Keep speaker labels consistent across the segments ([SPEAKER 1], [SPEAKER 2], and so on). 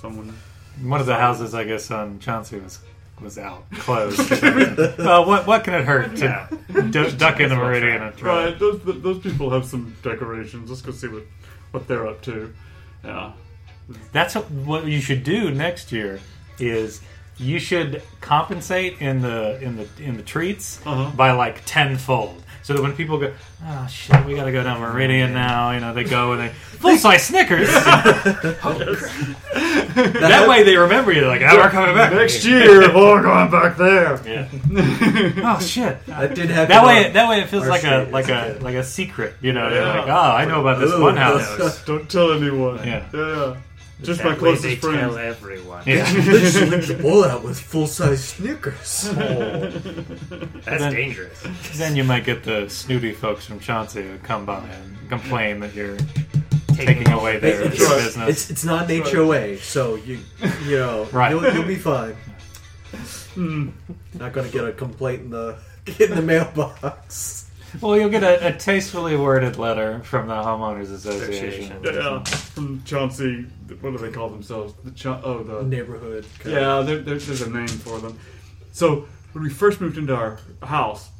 [SPEAKER 1] Someone.
[SPEAKER 2] One of the houses, I guess, on Chauncey was was out, closed. uh, what what can it hurt to d- duck in the meridian and try?
[SPEAKER 1] Right, those, those people have some decorations. Let's go see what, what they're up to. Yeah.
[SPEAKER 2] That's what, what you should do next year. Is you should compensate in the in the in the treats
[SPEAKER 1] Uh-huh.
[SPEAKER 2] by like tenfold. So that when people go, oh shit, we gotta go down Meridian now, you know, they go and they full size Snickers.
[SPEAKER 3] Oh,
[SPEAKER 2] that way they remember you. Like, oh, we're coming back
[SPEAKER 1] Next year, we're going back there.
[SPEAKER 2] Yeah. oh shit.
[SPEAKER 3] That did happen.
[SPEAKER 2] That way,
[SPEAKER 3] on-
[SPEAKER 2] that way, it feels
[SPEAKER 3] Our
[SPEAKER 2] like a
[SPEAKER 3] street
[SPEAKER 2] like
[SPEAKER 3] is
[SPEAKER 2] a
[SPEAKER 3] good.
[SPEAKER 2] like a secret. You know, they're
[SPEAKER 1] Yeah.
[SPEAKER 2] like, oh, I know about this
[SPEAKER 3] Ooh,
[SPEAKER 2] one
[SPEAKER 3] that's-
[SPEAKER 2] house.
[SPEAKER 1] Don't tell anyone.
[SPEAKER 2] Yeah.
[SPEAKER 1] Yeah. Just
[SPEAKER 4] that
[SPEAKER 1] my
[SPEAKER 4] way
[SPEAKER 1] closest
[SPEAKER 4] they Tell
[SPEAKER 1] friends.
[SPEAKER 4] everyone.
[SPEAKER 2] Yeah.
[SPEAKER 3] Literally ripped the bowl out with full size Snickers. Oh.
[SPEAKER 4] That's
[SPEAKER 2] Then-
[SPEAKER 4] dangerous.
[SPEAKER 2] then you might get the snooty folks from Chauncey to come by and complain that you're taking
[SPEAKER 4] Taking
[SPEAKER 2] away
[SPEAKER 3] It-
[SPEAKER 2] their,
[SPEAKER 3] it's,
[SPEAKER 2] their
[SPEAKER 1] right.
[SPEAKER 2] business.
[SPEAKER 3] it's it's not an HOA, so you you know
[SPEAKER 2] Right.
[SPEAKER 3] you'll, you'll be fine.
[SPEAKER 1] Hmm,
[SPEAKER 3] Not gonna get a complaint in the in the mailbox.
[SPEAKER 2] well, you'll get a, a tastefully worded letter from the homeowners association.
[SPEAKER 4] Association.
[SPEAKER 1] Yeah. From Chauncey, what do they call themselves? The cha- oh, the
[SPEAKER 3] Neighborhood. kind of-
[SPEAKER 1] Yeah, there, there, there's a name for them. So when we first moved into our house,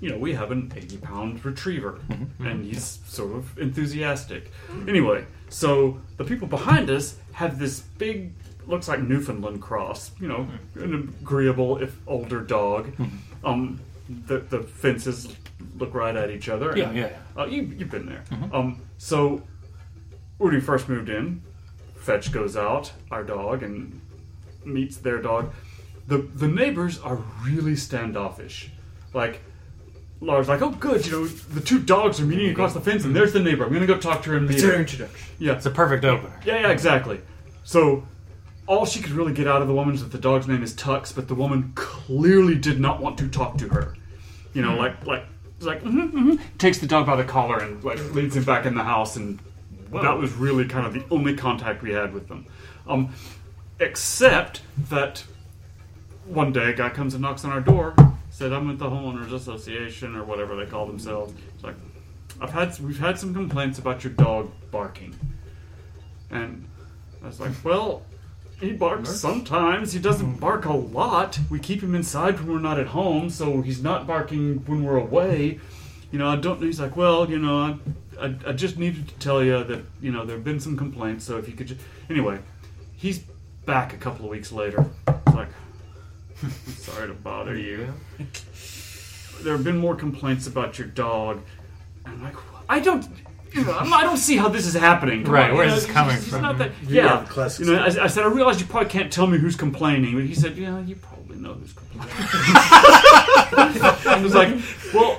[SPEAKER 1] you know, we have an 80 pound retriever,
[SPEAKER 2] Mm-hmm.
[SPEAKER 1] and he's sort of enthusiastic. Anyway, so the people behind us have this big, looks like Newfoundland cross, you know,
[SPEAKER 2] Mm-hmm.
[SPEAKER 1] an agreeable if older dog. Um, the, the fences look right at each other.
[SPEAKER 2] Yeah,
[SPEAKER 1] and-
[SPEAKER 2] yeah, Mm-hmm. yeah.
[SPEAKER 1] uh, you, you've been there. Um, so when we first moved in, Fetch goes out, our dog, and meets their dog. The the neighbors are really standoffish. Like Lars, like, oh good, you know, the two dogs are meeting across the fence, and there's the neighbor. I'm gonna go talk to her and meet
[SPEAKER 3] It's her
[SPEAKER 1] her.
[SPEAKER 3] introduction.
[SPEAKER 1] Yeah,
[SPEAKER 2] It's a perfect opener.
[SPEAKER 1] yeah, yeah, exactly. So all she could really get out of the woman is that the dog's name is Tux, but the woman clearly did not want to talk to her. You know, like like it's like mm-hmm, takes the dog by the collar and like leads him back in the house, and that was really kind of the only contact we had with them. Um, except that one day a guy comes and knocks on our door, said, "I'm with the homeowners association or whatever they call themselves." It's like, "I've had we've had some complaints about your dog barking," and I was like, "Well." He barks sometimes. He doesn't bark a lot. We keep him inside when we're not at home, so he's not barking when we're away. You know, I don't. He's like, well, you know, I, I, I just needed to tell you that you know there have been some complaints. So if you could, just, anyway, he's back a couple of weeks later. It's like, I'm sorry to bother you. There have been more complaints about your dog. I'm like, I don't. you know, I'm- I don't see how this is happening. Come
[SPEAKER 2] Right,
[SPEAKER 1] on,
[SPEAKER 2] where
[SPEAKER 1] you
[SPEAKER 2] is
[SPEAKER 1] know,
[SPEAKER 2] this coming
[SPEAKER 1] it's
[SPEAKER 2] from?
[SPEAKER 1] not that-
[SPEAKER 3] Yeah,
[SPEAKER 1] yeah,
[SPEAKER 3] the classic
[SPEAKER 1] You know, I, I said, I realize you probably can't tell me who's complaining, but he said, yeah, you probably know who's complaining. I was like, well,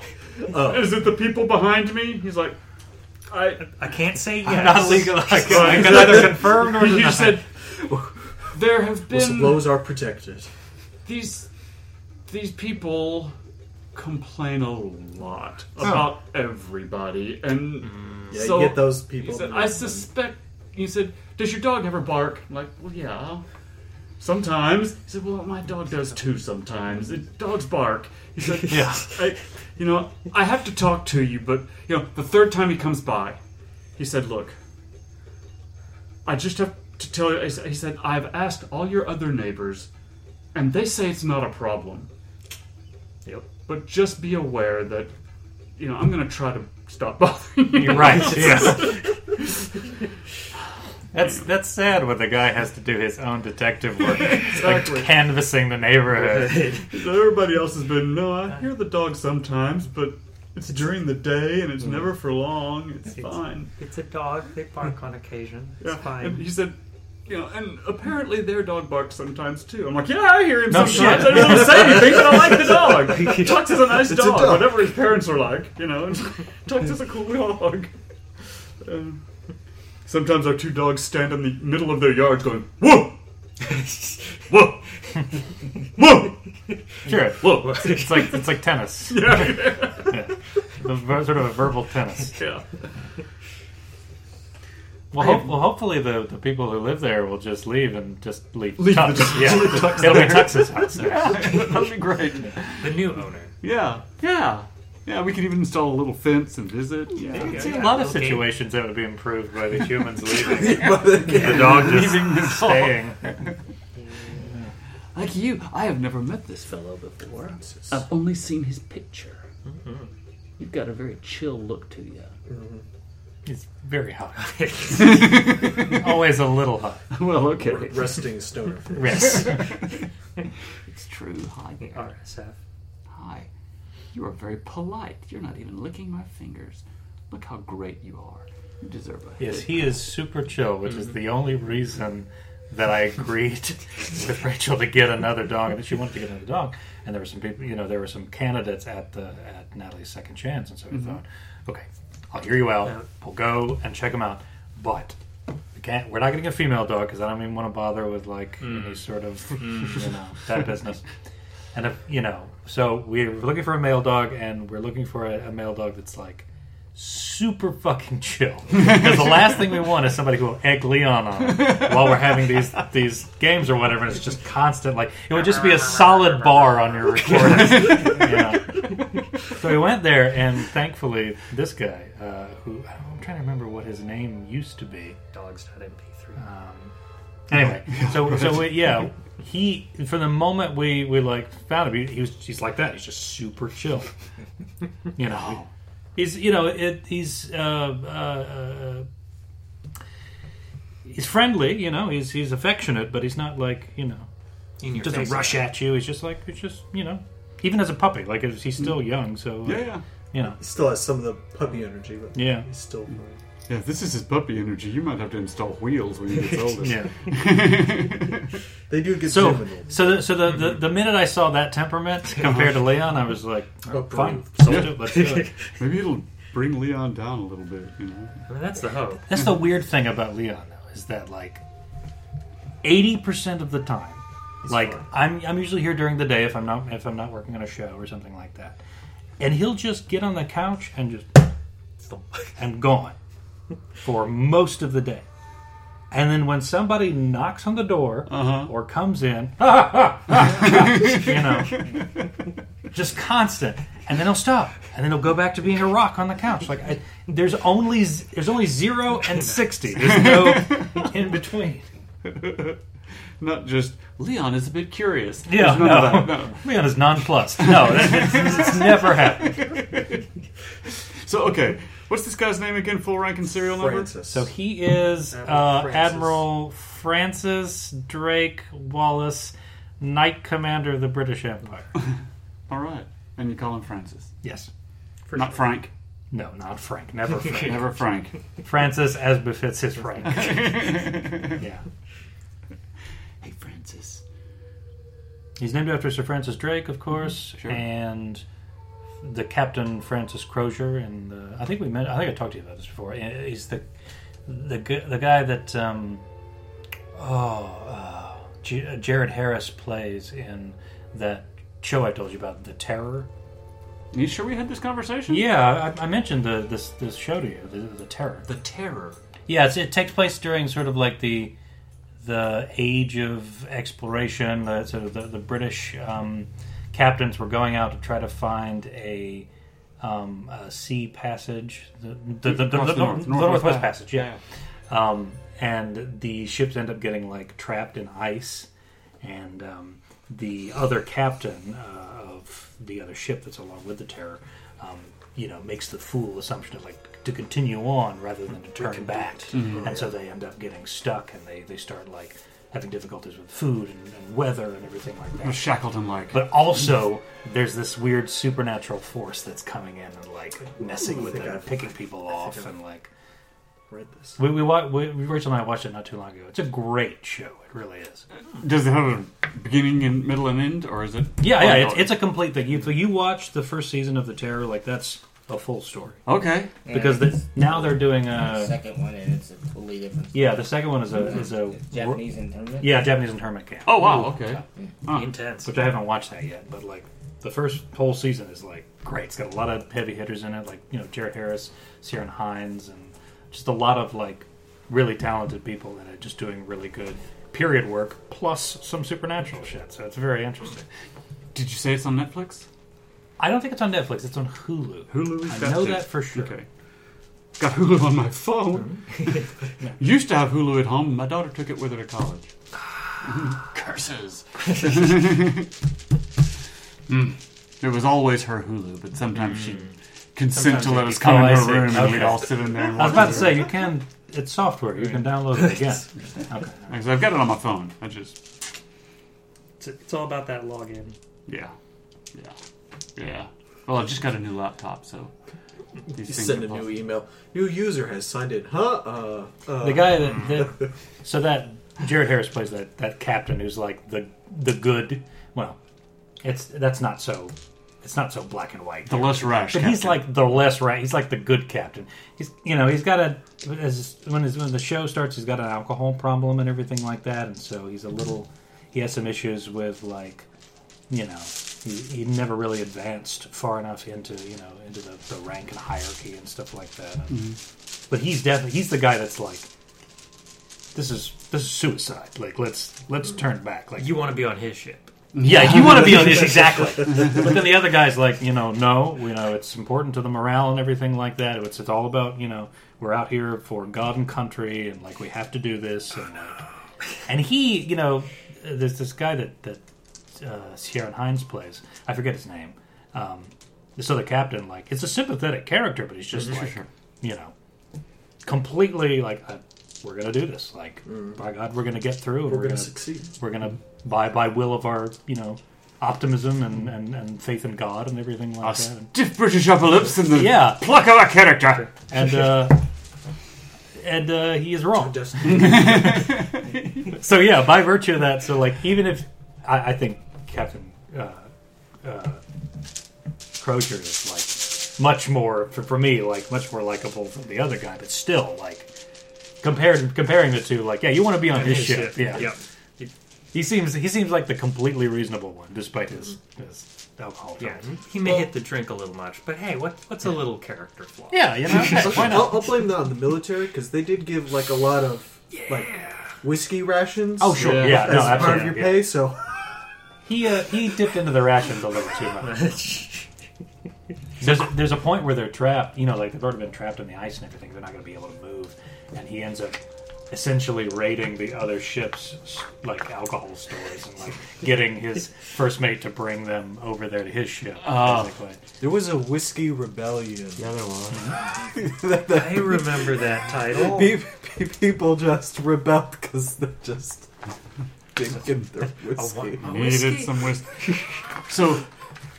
[SPEAKER 1] is it the people behind me? He's like, I.
[SPEAKER 4] I can't say yes.
[SPEAKER 2] I'm not legal. I can, I
[SPEAKER 1] Right.
[SPEAKER 2] can either confirm or
[SPEAKER 1] He
[SPEAKER 2] deny.
[SPEAKER 1] just said, there have been
[SPEAKER 3] Whistleblowers are protected.
[SPEAKER 1] these these people complain a lot
[SPEAKER 2] Oh.
[SPEAKER 1] about everybody,
[SPEAKER 2] Hmm.
[SPEAKER 1] and
[SPEAKER 3] Yeah,
[SPEAKER 1] so
[SPEAKER 3] you get those
[SPEAKER 1] He
[SPEAKER 3] people.
[SPEAKER 1] said, I suspect. He said, "Does your dog ever bark?" I'm like, well, yeah. Sometimes. He said, "Well, my dog does too. Sometimes it, dogs bark." He said,
[SPEAKER 2] Yeah.
[SPEAKER 1] I, you know, I have to talk to you, but you know, the third time he comes by, he said, "Look, I just have to tell you." He said- he said, "I've asked all your other neighbors, and they say it's not a problem.
[SPEAKER 4] Yep.
[SPEAKER 1] But just be aware that, you know, I'm going to try to stop bothering you."
[SPEAKER 2] You're right. Yeah. That's that's sad when the guy has to do his own detective work, like
[SPEAKER 1] Exactly.
[SPEAKER 2] canvassing the neighborhood.
[SPEAKER 1] So everybody else has been, no, I hear the dog sometimes, but it's during the day and it's never for long. It's fine.
[SPEAKER 4] It's a dog. They bark on occasion. It's
[SPEAKER 1] Yeah.
[SPEAKER 4] fine.
[SPEAKER 1] And he said, you know, and apparently their dog barks sometimes too. I'm like, yeah, I hear him
[SPEAKER 2] No
[SPEAKER 1] sometimes.
[SPEAKER 2] shit.
[SPEAKER 1] I don't want to say anything, but I like the dog. Tux is a nice
[SPEAKER 3] It's a
[SPEAKER 1] dog,
[SPEAKER 3] dog.
[SPEAKER 1] whatever his parents were like, you know. Tux is a cool dog. Um, sometimes our two dogs stand in the middle of their yard going, whoa! Whoa! Whoa!
[SPEAKER 2] Sure.
[SPEAKER 1] Whoa!
[SPEAKER 2] It's like it's like tennis.
[SPEAKER 1] Yeah.
[SPEAKER 2] The ver- sort of a verbal tennis.
[SPEAKER 1] yeah.
[SPEAKER 2] Well, hope, well hopefully the, the people who live there will just leave and just leave.
[SPEAKER 1] Leave the
[SPEAKER 2] Tux.
[SPEAKER 1] Tux-
[SPEAKER 2] yeah.
[SPEAKER 1] leave Tux
[SPEAKER 2] It'll be
[SPEAKER 1] there.
[SPEAKER 2] Tux's house.
[SPEAKER 1] That'd be great.
[SPEAKER 4] the new owner.
[SPEAKER 1] Yeah, yeah. Yeah, we could even install a little fence and visit.
[SPEAKER 2] I
[SPEAKER 1] Yeah.
[SPEAKER 2] could see a
[SPEAKER 4] yeah,
[SPEAKER 2] lot of
[SPEAKER 4] okay.
[SPEAKER 2] situations that would be improved by the humans leaving.
[SPEAKER 3] But
[SPEAKER 2] The
[SPEAKER 3] again,
[SPEAKER 2] dog
[SPEAKER 1] Leaving the dog.
[SPEAKER 2] just staying.
[SPEAKER 1] Like you, I have never met this fellow before. I've only seen his picture.
[SPEAKER 2] Mm-hmm.
[SPEAKER 1] You've got a very chill look to you.
[SPEAKER 2] He's very hot. Always a little hot.
[SPEAKER 1] well, okay.
[SPEAKER 3] resting stoner. face.
[SPEAKER 2] Yes.
[SPEAKER 1] It's true. Hi there.
[SPEAKER 4] RSF.
[SPEAKER 1] Hi. You are very polite. You're not even licking my fingers. Look how great you are. You deserve a
[SPEAKER 2] Yes,
[SPEAKER 1] hit.
[SPEAKER 2] he is super chill, which is the only reason that I agreed with Rachel to get another dog, and that she wanted to get another dog. And there were some people, you know, there were some candidates at the at Natalie's second chance, and so we thought, okay, I'll hear you out.
[SPEAKER 4] Yeah.
[SPEAKER 2] We'll go and check them out, but. we Can't, we're not going to get a female dog because I don't even want to bother with like any sort of you know that business. And if you know, so we're looking for a male dog, and we're looking for a, a male dog that's like super fucking chill. Because the last thing we want is somebody who will egg Leon on while we're having these these games or whatever. And it's just constant, like it would just be a solid bar on your recording. you know. So we went there, and thankfully, this guy, uh, who I don't- I'm trying to remember what his name used to be.
[SPEAKER 4] Dogs.mp3.
[SPEAKER 2] Um, anyway, so so we, yeah, he from the moment we we like found him, he, he was he's like that. He's just super chill. You know, he's you know it, he's uh, uh, uh, he's friendly. You know, he's he's affectionate, but he's not like you know
[SPEAKER 4] In your
[SPEAKER 2] doesn't
[SPEAKER 4] face.
[SPEAKER 2] rush at you. He's just like it's just you know. Even as a puppy, like he's still young, so uh,
[SPEAKER 1] Yeah, yeah.
[SPEAKER 2] you know,
[SPEAKER 3] He still has some of the puppy energy, but
[SPEAKER 2] yeah,
[SPEAKER 3] he's still fine.
[SPEAKER 1] Yeah, if this is his puppy energy, you might have to install wheels when he gets older.
[SPEAKER 2] yeah.
[SPEAKER 3] They do get
[SPEAKER 2] So,
[SPEAKER 3] juvenile.
[SPEAKER 2] so, the, so the, the the minute I saw that temperament compared to Leon, I was like, oh,
[SPEAKER 3] Approved.
[SPEAKER 2] fine, so do it, let's do it.
[SPEAKER 1] Maybe it'll bring Leon down a little bit, you know?
[SPEAKER 4] I mean, that's the hope.
[SPEAKER 2] That's the weird thing about Leon, though, is that like eighty percent of the time, like
[SPEAKER 3] fine.
[SPEAKER 2] I'm I'm usually here during the day if I'm not if I'm not working on a show or something like that, and he'll just get on the couch and just and gone for most of the day. And then when somebody knocks on the door
[SPEAKER 1] Uh-huh.
[SPEAKER 2] or comes in, you know, just constant, and then he'll stop, and then he'll go back to being a rock on the couch. Like I, there's only z- there's only zero and sixty. There's no in between.
[SPEAKER 1] Not just, Leon is a bit curious.
[SPEAKER 2] Yeah,
[SPEAKER 1] There's none of that,
[SPEAKER 2] no.
[SPEAKER 1] no.
[SPEAKER 2] Leon is nonplussed. No, that's, it's, it's never happened.
[SPEAKER 1] So, okay, what's this guy's name again? Full rank and serial number?
[SPEAKER 3] Francis.
[SPEAKER 2] So he is
[SPEAKER 4] Admiral
[SPEAKER 2] uh,
[SPEAKER 4] Francis.
[SPEAKER 2] Admiral Francis Drake Wallace, Knight Commander of the British Empire.
[SPEAKER 1] All right. And you call him Francis.
[SPEAKER 2] Yes.
[SPEAKER 1] Not Frank.
[SPEAKER 2] No, not Frank. Never Frank.
[SPEAKER 1] Never Frank.
[SPEAKER 2] Francis, as befits his rank.
[SPEAKER 1] hey,
[SPEAKER 2] yeah.
[SPEAKER 1] Francis.
[SPEAKER 2] He's named after Sir Francis Drake, of course,
[SPEAKER 1] Sure.
[SPEAKER 2] and the Captain Francis Crozier. And the, I think we met. I think I talked to you about this before. Eh, He's the the gu- the guy that um, oh uh, J- Jared Harris plays in that show I told you about, The Terror.
[SPEAKER 1] You sure we had this conversation?
[SPEAKER 2] Yeah, I, I mentioned the this this show to you, The, the Terror.
[SPEAKER 1] The terror.
[SPEAKER 2] Yeah, it's, it takes place during sort of like the the age of exploration. The, so the the British um, captains were going out to try to find a, um, a sea passage, the the, the, the,
[SPEAKER 1] Across
[SPEAKER 2] the,
[SPEAKER 1] the North-
[SPEAKER 2] the
[SPEAKER 1] Northwest
[SPEAKER 2] Northwest Passage, yeah. Um, and the ships end up getting like trapped in ice, and um, the other captain uh, of the other ship that's along with the Terror, um, you know, makes the fool assumption of like to continue on rather than to turn back, and so they end up getting stuck, and they they start like having difficulties with food and, and weather and everything like
[SPEAKER 1] It was
[SPEAKER 2] that.
[SPEAKER 1] Shackleton like.
[SPEAKER 2] But also, there's this weird supernatural force that's coming in and like messing with
[SPEAKER 3] think
[SPEAKER 2] them, and
[SPEAKER 3] I've-
[SPEAKER 2] picking people off, and like
[SPEAKER 3] read this.
[SPEAKER 2] we, we, wa- we Rachel and I watched it not too long ago. It's a great show. It really is.
[SPEAKER 1] Does it have a beginning and middle and end, or is it?
[SPEAKER 2] Yeah,
[SPEAKER 1] Oh,
[SPEAKER 2] yeah.
[SPEAKER 1] no.
[SPEAKER 2] It's, it's a complete thing. You, so you watch the first season of The Terror, like that's a full story
[SPEAKER 1] okay.
[SPEAKER 2] because
[SPEAKER 5] the
[SPEAKER 2] the, now they're doing a
[SPEAKER 5] second one and it's a totally different.
[SPEAKER 2] yeah. The second one is a is a
[SPEAKER 5] It's Japanese internment.
[SPEAKER 2] yeah Japanese internment camp.
[SPEAKER 1] Oh wow. Okay. Huh.
[SPEAKER 4] Intense.
[SPEAKER 2] Which I haven't watched that yet, but like the first whole season is like great. It's got a lot of heavy hitters in it, like you know Jared Harris, Ciaran Hines, and just a lot of like really talented people that are just doing really good period work plus some supernatural shit. So it's very interesting.
[SPEAKER 1] Did you say it's on Netflix?
[SPEAKER 2] I don't think it's on Netflix. It's on Hulu.
[SPEAKER 1] Hulu is
[SPEAKER 2] I
[SPEAKER 1] that's
[SPEAKER 2] know
[SPEAKER 1] it.
[SPEAKER 2] that for sure.
[SPEAKER 1] Okay. Got Hulu on my phone. Used to have Hulu at home. My daughter took it with her to college. Curses. Mm. It was always her Hulu, but sometimes she'd consent
[SPEAKER 2] Hmm. Sometimes
[SPEAKER 1] to let
[SPEAKER 2] it-
[SPEAKER 1] us come
[SPEAKER 2] oh, I
[SPEAKER 1] in her
[SPEAKER 2] see.
[SPEAKER 1] room and we'd
[SPEAKER 2] Okay.
[SPEAKER 1] all sit in there and
[SPEAKER 2] I
[SPEAKER 1] watch
[SPEAKER 2] was about
[SPEAKER 1] it.
[SPEAKER 2] to say you can. It's software. You can download it again. Okay.
[SPEAKER 1] Like, so I've got it on my phone. I just,
[SPEAKER 4] It's, it's all about that login.
[SPEAKER 1] yeah. Yeah. Yeah. Well, I just got a new laptop, so. These
[SPEAKER 3] You
[SPEAKER 1] things
[SPEAKER 3] send
[SPEAKER 1] are
[SPEAKER 3] a new e-
[SPEAKER 1] possible.
[SPEAKER 3] email. New user has signed in. Huh? Uh, uh,
[SPEAKER 2] The guy that, that so that Jared Harris plays that that captain who's like the the good. Well, it's that's not so. It's not so black and white.
[SPEAKER 1] The less rash.
[SPEAKER 2] But he's
[SPEAKER 1] Captain.
[SPEAKER 2] like the less right. He's like the good captain. He's you know he's got a as when his, when the show starts he's got an alcohol problem and everything like that, and so he's a little he has some issues with like you know he, he never really advanced far enough into you know into the, the rank and hierarchy and stuff like that. And- But he's definitely he's the guy that's like this is this is suicide. Like let's let's turn back. Like
[SPEAKER 4] You want to be on his ship.
[SPEAKER 2] yeah, you want to be on this exactly. but then the other guy's like, you know, no, you know, it's important to the morale and everything like that. It's it's all about you know we're out here for God and country and like we have to do this and like, and he you know there's this guy that that uh, Ciaran Hines plays. I forget his name. Um, so the captain like it's a sympathetic character, but he's just
[SPEAKER 1] Sure,
[SPEAKER 2] like
[SPEAKER 3] Mm-hmm.
[SPEAKER 1] sure.
[SPEAKER 2] you know completely like. Uh, we're gonna do this. Like, by God, we're gonna get through. and
[SPEAKER 3] Mm. we're gonna succeed.
[SPEAKER 2] we're gonna by by will of our you know optimism and and, and faith in God and everything like
[SPEAKER 1] A
[SPEAKER 2] that.
[SPEAKER 1] stiff British upper lips and the
[SPEAKER 2] Yeah.
[SPEAKER 1] pluck of a character.
[SPEAKER 2] And uh, and uh, he is wrong.
[SPEAKER 3] Just
[SPEAKER 2] So yeah, by virtue of that, so like even if I, I think Captain uh, uh, Crozier is like much more for, for me like much more likable than the other guy, but still like. Compared, comparing the two, like yeah, you want to be on his, ship, yeah.
[SPEAKER 4] Yep.
[SPEAKER 2] He seems he seems like the completely reasonable one, despite his, his alcohol.
[SPEAKER 4] Yeah.
[SPEAKER 2] problem.
[SPEAKER 4] He may hit the drink a little much, but hey, what what's a little character flaw?
[SPEAKER 2] Yeah, you know, hey, why
[SPEAKER 3] I'll,
[SPEAKER 2] not?
[SPEAKER 3] I'll blame that on the military because they did give like a lot of like whiskey rations.
[SPEAKER 2] Oh, sure,
[SPEAKER 1] Yeah.
[SPEAKER 2] yeah,
[SPEAKER 3] as
[SPEAKER 2] no,
[SPEAKER 3] part of
[SPEAKER 2] absolutely.
[SPEAKER 3] your
[SPEAKER 2] yeah.
[SPEAKER 3] pay. So
[SPEAKER 2] He uh, he dipped into the rations a little too much. there's a, there's a point where they're trapped. You know, like they've already been trapped in the ice and everything. They're not going to be able to move, and he ends up essentially raiding the other ships like alcohol stores and like getting his first mate to bring them over there to his ship.
[SPEAKER 1] Oh.
[SPEAKER 2] basically.
[SPEAKER 3] there was a whiskey rebellion.
[SPEAKER 1] other one.
[SPEAKER 4] I remember that title.
[SPEAKER 3] Pe- pe- People just rebelled because they just drinking their whiskey.
[SPEAKER 1] Needed some whiskey. so,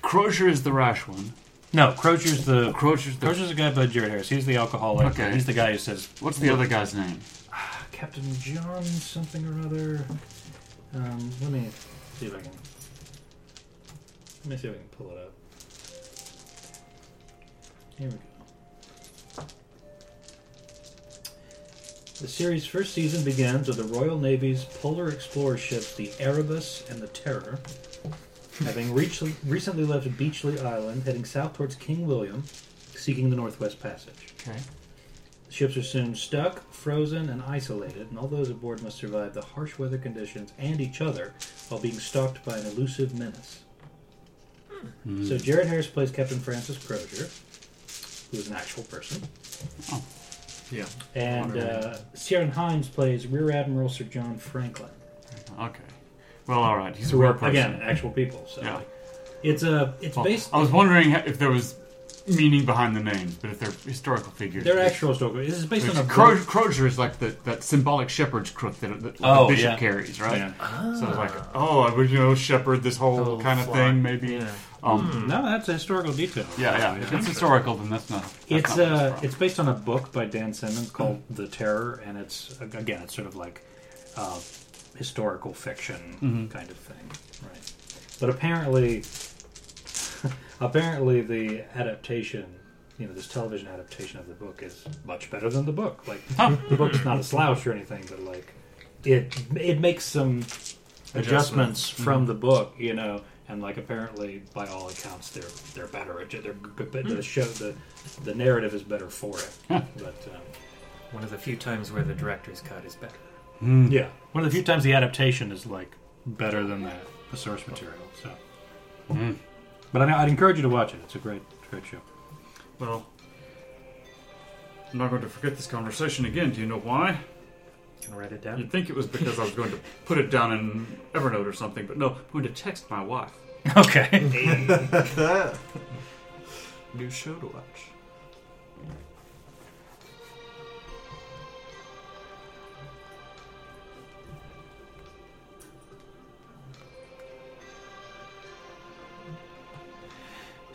[SPEAKER 1] Crozier is the rash one.
[SPEAKER 2] No, Crozier's the
[SPEAKER 1] Crozier's the.
[SPEAKER 2] Crozier's the guy by Jared Harris. He's the alcoholic.
[SPEAKER 1] Okay.
[SPEAKER 2] He's the guy who says
[SPEAKER 1] What's the other guy's name?
[SPEAKER 2] Captain John something or other. Um, let me see if I can. Let me see if I can pull it up. Here we go. The series' first season begins with the Royal Navy's polar explorer ships, the Erebus and the Terror, having reached, recently left Beachley Island, heading south towards King William, seeking the Northwest Passage.
[SPEAKER 1] Okay.
[SPEAKER 2] The ships are soon stuck, frozen, and isolated, and all those aboard must survive the harsh weather conditions and each other while being stalked by an elusive menace.
[SPEAKER 1] Hmm.
[SPEAKER 2] So Jared Harris plays Captain Francis Crozier, who is an actual person,
[SPEAKER 1] Yeah.
[SPEAKER 2] and uh, Ciaran Hines plays Rear Admiral Sir John Franklin,
[SPEAKER 1] Okay. Well, all right. He's a
[SPEAKER 2] who
[SPEAKER 1] real
[SPEAKER 2] are
[SPEAKER 1] person.
[SPEAKER 2] again actual people. So
[SPEAKER 1] Yeah.
[SPEAKER 2] like, it's a it's
[SPEAKER 1] Well,
[SPEAKER 2] based.
[SPEAKER 1] I was wondering if there was meaning behind the name, but if they're historical figures.
[SPEAKER 2] They're actual stories. This is based on a
[SPEAKER 1] Cro-
[SPEAKER 2] book.
[SPEAKER 1] Crozier is like the, that symbolic shepherd's crook that, that
[SPEAKER 2] Oh,
[SPEAKER 1] the bishop
[SPEAKER 2] yeah.
[SPEAKER 1] carries, right?
[SPEAKER 2] Yeah. Oh,
[SPEAKER 1] So it's like, oh, I would you know shepherd this whole
[SPEAKER 4] Little
[SPEAKER 1] kind of
[SPEAKER 4] fly.
[SPEAKER 1] thing, maybe.
[SPEAKER 4] Yeah.
[SPEAKER 1] Um,
[SPEAKER 2] No, that's a historical detail.
[SPEAKER 1] Yeah, yeah. If it's historical, then that's not. That's
[SPEAKER 2] It's
[SPEAKER 1] not what
[SPEAKER 2] uh,
[SPEAKER 1] from.
[SPEAKER 2] it's based on a book by Dan Simmons called The Terror, and it's again, it's sort of like uh, historical fiction kind of thing, right? But apparently, apparently the adaptation, you know, this television adaptation of the book is much better than the book. Like the book's not a slouch or anything, but like it it makes some adjustments mm-hmm. from the book, you know, and like apparently by all accounts they're they're better. at it. They're, but the show the the narrative is better for it. but um,
[SPEAKER 4] One of the few times where the director's cut is better.
[SPEAKER 2] yeah, Hmm. one of the few times the adaptation is like better than the, the source material. So But I, I'd encourage you to watch it. It's a great, it's a great show.
[SPEAKER 1] Well, I'm not going to forget this conversation again. Do you know why?
[SPEAKER 2] Can write it down.
[SPEAKER 1] You'd think it was because I was going to put it down in Evernote or something, but no, I'm going to text my wife.
[SPEAKER 2] Okay.
[SPEAKER 3] New show to watch.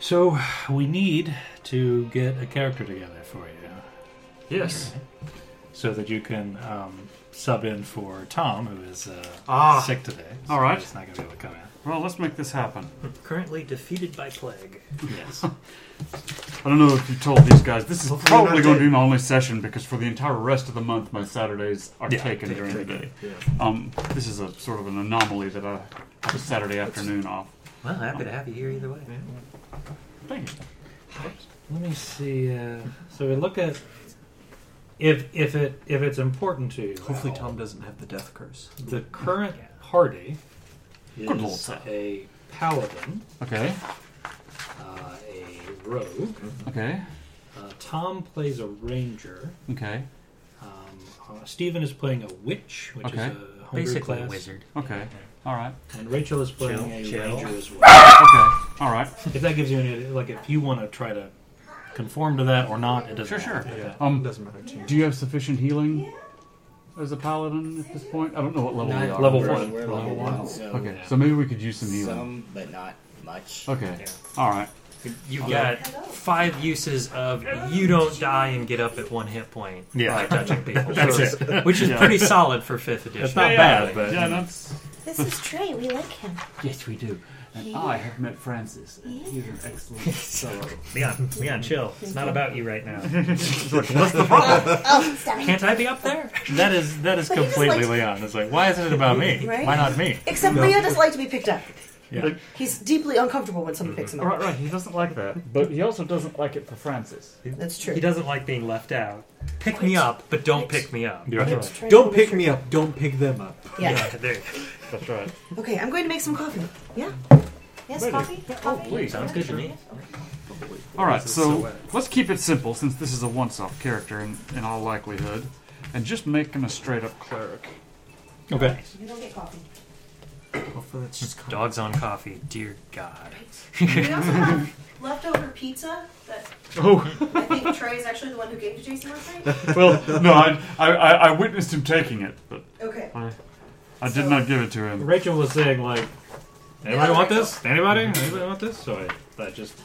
[SPEAKER 2] so we need to get a character together for you,
[SPEAKER 1] Yes.
[SPEAKER 2] so that you can um, sub in for Tom, who is uh,
[SPEAKER 1] Ah.
[SPEAKER 2] sick today. So
[SPEAKER 1] All right.
[SPEAKER 2] He's not going to be able to come in.
[SPEAKER 1] Well, let's make this happen.
[SPEAKER 4] Mm. Currently defeated by plague.
[SPEAKER 2] Yes.
[SPEAKER 1] I don't know if you told these guys, this is
[SPEAKER 3] Hopefully
[SPEAKER 1] probably
[SPEAKER 3] not
[SPEAKER 1] going to
[SPEAKER 3] dead.
[SPEAKER 1] be my only session because for the entire rest of the month, my Saturdays are
[SPEAKER 2] Yeah,
[SPEAKER 1] taken during the day. Um, this is a sort of an anomaly that I have a Saturday afternoon off.
[SPEAKER 4] Well, happy to have you here either way.
[SPEAKER 1] Thank you.
[SPEAKER 2] Let me see. Uh, so we look at if if it if it's important to you. at
[SPEAKER 3] Hopefully,
[SPEAKER 2] all.
[SPEAKER 3] Tom doesn't have the death curse.
[SPEAKER 2] The current party is
[SPEAKER 1] Good lord, sir.
[SPEAKER 2] a paladin,
[SPEAKER 1] Okay.
[SPEAKER 2] uh, a rogue.
[SPEAKER 1] Okay.
[SPEAKER 2] Uh, Tom plays a ranger.
[SPEAKER 1] Okay.
[SPEAKER 2] Um, uh, Stephen is playing a witch, which
[SPEAKER 1] Okay.
[SPEAKER 2] is a homebrew
[SPEAKER 4] Basically,
[SPEAKER 2] class,
[SPEAKER 4] wizard.
[SPEAKER 1] Okay. All right.
[SPEAKER 2] and Rachel is playing
[SPEAKER 4] Jill,
[SPEAKER 2] a
[SPEAKER 4] Jill.
[SPEAKER 2] ranger as well.
[SPEAKER 1] Okay. All right.
[SPEAKER 2] if that gives you any, like, if you want to try to conform to that or not, it doesn't.
[SPEAKER 1] Sure,
[SPEAKER 2] matter.
[SPEAKER 1] sure.
[SPEAKER 2] Okay.
[SPEAKER 3] It
[SPEAKER 1] Um,
[SPEAKER 3] doesn't matter to you.
[SPEAKER 1] do you have sufficient healing as a paladin at this point? I don't know what level we are.
[SPEAKER 2] Level
[SPEAKER 5] We're-
[SPEAKER 2] one.
[SPEAKER 5] We're level one, so
[SPEAKER 1] Okay, so maybe we could use some healing.
[SPEAKER 5] some, but not much.
[SPEAKER 1] Okay.
[SPEAKER 4] Yeah.
[SPEAKER 1] All right.
[SPEAKER 4] You've got five uses of you don't die and get up at one hit point
[SPEAKER 2] Yeah.
[SPEAKER 4] by touching people,
[SPEAKER 2] That's
[SPEAKER 4] So
[SPEAKER 2] it.
[SPEAKER 4] it's- which is
[SPEAKER 1] Yeah.
[SPEAKER 4] pretty solid for fifth edition.
[SPEAKER 2] That's not
[SPEAKER 1] Yeah,
[SPEAKER 2] bad, but
[SPEAKER 1] Yeah, that's.
[SPEAKER 6] This is Trey. We like him.
[SPEAKER 1] Yes, we do. And I have met Francis. and He's an excellent fellow.
[SPEAKER 4] Leon, Leon, chill. It's not about you right now.
[SPEAKER 6] Oh, stop it.
[SPEAKER 4] Can't I be up there?
[SPEAKER 2] that is that is
[SPEAKER 6] But he just
[SPEAKER 2] completely
[SPEAKER 6] likes-
[SPEAKER 2] Leon. It's like, why isn't it about me?
[SPEAKER 6] Right?
[SPEAKER 2] Why not me?
[SPEAKER 7] Except Leo doesn't like to be picked up.
[SPEAKER 2] Yeah.
[SPEAKER 7] He's deeply uncomfortable when someone picks him up.
[SPEAKER 1] Right, right. He doesn't like that, but he also doesn't like it for Francis.
[SPEAKER 7] That's true.
[SPEAKER 4] He doesn't like being left out. Pick me up, but don't pick me up.
[SPEAKER 2] You're right.
[SPEAKER 7] Trey
[SPEAKER 3] Don't
[SPEAKER 7] will
[SPEAKER 3] pick
[SPEAKER 7] sure-
[SPEAKER 3] me up. Don't pick them up.
[SPEAKER 7] Yeah.
[SPEAKER 4] Yeah, there you go.
[SPEAKER 1] That's right.
[SPEAKER 7] Okay, I'm going to make some coffee. Yeah. Yes,
[SPEAKER 1] Really?
[SPEAKER 7] coffee.
[SPEAKER 1] Oh,
[SPEAKER 7] Coffee.
[SPEAKER 1] please.
[SPEAKER 4] Sounds good to me.
[SPEAKER 1] All right,
[SPEAKER 4] This is so
[SPEAKER 1] so
[SPEAKER 4] wet.
[SPEAKER 1] let's keep it simple since this is a once-off character in, in all likelihood, and just make him a straight-up cleric.
[SPEAKER 2] Okay.
[SPEAKER 7] You don't get coffee.
[SPEAKER 3] Hopefully, that's just kind
[SPEAKER 4] Dogs on coffee, dear God.
[SPEAKER 7] We also have leftover pizza that
[SPEAKER 1] Oh
[SPEAKER 7] I think Trey's actually the one who gave to Jason last night.
[SPEAKER 1] well, no, I, I I witnessed him taking it, but
[SPEAKER 7] Okay.
[SPEAKER 1] I did not give it to him.
[SPEAKER 2] Rachel was saying like, anybody want this? Anybody? Anybody want this? So I, I just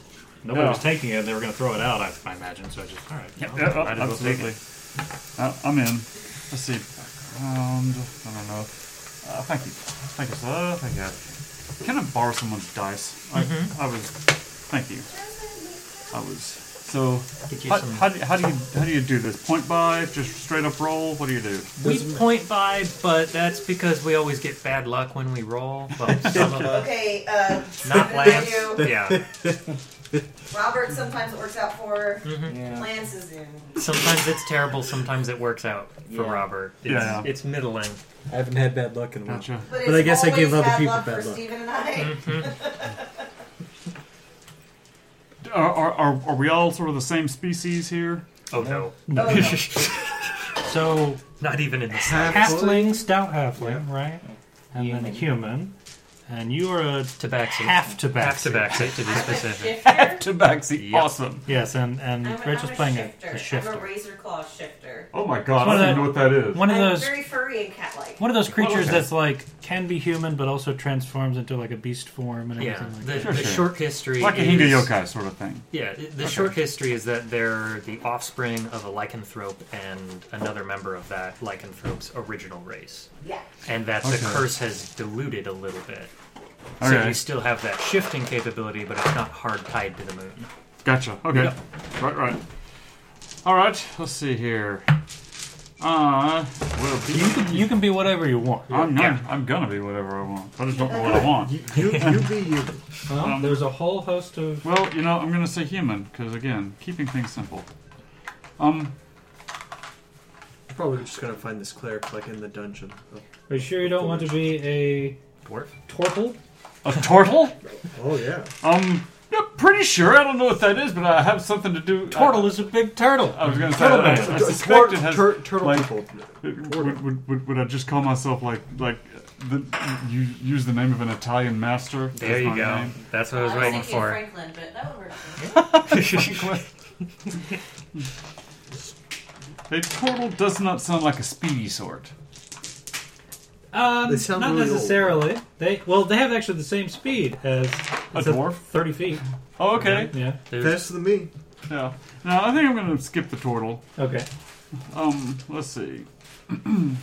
[SPEAKER 2] nobody
[SPEAKER 1] Yeah.
[SPEAKER 2] was taking it. They were going to throw it out. I, I imagine. So I just all right. well,
[SPEAKER 1] Yeah, uh,
[SPEAKER 2] might as well take
[SPEAKER 1] absolutely.
[SPEAKER 2] uh, it.
[SPEAKER 1] Uh, I'm in. Let's see. Background. I don't know. Uh, thank you. Thank you, sir. Thank you. Can I borrow someone's dice? I, I was. Thank you. I was. So,
[SPEAKER 4] Get you
[SPEAKER 1] how,
[SPEAKER 4] some-
[SPEAKER 1] how, do, how do you how do you do this? Point by, just straight up roll. What do you do?
[SPEAKER 4] We point by, but that's because we always get bad luck when we roll. Well, some of us.
[SPEAKER 7] Okay, uh,
[SPEAKER 4] Not Lance.
[SPEAKER 7] you.
[SPEAKER 4] Yeah.
[SPEAKER 7] Robert sometimes it works out for.
[SPEAKER 5] Yeah.
[SPEAKER 7] Lance is in.
[SPEAKER 4] Sometimes it's terrible, sometimes it works out for
[SPEAKER 5] Yeah.
[SPEAKER 4] Robert. It's,
[SPEAKER 1] Yeah.
[SPEAKER 4] it's middling.
[SPEAKER 3] of- I haven't had bad luck in a while.
[SPEAKER 1] Gotcha.
[SPEAKER 7] But,
[SPEAKER 3] I guess I
[SPEAKER 7] always
[SPEAKER 3] give other
[SPEAKER 7] bad
[SPEAKER 3] people
[SPEAKER 7] luck
[SPEAKER 3] bad
[SPEAKER 7] for
[SPEAKER 3] luck.
[SPEAKER 7] Steven and I.
[SPEAKER 1] Are, are, are, are we all sort of the same species here?
[SPEAKER 4] Oh,
[SPEAKER 7] Oh,
[SPEAKER 4] no.
[SPEAKER 7] no.
[SPEAKER 2] So
[SPEAKER 4] Not even in the
[SPEAKER 2] halfling, stout halfling, right? And then a human, and you are a
[SPEAKER 4] Tabaxi.
[SPEAKER 2] half tabaxi.
[SPEAKER 4] Half tabaxi, to be specific.
[SPEAKER 7] Shifter.
[SPEAKER 1] Tabaxi.
[SPEAKER 4] Yep.
[SPEAKER 1] Awesome.
[SPEAKER 2] Yes, and and
[SPEAKER 7] I'm, a-
[SPEAKER 2] Rachel's
[SPEAKER 7] I'm a
[SPEAKER 2] playing
[SPEAKER 7] shifter.
[SPEAKER 2] a, a shifter.
[SPEAKER 7] I'm a razor claw shifter.
[SPEAKER 1] Oh my god,
[SPEAKER 2] One
[SPEAKER 1] I
[SPEAKER 2] of
[SPEAKER 1] don't even
[SPEAKER 2] the-
[SPEAKER 1] know what that is.
[SPEAKER 2] One of
[SPEAKER 7] I'm
[SPEAKER 2] those.
[SPEAKER 7] very furry and cat-like.
[SPEAKER 2] One of those creatures
[SPEAKER 1] okay.
[SPEAKER 2] that's like can be human but also transforms into like a beast form and
[SPEAKER 4] Yeah,
[SPEAKER 2] everything
[SPEAKER 4] the,
[SPEAKER 2] like that.
[SPEAKER 4] the
[SPEAKER 1] sure.
[SPEAKER 4] short history
[SPEAKER 1] like a
[SPEAKER 4] is,
[SPEAKER 1] Hinga Yokai sort of thing.
[SPEAKER 4] Yeah, the the short history is that they're the offspring of a lycanthrope and another member of that lycanthrope's original race,
[SPEAKER 7] Yeah.
[SPEAKER 4] and that
[SPEAKER 1] Okay.
[SPEAKER 4] the curse has diluted a little bit. So
[SPEAKER 1] Okay.
[SPEAKER 4] you still have that shifting capability, but it's not hard tied to the moon.
[SPEAKER 1] Gotcha. Okay.
[SPEAKER 4] Yep.
[SPEAKER 1] Right, right. All right. Let's see here. Uh, will be.
[SPEAKER 2] You can, you can be whatever you want.
[SPEAKER 1] I'm not. I'm gonna be whatever I want. I just don't know what I want.
[SPEAKER 3] You, you be you.
[SPEAKER 2] Well, Um, there's a whole host of.
[SPEAKER 1] Well, you know, I'm gonna say human because again, keeping things simple. Um.
[SPEAKER 3] Probably just gonna find this cleric like in the dungeon.
[SPEAKER 2] Are you sure you don't want to be a
[SPEAKER 4] Dwarf?
[SPEAKER 2] tortle?
[SPEAKER 1] A turtle?
[SPEAKER 3] Oh yeah.
[SPEAKER 1] um. I'm pretty sure. I don't know what that is, but I have something to do.
[SPEAKER 2] Turtle is a big turtle.
[SPEAKER 1] I, I was going to say.
[SPEAKER 3] Turtle
[SPEAKER 1] I,
[SPEAKER 3] man.
[SPEAKER 1] I
[SPEAKER 3] Tur-
[SPEAKER 1] suspect it has
[SPEAKER 3] tur- turtle
[SPEAKER 1] like,
[SPEAKER 3] people.
[SPEAKER 1] Would, would, would, would I just call myself like like the, you use the name of an Italian master? as
[SPEAKER 4] There you
[SPEAKER 1] my
[SPEAKER 4] go.
[SPEAKER 1] name?
[SPEAKER 4] That's what I
[SPEAKER 6] Oh,
[SPEAKER 4] was
[SPEAKER 7] I was
[SPEAKER 4] waiting
[SPEAKER 7] thinking
[SPEAKER 4] for.
[SPEAKER 7] Franklin, but that would work.
[SPEAKER 1] A turtle does not sound like a speedy sort.
[SPEAKER 2] Um,
[SPEAKER 3] They sound
[SPEAKER 2] not
[SPEAKER 3] really old.
[SPEAKER 2] necessarily. They well, they have actually the same speed as
[SPEAKER 1] A
[SPEAKER 2] it's
[SPEAKER 1] dwarf?
[SPEAKER 2] thirty feet.
[SPEAKER 1] Oh, okay.
[SPEAKER 2] Yeah.
[SPEAKER 3] Faster than me.
[SPEAKER 1] Yeah. No, I think I'm going to skip the turtle.
[SPEAKER 2] Okay.
[SPEAKER 1] Um, let's see. I'm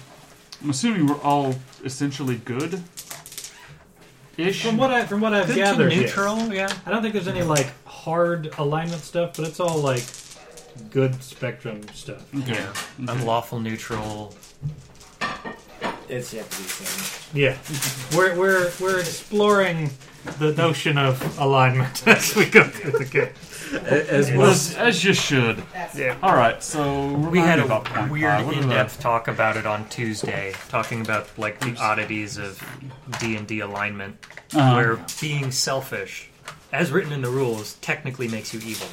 [SPEAKER 1] assuming we're all essentially good. Ish.
[SPEAKER 2] From what I from what I've
[SPEAKER 4] Good to
[SPEAKER 2] gathered, yes.
[SPEAKER 4] neutral, yeah.
[SPEAKER 2] I don't think there's any like hard alignment stuff, but it's all like good spectrum stuff.
[SPEAKER 1] Okay.
[SPEAKER 4] Yeah. Unlawful neutral.
[SPEAKER 5] It's Japanese.
[SPEAKER 2] Yeah, we're we're we're exploring the notion of alignment as we go through the game.
[SPEAKER 3] As
[SPEAKER 1] Well,
[SPEAKER 3] well.
[SPEAKER 1] as, as you should.
[SPEAKER 7] That's
[SPEAKER 1] All right. So
[SPEAKER 4] We
[SPEAKER 1] remind
[SPEAKER 4] had
[SPEAKER 1] me about
[SPEAKER 4] a
[SPEAKER 1] point
[SPEAKER 4] weird
[SPEAKER 1] five. What are the-
[SPEAKER 4] in-depth talk about it on Tuesday, talking about like the oddities of D and D alignment,
[SPEAKER 1] Uh-huh.
[SPEAKER 4] where being selfish, as written in the rules, technically makes you evil.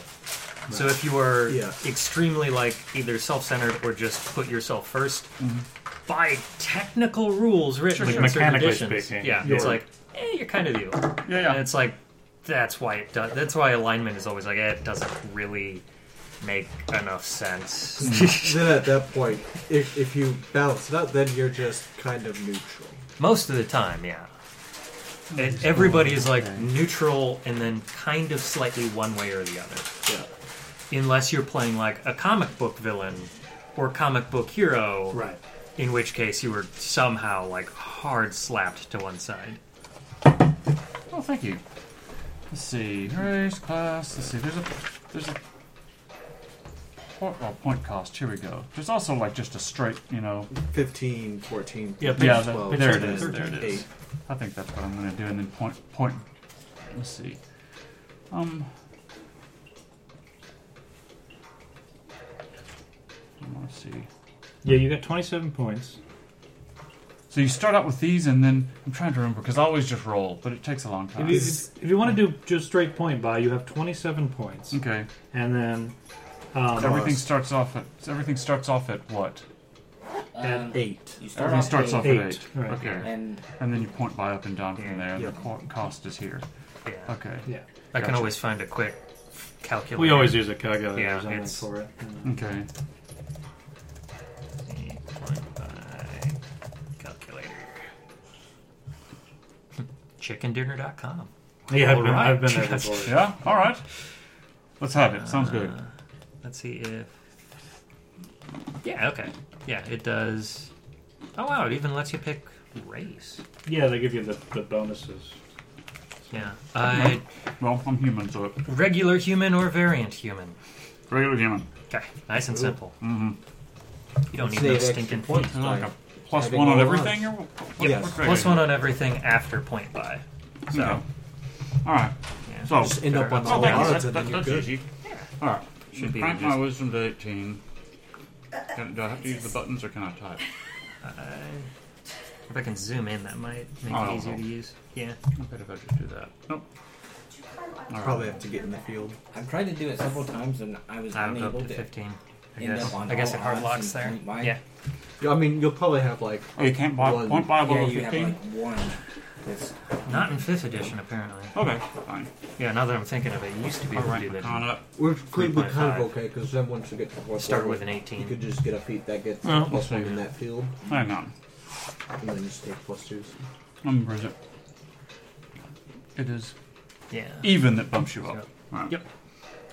[SPEAKER 4] So if you are
[SPEAKER 3] Yeah.
[SPEAKER 4] extremely like either self-centered or just put yourself 1st
[SPEAKER 1] Mm-hmm.
[SPEAKER 4] by technical rules written
[SPEAKER 2] Like
[SPEAKER 4] in certain
[SPEAKER 2] mechanically
[SPEAKER 4] editions,
[SPEAKER 2] speaking,
[SPEAKER 4] yeah, it's
[SPEAKER 2] you're-
[SPEAKER 4] like eh, you're kind of evil.
[SPEAKER 1] Yeah, yeah.
[SPEAKER 4] And it's like that's why it does. That's why alignment is always like eh, it doesn't really make enough sense.
[SPEAKER 3] Then at that point, if, if you balance it out, then you're just kind of neutral.
[SPEAKER 4] Most of the time, yeah. And everybody is like neutral and then kind of slightly one way or the other.
[SPEAKER 3] Yeah.
[SPEAKER 4] Unless you're playing like a comic book villain or comic book hero,
[SPEAKER 2] Right.
[SPEAKER 4] in which case you were somehow like hard slapped to one side.
[SPEAKER 1] Oh, thank you. Let's see. Race class. Let's see. There's a there's a point, oh, point cost. Here we go. There's also like just a straight. You know.
[SPEAKER 3] 15, 14,
[SPEAKER 2] Yeah,
[SPEAKER 1] Yeah. that-
[SPEAKER 3] 12,
[SPEAKER 1] there it
[SPEAKER 3] ten,
[SPEAKER 1] is. There it is.
[SPEAKER 3] eight.
[SPEAKER 1] I think that's what I'm going to do. And then point point. Let's see. Um. Let's see.
[SPEAKER 2] Yeah, you got twenty-seven points.
[SPEAKER 1] So you start out with these, and then I'm trying to remember because I always just roll, but it takes a long
[SPEAKER 2] If
[SPEAKER 1] time.
[SPEAKER 2] you, if, if you want to do just straight point buy, you have twenty-seven points,
[SPEAKER 1] Okay.
[SPEAKER 2] and then um,
[SPEAKER 1] Everything starts off at everything starts off at what?
[SPEAKER 5] Um,
[SPEAKER 3] Eight.
[SPEAKER 5] you start
[SPEAKER 1] Everything
[SPEAKER 5] off
[SPEAKER 1] starts
[SPEAKER 5] with-
[SPEAKER 1] off
[SPEAKER 2] eight.
[SPEAKER 1] at eight.
[SPEAKER 2] Right.
[SPEAKER 1] Okay.
[SPEAKER 5] And
[SPEAKER 1] And then you point by up and down from there. and The
[SPEAKER 3] Yeah.
[SPEAKER 1] co- cost is here.
[SPEAKER 4] Yeah.
[SPEAKER 1] Okay.
[SPEAKER 2] yeah,
[SPEAKER 4] I can
[SPEAKER 1] Gotcha.
[SPEAKER 4] always find a quick calculator.
[SPEAKER 2] we always use a calculator
[SPEAKER 4] Yeah,
[SPEAKER 2] or something
[SPEAKER 4] it's-
[SPEAKER 2] for it.
[SPEAKER 1] Okay.
[SPEAKER 4] Point by calculator. Chickendinner.com.
[SPEAKER 2] Yeah, I've
[SPEAKER 4] All
[SPEAKER 2] been,
[SPEAKER 4] right.
[SPEAKER 2] I've been there before.
[SPEAKER 1] Yeah. All right. Let's have it. Sounds good.
[SPEAKER 4] Let's see if. Yeah, okay. Yeah, it does. Oh, wow, it even lets you pick race.
[SPEAKER 2] Yeah, they give you the, the bonuses.
[SPEAKER 4] Yeah. Uh,
[SPEAKER 1] Well, I'm human, so
[SPEAKER 4] regular human or variant human.
[SPEAKER 1] regular human.
[SPEAKER 4] Okay, nice and simple. Mm-hmm. You don't need
[SPEAKER 5] Let's
[SPEAKER 4] no
[SPEAKER 5] save extra
[SPEAKER 4] stinking feet.
[SPEAKER 5] points.
[SPEAKER 1] Is it like a plus
[SPEAKER 5] Having
[SPEAKER 1] one on
[SPEAKER 5] all
[SPEAKER 1] everything, or what,
[SPEAKER 3] Yes.
[SPEAKER 1] what's
[SPEAKER 4] Plus one on everything after point buy.
[SPEAKER 1] So. All right.
[SPEAKER 4] Yeah.
[SPEAKER 1] So
[SPEAKER 3] Just end up on
[SPEAKER 1] Oh,
[SPEAKER 3] all
[SPEAKER 1] thank you.
[SPEAKER 3] odds
[SPEAKER 1] That-
[SPEAKER 3] and then
[SPEAKER 1] that-
[SPEAKER 3] you're
[SPEAKER 1] that's
[SPEAKER 3] good.
[SPEAKER 1] easy. All right.
[SPEAKER 4] Should be
[SPEAKER 1] Crank
[SPEAKER 4] just-
[SPEAKER 1] my wisdom to 18. Can, do I have to use the buttons or can I type?
[SPEAKER 4] If I can zoom in, that might make
[SPEAKER 1] Oh,
[SPEAKER 4] it easier
[SPEAKER 1] well.
[SPEAKER 4] to use. Yeah.
[SPEAKER 1] I bet if I just do that. Nope. All right.
[SPEAKER 3] Probably have to get in the field.
[SPEAKER 5] I've tried to do it several times and I was
[SPEAKER 4] I would go
[SPEAKER 5] unable
[SPEAKER 4] up to
[SPEAKER 5] to.
[SPEAKER 4] 15. I
[SPEAKER 5] end
[SPEAKER 4] guess,
[SPEAKER 5] up on
[SPEAKER 4] I guess
[SPEAKER 5] all
[SPEAKER 4] it hard
[SPEAKER 5] odds
[SPEAKER 4] locks
[SPEAKER 5] and
[SPEAKER 4] there.
[SPEAKER 5] point buy.
[SPEAKER 4] Yeah.
[SPEAKER 3] I mean, you'll probably have like
[SPEAKER 1] Oh, you can't buy
[SPEAKER 3] One.
[SPEAKER 1] point buy
[SPEAKER 5] Yeah,
[SPEAKER 1] below
[SPEAKER 5] you have
[SPEAKER 1] 15?
[SPEAKER 5] like one. That's
[SPEAKER 4] Not in 5th edition, apparently.
[SPEAKER 1] Okay, fine.
[SPEAKER 4] Yeah, now that I'm thinking of it, you used to be
[SPEAKER 1] I'll
[SPEAKER 4] able to
[SPEAKER 1] rank
[SPEAKER 4] do
[SPEAKER 1] the
[SPEAKER 4] that.
[SPEAKER 1] con up.
[SPEAKER 3] we're could be kind
[SPEAKER 4] 3.5.
[SPEAKER 3] of okay because then once you get to fourth
[SPEAKER 4] Start
[SPEAKER 3] level,
[SPEAKER 4] with an
[SPEAKER 3] you
[SPEAKER 4] 18.
[SPEAKER 3] could just get a feat that gets
[SPEAKER 1] Well,
[SPEAKER 3] plus
[SPEAKER 1] we'll
[SPEAKER 3] one
[SPEAKER 1] see.
[SPEAKER 3] in that field,
[SPEAKER 1] Hang on.
[SPEAKER 3] and then just take plus twos.
[SPEAKER 1] I'm Bridget. It is
[SPEAKER 4] Yeah.
[SPEAKER 1] even that bumps you up.
[SPEAKER 4] Yep.
[SPEAKER 1] Right.
[SPEAKER 4] Yep.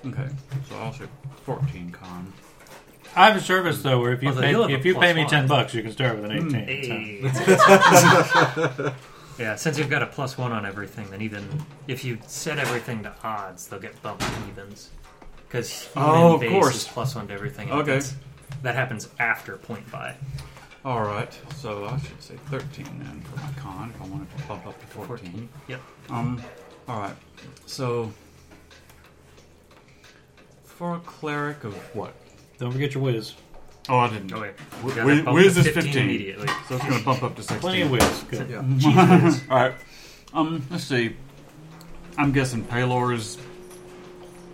[SPEAKER 1] Okay, so I'll say 14 con.
[SPEAKER 2] I have a service though, where if you
[SPEAKER 4] Although
[SPEAKER 2] pay,
[SPEAKER 4] you'll have a
[SPEAKER 2] if you pay
[SPEAKER 4] Oh, plus
[SPEAKER 2] me
[SPEAKER 4] one.
[SPEAKER 2] ten bucks, you can start with an eighteen.
[SPEAKER 4] Hey. yeah, since you've got a plus one on everything, then even if you set everything to odds, they'll get bumped to evens. Because human
[SPEAKER 1] Oh, of
[SPEAKER 4] base
[SPEAKER 1] course.
[SPEAKER 4] is plus one to everything. and
[SPEAKER 1] Okay.
[SPEAKER 4] that's- That happens after point buy.
[SPEAKER 1] All right, so I should say 13 then for my con if I wanted to bump up to 14.
[SPEAKER 4] 14. Yep.
[SPEAKER 1] Um, all right, so for a cleric of what?
[SPEAKER 2] Don't forget your whiz.
[SPEAKER 1] Oh, I didn't.
[SPEAKER 4] Oh, wait.
[SPEAKER 1] Wh-
[SPEAKER 4] You got
[SPEAKER 1] wh-
[SPEAKER 4] that bump
[SPEAKER 1] whiz
[SPEAKER 4] to
[SPEAKER 1] is 15.
[SPEAKER 4] 15 immediately.
[SPEAKER 1] So it's going to bump up to 16.
[SPEAKER 2] Plenty of whiz. Good.
[SPEAKER 3] Yeah.
[SPEAKER 1] All right. Um, let's see. I'm guessing Paylor is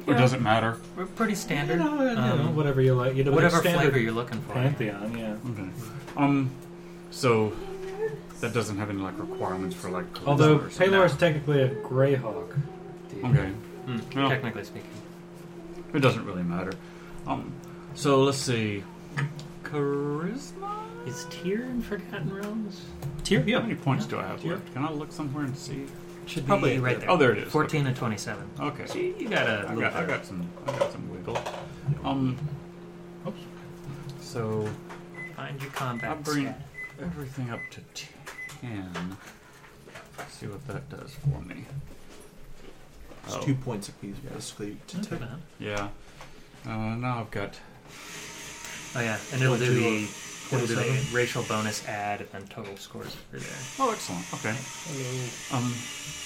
[SPEAKER 1] Or does it matter?
[SPEAKER 4] We're pretty standard.
[SPEAKER 2] You know, you know,
[SPEAKER 4] Um,
[SPEAKER 2] whatever you like. You know,
[SPEAKER 4] whatever
[SPEAKER 2] standard
[SPEAKER 4] flavor you're looking for.
[SPEAKER 2] Pantheon, yeah.
[SPEAKER 1] Okay. Um, so that doesn't have any like requirements for like. charisma
[SPEAKER 2] Although
[SPEAKER 1] or something.
[SPEAKER 2] Paylor is technically a Greyhawk. dude.
[SPEAKER 1] Okay.
[SPEAKER 4] Mm,
[SPEAKER 1] Well.
[SPEAKER 4] Technically speaking.
[SPEAKER 1] It doesn't really matter. Um, so let's see. Charisma.
[SPEAKER 4] Is Tyr in Forgotten Realms?
[SPEAKER 1] Tier. Yeah. How many points do I have
[SPEAKER 4] Tier.
[SPEAKER 1] left? Can I look somewhere and see?
[SPEAKER 4] Should
[SPEAKER 1] Probably
[SPEAKER 4] be right there.
[SPEAKER 1] Oh, there it is.
[SPEAKER 4] 14 and 27.
[SPEAKER 1] Okay.
[SPEAKER 4] So you you got a
[SPEAKER 1] I
[SPEAKER 4] little
[SPEAKER 1] got, I
[SPEAKER 4] better.
[SPEAKER 1] got some. I got some wiggle. Um. Oops. So
[SPEAKER 4] Find your
[SPEAKER 1] I
[SPEAKER 4] combat
[SPEAKER 1] bring
[SPEAKER 4] stat.
[SPEAKER 1] everything up to ten. Let's see what that does for me.
[SPEAKER 3] It's
[SPEAKER 1] Oh.
[SPEAKER 3] two points apiece, basically. To
[SPEAKER 4] That's
[SPEAKER 3] take.
[SPEAKER 4] not bad.
[SPEAKER 1] Yeah. Uh, now I've got.
[SPEAKER 4] Oh yeah, and it'll do the it'll do the
[SPEAKER 3] 27?
[SPEAKER 4] racial bonus add and then total scores for there.
[SPEAKER 1] Oh, excellent. Okay. Um.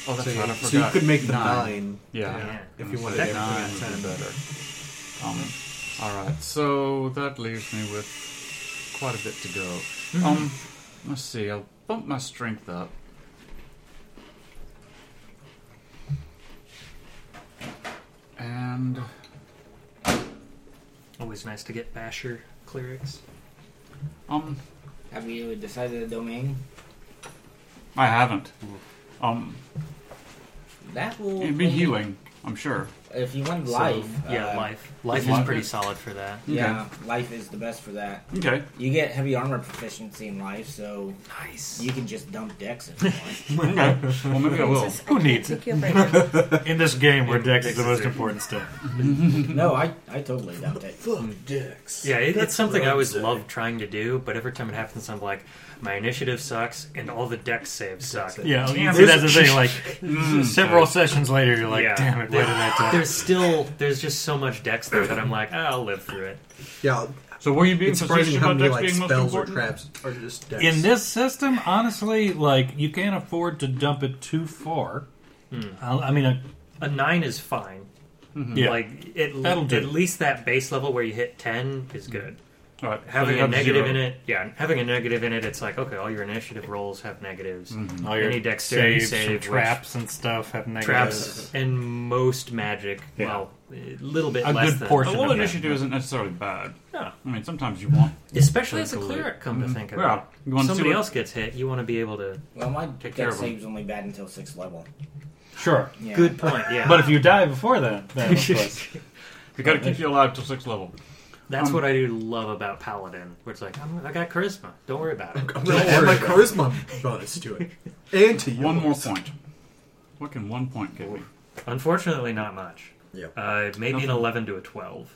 [SPEAKER 1] Oh, that's
[SPEAKER 3] So,
[SPEAKER 1] right. I
[SPEAKER 3] you, so you
[SPEAKER 1] forgot.
[SPEAKER 3] could make the
[SPEAKER 1] Nine.
[SPEAKER 3] nine,
[SPEAKER 1] Yeah.
[SPEAKER 4] Yeah.
[SPEAKER 3] if you wanted
[SPEAKER 1] That
[SPEAKER 3] everything
[SPEAKER 1] nine
[SPEAKER 3] at
[SPEAKER 1] would be
[SPEAKER 3] ten.
[SPEAKER 1] better. Um, all right, so that leaves me with quite a bit to go.
[SPEAKER 3] Mm-hmm.
[SPEAKER 1] Um, let's see. I'll bump my strength up. And
[SPEAKER 4] Always nice to get basher clerics.
[SPEAKER 1] um,
[SPEAKER 5] Have you decided the domain?
[SPEAKER 1] I haven't. Um,
[SPEAKER 5] That will.
[SPEAKER 1] it'd
[SPEAKER 3] Mm-hmm.
[SPEAKER 1] be healing, I'm sure.
[SPEAKER 5] If you want life.
[SPEAKER 4] yeah,
[SPEAKER 5] uh,
[SPEAKER 4] life. Life
[SPEAKER 1] life-
[SPEAKER 4] is pretty solid for that.
[SPEAKER 5] Yeah, life is the best for that.
[SPEAKER 1] Okay.
[SPEAKER 5] You get heavy armor proficiency in life, so
[SPEAKER 4] Nice.
[SPEAKER 5] you can just dump dex if you want.
[SPEAKER 1] Okay. Well, maybe I will.
[SPEAKER 2] Who needs it?
[SPEAKER 6] it?
[SPEAKER 2] In this game where Dex is the
[SPEAKER 4] Dex
[SPEAKER 2] most
[SPEAKER 4] is-
[SPEAKER 2] important stuff.
[SPEAKER 5] no, I, I totally dumped it.
[SPEAKER 3] Fuck dicks.
[SPEAKER 4] Hmm. Yeah, it, it's something I always
[SPEAKER 3] love.
[SPEAKER 4] love trying to do, but every time it happens, I'm like, my initiative sucks and all the deck saves suck.
[SPEAKER 3] saves.
[SPEAKER 2] Yeah,
[SPEAKER 4] Damn
[SPEAKER 2] see,
[SPEAKER 4] it.
[SPEAKER 2] that's the thing. Like
[SPEAKER 1] Mm,
[SPEAKER 2] several
[SPEAKER 1] sorry.
[SPEAKER 2] sessions later, you're like,
[SPEAKER 4] Yeah.
[SPEAKER 2] "Damn it, why did I do that?"
[SPEAKER 4] There's still, there's just so much decks there that I'm like, "Ah, I'll live through it.
[SPEAKER 3] Yeah,
[SPEAKER 1] So were you being
[SPEAKER 3] it's surprising
[SPEAKER 1] facetious
[SPEAKER 3] how
[SPEAKER 1] about
[SPEAKER 3] many
[SPEAKER 1] Dex
[SPEAKER 3] like
[SPEAKER 1] being most
[SPEAKER 3] spells or
[SPEAKER 1] important?
[SPEAKER 3] traps are just decks.
[SPEAKER 2] In this system, honestly, like you can't afford to dump it too far. I, I mean, uh,
[SPEAKER 4] A nine is fine.
[SPEAKER 2] yeah,
[SPEAKER 4] Like, at,
[SPEAKER 2] Mm-hmm. That'll
[SPEAKER 4] l-
[SPEAKER 2] do.
[SPEAKER 4] at least that base level where you hit 10 is good.
[SPEAKER 1] All right, so
[SPEAKER 4] Having
[SPEAKER 1] you
[SPEAKER 4] a
[SPEAKER 1] have
[SPEAKER 4] negative
[SPEAKER 1] zero.
[SPEAKER 4] in it, yeah, having a negative in it, it's like, okay, all your initiative rolls have negatives.
[SPEAKER 2] all your
[SPEAKER 4] any dexterity
[SPEAKER 2] saves and
[SPEAKER 4] save, which-
[SPEAKER 2] traps and stuff have negatives.
[SPEAKER 4] Traps and most magic,
[SPEAKER 2] Yeah.
[SPEAKER 4] well, a little bit
[SPEAKER 2] A
[SPEAKER 4] less
[SPEAKER 2] good
[SPEAKER 4] than
[SPEAKER 1] A
[SPEAKER 2] portion.
[SPEAKER 1] low
[SPEAKER 2] Okay.
[SPEAKER 1] initiative isn't necessarily bad.
[SPEAKER 4] No.
[SPEAKER 1] I mean, sometimes you want
[SPEAKER 4] Especially as a
[SPEAKER 1] Absolutely.
[SPEAKER 4] cleric, come to think of
[SPEAKER 1] Yeah.
[SPEAKER 4] it.
[SPEAKER 1] You wanna see
[SPEAKER 4] Somebody
[SPEAKER 1] what-
[SPEAKER 4] else gets hit, you want to be able to.
[SPEAKER 5] Well, my
[SPEAKER 1] Take care
[SPEAKER 5] dex
[SPEAKER 1] of 'em.
[SPEAKER 5] save's only bad until sixth level.
[SPEAKER 2] Sure,
[SPEAKER 5] Yeah.
[SPEAKER 4] Good point, yeah.
[SPEAKER 2] but if you die before that, then of course.
[SPEAKER 1] We got to keep you alive till sixth level.
[SPEAKER 4] That's
[SPEAKER 1] Um,
[SPEAKER 4] what I do love about Paladin, where it's like, I'm, I got charisma. Don't worry about it.
[SPEAKER 3] I'm gonna add my charisma bonus to it, and to
[SPEAKER 1] One more
[SPEAKER 3] yours.
[SPEAKER 1] point. What can one point get me?
[SPEAKER 4] Unfortunately, not much.
[SPEAKER 3] Yeah.
[SPEAKER 4] Uh, maybe
[SPEAKER 1] Nothing.
[SPEAKER 4] an 11 to a 12,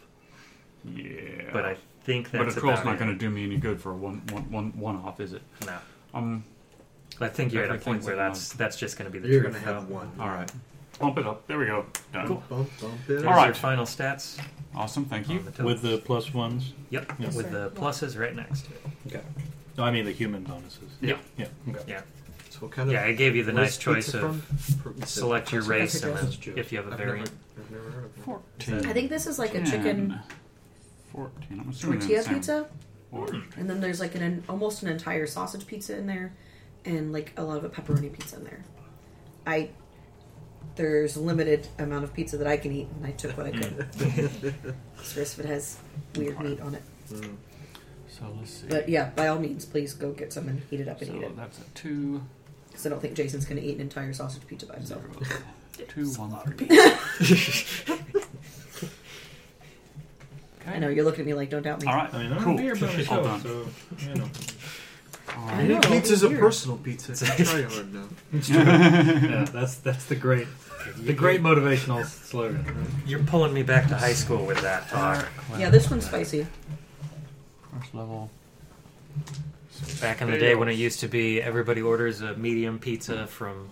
[SPEAKER 1] Yeah,
[SPEAKER 4] but I think
[SPEAKER 1] but a
[SPEAKER 4] that's
[SPEAKER 1] twelve's
[SPEAKER 4] about
[SPEAKER 1] not going
[SPEAKER 4] it.
[SPEAKER 1] to do me any good for a one one one one off, is it?
[SPEAKER 4] No.
[SPEAKER 1] Um,
[SPEAKER 4] I think you're at a
[SPEAKER 1] Everything's
[SPEAKER 4] point where
[SPEAKER 1] a
[SPEAKER 4] that's that's just going to be the
[SPEAKER 3] You're
[SPEAKER 4] truth.
[SPEAKER 3] gonna have
[SPEAKER 4] though.
[SPEAKER 3] one.
[SPEAKER 1] all right, bump it up. There we go. Done.
[SPEAKER 4] Cool.
[SPEAKER 3] Bump, bump it.
[SPEAKER 4] There's
[SPEAKER 1] All right.
[SPEAKER 4] your final stats.
[SPEAKER 1] Awesome. Thank you.
[SPEAKER 4] on the
[SPEAKER 2] With the
[SPEAKER 4] tokens.
[SPEAKER 2] plus ones,
[SPEAKER 4] yep,
[SPEAKER 2] Yes,
[SPEAKER 4] with
[SPEAKER 6] sir.
[SPEAKER 4] the pluses right next to it.
[SPEAKER 2] no, I mean the human bonuses.
[SPEAKER 1] Yeah.
[SPEAKER 2] yeah. Okay.
[SPEAKER 4] Yeah,
[SPEAKER 3] So what kind of
[SPEAKER 4] yeah. I gave you the
[SPEAKER 3] where's
[SPEAKER 4] nice choice
[SPEAKER 3] pizza
[SPEAKER 4] of
[SPEAKER 3] from? Pizza.
[SPEAKER 4] select your race and
[SPEAKER 3] That's
[SPEAKER 4] then
[SPEAKER 3] Jewish.
[SPEAKER 4] if you have a
[SPEAKER 3] I've
[SPEAKER 4] variant.
[SPEAKER 3] Never, I've never heard of it.
[SPEAKER 1] Fourteen.
[SPEAKER 8] I think this is like a
[SPEAKER 1] 10,
[SPEAKER 8] chicken
[SPEAKER 1] Fourteen. I'm assuming they're
[SPEAKER 8] tortilla
[SPEAKER 1] the same.
[SPEAKER 8] pizza,
[SPEAKER 1] Four.
[SPEAKER 8] and then there's like an, an almost an entire sausage pizza in there, and like a lot of a pepperoni pizza in there. I there's a limited amount of pizza that I can eat, and I took what I could. 'Cause the rest of it has weird meat on it.
[SPEAKER 1] So let's see.
[SPEAKER 8] But yeah, by all means, please go get some and heat it up and eat
[SPEAKER 1] so
[SPEAKER 8] it.
[SPEAKER 1] that's a two.
[SPEAKER 8] Because I don't think Jason's going to eat an entire sausage pizza by himself.
[SPEAKER 1] Two one three.
[SPEAKER 8] I know you're looking at me like, don't doubt me.
[SPEAKER 1] All right.
[SPEAKER 2] I mean, I'm
[SPEAKER 1] cool.
[SPEAKER 2] a beer bonus,
[SPEAKER 1] All done.
[SPEAKER 2] so you know.
[SPEAKER 1] All
[SPEAKER 8] I
[SPEAKER 1] right.
[SPEAKER 8] know,
[SPEAKER 3] Pizza's a
[SPEAKER 8] weird.
[SPEAKER 3] personal pizza. Try hard now.
[SPEAKER 2] yeah, that's that's the great, the great motivational slogan.
[SPEAKER 4] You're pulling me back to high school with that
[SPEAKER 3] Uh,
[SPEAKER 4] talk.
[SPEAKER 8] Yeah, this one's spicy.
[SPEAKER 1] First level.
[SPEAKER 4] Back in the day when it used to be everybody orders a medium pizza from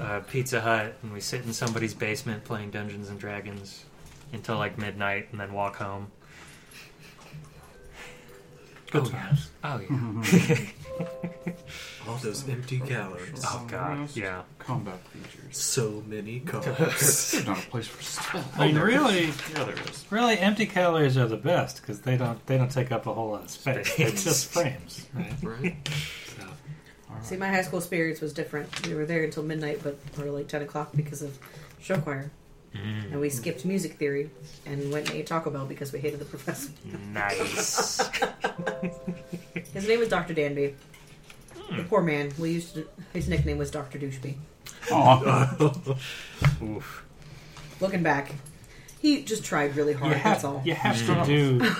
[SPEAKER 4] uh, Pizza Hut and we sit in somebody's basement playing Dungeons and Dragons until like midnight and then walk home.
[SPEAKER 2] Good
[SPEAKER 4] oh,
[SPEAKER 2] times.
[SPEAKER 4] Yeah. Oh yeah.
[SPEAKER 1] Mm-hmm.
[SPEAKER 3] All those empty calories.
[SPEAKER 4] Oh god. Yeah.
[SPEAKER 1] Combat features.
[SPEAKER 3] So many carbs.
[SPEAKER 1] There's not a place for spells.
[SPEAKER 2] I mean, really,
[SPEAKER 1] Yeah, there Oh, is.
[SPEAKER 2] really, empty calories are the best because they don't they don't take up a whole lot of space. They're just frames. Right?
[SPEAKER 3] right?
[SPEAKER 8] See, my high school spirits was different. We were there until midnight, but or like 10 o'clock because of show choir.
[SPEAKER 1] Mm.
[SPEAKER 6] And we skipped music theory and went and ate Taco Bell because we hated the professor.
[SPEAKER 4] Nice.
[SPEAKER 6] His name was Dr. Danby.
[SPEAKER 1] Hmm.
[SPEAKER 6] The poor man. We used to, his nickname was Dr. Doucheby.
[SPEAKER 1] Aw.
[SPEAKER 4] Oof.
[SPEAKER 6] Looking back, he just tried really hard.
[SPEAKER 2] You
[SPEAKER 6] that's
[SPEAKER 2] have,
[SPEAKER 6] all.
[SPEAKER 2] you have to do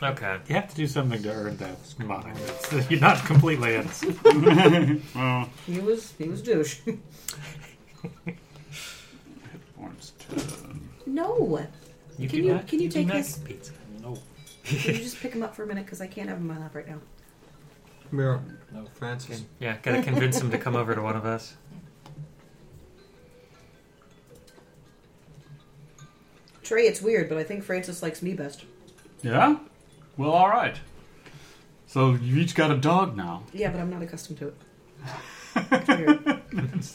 [SPEAKER 4] Okay.
[SPEAKER 2] you have to do something to earn that moniker. It's- uh, You're not completely innocent.
[SPEAKER 1] Well,
[SPEAKER 6] He was he was douche.
[SPEAKER 1] one's ten.
[SPEAKER 6] no,
[SPEAKER 4] You
[SPEAKER 6] Can
[SPEAKER 4] do
[SPEAKER 6] you-
[SPEAKER 4] not-
[SPEAKER 6] can you
[SPEAKER 4] do
[SPEAKER 6] take
[SPEAKER 4] not
[SPEAKER 6] this?
[SPEAKER 4] get pizza?
[SPEAKER 6] can you just pick him up for a minute because I can't have him in my lap right now.
[SPEAKER 3] Mira, Francis.
[SPEAKER 4] Yeah, gotta convince him to come over to one of us.
[SPEAKER 6] Trey, it's weird, but I think Francis likes me best.
[SPEAKER 1] Yeah? Well, alright. So you each got a dog now.
[SPEAKER 6] Yeah, but I'm not accustomed to it. It's weird.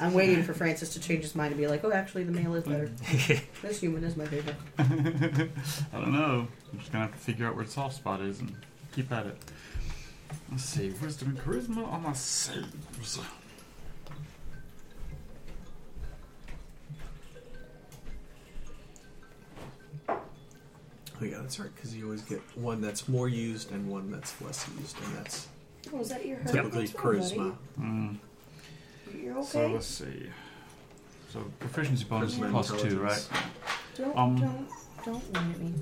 [SPEAKER 6] I'm waiting for Francis to change his mind and be like, "Oh, actually, the male is better. this human is my favorite."
[SPEAKER 1] I don't know. I'm just gonna have to figure out where the soft spot is and keep at it. Let's see, wisdom and charisma on my saves.
[SPEAKER 3] Oh yeah, that's right. Because you always get one that's more used and one that's less used, and that's
[SPEAKER 9] Oh, is that your hurt?
[SPEAKER 3] typically
[SPEAKER 9] What's wrong, buddy?
[SPEAKER 3] charisma.
[SPEAKER 1] Mm.
[SPEAKER 9] You're okay.
[SPEAKER 1] So let's see. So proficiency bonus
[SPEAKER 3] Charisma
[SPEAKER 1] plus two, right?
[SPEAKER 3] intelligence.
[SPEAKER 9] don't,
[SPEAKER 1] um,
[SPEAKER 9] don't, don't run at me.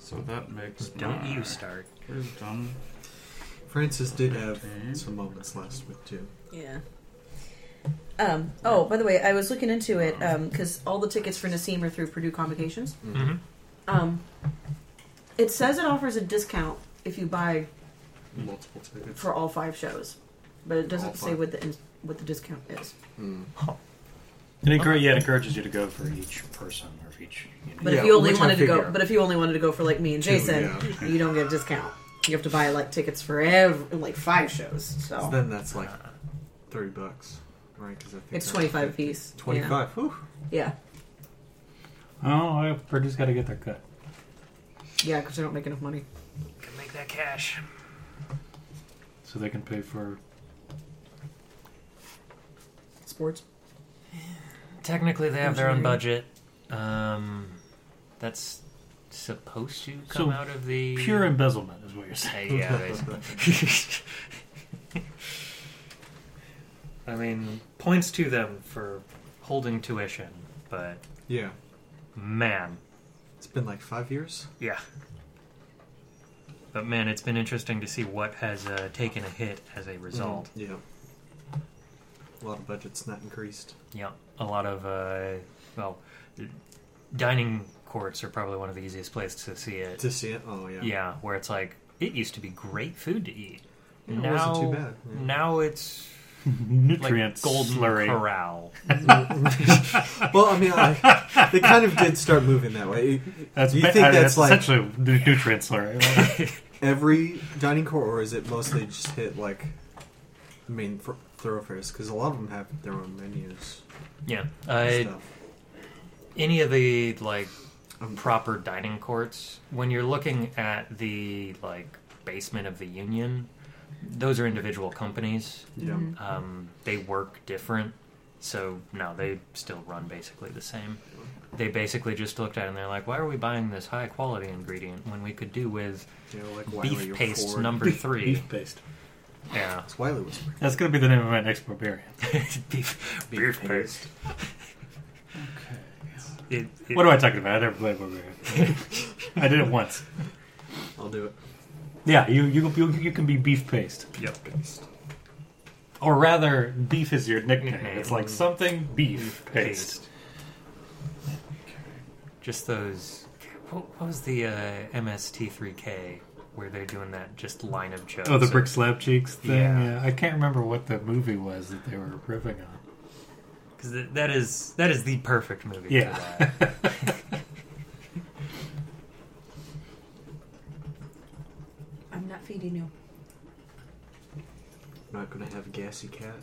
[SPEAKER 1] So that makes
[SPEAKER 4] Don't
[SPEAKER 1] my
[SPEAKER 4] you start.
[SPEAKER 1] wisdom.
[SPEAKER 3] Francis did have
[SPEAKER 1] Okay.
[SPEAKER 3] uh, some moments last week too.
[SPEAKER 6] Yeah. Um, oh, by the way, I was looking into it because all the tickets for Nassim are through Purdue Convocations.
[SPEAKER 4] Mhm.
[SPEAKER 6] Um, it says it offers a discount if you buy
[SPEAKER 3] Multiple tickets.
[SPEAKER 6] for all five shows, but it
[SPEAKER 3] All
[SPEAKER 6] doesn't say
[SPEAKER 3] five.
[SPEAKER 6] what the in- what the discount is.
[SPEAKER 2] It encourages, yeah, it encourages you to go for each person or each. You know.
[SPEAKER 6] But
[SPEAKER 3] Yeah,
[SPEAKER 6] if you only
[SPEAKER 3] which I
[SPEAKER 6] wanted to go,
[SPEAKER 3] figure.
[SPEAKER 6] but if you only wanted to go for like me and
[SPEAKER 3] Two,
[SPEAKER 6] Jason,
[SPEAKER 3] yeah.
[SPEAKER 6] you don't get a discount. You have to buy like tickets for every, like five shows. So
[SPEAKER 3] Then that's like thirty bucks, right? Because I think
[SPEAKER 6] it's
[SPEAKER 3] that's
[SPEAKER 6] twenty five
[SPEAKER 3] 50.
[SPEAKER 6] piece.
[SPEAKER 3] Twenty-five. Whew.
[SPEAKER 6] Yeah,
[SPEAKER 2] Oh, I Purdue's got to get their cut.
[SPEAKER 6] yeah, because I don't make enough money.
[SPEAKER 4] Can make that cash.
[SPEAKER 2] so they can pay for.
[SPEAKER 6] Sports.
[SPEAKER 4] Technically, they have their own budget. Um, that's supposed to come
[SPEAKER 2] So,
[SPEAKER 4] out of the
[SPEAKER 2] Pure embezzlement is what you're
[SPEAKER 4] Uh,
[SPEAKER 2] saying.
[SPEAKER 4] yeah, basically. I mean, points to them for holding tuition, but
[SPEAKER 3] Yeah,
[SPEAKER 4] man,
[SPEAKER 3] it's been like five years.
[SPEAKER 4] yeah. But man, it's been interesting to see what has uh, taken a hit as a result.
[SPEAKER 3] Mm-hmm. Yeah, a lot of budgets not increased.
[SPEAKER 4] Yeah, a lot of uh, well, dining courts are probably one of the easiest places to see it.
[SPEAKER 3] To see it, oh yeah,
[SPEAKER 4] Yeah, where it's like it used to be great food to eat.
[SPEAKER 3] Yeah, it
[SPEAKER 4] now,
[SPEAKER 3] wasn't too bad, yeah.
[SPEAKER 4] Now it's like
[SPEAKER 2] Nutrient
[SPEAKER 4] golden
[SPEAKER 2] slurry.
[SPEAKER 4] corral.
[SPEAKER 3] Well, I mean, I, they kind of did start moving that way. You-
[SPEAKER 2] That's,
[SPEAKER 3] you
[SPEAKER 2] ba-
[SPEAKER 3] think
[SPEAKER 2] I mean,
[SPEAKER 3] that's,
[SPEAKER 2] that's,
[SPEAKER 3] like
[SPEAKER 2] essentially nu- nutrient slurry. right?
[SPEAKER 3] every dining core, or is it mostly just hit like main fr- thoroughfares? Because a lot of them have their own menus
[SPEAKER 4] Yeah,
[SPEAKER 3] and
[SPEAKER 4] uh,
[SPEAKER 3] stuff.
[SPEAKER 4] any of the like
[SPEAKER 3] Um,
[SPEAKER 4] proper dining courts. When you're looking at the like basement of the union, those are individual companies.
[SPEAKER 3] Yeah,
[SPEAKER 4] Um, they work different, so no, they still run basically the same. They basically just looked at it and they're like, "Why are we buying this high quality ingredient when we could do with
[SPEAKER 3] you know, like Wiley
[SPEAKER 4] beef
[SPEAKER 3] or
[SPEAKER 4] paste
[SPEAKER 3] Ford.
[SPEAKER 4] number three.
[SPEAKER 2] Beef paste.
[SPEAKER 4] yeah,
[SPEAKER 3] It's Wiley was
[SPEAKER 2] That's going to be the name of my next barbarian.
[SPEAKER 4] beef, beef, paste. It, it-
[SPEAKER 2] What am I talking about? I never played barbarian. I did it once.
[SPEAKER 3] I'll do it.
[SPEAKER 2] Yeah, you you you, you can be beef paste,
[SPEAKER 4] Yep.
[SPEAKER 2] or rather, beef is your nickname.
[SPEAKER 4] Nickname.
[SPEAKER 2] It's like something beef paste.
[SPEAKER 4] Paste. Just those. What, what was the uh, MST3K where they're doing that just line of jokes?
[SPEAKER 2] Oh, the brick slab cheeks thing.
[SPEAKER 4] Yeah.
[SPEAKER 2] Yeah. I can't remember what the movie was that they were riffing on.
[SPEAKER 4] Because that is that is the perfect movie.
[SPEAKER 2] Yeah.
[SPEAKER 4] For that.
[SPEAKER 6] I'm not feeding you.
[SPEAKER 3] I'm not gonna have a gassy cat.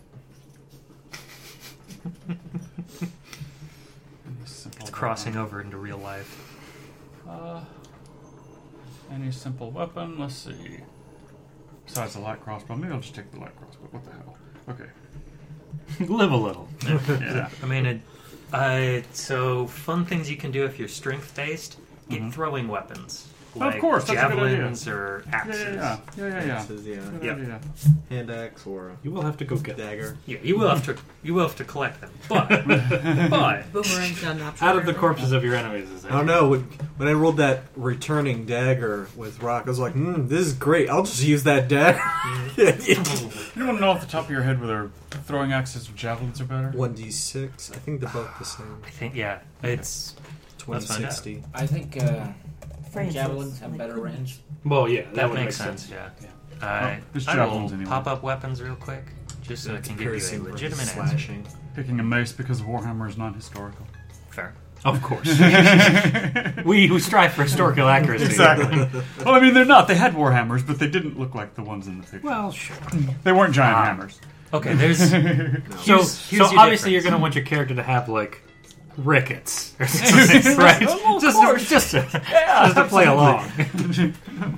[SPEAKER 4] It's crossing over into real life.
[SPEAKER 1] Uh, any simple weapon? Let's see. Besides the light crossbow, maybe I'll just take the light crossbow. What the hell? Okay.
[SPEAKER 2] Live a little.
[SPEAKER 1] Yeah.
[SPEAKER 4] I mean, it, Uh, so fun things you can do if you're strength based: get throwing weapons, like
[SPEAKER 1] Mm-hmm. course, that's a good idea.
[SPEAKER 4] javelins or axes.
[SPEAKER 1] Yeah, yeah, yeah, yeah, yeah.
[SPEAKER 3] This is, yeah.
[SPEAKER 1] Good
[SPEAKER 4] Yeah.
[SPEAKER 1] idea.
[SPEAKER 3] Hand axe or
[SPEAKER 2] You will have to go
[SPEAKER 3] a
[SPEAKER 2] get that.
[SPEAKER 3] dagger.
[SPEAKER 4] Yeah, you will have to you will have to collect them, but but
[SPEAKER 8] Boomerang's not an option.
[SPEAKER 2] Out of the
[SPEAKER 8] apparently.
[SPEAKER 2] corpses of your enemies. Is it?
[SPEAKER 3] I don't know. When, when I rolled that returning dagger with rock, I was like, hmm, this is great. I'll just use that dagger.
[SPEAKER 1] You want to know off the top of your head whether throwing axes or javelins are better?
[SPEAKER 3] 1d6. I think they're both the same.
[SPEAKER 4] I think yeah, it's Let's find out.
[SPEAKER 3] 2060.
[SPEAKER 5] I think uh,
[SPEAKER 6] Francis,
[SPEAKER 5] javelins have
[SPEAKER 6] my
[SPEAKER 5] better
[SPEAKER 6] goodness.
[SPEAKER 5] range.
[SPEAKER 2] Well, yeah, that,
[SPEAKER 4] that,
[SPEAKER 2] would
[SPEAKER 4] makes
[SPEAKER 2] make
[SPEAKER 4] sense. Yeah. Uh,
[SPEAKER 1] Oh, there's
[SPEAKER 4] I will
[SPEAKER 1] javelins anyway.
[SPEAKER 4] pop up weapons real quick, just so I can give you a legitimate answer.
[SPEAKER 3] slashing.
[SPEAKER 1] Picking a mace because Warhammer is not historical.
[SPEAKER 4] Fair.
[SPEAKER 2] Of course, we who strive for historical accuracy.
[SPEAKER 1] Exactly. well, I mean, they're not. They had war hammers, but they didn't look like the ones in the picture.
[SPEAKER 2] Well, sure.
[SPEAKER 1] they weren't giant
[SPEAKER 2] Ah.
[SPEAKER 1] hammers.
[SPEAKER 4] Okay, there's
[SPEAKER 2] So,
[SPEAKER 4] Here's-
[SPEAKER 2] so
[SPEAKER 4] here's your
[SPEAKER 2] obviously,
[SPEAKER 4] difference.
[SPEAKER 2] you're going to want your character to have like rickets or something, right? just, to, just, to, just to play along.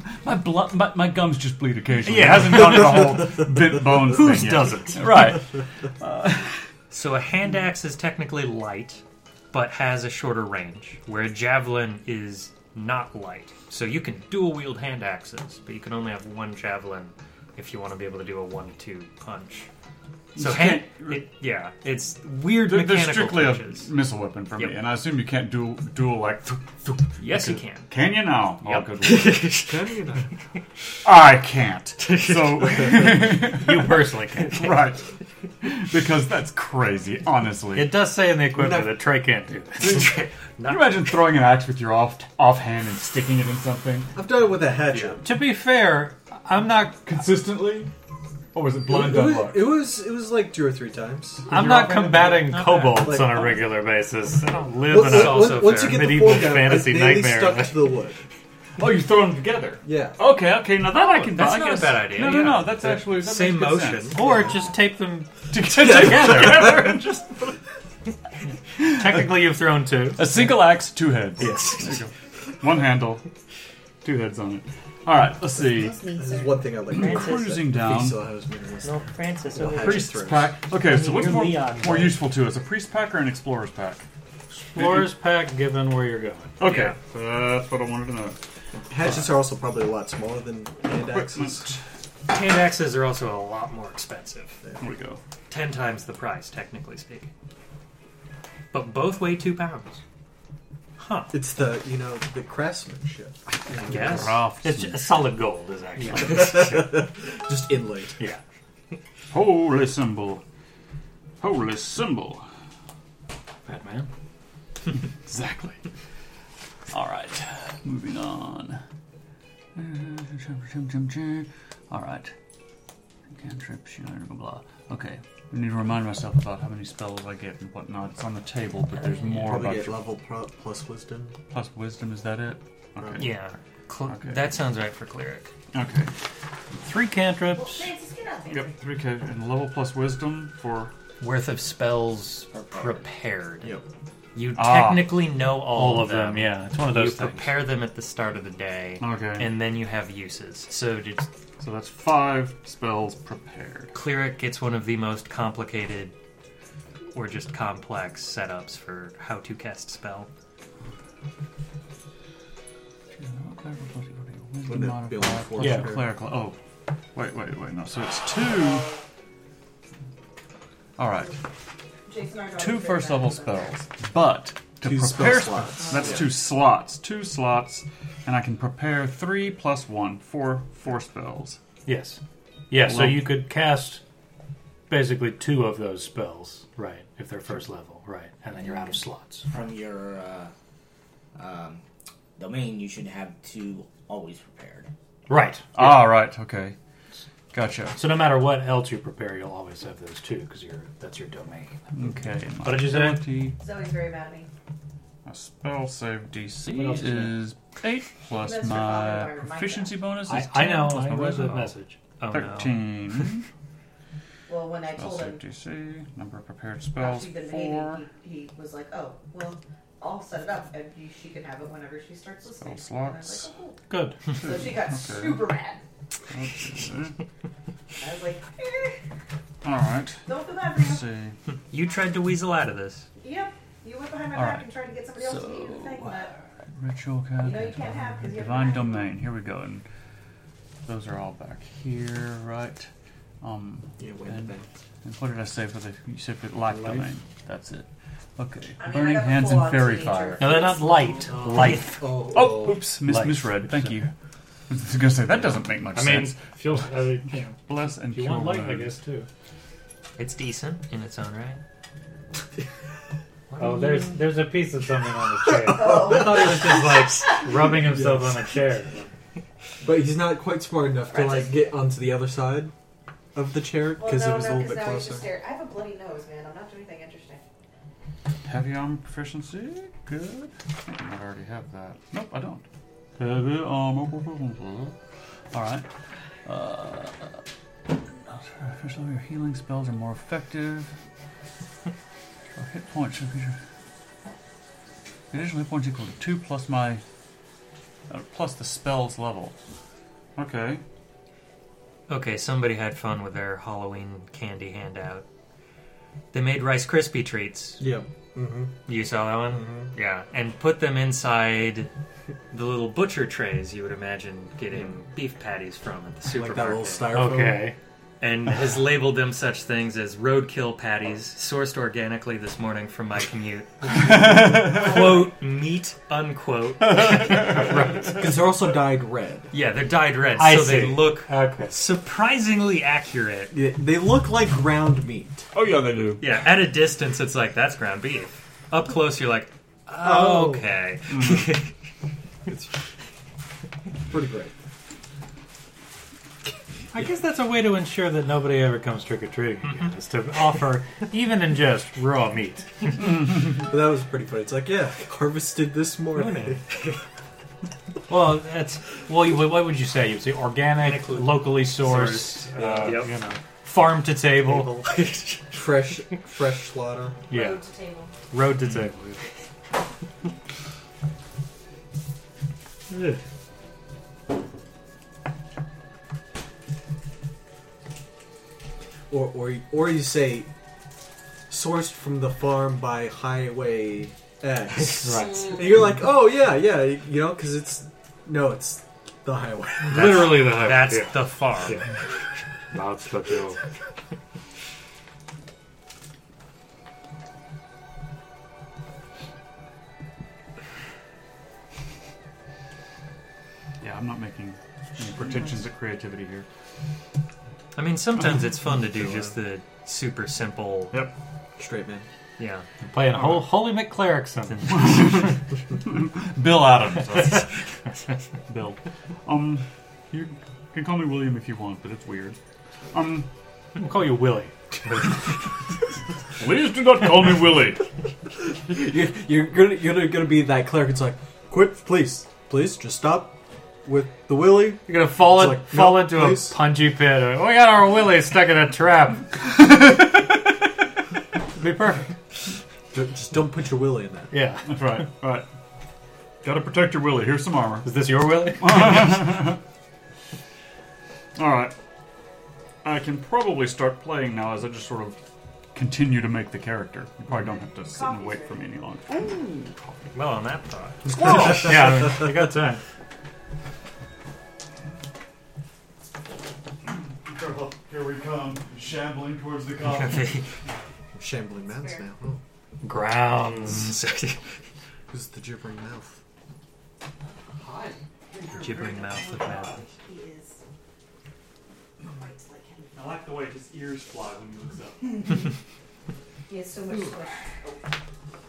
[SPEAKER 1] My, blo- my my gums just bleed occasionally.
[SPEAKER 2] Yeah.
[SPEAKER 1] it hasn't gone to the whole bent bone thing
[SPEAKER 2] Whose
[SPEAKER 1] yet.
[SPEAKER 2] doesn't?
[SPEAKER 1] Right.
[SPEAKER 4] so a hand axe is technically light, but has a shorter range, where a javelin is not light. So you can dual wield hand axes, but you can only have one javelin if you want to be able to do a one-two punch. So
[SPEAKER 1] You
[SPEAKER 4] hand,
[SPEAKER 1] can't-
[SPEAKER 4] it, yeah, it's weird
[SPEAKER 1] They're, they're
[SPEAKER 4] mechanical
[SPEAKER 1] strictly
[SPEAKER 4] punches.
[SPEAKER 1] a missile weapon for me,
[SPEAKER 4] Yep.
[SPEAKER 1] and I assume you can't duel duel like.
[SPEAKER 4] yes, you can.
[SPEAKER 1] Can you now? Oh,
[SPEAKER 4] Yep.
[SPEAKER 1] good lord. I can't. So
[SPEAKER 2] You personally can't.
[SPEAKER 1] right, because that's crazy. Honestly,
[SPEAKER 2] It does say in the equipment that Trey can't do this.
[SPEAKER 1] Can you imagine throwing an axe with your off offhand and sticking it in something
[SPEAKER 3] I've done it with a hatchet.
[SPEAKER 2] to be fair, I'm not.
[SPEAKER 1] consistently? Or was it blind
[SPEAKER 3] It, was,
[SPEAKER 1] dumb luck?
[SPEAKER 3] it was it was like two or three times.
[SPEAKER 2] I'm not combating
[SPEAKER 4] Okay.
[SPEAKER 2] kobolds
[SPEAKER 3] Like-
[SPEAKER 2] on a regular basis. I don't live in
[SPEAKER 3] Once,
[SPEAKER 2] a.
[SPEAKER 4] Well, also
[SPEAKER 3] once
[SPEAKER 4] fair.
[SPEAKER 3] you get the
[SPEAKER 2] Medieval
[SPEAKER 3] form down,
[SPEAKER 2] fantasy
[SPEAKER 3] they at least
[SPEAKER 2] nightmare.
[SPEAKER 3] stuck to the wood.
[SPEAKER 1] Oh, you throw them together.
[SPEAKER 3] Yeah.
[SPEAKER 1] Okay, okay. Now that I can.
[SPEAKER 4] that's
[SPEAKER 1] I
[SPEAKER 4] not a
[SPEAKER 1] guess-
[SPEAKER 4] bad idea,
[SPEAKER 1] No, no,
[SPEAKER 4] yeah.
[SPEAKER 1] no. That's actually that
[SPEAKER 4] Same
[SPEAKER 1] makes good
[SPEAKER 4] motion.
[SPEAKER 1] sense.
[SPEAKER 2] Or just tape them.
[SPEAKER 1] together. together and just
[SPEAKER 2] Technically, you've thrown two.
[SPEAKER 1] a single axe, two heads. Yes. One handle, two heads on it. All right. Let's see.
[SPEAKER 6] Those needs
[SPEAKER 3] This is
[SPEAKER 6] are-
[SPEAKER 3] one thing I like.
[SPEAKER 1] Cruising down.
[SPEAKER 3] No,
[SPEAKER 10] Francis,
[SPEAKER 3] over here.
[SPEAKER 1] Priest's pack. Okay, so what's
[SPEAKER 10] You're
[SPEAKER 1] more,
[SPEAKER 10] Leon,
[SPEAKER 1] more
[SPEAKER 10] right?
[SPEAKER 1] useful to us, a priest pack or an explorer's pack?
[SPEAKER 2] Explorer's pack, given where you're going.
[SPEAKER 1] Okay, uh, that's what I wanted to know.
[SPEAKER 3] Hatchets are also probably a lot smaller than hand axes.
[SPEAKER 4] Hand axes are also a lot more expensive.
[SPEAKER 1] There we go.
[SPEAKER 4] Ten times the price, technically speaking. But both weigh two pounds. Huh.
[SPEAKER 3] It's the you know the craftsmanship,
[SPEAKER 4] I guess.
[SPEAKER 2] It's just, solid gold is actually.
[SPEAKER 3] just inlaid.
[SPEAKER 2] yeah.
[SPEAKER 1] Holy symbol. Holy symbol.
[SPEAKER 2] Batman.
[SPEAKER 1] Exactly. All right, moving on. All right. Cantrips, you know, blah, blah, blah. Okay, I need to remind myself about how many spells I get and whatnot. It's on the table, but there's more
[SPEAKER 3] Probably
[SPEAKER 1] about
[SPEAKER 3] get
[SPEAKER 1] your
[SPEAKER 3] level pro- plus wisdom.
[SPEAKER 1] plus wisdom. Is that it? Okay.
[SPEAKER 4] Yeah. Cl-
[SPEAKER 1] Okay.
[SPEAKER 4] That sounds right for cleric.
[SPEAKER 1] Okay.
[SPEAKER 2] Three cantrips.
[SPEAKER 7] Francis, get out there.
[SPEAKER 1] Yep. Three K and level plus wisdom for
[SPEAKER 4] Worth of spells
[SPEAKER 5] Prepared.
[SPEAKER 4] prepared.
[SPEAKER 3] Yep.
[SPEAKER 4] You
[SPEAKER 1] Ah.
[SPEAKER 4] technically know all,
[SPEAKER 2] All of them. Yeah, it's one of
[SPEAKER 4] You
[SPEAKER 2] those things.
[SPEAKER 4] prepare them at the start of the day,
[SPEAKER 1] Okay.
[SPEAKER 4] and then you have uses. So did
[SPEAKER 1] so that's five spells prepared.
[SPEAKER 4] cleric gets one of the most complicated or just complex setups for how to cast spell.
[SPEAKER 3] Wouldn't it be only four?
[SPEAKER 1] Yeah,
[SPEAKER 3] prepared?
[SPEAKER 1] clerical. Oh, wait, wait, wait. No, so it's two. All right,
[SPEAKER 8] Jason, our daughter
[SPEAKER 1] two
[SPEAKER 8] figured
[SPEAKER 1] first
[SPEAKER 8] that
[SPEAKER 1] level
[SPEAKER 8] out.
[SPEAKER 1] spells, but to
[SPEAKER 3] Two spell
[SPEAKER 1] prepare
[SPEAKER 3] slots.
[SPEAKER 1] that's two slots, two slots, and I can prepare three plus one, four, four spells.
[SPEAKER 2] Yes. Yeah, so
[SPEAKER 1] Well-
[SPEAKER 2] you could cast basically two of those spells, right? If they're first level, right? And then you're out of slots.
[SPEAKER 5] From your uh, um, domain, you should have two always prepared.
[SPEAKER 2] Right.
[SPEAKER 1] Ah, right, okay, gotcha.
[SPEAKER 2] So no matter what else you prepare, you'll always have those two because you're that's your domain.
[SPEAKER 1] Okay, my
[SPEAKER 2] What did you say?
[SPEAKER 1] ability-
[SPEAKER 6] Zoe's very mad at me.
[SPEAKER 1] My spell save DC
[SPEAKER 2] What else is
[SPEAKER 1] is eight plus
[SPEAKER 6] That's your father,
[SPEAKER 1] my
[SPEAKER 6] Byron, my
[SPEAKER 1] proficiency bonus is
[SPEAKER 2] I,
[SPEAKER 1] ten
[SPEAKER 2] I know.
[SPEAKER 1] plus
[SPEAKER 2] I
[SPEAKER 1] my
[SPEAKER 2] read
[SPEAKER 1] wisdom.
[SPEAKER 2] the message.
[SPEAKER 4] Oh no.
[SPEAKER 1] Thirteen.
[SPEAKER 6] Well, when I
[SPEAKER 1] spell
[SPEAKER 6] told
[SPEAKER 1] save
[SPEAKER 6] him
[SPEAKER 1] DC. Number of prepared
[SPEAKER 6] how
[SPEAKER 1] spells
[SPEAKER 6] she'd been
[SPEAKER 1] four.
[SPEAKER 6] hating, he, he was like, "Oh, well, I'll set it up, and you, she can have it whenever she starts listening."
[SPEAKER 1] Spell
[SPEAKER 6] And I was like, "Oh,
[SPEAKER 2] Good.
[SPEAKER 6] cool." So she got super mad.
[SPEAKER 1] Okay.
[SPEAKER 6] I was like, eh,
[SPEAKER 1] All right.
[SPEAKER 6] "Don't feel bad
[SPEAKER 1] Let's
[SPEAKER 6] for
[SPEAKER 1] see.
[SPEAKER 4] You tried to weasel out of this.
[SPEAKER 6] you." Yep.
[SPEAKER 1] All
[SPEAKER 6] back
[SPEAKER 1] right.
[SPEAKER 6] and try to get somebody else to get you the thing, but
[SPEAKER 1] Ritual cast.
[SPEAKER 6] You know you can't have 'cause you have
[SPEAKER 1] divine
[SPEAKER 6] divine.
[SPEAKER 1] domain. Here we go. And those are all back here, right? Um,
[SPEAKER 3] Yeah, wait a
[SPEAKER 1] and,
[SPEAKER 3] minute.
[SPEAKER 1] and what did I say for the? You said for light domain. That's it. Okay.
[SPEAKER 6] I mean, I
[SPEAKER 1] Burning
[SPEAKER 6] got a
[SPEAKER 1] hands and
[SPEAKER 6] full-on
[SPEAKER 1] fairy
[SPEAKER 6] teenager.
[SPEAKER 1] fire.
[SPEAKER 2] No, they're not light. Life.
[SPEAKER 3] Oh,
[SPEAKER 1] Oh, oops, mis-
[SPEAKER 2] Light.
[SPEAKER 1] misread. Thank you. I was gonna say that doesn't make much
[SPEAKER 10] I mean,
[SPEAKER 1] sense.
[SPEAKER 2] uh,
[SPEAKER 10] feels. I mean, you know,
[SPEAKER 1] Bless and
[SPEAKER 10] if you
[SPEAKER 1] kill
[SPEAKER 10] want light, I
[SPEAKER 1] wound.
[SPEAKER 10] guess too.
[SPEAKER 4] It's decent in its own right.
[SPEAKER 2] Oh, there's there's a piece of something on the chair.
[SPEAKER 6] Oh.
[SPEAKER 2] I thought he was just like rubbing himself on a chair.
[SPEAKER 3] But he's not quite smart enough to like get onto the other side of the chair
[SPEAKER 6] well,
[SPEAKER 3] because
[SPEAKER 6] no,
[SPEAKER 3] it was
[SPEAKER 6] no,
[SPEAKER 3] a
[SPEAKER 6] 'cause
[SPEAKER 3] little bit
[SPEAKER 6] now you just
[SPEAKER 3] closer.
[SPEAKER 6] stare. I have a bloody nose, man. I'm not doing anything interesting.
[SPEAKER 1] Heavy armor proficiency? Good. I think I might already have that. Nope, I don't. Heavy armor proficiency. Alright. Uh, first level, your healing spells are more effective. Your hit points should be. Your additional hit points equal to 2 plus my. Uh, plus the spell's level. Okay.
[SPEAKER 4] Okay, somebody had fun with their Halloween candy handout. They made Rice Krispie treats.
[SPEAKER 3] Yeah. Mm-hmm.
[SPEAKER 4] You saw that one? Yeah. And put them inside the little butcher trays you would imagine getting beef patties from at the
[SPEAKER 3] Like that
[SPEAKER 4] supermarket.
[SPEAKER 3] little styrofoam.
[SPEAKER 2] Okay.
[SPEAKER 4] and has labeled them such things as roadkill patties, sourced organically this morning from my commute. Quote, meat, unquote.
[SPEAKER 3] Because they're also dyed red.
[SPEAKER 4] Yeah, they're dyed red,
[SPEAKER 2] I
[SPEAKER 4] so they
[SPEAKER 2] see.
[SPEAKER 4] look
[SPEAKER 2] Okay.
[SPEAKER 4] surprisingly accurate.
[SPEAKER 3] Yeah, They look like ground meat.
[SPEAKER 10] Oh yeah, they do.
[SPEAKER 4] Yeah, at a distance, it's like, that's ground beef. Up close, you're like,
[SPEAKER 3] Oh.
[SPEAKER 4] okay.
[SPEAKER 2] Mm-hmm.
[SPEAKER 3] Oh. Pretty great.
[SPEAKER 2] I guess that's a way to ensure that nobody ever comes trick or treating again, is to offer, even in jest, raw meat.
[SPEAKER 3] But that was pretty funny. It's like, yeah, harvested this morning.
[SPEAKER 2] Well, that's well. You, what would you say? You'd say organic,
[SPEAKER 4] Organically
[SPEAKER 2] locally sourced,
[SPEAKER 10] Sourced,
[SPEAKER 2] uh,
[SPEAKER 10] yep.
[SPEAKER 2] you know, farm to table,
[SPEAKER 3] Table. fresh, fresh slaughter.
[SPEAKER 2] yeah,
[SPEAKER 7] Road to table.
[SPEAKER 2] road to table. Mm.
[SPEAKER 10] Ugh.
[SPEAKER 3] Or, or, or you say, sourced from the farm by Highway X.
[SPEAKER 2] Right,
[SPEAKER 3] And you're like, oh, yeah, yeah, you know, because it's. No, it's the highway.
[SPEAKER 2] literally the highway.
[SPEAKER 4] That's
[SPEAKER 2] yeah.
[SPEAKER 4] the farm.
[SPEAKER 2] Yeah. That's the joke.
[SPEAKER 1] Yeah, I'm not making any pretensions at creativity here.
[SPEAKER 4] I mean, sometimes it's fun to do just the super simple,
[SPEAKER 1] Yep.
[SPEAKER 3] Straight man.
[SPEAKER 4] yeah.
[SPEAKER 2] Playing a whole Holy McCleric something.
[SPEAKER 1] Bill Adams. Bill. Um, you can call me William if you want, but it's weird. Um,
[SPEAKER 2] I'll call you Willie.
[SPEAKER 1] please do not call me Willie.
[SPEAKER 3] You're, you're, gonna, you're gonna- gonna be that cleric. It's like, quit, please, please, just stop with the willy.
[SPEAKER 2] You're gonna fall
[SPEAKER 3] It's
[SPEAKER 2] in,
[SPEAKER 3] like,
[SPEAKER 2] fall
[SPEAKER 3] nope,
[SPEAKER 2] into
[SPEAKER 3] please.
[SPEAKER 2] a punji pit. Or, we got our Willie stuck in a trap. Be perfect.
[SPEAKER 3] Ju- Just don't put your willy in there.
[SPEAKER 2] Yeah.
[SPEAKER 1] right, right. Gotta protect your Willie. Here's some armor.
[SPEAKER 2] Is this your Willie?
[SPEAKER 1] All right. I can probably start playing now as I just sort of continue to make the character. You probably don't have to sit and wait for me any longer.
[SPEAKER 4] Well, on that thought.
[SPEAKER 2] yeah. I mean, you got time.
[SPEAKER 1] Careful, here we come, shambling towards the cop.
[SPEAKER 3] Shambling man's
[SPEAKER 6] Fair.
[SPEAKER 3] now. Oh,
[SPEAKER 2] Grounds.
[SPEAKER 3] who's the gibbering mouth?
[SPEAKER 4] Gibbering mouth of mouth.
[SPEAKER 6] He is. Bites like him.
[SPEAKER 1] I like the way his ears fly when he looks up.
[SPEAKER 6] He has so much sweat. Oh.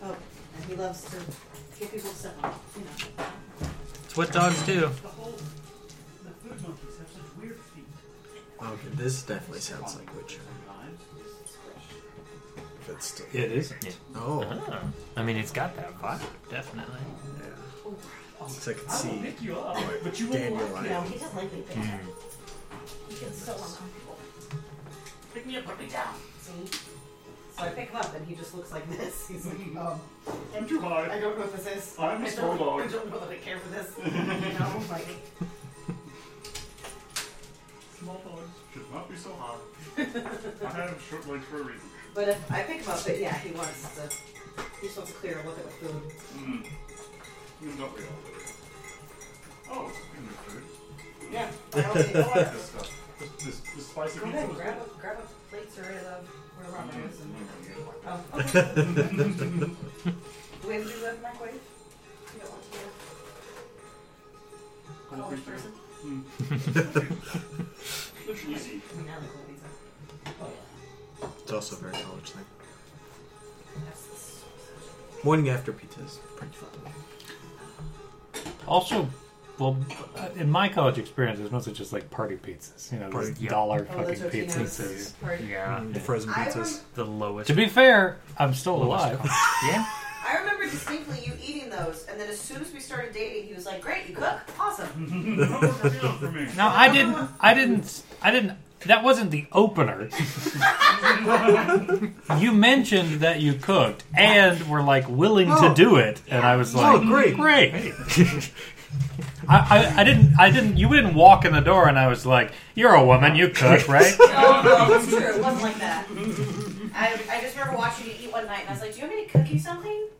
[SPEAKER 6] oh, and he loves to give people stuff. You know,
[SPEAKER 4] It's what dogs do.
[SPEAKER 3] Okay, this definitely sounds like Witcher. If it's still.
[SPEAKER 2] It is.
[SPEAKER 3] Oh,
[SPEAKER 2] Uh-huh.
[SPEAKER 4] I mean, it's got that vibe, definitely.
[SPEAKER 3] because I can see
[SPEAKER 1] you up, but you
[SPEAKER 3] Daniel
[SPEAKER 7] No,
[SPEAKER 3] Ryan.
[SPEAKER 7] he doesn't like me. He gets so uncomfortable. Pick me up, put me down.
[SPEAKER 6] see? So I pick him up and he just looks like this. He's like, um,
[SPEAKER 1] I'm too high.
[SPEAKER 6] I don't know what this is.
[SPEAKER 1] I'm a
[SPEAKER 6] I
[SPEAKER 1] small
[SPEAKER 6] don't,
[SPEAKER 1] dog.
[SPEAKER 6] I don't know that I care for this. you know, like,
[SPEAKER 1] Small dogs should not be so high. I have short legs for a reason.
[SPEAKER 6] but if I pick him up, but yeah, he wants to He just wants a clear look at the food.
[SPEAKER 1] Mm. You don't realize. Oh, it's pretty good food.
[SPEAKER 6] Yeah. I don't think-
[SPEAKER 1] I like this stuff. This, this, this spicy
[SPEAKER 6] Go
[SPEAKER 1] pizza
[SPEAKER 6] ahead,
[SPEAKER 1] was
[SPEAKER 6] grab a, grab a plate survey of where Robert is. And, oh, okay.
[SPEAKER 1] good.
[SPEAKER 6] Um, Do we have to do that microwave? You don't want to do that.
[SPEAKER 1] Cold
[SPEAKER 6] College
[SPEAKER 1] pizza.
[SPEAKER 6] person?
[SPEAKER 1] Easy.
[SPEAKER 6] Now the cold pizza.
[SPEAKER 3] It's also a very college thing.
[SPEAKER 6] That's this.
[SPEAKER 3] Morning after pizza is pretty fun.
[SPEAKER 2] Uh, Also, well, uh, in my college experience, it was mostly just like party pizzas. You know,
[SPEAKER 3] Party-
[SPEAKER 2] those dollar
[SPEAKER 6] Oh,
[SPEAKER 2] fucking
[SPEAKER 6] those are
[SPEAKER 2] pizzas.
[SPEAKER 6] Tina's party.
[SPEAKER 4] Yeah.
[SPEAKER 3] The frozen
[SPEAKER 6] I
[SPEAKER 3] pizzas.
[SPEAKER 4] The lowest.
[SPEAKER 2] To be fair, I'm still
[SPEAKER 4] lowest
[SPEAKER 2] alive.
[SPEAKER 4] cost. Yeah.
[SPEAKER 6] I remember distinctly you eating those, and then as soon as we started dating, he was like, "Great, you cook, awesome."
[SPEAKER 1] for me.
[SPEAKER 2] No, I didn't. I didn't. I didn't. That wasn't the opener. you mentioned that you cooked and were like willing to
[SPEAKER 3] Oh.
[SPEAKER 2] do it, and I was like,
[SPEAKER 3] Oh, great.
[SPEAKER 2] great." I, I, I didn't. I didn't. You didn't walk in the door, and I was like, "You're a woman. You cook, right?"
[SPEAKER 6] No, no, it's true. It wasn't like that. I, I just remember watching you eat one night, and I was like, "Do you want me to cook you something?"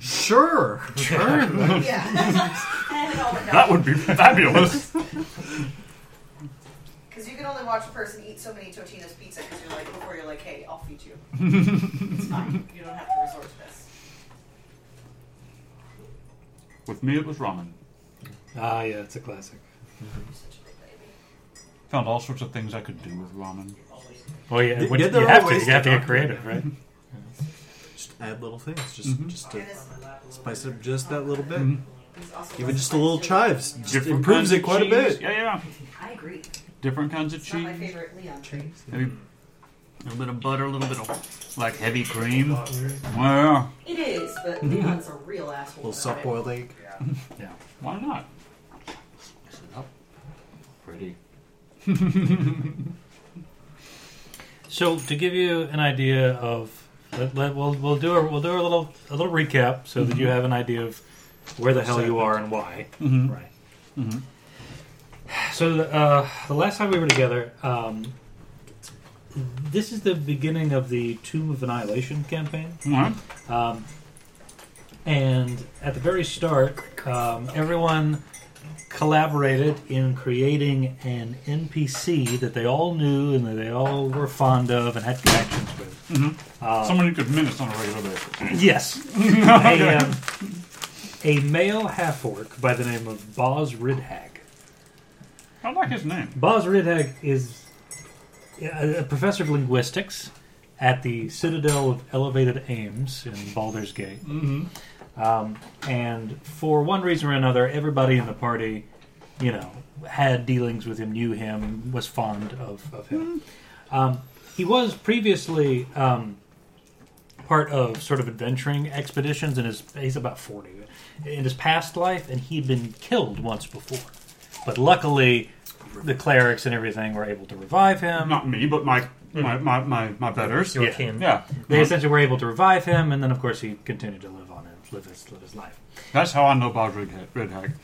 [SPEAKER 3] Sure.
[SPEAKER 6] Yeah. and it all went
[SPEAKER 2] that
[SPEAKER 6] down
[SPEAKER 2] would be fabulous.
[SPEAKER 6] because you can only watch a person eat so many Totino's pizza because you're like before you're like, "Hey, I'll feed you." it's fine. You don't have to resort to this.
[SPEAKER 1] With me, it was ramen.
[SPEAKER 2] Ah, yeah, it's a classic.
[SPEAKER 6] You're such a big baby.
[SPEAKER 1] Found all sorts of things I could do with ramen.
[SPEAKER 2] Well, yeah,
[SPEAKER 3] You-
[SPEAKER 2] when-
[SPEAKER 3] you
[SPEAKER 2] you,
[SPEAKER 3] have their
[SPEAKER 2] have
[SPEAKER 3] own
[SPEAKER 2] to. You
[SPEAKER 3] ways to
[SPEAKER 2] have to
[SPEAKER 3] cook.
[SPEAKER 2] get creative, right? Mm-hmm.
[SPEAKER 3] Just add little things, just
[SPEAKER 1] Mhm.
[SPEAKER 3] just to
[SPEAKER 6] And this,
[SPEAKER 3] spice it up just that little bit.
[SPEAKER 1] Mhm.
[SPEAKER 6] these also
[SPEAKER 3] Even just a little chives just
[SPEAKER 1] Different
[SPEAKER 3] improves
[SPEAKER 1] kinds
[SPEAKER 3] it
[SPEAKER 1] of
[SPEAKER 3] quite a
[SPEAKER 1] cheese.
[SPEAKER 3] bit.
[SPEAKER 1] Yeah, yeah.
[SPEAKER 6] I agree. It's
[SPEAKER 1] Different kinds of
[SPEAKER 6] not my
[SPEAKER 1] cheese.
[SPEAKER 6] favorite Leon.
[SPEAKER 1] Maybe a little bit of butter, a little bit of like heavy cream. Well,
[SPEAKER 6] It is, but Leon's a real asshole.
[SPEAKER 3] little
[SPEAKER 6] about
[SPEAKER 3] soft
[SPEAKER 6] it.
[SPEAKER 3] boiled egg.
[SPEAKER 1] why not?
[SPEAKER 10] Pretty.
[SPEAKER 2] So to give you an idea of, let, let, we'll we'll do a we'll do a little a little recap so that you have an idea of where the hell you are and why.
[SPEAKER 3] Mm-hmm.
[SPEAKER 1] Mhm.
[SPEAKER 2] Right. So uh, the last time we were together, um, this is the beginning of the Tomb of Annihilation campaign.
[SPEAKER 1] Alright.
[SPEAKER 2] Um, and at the very start, um, everyone collaborated in creating an NPC that they all knew and that they all were fond of and had connections with.
[SPEAKER 1] Someone you could mince on a regular basis.
[SPEAKER 2] Yes. a, um, a male half orc by the name of Boz Ridhag.
[SPEAKER 1] I like his name.
[SPEAKER 2] Boz Ridhag is a a professor of linguistics at the Citadel of Elevated Aims in Baldur's Gate. Um, and for one reason or another, everybody in the party, you know, had dealings with him, knew him, was fond of, of him. Um, he was previously um, part of sort of adventuring expeditions, and his he's about forty in his past life, and he'd been killed once before. But luckily, the clerics and everything were able to revive him.
[SPEAKER 1] Not me, but my
[SPEAKER 2] Mm-hmm.
[SPEAKER 1] my my my, my betters.
[SPEAKER 2] Yeah.
[SPEAKER 1] Yeah. Uh,
[SPEAKER 4] Joachim.
[SPEAKER 2] They essentially were able to revive him, and then of course he continued to live on and live his live his life
[SPEAKER 1] That's how I know about Red Redhag.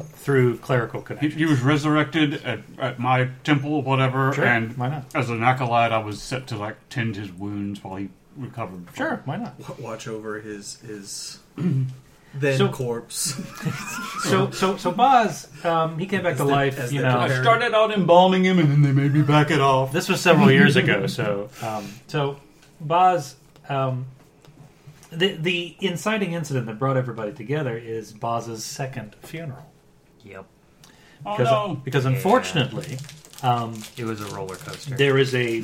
[SPEAKER 2] through clerical
[SPEAKER 1] He,
[SPEAKER 2] connections.
[SPEAKER 1] he was resurrected at, at my temple, whatever,
[SPEAKER 2] Sure,
[SPEAKER 1] and
[SPEAKER 2] why not?
[SPEAKER 1] as an acolyte, I was set to like tend his wounds while he recovered.
[SPEAKER 2] Sure, why not?
[SPEAKER 3] Wa- Watch over his his then
[SPEAKER 2] So-
[SPEAKER 3] corpse.
[SPEAKER 2] So, so, so Boz, um, he came back
[SPEAKER 3] As
[SPEAKER 2] to
[SPEAKER 3] they-
[SPEAKER 2] life.
[SPEAKER 3] as
[SPEAKER 2] You
[SPEAKER 3] they
[SPEAKER 2] know,
[SPEAKER 3] prepare-
[SPEAKER 1] I started out embalming him, and then they made me back it off.
[SPEAKER 2] this was several years ago. So, um, so Boz, um, the the inciting incident that brought everybody together is Boz's second funeral.
[SPEAKER 4] Yep.
[SPEAKER 1] Oh
[SPEAKER 2] Because,
[SPEAKER 1] no!
[SPEAKER 2] because
[SPEAKER 4] Yeah.
[SPEAKER 2] unfortunately, um,
[SPEAKER 4] It was a roller coaster.
[SPEAKER 2] there is a.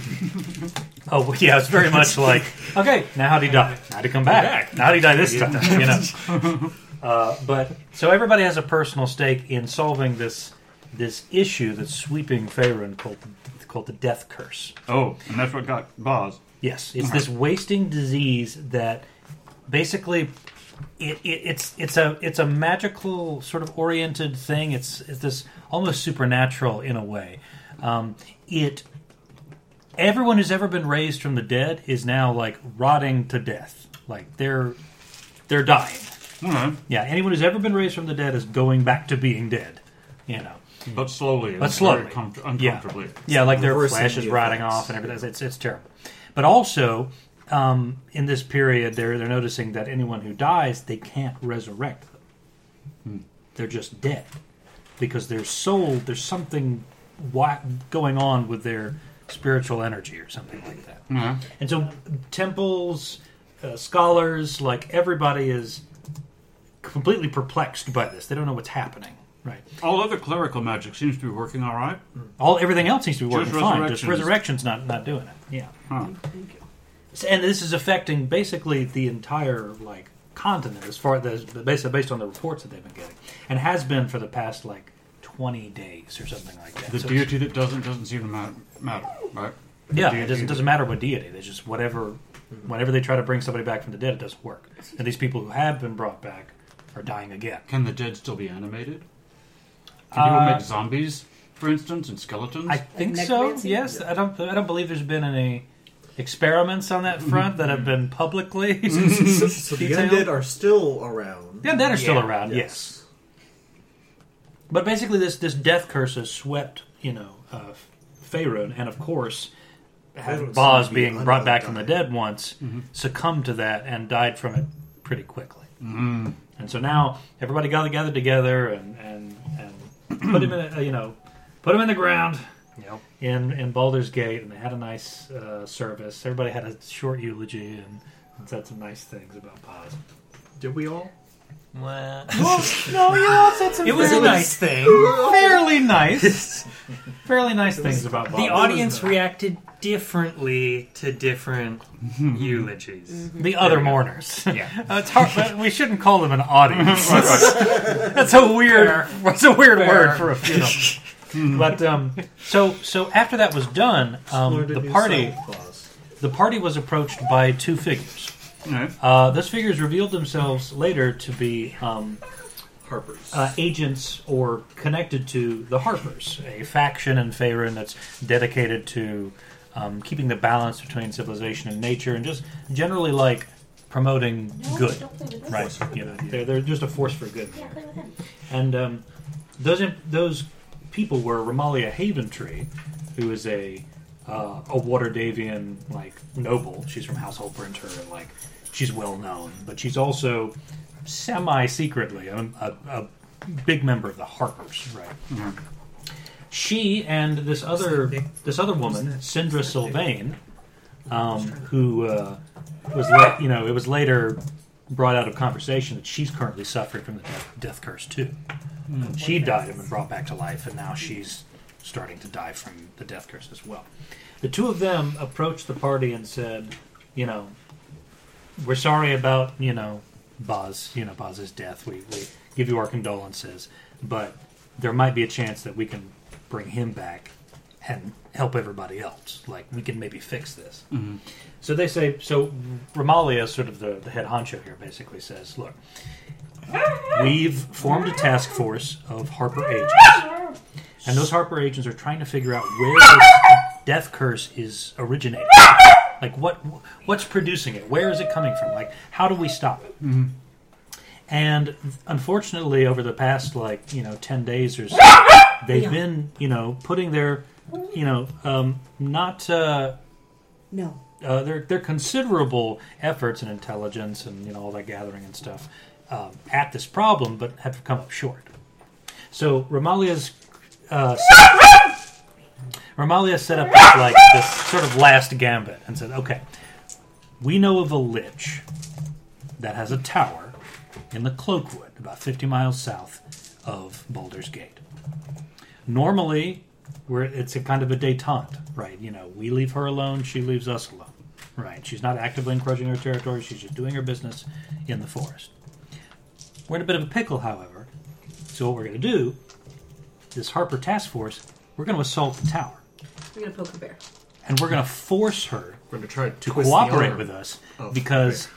[SPEAKER 2] Oh yeah, it's very much like okay. Now how'd he die? How'd he come back? How'd he die this time? You know. Uh, but so everybody has a personal stake in solving this this issue that's sweeping Faerun called called the death curse.
[SPEAKER 1] Oh, and that's what got Boz.
[SPEAKER 2] Yes, it's this wasting disease that basically it, it, it's it's a it's a magical sort of oriented thing. It's it's this almost supernatural in a way. Um, it everyone who's ever been raised from the dead is now like rotting to death. Like they're they're dying.
[SPEAKER 1] Okay.
[SPEAKER 2] Yeah, anyone who's ever been raised from the dead is going back to being dead. You know.
[SPEAKER 1] But slowly,
[SPEAKER 2] But
[SPEAKER 1] it's very
[SPEAKER 2] slowly.
[SPEAKER 1] comf-
[SPEAKER 2] Yeah.
[SPEAKER 1] uncomfortably.
[SPEAKER 2] Yeah, like their
[SPEAKER 3] Reversing
[SPEAKER 2] flesh is
[SPEAKER 3] the
[SPEAKER 2] rotting
[SPEAKER 3] effects.
[SPEAKER 2] off and everything. It's, it's terrible. But also, um, in this period, they're they're noticing that anyone who dies, they can't resurrect them. They're just dead because their soul. There's something wa- going on with their spiritual energy or something like that.
[SPEAKER 1] Yeah.
[SPEAKER 2] And so temples, uh, scholars, like everybody is completely perplexed by this. They don't know what's happening. Right.
[SPEAKER 11] All other clerical magic seems to be working all right.
[SPEAKER 2] All everything else seems to be working
[SPEAKER 11] Just
[SPEAKER 2] fine. Just
[SPEAKER 11] resurrection is-
[SPEAKER 2] resurrection's not not doing it. Yeah.
[SPEAKER 11] Huh.
[SPEAKER 2] S- And this is affecting basically the entire like continent as far as based based on the reports that they've been getting, and has been for the past like twenty days or something like that.
[SPEAKER 11] The
[SPEAKER 2] So it's-
[SPEAKER 11] deity that doesn't doesn't seem to matter, matter right? The
[SPEAKER 2] yeah,
[SPEAKER 11] deity
[SPEAKER 2] it doesn't,
[SPEAKER 11] that-
[SPEAKER 2] doesn't matter what deity. They just whatever, whenever they try to bring somebody back from the dead, it doesn't work. And these people who have been brought back are dying again.
[SPEAKER 11] Can the dead still be animated? Can you
[SPEAKER 2] Uh,
[SPEAKER 11] make zombies, for instance, and skeletons?
[SPEAKER 2] I think so.
[SPEAKER 8] necromancy?
[SPEAKER 2] Yes, I don't. I don't believe there's been any experiments on that front that have been publicly.
[SPEAKER 3] Mm-hmm. So the
[SPEAKER 2] detailed.
[SPEAKER 3] undead are still around.
[SPEAKER 2] The undead are still
[SPEAKER 4] Yeah.
[SPEAKER 2] around. Yes. but basically this this death curse has swept you know uh, Faerun, and of course.
[SPEAKER 3] Faerun
[SPEAKER 2] Boz
[SPEAKER 3] seems to be
[SPEAKER 2] being brought back
[SPEAKER 3] undead.
[SPEAKER 2] from the dead once succumbed to that and died from it pretty quickly. And so now everybody got gathered together and and, and put him in a, uh, you know put him in the ground
[SPEAKER 4] Yep.
[SPEAKER 2] in in Baldur's Gate, and they had a nice uh, service. Everybody had a short eulogy and, and said some nice things about Boz.
[SPEAKER 3] Did we all?
[SPEAKER 4] Well,
[SPEAKER 2] no, you all said some.
[SPEAKER 4] it was a
[SPEAKER 2] fairly-
[SPEAKER 4] nice thing.
[SPEAKER 2] fairly nice, fairly nice things about Boz.
[SPEAKER 4] The audience reacted differently to different eulogies.
[SPEAKER 2] the other mourners.
[SPEAKER 4] Yeah.
[SPEAKER 2] Uh, it's hard, but we shouldn't call them an audience. that's a weird. That's a weird word for a funeral. but um, so so after that was done, um,
[SPEAKER 3] Learned a
[SPEAKER 2] the
[SPEAKER 3] new
[SPEAKER 2] party
[SPEAKER 3] sound clause.
[SPEAKER 2] the party was approached by two figures.
[SPEAKER 11] Right.
[SPEAKER 2] Uh, those figures revealed themselves later to be um,
[SPEAKER 3] Harper's.
[SPEAKER 2] uh, agents or connected to the Harpers, a faction in Faerun that's dedicated to um, keeping the balance between civilization and nature, and just generally like promoting good.
[SPEAKER 7] Don't play with this.
[SPEAKER 2] Right, you know, they're, they're just a force for good.
[SPEAKER 7] Yeah, play with him.
[SPEAKER 2] And um, those those people were Romalia Haventree, who is a uh, a Waterdavian like noble. She's from Household Printer, and like she's well known, but she's also semi secretly a, a, a big member of the Harpers. Right. She and this other this other woman, Sindra Sylvain, um, who uh, was la- you know it was later brought out of conversation that she's currently suffering from the death, death curse too. She died and been brought back to life, and now she's starting to die from the death curse as well. The two of them approached the party and said, "You know, we're sorry about you know Boz, you know Boz's death. We, we give you our condolences, but there might be a chance that we can bring him back and help everybody else. Like we can maybe fix this." So they say, so Romalia, sort of the, the head honcho here, basically says, look, we've formed a task force of Harper agents. And those Harper agents are trying to figure out where this death curse is originating. Like, what what's producing it? Where is it coming from? Like, how do we stop it? And unfortunately, over the past, like, you know, 10 days or so, they've been, you know, putting their, you know, um, not. Uh,
[SPEAKER 8] No.
[SPEAKER 2] uh, their their considerable efforts and intelligence and you know all that gathering and stuff um, at this problem, but have come up short. So Romalia's uh, Romalia set up this, like this sort of last gambit and said, "Okay, we know of a lich that has a tower in the Cloakwood, about fifty miles south of Baldur's Gate. Normally, we're it's a kind of a detente, right? You know, we leave her alone, she leaves us alone, right? She's not actively encroaching her territory; she's just doing her business in the forest. We're in a bit of a pickle, however. So what we're going to do? This Harper task force, we're going to assault the tower,
[SPEAKER 8] We're gonna poke a bear.
[SPEAKER 2] and we're going to force her
[SPEAKER 3] We're going to try to
[SPEAKER 2] to
[SPEAKER 3] twist the
[SPEAKER 2] cooperate
[SPEAKER 3] arm.
[SPEAKER 2] with us
[SPEAKER 3] Oh,
[SPEAKER 2] because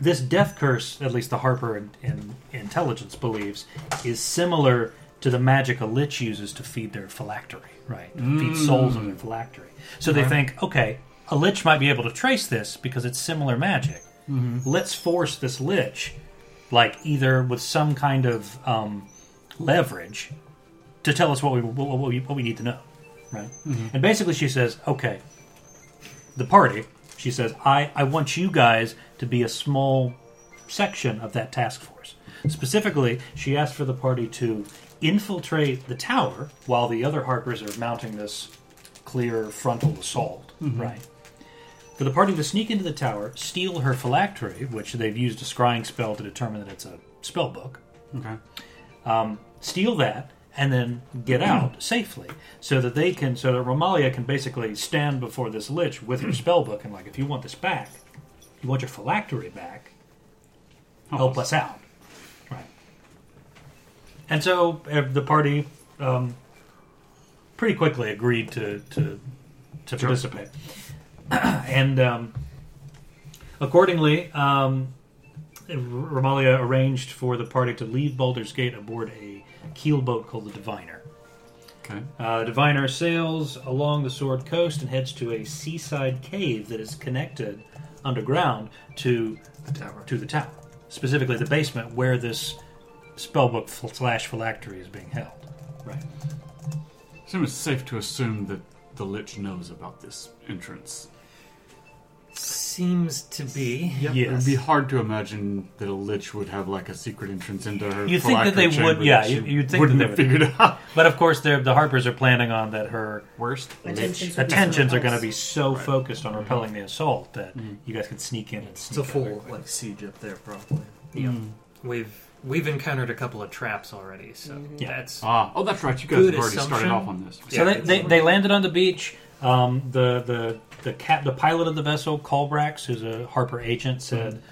[SPEAKER 2] this death curse, at least the Harper and, and intelligence believes, is similar to the magic a lich uses to feed their phylactery, right? To Feed
[SPEAKER 3] Mm.
[SPEAKER 2] souls of their phylactery. So
[SPEAKER 3] Uh-huh.
[SPEAKER 2] they think, okay, a lich might be able to trace this because it's similar magic.
[SPEAKER 3] Mm-hmm.
[SPEAKER 2] Let's force this lich, like either with some kind of um, leverage, to tell us what we what,
[SPEAKER 3] Mm-hmm.
[SPEAKER 2] what we, what we need to know, right? And basically, she says, okay, the party, She says, I, I want you guys to be a small section of that task force. Specifically, she asked for the party to infiltrate the tower while the other Harpers are mounting this clear frontal assault,
[SPEAKER 12] Mhm.
[SPEAKER 2] right? For the party to sneak into the tower, steal her phylactery, which they've used a scrying spell to determine that it's a spell book.
[SPEAKER 11] Okay.
[SPEAKER 2] Um, steal that and then get out safely so that they can, so that Romalia can basically stand before this lich with her spell book and, like, if you want this back, you want your phylactery back, help us out. Right. And so uh, the party um, pretty quickly agreed to to, to participate. and um, accordingly, um, R- Romalia arranged for the party to leave Baldur's Gate aboard a keelboat called the Diviner.
[SPEAKER 11] Okay.
[SPEAKER 2] Uh, the Diviner sails along the Sword Coast and heads to a seaside cave that is connected underground to the tower. To the tower, specifically the basement where this spellbook f- slash phylactery is being held. Right.
[SPEAKER 11] I assume it's safe to assume that the Lich knows about this entrance.
[SPEAKER 4] Seems to be.
[SPEAKER 11] Yep. It would be hard to imagine that a Lich would have like a secret entrance into her.
[SPEAKER 2] You think that they
[SPEAKER 11] phylactery
[SPEAKER 2] would?
[SPEAKER 11] chamber
[SPEAKER 2] Yeah,
[SPEAKER 11] she
[SPEAKER 2] you, you'd think that
[SPEAKER 11] wouldn't
[SPEAKER 2] they
[SPEAKER 11] have
[SPEAKER 2] would.
[SPEAKER 11] figured it out.
[SPEAKER 2] But of course, they're- the Harpers are planning on that her worst
[SPEAKER 11] Attentions
[SPEAKER 2] attentions,
[SPEAKER 11] would be
[SPEAKER 2] are
[SPEAKER 11] somewhere
[SPEAKER 2] going to
[SPEAKER 11] else.
[SPEAKER 2] be so focused on repelling the assault that you guys could sneak in and
[SPEAKER 3] It's
[SPEAKER 2] sneak
[SPEAKER 3] a
[SPEAKER 2] out very
[SPEAKER 3] full like siege up there, probably.
[SPEAKER 4] Yeah. We've we've encountered a couple of traps already, so
[SPEAKER 2] Yeah.
[SPEAKER 4] that's
[SPEAKER 11] Ah, oh, that's right. You guys
[SPEAKER 4] good
[SPEAKER 11] have already started
[SPEAKER 4] assumption.
[SPEAKER 11] off on this.
[SPEAKER 2] So they, they, they landed on the beach. Um, the the the cap the pilot of the vessel, Colbrax, who's a Harper agent, said,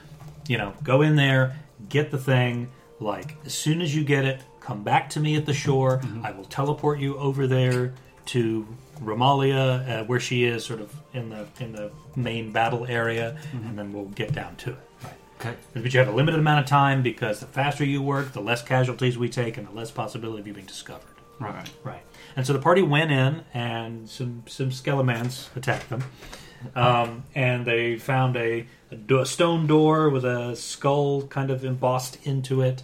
[SPEAKER 2] "You know, go in there, get the thing. Like as soon as you get it, come back to me at the shore. I will teleport you over there to Romalia, uh, where she is, sort of in the in the main battle area, and then we'll get down to it." Right.
[SPEAKER 11] Okay.
[SPEAKER 2] But you have a limited amount of time because the faster you work, the less casualties we take, and the less possibility of you being discovered.
[SPEAKER 11] Right.
[SPEAKER 2] Right. And so the party went in, and some some skelemans attacked them, um, and they found a, a, do- a stone door with a skull kind of embossed into it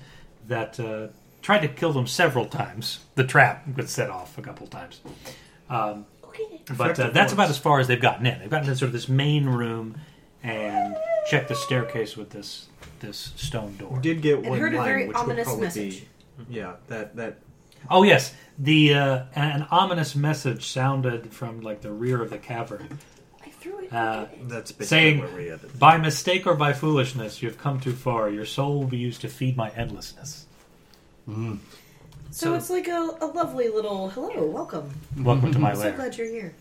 [SPEAKER 2] that uh, tried to kill them several times. The trap was set off a couple times. Um, but uh,
[SPEAKER 11] Effective
[SPEAKER 2] that's about
[SPEAKER 11] once.
[SPEAKER 2] as far as they've gotten in. They've gotten in sort of this main room and checked the staircase with this this stone door.
[SPEAKER 3] Did get
[SPEAKER 8] And
[SPEAKER 3] one
[SPEAKER 8] heard a
[SPEAKER 3] line,
[SPEAKER 8] very
[SPEAKER 3] which would
[SPEAKER 8] ominous
[SPEAKER 3] probably
[SPEAKER 8] message.
[SPEAKER 3] be yeah that that
[SPEAKER 2] Oh yes, the uh, an ominous message sounded from like the rear of the cavern.
[SPEAKER 8] I threw it.
[SPEAKER 2] Uh,
[SPEAKER 3] That's basically
[SPEAKER 2] saying,
[SPEAKER 3] where we ended.
[SPEAKER 2] by mistake or by foolishness, you have come too far. Your soul will be used to feed my endlessness.
[SPEAKER 8] So, it's like a, a lovely little hello, welcome.
[SPEAKER 2] Welcome to my
[SPEAKER 8] I'm So
[SPEAKER 2] lair.
[SPEAKER 8] glad you're here.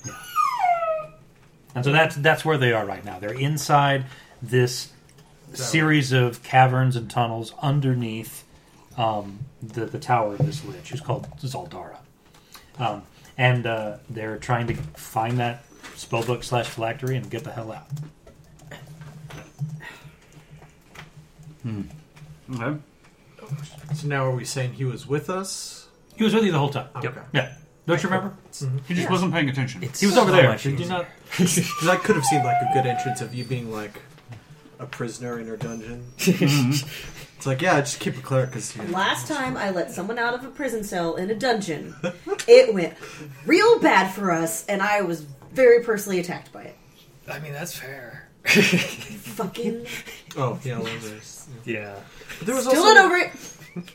[SPEAKER 2] And so that's that's where they are right now. They're inside this series of caverns and tunnels underneath um, the the tower of this lich, who's called Zaldara. Um, and uh, they're trying to find that spellbook slash phylactery and get the hell out.
[SPEAKER 11] Okay.
[SPEAKER 3] So now are we saying he was with us?
[SPEAKER 2] He was with you the whole time.
[SPEAKER 3] Okay.
[SPEAKER 2] Yeah. Don't you remember?
[SPEAKER 11] He just wasn't paying attention.
[SPEAKER 2] He was over there. Did you not?
[SPEAKER 3] Because that could have seemed like a good entrance of you being like a prisoner in her dungeon. Mm-hmm. it's like, yeah, just keep it clear because you
[SPEAKER 8] Last time I let someone out of a prison cell in a dungeon, it went real bad for us, and I was very personally attacked by it.
[SPEAKER 4] I mean that's fair.
[SPEAKER 8] Fucking
[SPEAKER 3] Oh, yeah, losers.
[SPEAKER 4] Yeah.
[SPEAKER 3] But there was
[SPEAKER 8] still
[SPEAKER 3] also
[SPEAKER 8] not over it.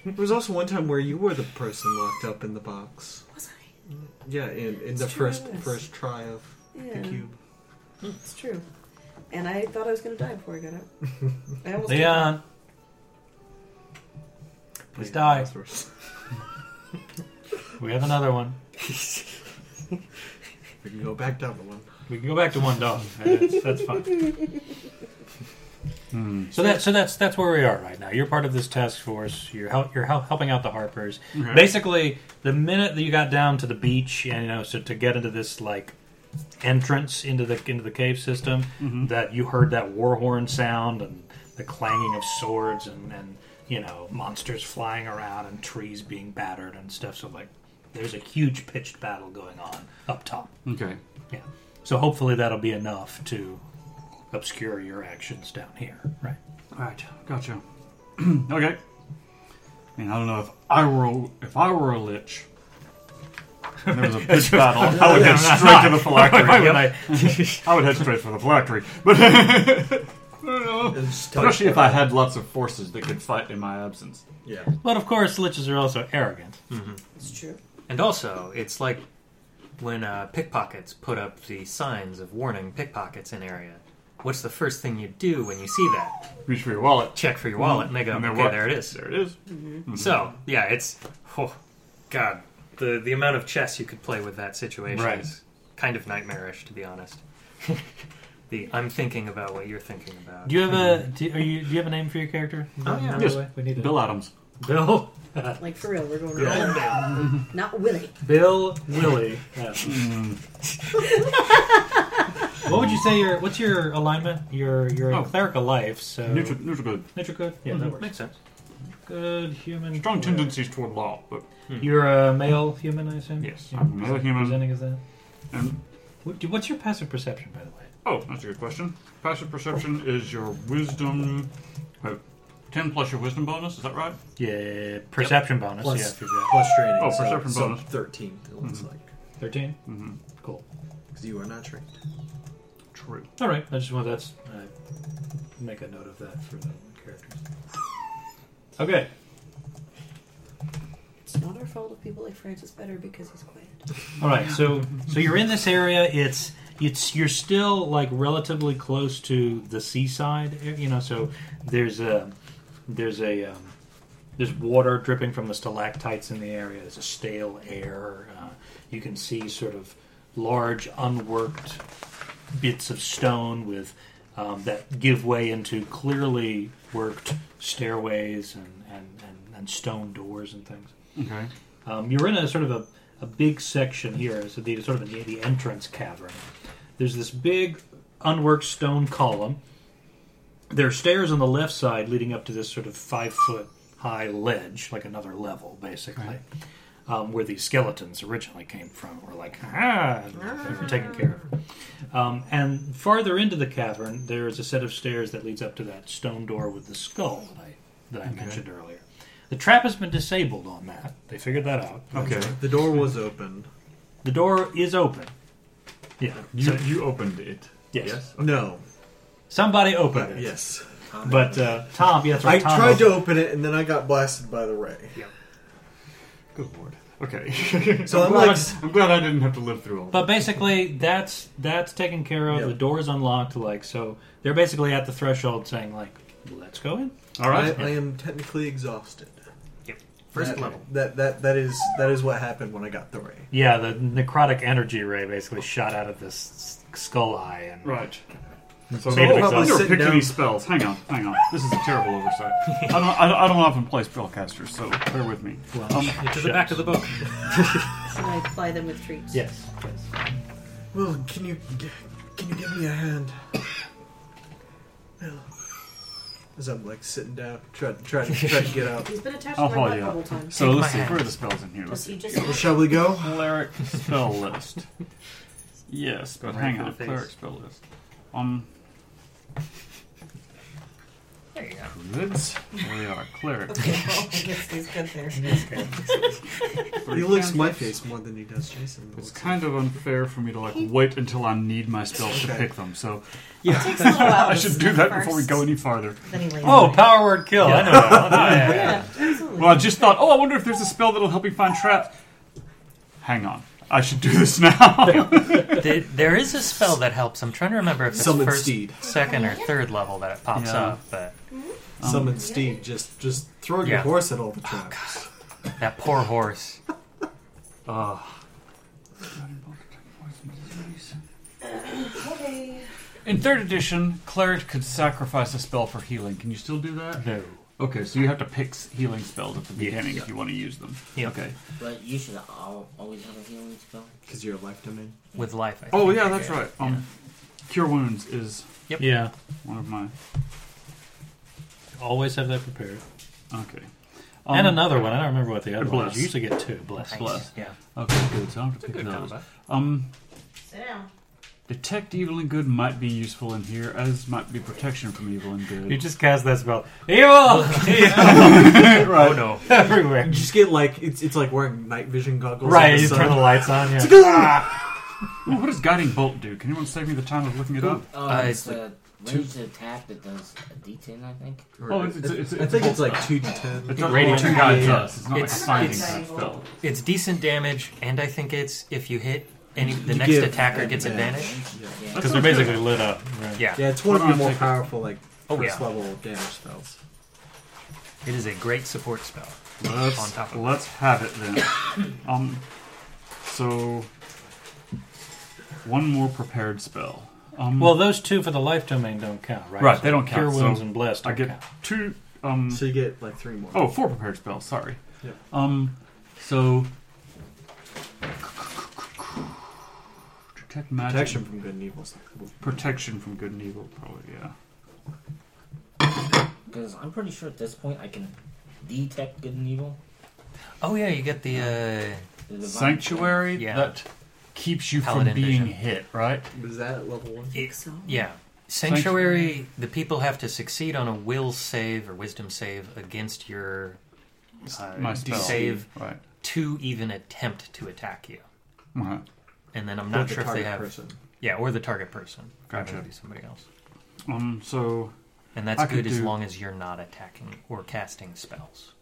[SPEAKER 3] there was also one time where you were the person locked up in the box.
[SPEAKER 8] Was
[SPEAKER 3] I? Yeah, in, in the
[SPEAKER 8] That's true, I
[SPEAKER 3] first
[SPEAKER 8] was.
[SPEAKER 3] first try of
[SPEAKER 8] Yeah.
[SPEAKER 3] the cube.
[SPEAKER 8] It's true. And I thought I was gonna die before I got out. I almost did.
[SPEAKER 2] Leon. Please die. we have another one.
[SPEAKER 3] We can go back down to one.
[SPEAKER 2] We can go back to one dog. That's, that's fine. So that so that's that's where we are right now. You're part of this task force. You're help, you're help, helping out the Harpers.
[SPEAKER 11] Okay.
[SPEAKER 2] Basically, the minute that you got down to the beach, and you know, so to get into this like entrance into the into the cave system, that you heard that war horn sound and the clanging of swords and and you know monsters flying around and trees being battered and stuff. So like, there's a huge pitched battle going on up top.
[SPEAKER 11] Okay.
[SPEAKER 2] Yeah. So hopefully that'll be enough to obscure your actions down here. Right.
[SPEAKER 11] All right. Gotcha. okay. I mean, I don't know if I were a, if I were a lich,
[SPEAKER 1] and there was a pitch battle, I would head
[SPEAKER 2] Oh, Yeah.
[SPEAKER 1] straight to the phylactery.
[SPEAKER 2] Why would
[SPEAKER 1] I? would head straight for the phylactery. But especially if I had lots of forces that could fight in my absence.
[SPEAKER 3] Yeah.
[SPEAKER 2] But of course, liches are also arrogant.
[SPEAKER 8] It's true.
[SPEAKER 4] And also, it's like when uh, pickpockets put up the signs of warning pickpockets in area. What's the first thing you do when you see that?
[SPEAKER 1] Reach for your wallet.
[SPEAKER 4] Check for your wallet, and they go,
[SPEAKER 2] Mm-hmm.
[SPEAKER 1] And they're
[SPEAKER 4] okay,
[SPEAKER 1] what?
[SPEAKER 4] there it is.
[SPEAKER 1] There it is. Mhm.
[SPEAKER 4] So, yeah, it's, oh, God, the, the amount of chess you could play with that situation
[SPEAKER 2] Right.
[SPEAKER 4] is kind of nightmarish, to be honest. the I'm thinking about what you're thinking about.
[SPEAKER 2] Do you have a do, are you do you have a name for your character?
[SPEAKER 4] Oh, yeah.
[SPEAKER 2] By the
[SPEAKER 4] Yes.
[SPEAKER 2] way, we need to-
[SPEAKER 1] Bill Adams.
[SPEAKER 2] Bill.
[SPEAKER 8] Like for real, we're going
[SPEAKER 2] Yeah.
[SPEAKER 8] around.
[SPEAKER 2] Yeah.
[SPEAKER 8] Not Willie.
[SPEAKER 2] Bill Willie. what would you say your what's your alignment? Your your
[SPEAKER 1] Oh.
[SPEAKER 2] clerical life. So
[SPEAKER 1] Neutral, neutral good.
[SPEAKER 2] Neutral good. Yeah, that works. Makes
[SPEAKER 4] sense.
[SPEAKER 2] Good human.
[SPEAKER 1] Strong tendencies toward law, but
[SPEAKER 2] You're a male human, I assume.
[SPEAKER 1] Yes,
[SPEAKER 2] You're
[SPEAKER 1] I'm a male
[SPEAKER 2] present-
[SPEAKER 1] human.
[SPEAKER 2] Presenting as that.
[SPEAKER 1] And-
[SPEAKER 2] What, do- what's your passive perception, by the way?
[SPEAKER 1] Oh, that's a good question. Passive perception is your wisdom. Wait, 10 plus your wisdom bonus, is that right?
[SPEAKER 2] Yeah, perception bonus.
[SPEAKER 1] Plus-
[SPEAKER 2] yeah, if you've got-
[SPEAKER 3] Plus training.
[SPEAKER 1] Oh,
[SPEAKER 3] so-
[SPEAKER 1] perception
[SPEAKER 3] so
[SPEAKER 1] bonus.
[SPEAKER 3] 13, it looks
[SPEAKER 1] Mhm.
[SPEAKER 3] like.
[SPEAKER 2] 13?
[SPEAKER 1] Mm-hmm.
[SPEAKER 2] Cool.
[SPEAKER 3] Because you are not trained.
[SPEAKER 1] True.
[SPEAKER 2] All right. I just want that's uh, make a note of that for the characters. Okay.
[SPEAKER 8] It's not our fault if people like Francis better because he's quiet.
[SPEAKER 2] All right. So so you're in this area. It's it's you're still like relatively close to the seaside. eh, You know, so there's a there's a um, there's water dripping from the stalactites in the area. There's a stale air. Uh, you can see sort of large unworked bits of stone with um, that give way into clearly worked stairways and, and, and, and stone doors and things.
[SPEAKER 1] Okay.
[SPEAKER 2] Um, you're in a sort of a, a big section here, so the sort of the, the entrance cavern. There's this big unworked stone column. There are stairs on the left side leading up to this sort of five foot high ledge, like another level, basically, um, where these skeletons originally came from. Were like, ah, they were taken care of. Um, and farther into the cavern, there is a set of stairs that leads up to that stone door with the skull that I, that I mentioned earlier. The trap has been disabled on that. They figured that out.
[SPEAKER 1] Okay.
[SPEAKER 3] The door was open.
[SPEAKER 2] The door is open. Yeah.
[SPEAKER 1] You,
[SPEAKER 2] So-
[SPEAKER 1] you opened it.
[SPEAKER 2] Yes.
[SPEAKER 3] No.
[SPEAKER 2] Somebody opened it.
[SPEAKER 3] Yes.
[SPEAKER 2] But uh, Tom, yeah, that's
[SPEAKER 3] I
[SPEAKER 2] right. Tom
[SPEAKER 3] tried to
[SPEAKER 2] opened-
[SPEAKER 3] open it and then I got blasted by the ray.
[SPEAKER 1] Good lord. Okay.
[SPEAKER 3] So
[SPEAKER 1] I'm,
[SPEAKER 3] I'm
[SPEAKER 1] glad,
[SPEAKER 3] like-
[SPEAKER 1] I'm glad I didn't have to live through all
[SPEAKER 2] But basically, that's that's taken care of.
[SPEAKER 3] Yep.
[SPEAKER 2] The door's unlocked. Like so, they're basically at the threshold, saying like, "Let's go in."
[SPEAKER 1] All right.
[SPEAKER 3] I, I am technically exhausted.
[SPEAKER 4] Yep. First
[SPEAKER 3] That-
[SPEAKER 4] level.
[SPEAKER 3] That that that is that is what happened when I got the ray.
[SPEAKER 2] Yeah, the necrotic energy ray basically shot out of this s- skull eye, and
[SPEAKER 1] Right. So
[SPEAKER 2] Made
[SPEAKER 1] oh,
[SPEAKER 2] of
[SPEAKER 1] I
[SPEAKER 2] exhaust.
[SPEAKER 1] never
[SPEAKER 3] Sit
[SPEAKER 1] picked
[SPEAKER 3] down.
[SPEAKER 1] any spells. Hang on, hang on. This is a terrible oversight. I don't, I don't, I don't often play spellcasters, so bear with me. Um,
[SPEAKER 4] to the back of the book.
[SPEAKER 8] Should I ply them with treats?
[SPEAKER 2] yes,
[SPEAKER 3] Well, can you can you give me a hand? As I'm like sitting down, try try try to get up.
[SPEAKER 8] He's been attached
[SPEAKER 1] I'll
[SPEAKER 8] to my
[SPEAKER 1] hold
[SPEAKER 8] butt
[SPEAKER 1] you
[SPEAKER 8] the whole
[SPEAKER 1] up.
[SPEAKER 8] time.
[SPEAKER 1] So
[SPEAKER 4] Take
[SPEAKER 1] let's
[SPEAKER 4] my
[SPEAKER 1] see.
[SPEAKER 4] hand.
[SPEAKER 1] Where are the spells in here? Let's
[SPEAKER 8] Does
[SPEAKER 1] see.
[SPEAKER 8] he just
[SPEAKER 3] Well, shall we go?
[SPEAKER 1] Cleric spell list. Yes, but
[SPEAKER 4] Right
[SPEAKER 1] hang
[SPEAKER 4] for
[SPEAKER 1] on.
[SPEAKER 4] the face.
[SPEAKER 1] Cleric spell list. Um,
[SPEAKER 4] There you go.
[SPEAKER 1] goods. There we are. Cleric.
[SPEAKER 8] Okay, well, I guess he's good there.
[SPEAKER 3] He looks my face more than he does Jason.
[SPEAKER 1] It's kind of unfair for me to like wait until I need my spells to pick them. So
[SPEAKER 8] It takes a little while.
[SPEAKER 1] I should do that before we go any farther.
[SPEAKER 8] Then he lays
[SPEAKER 2] Oh,
[SPEAKER 8] on it.
[SPEAKER 2] power word kill. I know. that one. Yeah, yeah, yeah.
[SPEAKER 8] Yeah, absolutely.
[SPEAKER 1] Well, I just thought, oh, I wonder if there's a spell that'll help me find traps. Hang on. I should do this now.
[SPEAKER 4] There- there is a spell that helps. I'm trying to remember if it's
[SPEAKER 3] Summon
[SPEAKER 4] first,
[SPEAKER 3] steed.
[SPEAKER 4] second, or third level that it pops
[SPEAKER 1] Yeah.
[SPEAKER 4] up. But
[SPEAKER 1] um,
[SPEAKER 3] Summon Steve. Just just throw your
[SPEAKER 4] Yeah.
[SPEAKER 3] horse at all
[SPEAKER 1] Oh,
[SPEAKER 3] the traps.
[SPEAKER 4] that poor horse.
[SPEAKER 1] In third edition, cleric could sacrifice a spell for healing. Can you still do that?
[SPEAKER 2] No.
[SPEAKER 1] Okay, so you have to pick s- healing spells at the beginning if you want to use them.
[SPEAKER 4] Yeah.
[SPEAKER 1] Okay.
[SPEAKER 5] But you should al- always have a healing spell.
[SPEAKER 3] Because you're a life domain.
[SPEAKER 4] With life. I
[SPEAKER 1] Oh
[SPEAKER 4] think.
[SPEAKER 1] yeah, that's right. Um, cure wounds is
[SPEAKER 2] Yeah.
[SPEAKER 1] one of my.
[SPEAKER 2] Always have that prepared.
[SPEAKER 1] Okay. Um,
[SPEAKER 2] and another one. I don't remember what the other one
[SPEAKER 1] bless.
[SPEAKER 2] is. You usually get two. Bless.
[SPEAKER 1] Bless.
[SPEAKER 4] Yeah.
[SPEAKER 1] Okay, good. So I have to pick those. Um,
[SPEAKER 6] Sit down.
[SPEAKER 1] Detect evil and good might be useful in here, as might be protection from evil and good.
[SPEAKER 2] You just cast that spell. Evil!
[SPEAKER 1] right.
[SPEAKER 2] Oh, no. Everywhere.
[SPEAKER 3] You just get like it's it's like wearing night vision goggles.
[SPEAKER 2] Right,
[SPEAKER 3] in
[SPEAKER 2] you
[SPEAKER 3] sun.
[SPEAKER 2] turn the lights on, yeah.
[SPEAKER 3] It's like, "Ah!"
[SPEAKER 1] Well, what does guiding bolt do? Can anyone save me the time of looking it up?
[SPEAKER 5] Oh,
[SPEAKER 4] Uh,
[SPEAKER 5] it's
[SPEAKER 4] it's
[SPEAKER 5] the ranged attack that does a D10, I think.
[SPEAKER 1] Oh, it's, it's, it's,
[SPEAKER 3] I think it's like 2d10.
[SPEAKER 1] It's not
[SPEAKER 2] Radiant
[SPEAKER 1] radiant guides
[SPEAKER 2] guide,
[SPEAKER 1] us. It's not
[SPEAKER 4] It's-
[SPEAKER 1] like a
[SPEAKER 4] it's-
[SPEAKER 1] finding spell.
[SPEAKER 4] It's decent damage, and I think it's if you hit any, the
[SPEAKER 3] You
[SPEAKER 4] next
[SPEAKER 3] give
[SPEAKER 4] attacker gets
[SPEAKER 3] advantage.
[SPEAKER 4] advantage.
[SPEAKER 5] Yeah.
[SPEAKER 2] Because they're basically lit up. Right.
[SPEAKER 4] Yeah.
[SPEAKER 3] Yeah, it's one of
[SPEAKER 1] Hold
[SPEAKER 3] your
[SPEAKER 1] on a
[SPEAKER 3] more
[SPEAKER 1] second.
[SPEAKER 3] powerful like
[SPEAKER 4] Oh,
[SPEAKER 3] first
[SPEAKER 4] yeah.
[SPEAKER 3] level damage spells.
[SPEAKER 4] it is a great support spell.
[SPEAKER 1] Let's,
[SPEAKER 4] on top of
[SPEAKER 1] let's have it then. um, so one more prepared spell. Um,
[SPEAKER 2] Well, those two for the life domain don't count, right?
[SPEAKER 1] Right, they don't count,
[SPEAKER 2] Cure wounds
[SPEAKER 1] so
[SPEAKER 2] and bless don't
[SPEAKER 1] I get
[SPEAKER 2] count.
[SPEAKER 1] two. Um,
[SPEAKER 3] So you get like three more.
[SPEAKER 1] oh, four prepared spells. Sorry.
[SPEAKER 3] Yeah.
[SPEAKER 1] Um, so detect magic,
[SPEAKER 3] protection from good and evil. is like-
[SPEAKER 1] protection from good and evil, probably. Yeah.
[SPEAKER 5] Because I'm pretty sure at this point I can detect good and evil.
[SPEAKER 4] Oh yeah, you get the uh,
[SPEAKER 5] The divine-
[SPEAKER 1] Sanctuary
[SPEAKER 4] Yeah.
[SPEAKER 1] that keeps you
[SPEAKER 4] Paladin
[SPEAKER 1] from being
[SPEAKER 4] vision.
[SPEAKER 1] hit, right?
[SPEAKER 3] Was that at level one?
[SPEAKER 4] it-
[SPEAKER 8] So
[SPEAKER 4] yeah sanctuary. The people have to succeed on a will save or wisdom save against your uh,
[SPEAKER 1] My spell.
[SPEAKER 4] save
[SPEAKER 1] Right.
[SPEAKER 4] to even attempt to attack you.
[SPEAKER 1] Uh-huh.
[SPEAKER 4] And then I'm
[SPEAKER 3] For
[SPEAKER 4] not
[SPEAKER 3] the
[SPEAKER 4] sure if they
[SPEAKER 3] target
[SPEAKER 4] have
[SPEAKER 3] person.
[SPEAKER 4] yeah or the target person.
[SPEAKER 1] Gotcha.
[SPEAKER 4] That would be somebody else.
[SPEAKER 1] Um. So
[SPEAKER 4] And that's
[SPEAKER 1] I could
[SPEAKER 4] good as
[SPEAKER 1] do-
[SPEAKER 4] long as you're not attacking or casting spells.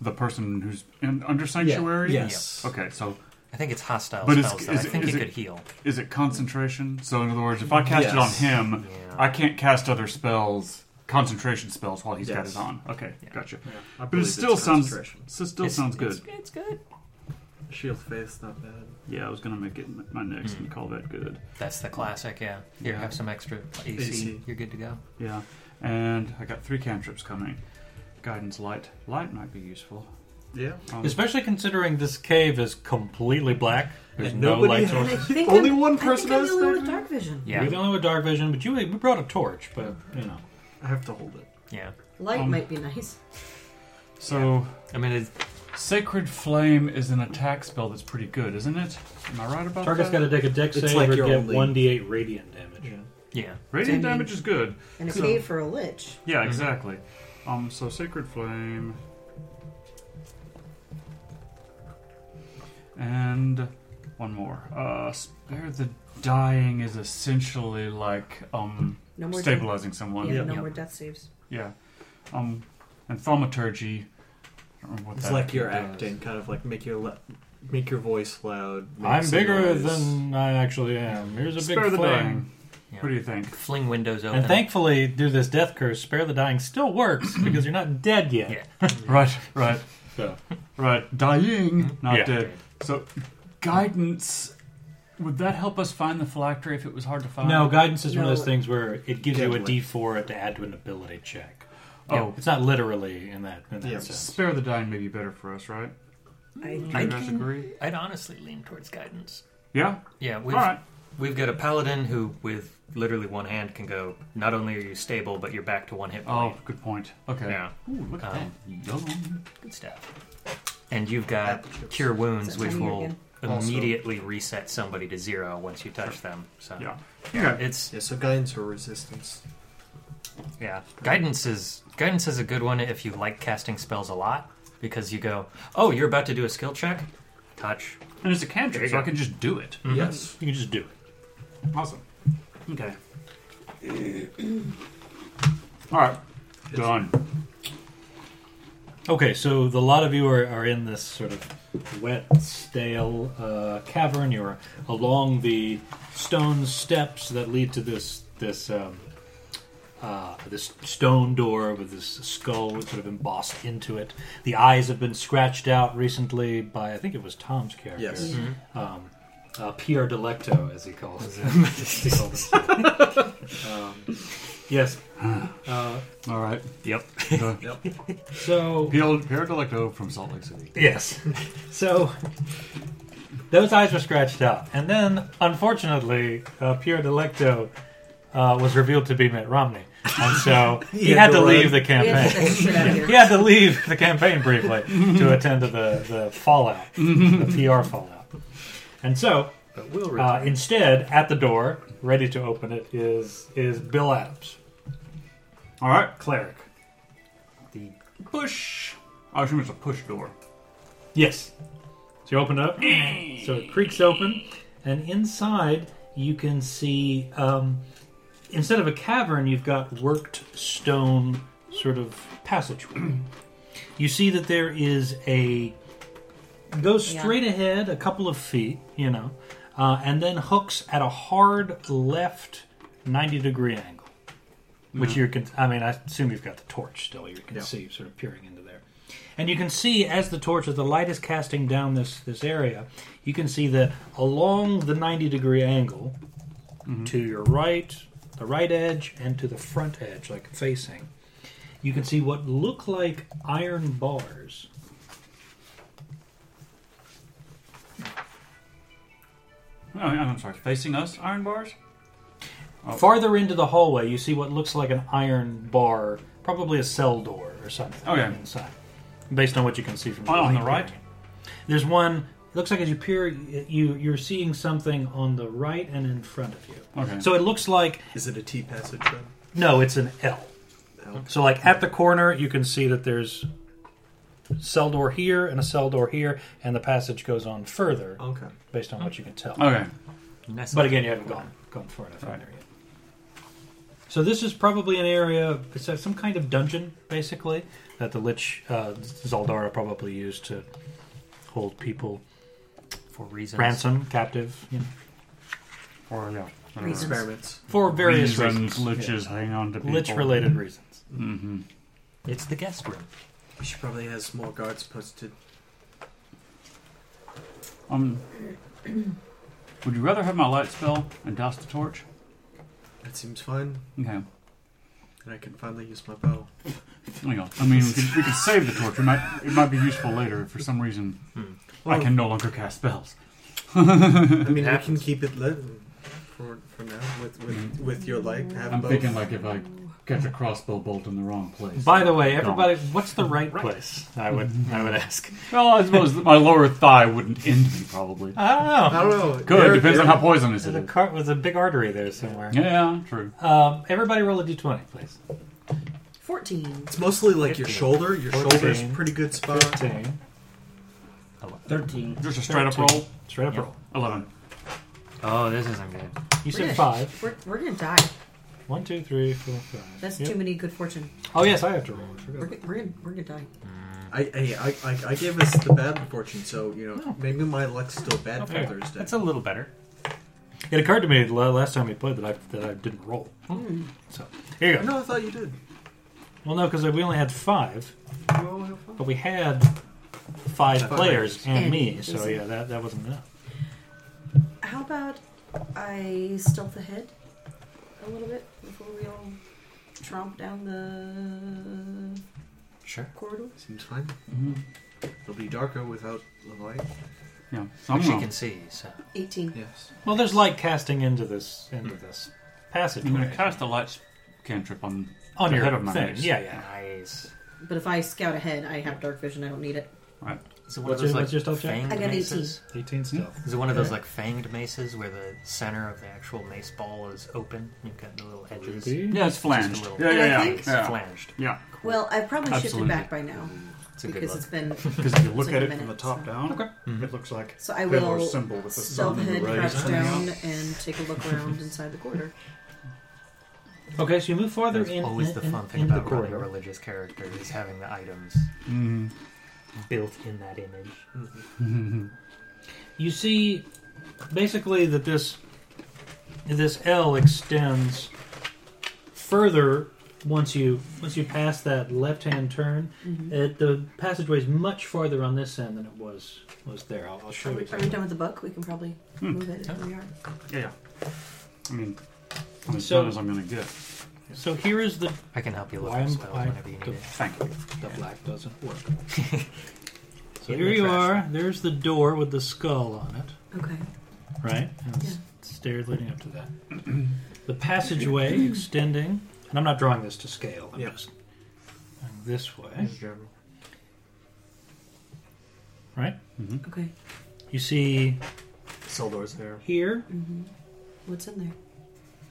[SPEAKER 1] the person who's in, under sanctuary.
[SPEAKER 3] Yes.
[SPEAKER 1] Okay. So
[SPEAKER 4] I think it's hostile
[SPEAKER 1] But is-
[SPEAKER 4] spells. that
[SPEAKER 1] is
[SPEAKER 4] I
[SPEAKER 1] it-
[SPEAKER 4] think
[SPEAKER 1] is
[SPEAKER 4] you
[SPEAKER 1] it-
[SPEAKER 4] could heal.
[SPEAKER 1] is it concentration? So in other words, if I cast it
[SPEAKER 3] Yes.
[SPEAKER 1] on him,
[SPEAKER 4] Yeah.
[SPEAKER 1] I can't cast other spells, concentration spells, while he's got
[SPEAKER 3] Yes.
[SPEAKER 1] it on. Okay. Gotcha.
[SPEAKER 3] I
[SPEAKER 1] But it
[SPEAKER 3] believe
[SPEAKER 1] still
[SPEAKER 3] it's
[SPEAKER 1] sounds.
[SPEAKER 3] concentration.
[SPEAKER 1] So still
[SPEAKER 4] It's-
[SPEAKER 1] sounds good.
[SPEAKER 4] it's- It's good.
[SPEAKER 3] Shield face, not bad.
[SPEAKER 1] Yeah, I was gonna make it m- my next
[SPEAKER 4] Mm.
[SPEAKER 1] and call that good.
[SPEAKER 4] That's the classic, yeah. You
[SPEAKER 1] Yeah.
[SPEAKER 4] have some extra AC,
[SPEAKER 3] AC.
[SPEAKER 4] you're good to go.
[SPEAKER 1] Yeah, and I got three cantrips coming. Guidance light. Light might be useful.
[SPEAKER 3] Yeah.
[SPEAKER 1] Um,
[SPEAKER 2] Especially considering this cave is completely black. There's
[SPEAKER 3] And
[SPEAKER 2] no
[SPEAKER 3] nobody
[SPEAKER 2] light
[SPEAKER 3] has-
[SPEAKER 2] source.
[SPEAKER 8] I think
[SPEAKER 3] Only
[SPEAKER 8] I'm-
[SPEAKER 3] one
[SPEAKER 8] I think
[SPEAKER 3] person
[SPEAKER 8] I'm
[SPEAKER 3] has
[SPEAKER 8] the only one
[SPEAKER 3] that.
[SPEAKER 8] with dark vision.
[SPEAKER 4] Yeah.
[SPEAKER 2] We're the only with dark vision, but you we brought a torch, but you know.
[SPEAKER 3] I have to hold it.
[SPEAKER 4] Yeah.
[SPEAKER 8] Light
[SPEAKER 1] Um,
[SPEAKER 8] might be nice.
[SPEAKER 1] so
[SPEAKER 4] I mean, it's,
[SPEAKER 1] sacred flame is an attack spell that's pretty good, isn't it? Am I right about
[SPEAKER 2] Target's
[SPEAKER 1] that?
[SPEAKER 2] got to take a deck
[SPEAKER 3] It's
[SPEAKER 2] save
[SPEAKER 3] like
[SPEAKER 2] or
[SPEAKER 3] your
[SPEAKER 2] get
[SPEAKER 3] only-
[SPEAKER 2] one d eight radiant damage.
[SPEAKER 4] yeah.
[SPEAKER 1] Radiant
[SPEAKER 4] It's-
[SPEAKER 1] damage is good.
[SPEAKER 8] And a
[SPEAKER 1] so-
[SPEAKER 8] cave for a lich.
[SPEAKER 1] Yeah, exactly. Um, so sacred flame, and one more. Uh, spare the dying is essentially like um
[SPEAKER 8] No more
[SPEAKER 1] stabilizing
[SPEAKER 8] Death,
[SPEAKER 1] someone.
[SPEAKER 8] yeah,
[SPEAKER 1] Yeah.
[SPEAKER 8] no
[SPEAKER 4] Yep.
[SPEAKER 8] more death saves.
[SPEAKER 1] Um, and thaumaturgy. I don't remember what
[SPEAKER 3] It's
[SPEAKER 1] that
[SPEAKER 3] like you're
[SPEAKER 1] does.
[SPEAKER 3] acting, kind of like make your le- make your voice loud. make
[SPEAKER 2] I'm
[SPEAKER 3] some
[SPEAKER 2] bigger
[SPEAKER 3] noise.
[SPEAKER 2] than I actually am. Here's a
[SPEAKER 1] Spare
[SPEAKER 2] big
[SPEAKER 1] the
[SPEAKER 2] flame.
[SPEAKER 1] dying. What do you think?
[SPEAKER 4] Fling windows open.
[SPEAKER 2] And thankfully, do this death curse, spare the dying, still works because you're not dead yet.
[SPEAKER 4] Yeah.
[SPEAKER 1] Right, right,
[SPEAKER 2] So.
[SPEAKER 1] right. Dying, not
[SPEAKER 2] Yeah.
[SPEAKER 1] dead. So, guidance. Would that help us find the phylactery if it was hard to find?
[SPEAKER 2] No, guidance is one of those
[SPEAKER 8] No.
[SPEAKER 2] things where it gives you a
[SPEAKER 3] Deadly.
[SPEAKER 2] D4 to add to an ability check.
[SPEAKER 1] Oh.
[SPEAKER 2] it's not literally in that in that
[SPEAKER 3] Yeah.
[SPEAKER 2] sense.
[SPEAKER 1] Spare the dying may be better for us, right? Do
[SPEAKER 8] I,
[SPEAKER 1] you
[SPEAKER 4] I
[SPEAKER 1] guys
[SPEAKER 4] can-
[SPEAKER 1] agree?
[SPEAKER 4] I'd honestly lean towards guidance.
[SPEAKER 1] Yeah.
[SPEAKER 4] Yeah, we've,
[SPEAKER 1] All right.
[SPEAKER 4] we've got a paladin who, with literally one hand, can go, not only are you stable, but you're back to one hit
[SPEAKER 1] Oh,
[SPEAKER 4] point.
[SPEAKER 1] good point. Okay.
[SPEAKER 4] Yeah.
[SPEAKER 1] Ooh, look at
[SPEAKER 4] Um,
[SPEAKER 1] that. Yum.
[SPEAKER 4] Good stuff. And you've got
[SPEAKER 3] Apple chips.
[SPEAKER 4] Cure Wounds,
[SPEAKER 8] Is it
[SPEAKER 4] which
[SPEAKER 8] time here
[SPEAKER 4] will
[SPEAKER 8] again?
[SPEAKER 3] Also.
[SPEAKER 4] immediately reset somebody to zero once you touch them. So
[SPEAKER 1] Yeah. Okay.
[SPEAKER 4] it's
[SPEAKER 3] Yeah, so guidance or resistance.
[SPEAKER 4] yeah. Guidance is guidance is a good one if you like casting spells a lot because you go, oh, you're about to do a skill check, touch.
[SPEAKER 1] And it's a cantrip, so I can just do it.
[SPEAKER 3] Mm-hmm. Yes.
[SPEAKER 2] You can just do it.
[SPEAKER 1] Awesome. Okay. All right. Done.
[SPEAKER 2] Okay, so the lot of you are, are in this sort of wet, stale uh, cavern. You're along the stone steps that lead to this this um, uh, this stone door with this skull sort of embossed into it. The eyes have been scratched out recently by I think it was Tom's character.
[SPEAKER 3] Yes.
[SPEAKER 2] um, uh, Pierre Delecto, as he calls him. He called himself. um, yes. Uh,
[SPEAKER 1] All right.
[SPEAKER 2] yep.
[SPEAKER 1] yep.
[SPEAKER 2] So
[SPEAKER 1] Pierre Pierre Delecto from Salt Lake City.
[SPEAKER 2] yes. So those eyes were scratched out, and then unfortunately, uh, Pierre Delecto uh, was revealed to be Mitt Romney, and so he,
[SPEAKER 3] had
[SPEAKER 2] had
[SPEAKER 3] to
[SPEAKER 2] to
[SPEAKER 3] run.
[SPEAKER 2] leave the
[SPEAKER 8] We have to
[SPEAKER 2] campaign.
[SPEAKER 8] get that shit out of here.
[SPEAKER 2] He had to leave the campaign briefly to attend to the, the fallout, the PR fallout. And so
[SPEAKER 4] But will
[SPEAKER 2] uh, instead, at the door, ready to open it is is Bill Adams.
[SPEAKER 11] All right,
[SPEAKER 2] cleric.
[SPEAKER 11] The push.
[SPEAKER 1] Oh,
[SPEAKER 11] I assume it's a push door.
[SPEAKER 2] Yes. So you open it up, so it creaks open, and inside you can see um, instead of a cavern, you've got worked stone sort of passageway. you see that there is a goes straight ahead a couple of feet, you know, uh, and then hooks at a hard left ninety degree angle, which
[SPEAKER 11] Mhm.
[SPEAKER 2] you can. I mean, I assume you've got the torch still. You can see sort of peering into there. And you can see as the torch, as the light is casting down this this area, you can see that along the ninety degree angle, to your right, the right edge, and to the front edge, like facing, you can see what look like iron bars.
[SPEAKER 11] Oh, I'm sorry, facing us, iron bars. Oh.
[SPEAKER 2] Farther into the hallway, you see what looks like an iron bar, probably a cell door or something.
[SPEAKER 11] Okay.
[SPEAKER 2] Inside, based on what you can see from
[SPEAKER 11] On- Oh, on
[SPEAKER 2] light
[SPEAKER 11] the right?
[SPEAKER 2] peering in. There's one. Looks like as you peer, you you're seeing something on the right and in front of you.
[SPEAKER 3] Okay.
[SPEAKER 2] So it looks like
[SPEAKER 3] Is it a T passage? Then?
[SPEAKER 2] No, it's an L. So, like at the corner, you can see that there's cell door here and a cell door here, and the passage goes on further.
[SPEAKER 3] Okay.
[SPEAKER 2] Based on what you can tell.
[SPEAKER 11] Okay.
[SPEAKER 2] But again, you haven't gone gone far enough in there yet. So this is probably an area, it's a- some kind of dungeon, basically, that the Lich uh, Zaldara probably used to hold people
[SPEAKER 4] for reasons.
[SPEAKER 2] ransom, captive, you know.
[SPEAKER 11] Or yeah,
[SPEAKER 2] whatever. Experiments. For various
[SPEAKER 11] reasons,
[SPEAKER 2] reasons,
[SPEAKER 11] liches
[SPEAKER 2] yeah.
[SPEAKER 11] hang on to people.
[SPEAKER 2] Lich-related reasons.
[SPEAKER 11] Mm-hmm.
[SPEAKER 4] It's the guest room.
[SPEAKER 3] We should probably have some more guards posted.
[SPEAKER 11] Um, would you rather have my light spell and douse the torch?
[SPEAKER 3] That seems fine.
[SPEAKER 11] Okay.
[SPEAKER 3] And I can finally use my bow.
[SPEAKER 11] Hang on. I mean, we could, we could save the torch. It might, it might be useful later. If for some reason, I can no longer cast spells.
[SPEAKER 3] I mean, we can keep it lit for, for now with, with, with your like. Have
[SPEAKER 11] I'm
[SPEAKER 3] both.
[SPEAKER 11] thinking like if I catch a crossbow bolt in the wrong place.
[SPEAKER 2] By the way,
[SPEAKER 11] Gone.
[SPEAKER 2] everybody, what's the right place? I would I would ask.
[SPEAKER 11] Well, I suppose that my lower thigh wouldn't end me probably.
[SPEAKER 2] I don't know.
[SPEAKER 3] I don't know.
[SPEAKER 11] Good.
[SPEAKER 2] There-
[SPEAKER 11] depends on
[SPEAKER 2] there-
[SPEAKER 11] how poisonous it
[SPEAKER 2] there's a
[SPEAKER 11] is.
[SPEAKER 2] car- there's a big artery there somewhere.
[SPEAKER 11] Yeah, true.
[SPEAKER 2] Um, everybody roll a d20, please.
[SPEAKER 8] 14.
[SPEAKER 3] It's mostly like your shoulder. Your shoulder's
[SPEAKER 2] 14,
[SPEAKER 3] pretty good spot.
[SPEAKER 2] 15,
[SPEAKER 5] Thirteen.
[SPEAKER 11] Just a straight up
[SPEAKER 2] 13.
[SPEAKER 11] roll.
[SPEAKER 2] Straight up
[SPEAKER 4] Yep.
[SPEAKER 2] roll.
[SPEAKER 11] Eleven.
[SPEAKER 4] Oh, this isn't good.
[SPEAKER 2] You
[SPEAKER 8] We're
[SPEAKER 2] said
[SPEAKER 8] gonna-
[SPEAKER 2] 5.
[SPEAKER 8] We're, we're gonna die.
[SPEAKER 2] One, two, three, four, five.
[SPEAKER 8] That's
[SPEAKER 2] Yep.
[SPEAKER 8] too many good fortune.
[SPEAKER 2] Oh, yes, I have to roll. I
[SPEAKER 8] We're,
[SPEAKER 2] forgot.
[SPEAKER 8] g- we're, gonna, we're gonna die.
[SPEAKER 3] I, hey, I, I, I gave us the bad fortune, so you know maybe my luck's still bad
[SPEAKER 2] Okay.
[SPEAKER 3] for Thursday.
[SPEAKER 4] That's a little better.
[SPEAKER 2] It occurred to me the la- last time we played that I, that I didn't roll. So, here you go.
[SPEAKER 3] no, I thought you did.
[SPEAKER 2] Well, no, because we only had 5,
[SPEAKER 3] You all have fun.
[SPEAKER 2] but we had 5 players and
[SPEAKER 8] And
[SPEAKER 2] me,
[SPEAKER 8] it
[SPEAKER 2] so
[SPEAKER 8] isn't-
[SPEAKER 2] yeah, that, that wasn't enough.
[SPEAKER 8] How about I stealth ahead a little bit before we all tromp down the
[SPEAKER 4] Sure.
[SPEAKER 8] corridor?
[SPEAKER 3] Seems fine.
[SPEAKER 11] Mhm.
[SPEAKER 3] It'll be darker without the light.
[SPEAKER 11] Yeah.
[SPEAKER 4] Which you
[SPEAKER 11] Somehow.
[SPEAKER 4] can see, so.
[SPEAKER 8] 18.
[SPEAKER 3] Yes.
[SPEAKER 2] Well, there's light casting into this into this passage.
[SPEAKER 11] I'm going to cast a light cantrip on
[SPEAKER 2] on
[SPEAKER 11] the
[SPEAKER 2] your
[SPEAKER 11] head of my
[SPEAKER 2] thing.
[SPEAKER 11] next.
[SPEAKER 2] Yeah, yeah.
[SPEAKER 4] Nice.
[SPEAKER 8] But if I scout ahead, I have dark vision. I don't need it.
[SPEAKER 11] Right.
[SPEAKER 4] Is it one
[SPEAKER 2] What's
[SPEAKER 4] of those
[SPEAKER 2] your-
[SPEAKER 4] like
[SPEAKER 2] what's your stealth check?
[SPEAKER 4] fanged
[SPEAKER 8] I got 18.
[SPEAKER 4] maces?
[SPEAKER 2] 18 stealth.
[SPEAKER 4] Is it one of those like fanged maces where the center of the actual mace ball is open? You've got the little hedges.
[SPEAKER 11] Yeah, it's flanged.
[SPEAKER 4] Just a little-
[SPEAKER 11] Yeah,
[SPEAKER 8] And I
[SPEAKER 11] yeah, yeah.
[SPEAKER 8] think-
[SPEAKER 4] It's
[SPEAKER 11] yeah.
[SPEAKER 4] flanged.
[SPEAKER 11] Yeah,
[SPEAKER 8] Well, I probably
[SPEAKER 11] Absolutely.
[SPEAKER 8] shifted back by now
[SPEAKER 4] It's a good
[SPEAKER 8] because it's
[SPEAKER 4] look.
[SPEAKER 8] been.
[SPEAKER 10] Because if you
[SPEAKER 8] It's
[SPEAKER 10] look
[SPEAKER 8] like
[SPEAKER 10] at
[SPEAKER 8] a
[SPEAKER 10] it from the
[SPEAKER 8] minute,
[SPEAKER 10] top
[SPEAKER 8] so-
[SPEAKER 10] down,
[SPEAKER 2] Okay.
[SPEAKER 3] Mm-hmm.
[SPEAKER 10] it looks like
[SPEAKER 8] So I
[SPEAKER 10] Hitler's
[SPEAKER 8] will
[SPEAKER 10] symbol with the
[SPEAKER 8] stealth
[SPEAKER 10] sun and the
[SPEAKER 8] ahead,
[SPEAKER 10] rays.
[SPEAKER 8] crouch down, and take a look around inside the corridor.
[SPEAKER 2] Okay, so you move farther
[SPEAKER 4] That's
[SPEAKER 2] in.
[SPEAKER 4] always
[SPEAKER 2] in-
[SPEAKER 4] the
[SPEAKER 2] in-
[SPEAKER 4] fun thing
[SPEAKER 2] in the
[SPEAKER 4] about running a
[SPEAKER 2] corridor.
[SPEAKER 4] religious character is having the items
[SPEAKER 11] Mm.
[SPEAKER 4] built in that image.
[SPEAKER 2] You see, basically that this this L extends further once you once you pass that left hand turn. It, the passageway is much farther on this end than it was was there. I'll, I'll show
[SPEAKER 8] Are
[SPEAKER 2] you.
[SPEAKER 8] we, are we done with the book? We can probably
[SPEAKER 10] Hmm.
[SPEAKER 8] move it if we are.
[SPEAKER 11] yeah, yeah. I mean, I'm as
[SPEAKER 2] So-
[SPEAKER 11] done as I'm going to get.
[SPEAKER 2] So here is the
[SPEAKER 4] I can help you look
[SPEAKER 2] Why
[SPEAKER 4] up
[SPEAKER 2] am
[SPEAKER 4] spells
[SPEAKER 2] I-
[SPEAKER 4] whenever you need
[SPEAKER 2] the-
[SPEAKER 4] it.
[SPEAKER 11] Thank you.
[SPEAKER 2] The black doesn't work. so
[SPEAKER 4] Get in
[SPEAKER 2] here
[SPEAKER 4] the
[SPEAKER 2] you
[SPEAKER 4] trash.
[SPEAKER 2] are. There's the door with the skull on it,
[SPEAKER 8] Okay.
[SPEAKER 2] right? And it's
[SPEAKER 8] Yeah.
[SPEAKER 2] stairs leading up to that. the passageway extending, and I'm not drawing this to scale. I'm
[SPEAKER 3] Yeah.
[SPEAKER 2] just going this way,
[SPEAKER 3] Just general.
[SPEAKER 2] right?
[SPEAKER 8] Okay.
[SPEAKER 2] You see
[SPEAKER 3] Sildor's there.
[SPEAKER 2] here
[SPEAKER 8] mm-hmm. What's in there?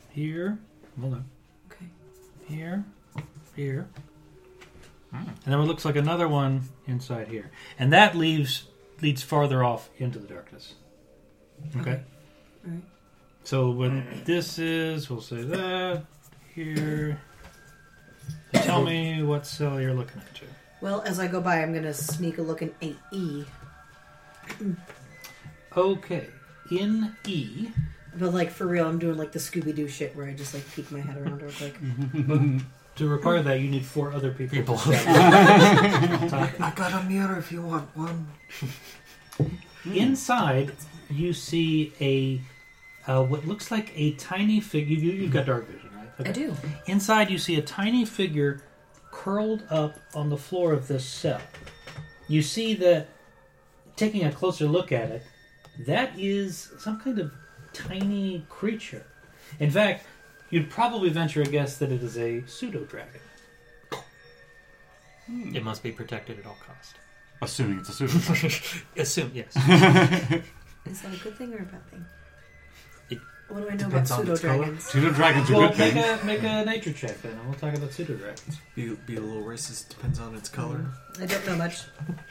[SPEAKER 2] here. Hold on.
[SPEAKER 8] Okay.
[SPEAKER 2] Here. Here. And then it looks like another one inside here. And that leaves leads farther off into the darkness. Okay.
[SPEAKER 8] All right.
[SPEAKER 2] So what this is, we'll say that here. So tell me what cell you're looking at. Too.
[SPEAKER 8] Well, as I go by, I'm gonna sneak a look in eight E.
[SPEAKER 2] Okay. In E.
[SPEAKER 8] But like for real, I'm doing like the Scooby Doo shit where I just like peek my head around real quick.
[SPEAKER 2] to require that, you need four other people.
[SPEAKER 4] People.
[SPEAKER 2] I
[SPEAKER 3] got a mirror if you want one.
[SPEAKER 8] Hmm.
[SPEAKER 2] Inside, you see a uh, what looks like a tiny figure. You, you've got dark vision, right?
[SPEAKER 8] I do.
[SPEAKER 2] Inside, you see a tiny figure curled up on the floor of this cell. You see that, taking a closer look at it, that is some kind of tiny creature. In fact, you'd probably venture a guess that it is a pseudo dragon.
[SPEAKER 4] It must be protected at all cost.
[SPEAKER 11] Assuming it's a pseudo.
[SPEAKER 4] Assume yes.
[SPEAKER 8] Is that a good thing or a bad thing?
[SPEAKER 4] It
[SPEAKER 8] What do I know about
[SPEAKER 4] depends on
[SPEAKER 8] pseudo
[SPEAKER 4] its color.
[SPEAKER 8] dragons?
[SPEAKER 11] Pseudo dragons are
[SPEAKER 2] well,
[SPEAKER 11] good
[SPEAKER 2] make
[SPEAKER 11] things.
[SPEAKER 2] a make a nature check then, and we'll talk about pseudo dragons.
[SPEAKER 3] Be, be a little racist. Depends on its color.
[SPEAKER 8] I don't know much.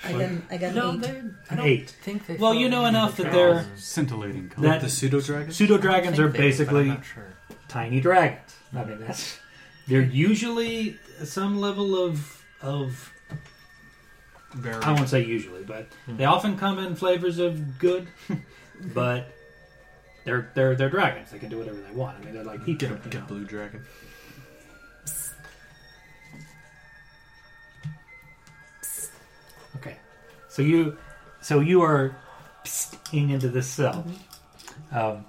[SPEAKER 8] I got I got
[SPEAKER 4] No,
[SPEAKER 8] an eight.
[SPEAKER 4] they're- I don't
[SPEAKER 2] Eight.
[SPEAKER 4] think they.
[SPEAKER 2] Well,
[SPEAKER 4] fall
[SPEAKER 2] you know
[SPEAKER 4] under
[SPEAKER 2] enough
[SPEAKER 4] the
[SPEAKER 2] that
[SPEAKER 4] dragons.
[SPEAKER 2] they're
[SPEAKER 11] Scintillating color.
[SPEAKER 2] that
[SPEAKER 3] The pseudo dragon.
[SPEAKER 2] pseudo
[SPEAKER 4] I think
[SPEAKER 2] dragons are
[SPEAKER 4] they do, but I'm
[SPEAKER 2] basically
[SPEAKER 4] not sure.
[SPEAKER 2] tiny dragons. I mean, that's they're usually some level of of
[SPEAKER 11] Very.
[SPEAKER 2] I won't say usually, but they often come in flavors of good, but they're they're they're dragons. They can do whatever they want. I mean, they're like people.
[SPEAKER 3] Get a,
[SPEAKER 2] you
[SPEAKER 3] get a
[SPEAKER 2] know.
[SPEAKER 3] blue dragon.
[SPEAKER 2] Okay, so you so you are psting into this cell, um,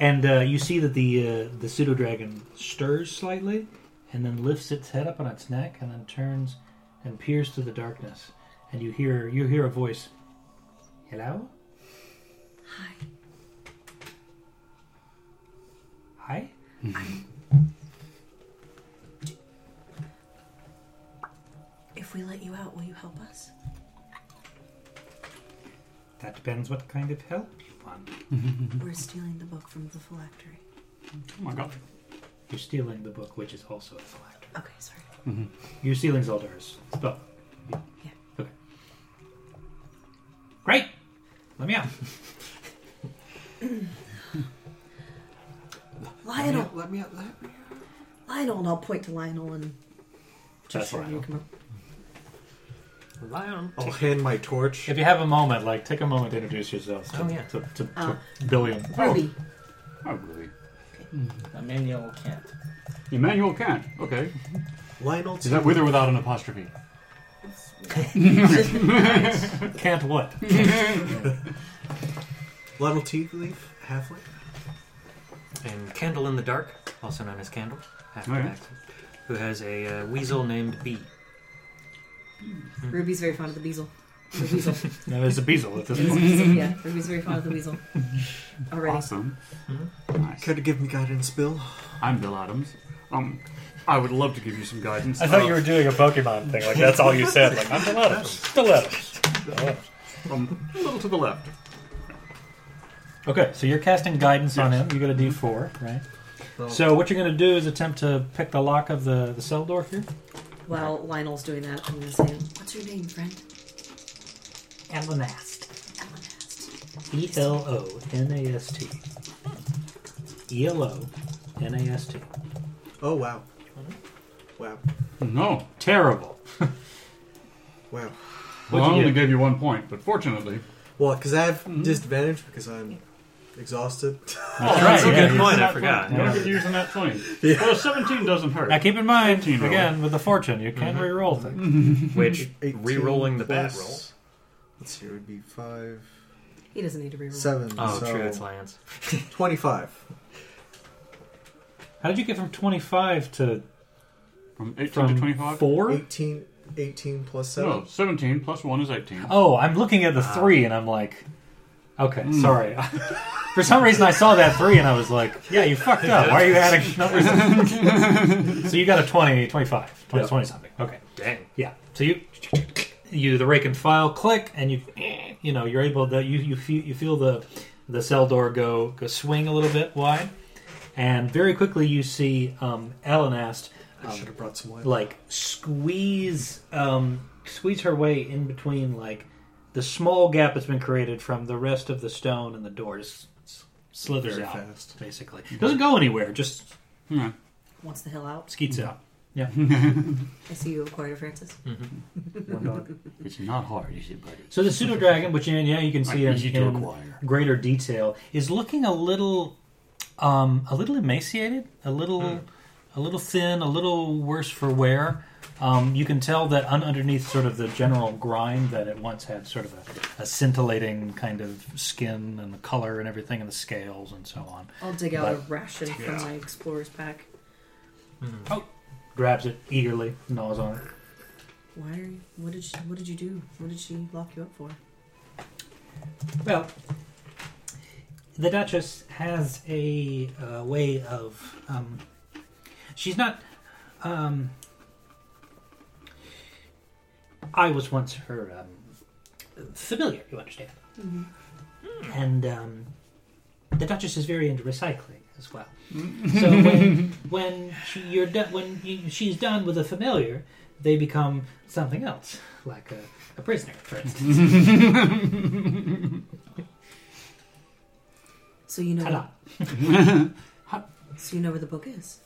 [SPEAKER 2] and uh, you see that the uh, the pseudo dragon stirs slightly, and then lifts its head up on its neck, and then turns and peers to the darkness, and you hear you hear a voice. Hello.
[SPEAKER 8] Hi,
[SPEAKER 2] Hi.
[SPEAKER 8] if we let you out, will you help us?
[SPEAKER 2] That depends what kind of help you want.
[SPEAKER 3] Mm-hmm.
[SPEAKER 8] We're stealing the book from the phylactery.
[SPEAKER 11] Oh my god.
[SPEAKER 2] You're stealing the book, which is also a phylactery.
[SPEAKER 8] Okay, sorry.
[SPEAKER 2] You're stealing Zoldar's spell.
[SPEAKER 8] Yeah.
[SPEAKER 2] Okay. Great. Let me out.
[SPEAKER 8] Lionel,
[SPEAKER 3] Let me out. Let me out.
[SPEAKER 8] Lionel, and I'll point to Lionel and
[SPEAKER 2] That's
[SPEAKER 8] just show you
[SPEAKER 2] Lionel.
[SPEAKER 8] come up.
[SPEAKER 4] Lion.
[SPEAKER 3] I'll hand my torch.
[SPEAKER 2] If you have a moment, like take a moment to introduce yourselves. To,
[SPEAKER 4] Oh, yeah.
[SPEAKER 2] To, to, to
[SPEAKER 8] Uh,
[SPEAKER 2] Billiam.
[SPEAKER 8] Ruby,
[SPEAKER 11] Oh, really?
[SPEAKER 5] Emmanuel Kent.
[SPEAKER 11] Emmanuel Kant. Okay.
[SPEAKER 3] Lionel.
[SPEAKER 11] Is that with or without an apostrophe?
[SPEAKER 2] Oh, Can't what?
[SPEAKER 3] Lionel Teagleaf. Halfway.
[SPEAKER 4] and Candle in the Dark, also known as Candle, after
[SPEAKER 11] Alright.
[SPEAKER 4] that, who has a uh, weasel named Bee.
[SPEAKER 3] Mm.
[SPEAKER 8] Ruby's very fond of the Beazle. The Weasel.
[SPEAKER 2] no, there's a Beazle at this point.
[SPEAKER 8] yeah, Ruby's very fond of the Weasel. Already.
[SPEAKER 11] Awesome. Nice.
[SPEAKER 3] Care to give me guidance, Bill?
[SPEAKER 11] I'm Bill Adams. Um, I would love to give you some guidance. Uh,
[SPEAKER 10] I thought you were
[SPEAKER 2] Oh.
[SPEAKER 10] doing a Pokemon thing. Like that's all you said. Like I'm the Adams. The Adams.
[SPEAKER 11] from a little to the left.
[SPEAKER 2] Okay, so you're casting guidance on him. You got a D4, right? So what you're going to do is attempt to pick the lock of the, the cell door here.
[SPEAKER 8] While Lionel's doing that, I'm gonna say, "What's your name, friend?"
[SPEAKER 2] Elanast.
[SPEAKER 8] Alan asked.
[SPEAKER 2] E L O N A S T. E L O N A S T.
[SPEAKER 3] Oh wow. Wow.
[SPEAKER 11] No.
[SPEAKER 2] Terrible.
[SPEAKER 3] Wow.
[SPEAKER 11] Well, I
[SPEAKER 2] What'd you
[SPEAKER 11] only
[SPEAKER 2] get?
[SPEAKER 11] gave you one point, but fortunately,
[SPEAKER 3] Well, because I have disadvantage because I'm exhausted.
[SPEAKER 11] Oh,
[SPEAKER 2] that's right, a yeah, good
[SPEAKER 4] point, I forgot.
[SPEAKER 11] Don't get using that twenty.
[SPEAKER 3] Yeah.
[SPEAKER 11] Well, seventeen doesn't hurt.
[SPEAKER 2] Now keep in mind,
[SPEAKER 11] 15 roll.
[SPEAKER 2] again, with the fortune, you
[SPEAKER 11] Mm-hmm.
[SPEAKER 2] can re-roll things.
[SPEAKER 4] Which,
[SPEAKER 3] 18
[SPEAKER 4] re-rolling the bad
[SPEAKER 3] plus-
[SPEAKER 4] roll.
[SPEAKER 3] Let's see. It would be five,
[SPEAKER 8] He doesn't need to reroll.
[SPEAKER 3] seven.
[SPEAKER 4] Oh,
[SPEAKER 3] so
[SPEAKER 4] true, it's Lions.
[SPEAKER 3] twenty-five.
[SPEAKER 2] How did you get from 25 to
[SPEAKER 11] From eighteen
[SPEAKER 2] from
[SPEAKER 11] to twenty-five.
[SPEAKER 2] 4?
[SPEAKER 3] 18, 18 plus seven.
[SPEAKER 4] Oh.
[SPEAKER 11] No, seventeen plus one is eighteen.
[SPEAKER 10] Uh,
[SPEAKER 2] Oh, I'm looking at the
[SPEAKER 11] Ah.
[SPEAKER 2] 3 and I'm like, okay,
[SPEAKER 11] Mm.
[SPEAKER 2] sorry. For some reason I saw that 3 and I was like, yeah, you fucked up. Why are you adding numbers? so you got a 20, 25, 20,
[SPEAKER 11] Yeah.
[SPEAKER 2] 20 something. Okay.
[SPEAKER 4] Dang.
[SPEAKER 2] Yeah. So you you the rake and file click and you you know you're able to you you feel, you feel the the cell door go go swing a little bit wide And very quickly, you see um, Ellen asked,
[SPEAKER 3] I should have brought some light.
[SPEAKER 2] like squeeze, um, squeeze her way in between like the small gap that's been created from the rest of the stone and the door. Just s- slithers
[SPEAKER 3] Very
[SPEAKER 2] out,
[SPEAKER 3] fast.
[SPEAKER 2] basically. Doesn't go anywhere. Just
[SPEAKER 8] Wants the hell out.
[SPEAKER 2] skeets out. Yeah.
[SPEAKER 8] I see you acquired Francis.
[SPEAKER 1] It's not hard, is it, buddy?
[SPEAKER 2] So the pseudo dragon, which in, yeah, you can see
[SPEAKER 1] Not
[SPEAKER 2] in,
[SPEAKER 1] easy to
[SPEAKER 2] in
[SPEAKER 1] acquire.
[SPEAKER 2] greater detail, is looking a little, um, a little emaciated, a little, a little thin, a little worse for wear. Um, you can tell that un- underneath sort of the general grime that it once had, sort of a, a scintillating kind of skin and the color and everything and the scales and so on.
[SPEAKER 8] I'll dig out a
[SPEAKER 2] But-
[SPEAKER 8] ration
[SPEAKER 2] Yeah.
[SPEAKER 8] from my explorer's pack.
[SPEAKER 2] Grabs it eagerly, gnaws on it.
[SPEAKER 8] Why are you? What did she? What did you do? What did she lock you up for?
[SPEAKER 2] Well, the Duchess has a uh, way of. Um, she's not. Um, I was once her um, familiar, you understand. And um, the Duchess is very into recycling as well. so when, when, she, you're do- when you, she's done with a familiar, they become something else, like a, a prisoner, for instance.
[SPEAKER 8] So you know.
[SPEAKER 2] Ta-da.
[SPEAKER 8] So you know where the book is.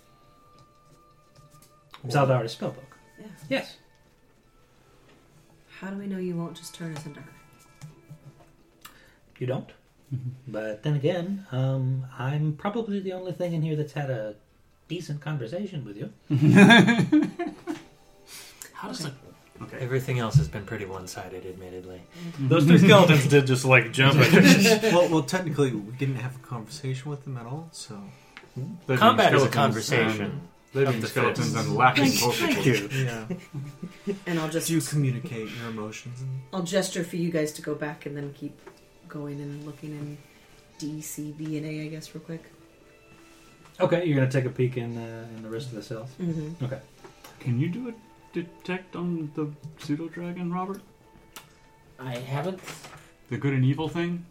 [SPEAKER 2] Zaldara's spellbook.
[SPEAKER 8] Yeah.
[SPEAKER 2] Yes.
[SPEAKER 8] How do we know you won't just turn us into her?
[SPEAKER 2] You don't. but then again, um, I'm probably the only thing in here that's had a decent conversation with you.
[SPEAKER 1] How does it? Okay.
[SPEAKER 4] Everything else has been pretty one sided, admittedly.
[SPEAKER 10] Those three skeletons did just like jump. at you.
[SPEAKER 3] well, well, technically, we didn't have a conversation with them at all, so
[SPEAKER 11] They being
[SPEAKER 4] Combat is a
[SPEAKER 11] skeletons
[SPEAKER 4] conversation.
[SPEAKER 11] and- They
[SPEAKER 4] of
[SPEAKER 11] being
[SPEAKER 4] the
[SPEAKER 11] skeletons
[SPEAKER 4] fittest.
[SPEAKER 11] and lacking vocal cords.
[SPEAKER 3] yeah.
[SPEAKER 8] And I'll just
[SPEAKER 3] Do you communicate your emotions? And
[SPEAKER 8] I'll gesture for you guys to go back and then keep going and looking in D, C, B, and A, I guess, real quick.
[SPEAKER 2] Okay, you're gonna take a peek in, uh, in the rest of the cells.
[SPEAKER 8] Mm-hmm.
[SPEAKER 1] Can you do a detect on the pseudo dragon, Robert?
[SPEAKER 5] I haven't.
[SPEAKER 1] The good and evil thing.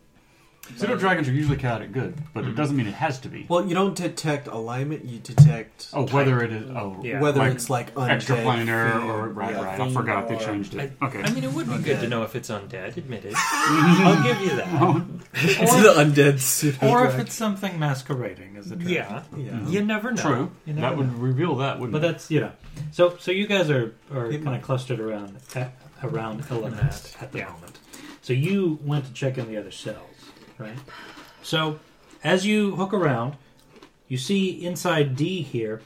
[SPEAKER 1] Pseudo dragons are usually counted good, but
[SPEAKER 4] Mm-hmm.
[SPEAKER 1] it doesn't mean it has to be.
[SPEAKER 3] Well, you don't detect alignment. You detect
[SPEAKER 1] Oh, whether it is oh,
[SPEAKER 4] Yeah.
[SPEAKER 3] whether
[SPEAKER 1] like
[SPEAKER 3] it's like undead,
[SPEAKER 1] extraplanar
[SPEAKER 3] fiend,
[SPEAKER 1] or right,
[SPEAKER 3] yeah,
[SPEAKER 1] right. I
[SPEAKER 5] fiend
[SPEAKER 1] forgot they
[SPEAKER 5] or-
[SPEAKER 1] changed it. okay.
[SPEAKER 4] I mean, it would be good to
[SPEAKER 3] Undead.
[SPEAKER 4] know if it's undead, admitted. I'll give you that.
[SPEAKER 3] It's an undead pseudo
[SPEAKER 2] Or if it's something masquerading as a dragon.
[SPEAKER 4] Yeah.
[SPEAKER 3] yeah.
[SPEAKER 4] You never know.
[SPEAKER 1] True.
[SPEAKER 2] You never
[SPEAKER 1] that would
[SPEAKER 2] know.
[SPEAKER 1] reveal that, wouldn't
[SPEAKER 2] But that's you know. So so you guys are, are
[SPEAKER 3] It
[SPEAKER 2] kind of
[SPEAKER 3] might.
[SPEAKER 2] clustered around at, around Elenast at the moment. So you went to check in the other cells, right? So as you hook around, you see inside D here.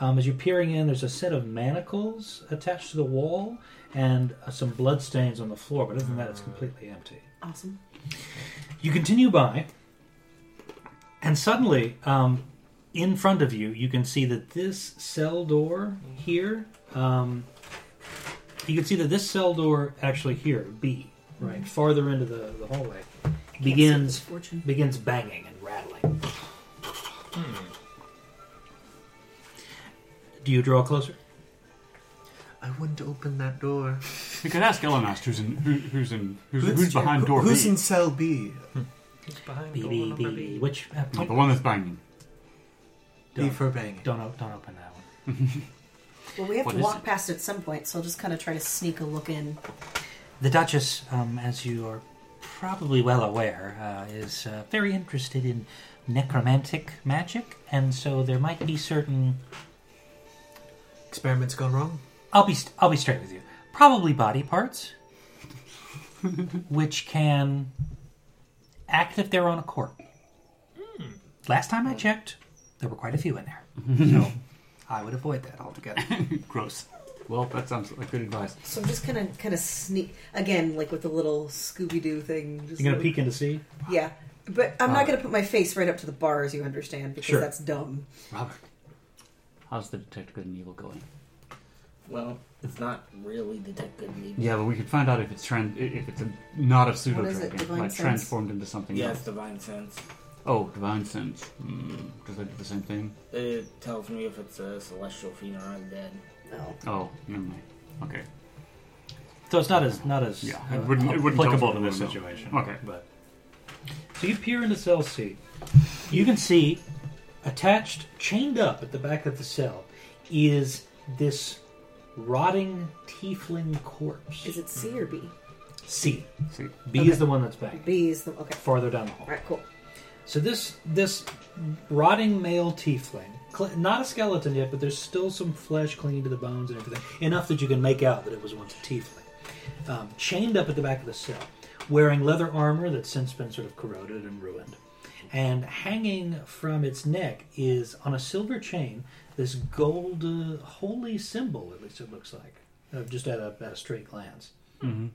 [SPEAKER 2] Um, as you're peering in, there's a set of manacles attached to the wall and uh, some blood stains on the floor. But other than that, it's completely empty.
[SPEAKER 8] Awesome.
[SPEAKER 2] You continue by, and suddenly, um, in front of you, you can see that this cell door here, um, you can see that this cell door actually here, B, right, farther into the, the hallway,
[SPEAKER 8] Can't see
[SPEAKER 2] begins
[SPEAKER 8] the Fortune.
[SPEAKER 2] begins banging and rattling. Do you draw closer?
[SPEAKER 3] I wouldn't open that door.
[SPEAKER 1] it? You could ask Elenast who's in who, who's in who's, who's,
[SPEAKER 3] Let's
[SPEAKER 1] behind
[SPEAKER 3] check.
[SPEAKER 1] door
[SPEAKER 3] Who's
[SPEAKER 1] B.
[SPEAKER 3] in cell B?
[SPEAKER 4] Behind
[SPEAKER 2] B,
[SPEAKER 4] door
[SPEAKER 2] B,
[SPEAKER 4] number
[SPEAKER 2] B.
[SPEAKER 4] B.
[SPEAKER 2] Which? uh,
[SPEAKER 1] Not the one that's banging.
[SPEAKER 3] B
[SPEAKER 2] don't,
[SPEAKER 3] for banging.
[SPEAKER 2] don't, o- don't open that one.
[SPEAKER 8] Well, we have
[SPEAKER 1] What
[SPEAKER 8] to
[SPEAKER 1] is
[SPEAKER 8] walk
[SPEAKER 1] it?
[SPEAKER 8] past at some point, so I'll just kind of try to sneak a look in.
[SPEAKER 4] The Duchess, um, as you are probably well aware, uh, is uh, very interested in necromantic magic, and so there might be certain.
[SPEAKER 3] Experiments gone wrong.
[SPEAKER 4] I'll be st- I'll be straight with you. Probably body parts, which can act if they're on a corpse. Hmm. Last time I checked, there were quite a few in there, so I would avoid that altogether.
[SPEAKER 1] Gross. Well, that sounds like good advice.
[SPEAKER 8] So I'm just kind of kind of sneak again, like with the little Scooby Doo thing. Just
[SPEAKER 2] You're gonna
[SPEAKER 8] like-
[SPEAKER 2] peek in to see.
[SPEAKER 8] Yeah, but I'm
[SPEAKER 13] Uh.
[SPEAKER 8] not gonna put my face right up to the bars. You understand? Because
[SPEAKER 2] Sure.
[SPEAKER 8] that's dumb.
[SPEAKER 1] Robert, how's the detect good and evil going?
[SPEAKER 5] Well, it's not really detected. Yeah.
[SPEAKER 1] Yeah, but we could find out if it's tran- if it's a, not a pseudo
[SPEAKER 8] is it,
[SPEAKER 1] dragon,
[SPEAKER 8] divine
[SPEAKER 1] like
[SPEAKER 8] sense?
[SPEAKER 1] transformed into something
[SPEAKER 5] yeah, it's
[SPEAKER 1] else.
[SPEAKER 5] divine sense.
[SPEAKER 1] Oh, divine sense. Mm, does that do the same thing?
[SPEAKER 5] It tells me if it's a celestial fiend or undead.
[SPEAKER 8] No.
[SPEAKER 1] Oh, never mind. Okay.
[SPEAKER 2] So it's not as not as
[SPEAKER 1] Yeah,
[SPEAKER 2] uh,
[SPEAKER 1] it wouldn't- it wouldn't
[SPEAKER 2] applicable
[SPEAKER 1] tell
[SPEAKER 2] to
[SPEAKER 1] me
[SPEAKER 2] this
[SPEAKER 1] what to
[SPEAKER 2] situation.
[SPEAKER 1] know. Okay.
[SPEAKER 2] but so you peer into cell C. You can see Attached, chained up at the back of the cell, is this rotting tiefling corpse.
[SPEAKER 8] Is it C or B?
[SPEAKER 2] C.
[SPEAKER 13] C.
[SPEAKER 2] B
[SPEAKER 8] Okay.
[SPEAKER 2] is the one that's back.
[SPEAKER 8] B is the okay.
[SPEAKER 2] Farther down the hall.
[SPEAKER 8] All right, cool.
[SPEAKER 2] So this this rotting male tiefling, cl- not a skeleton yet, but there's still some flesh clinging to the bones and everything, enough that you can make out that it was once a tiefling, um, chained up at the back of the cell, wearing leather armor that's since been sort of corroded and ruined, and hanging from its neck is on a silver chain this gold uh, holy symbol. At least it looks like, uh, just at a, at a straight glance.
[SPEAKER 1] Mm-hmm.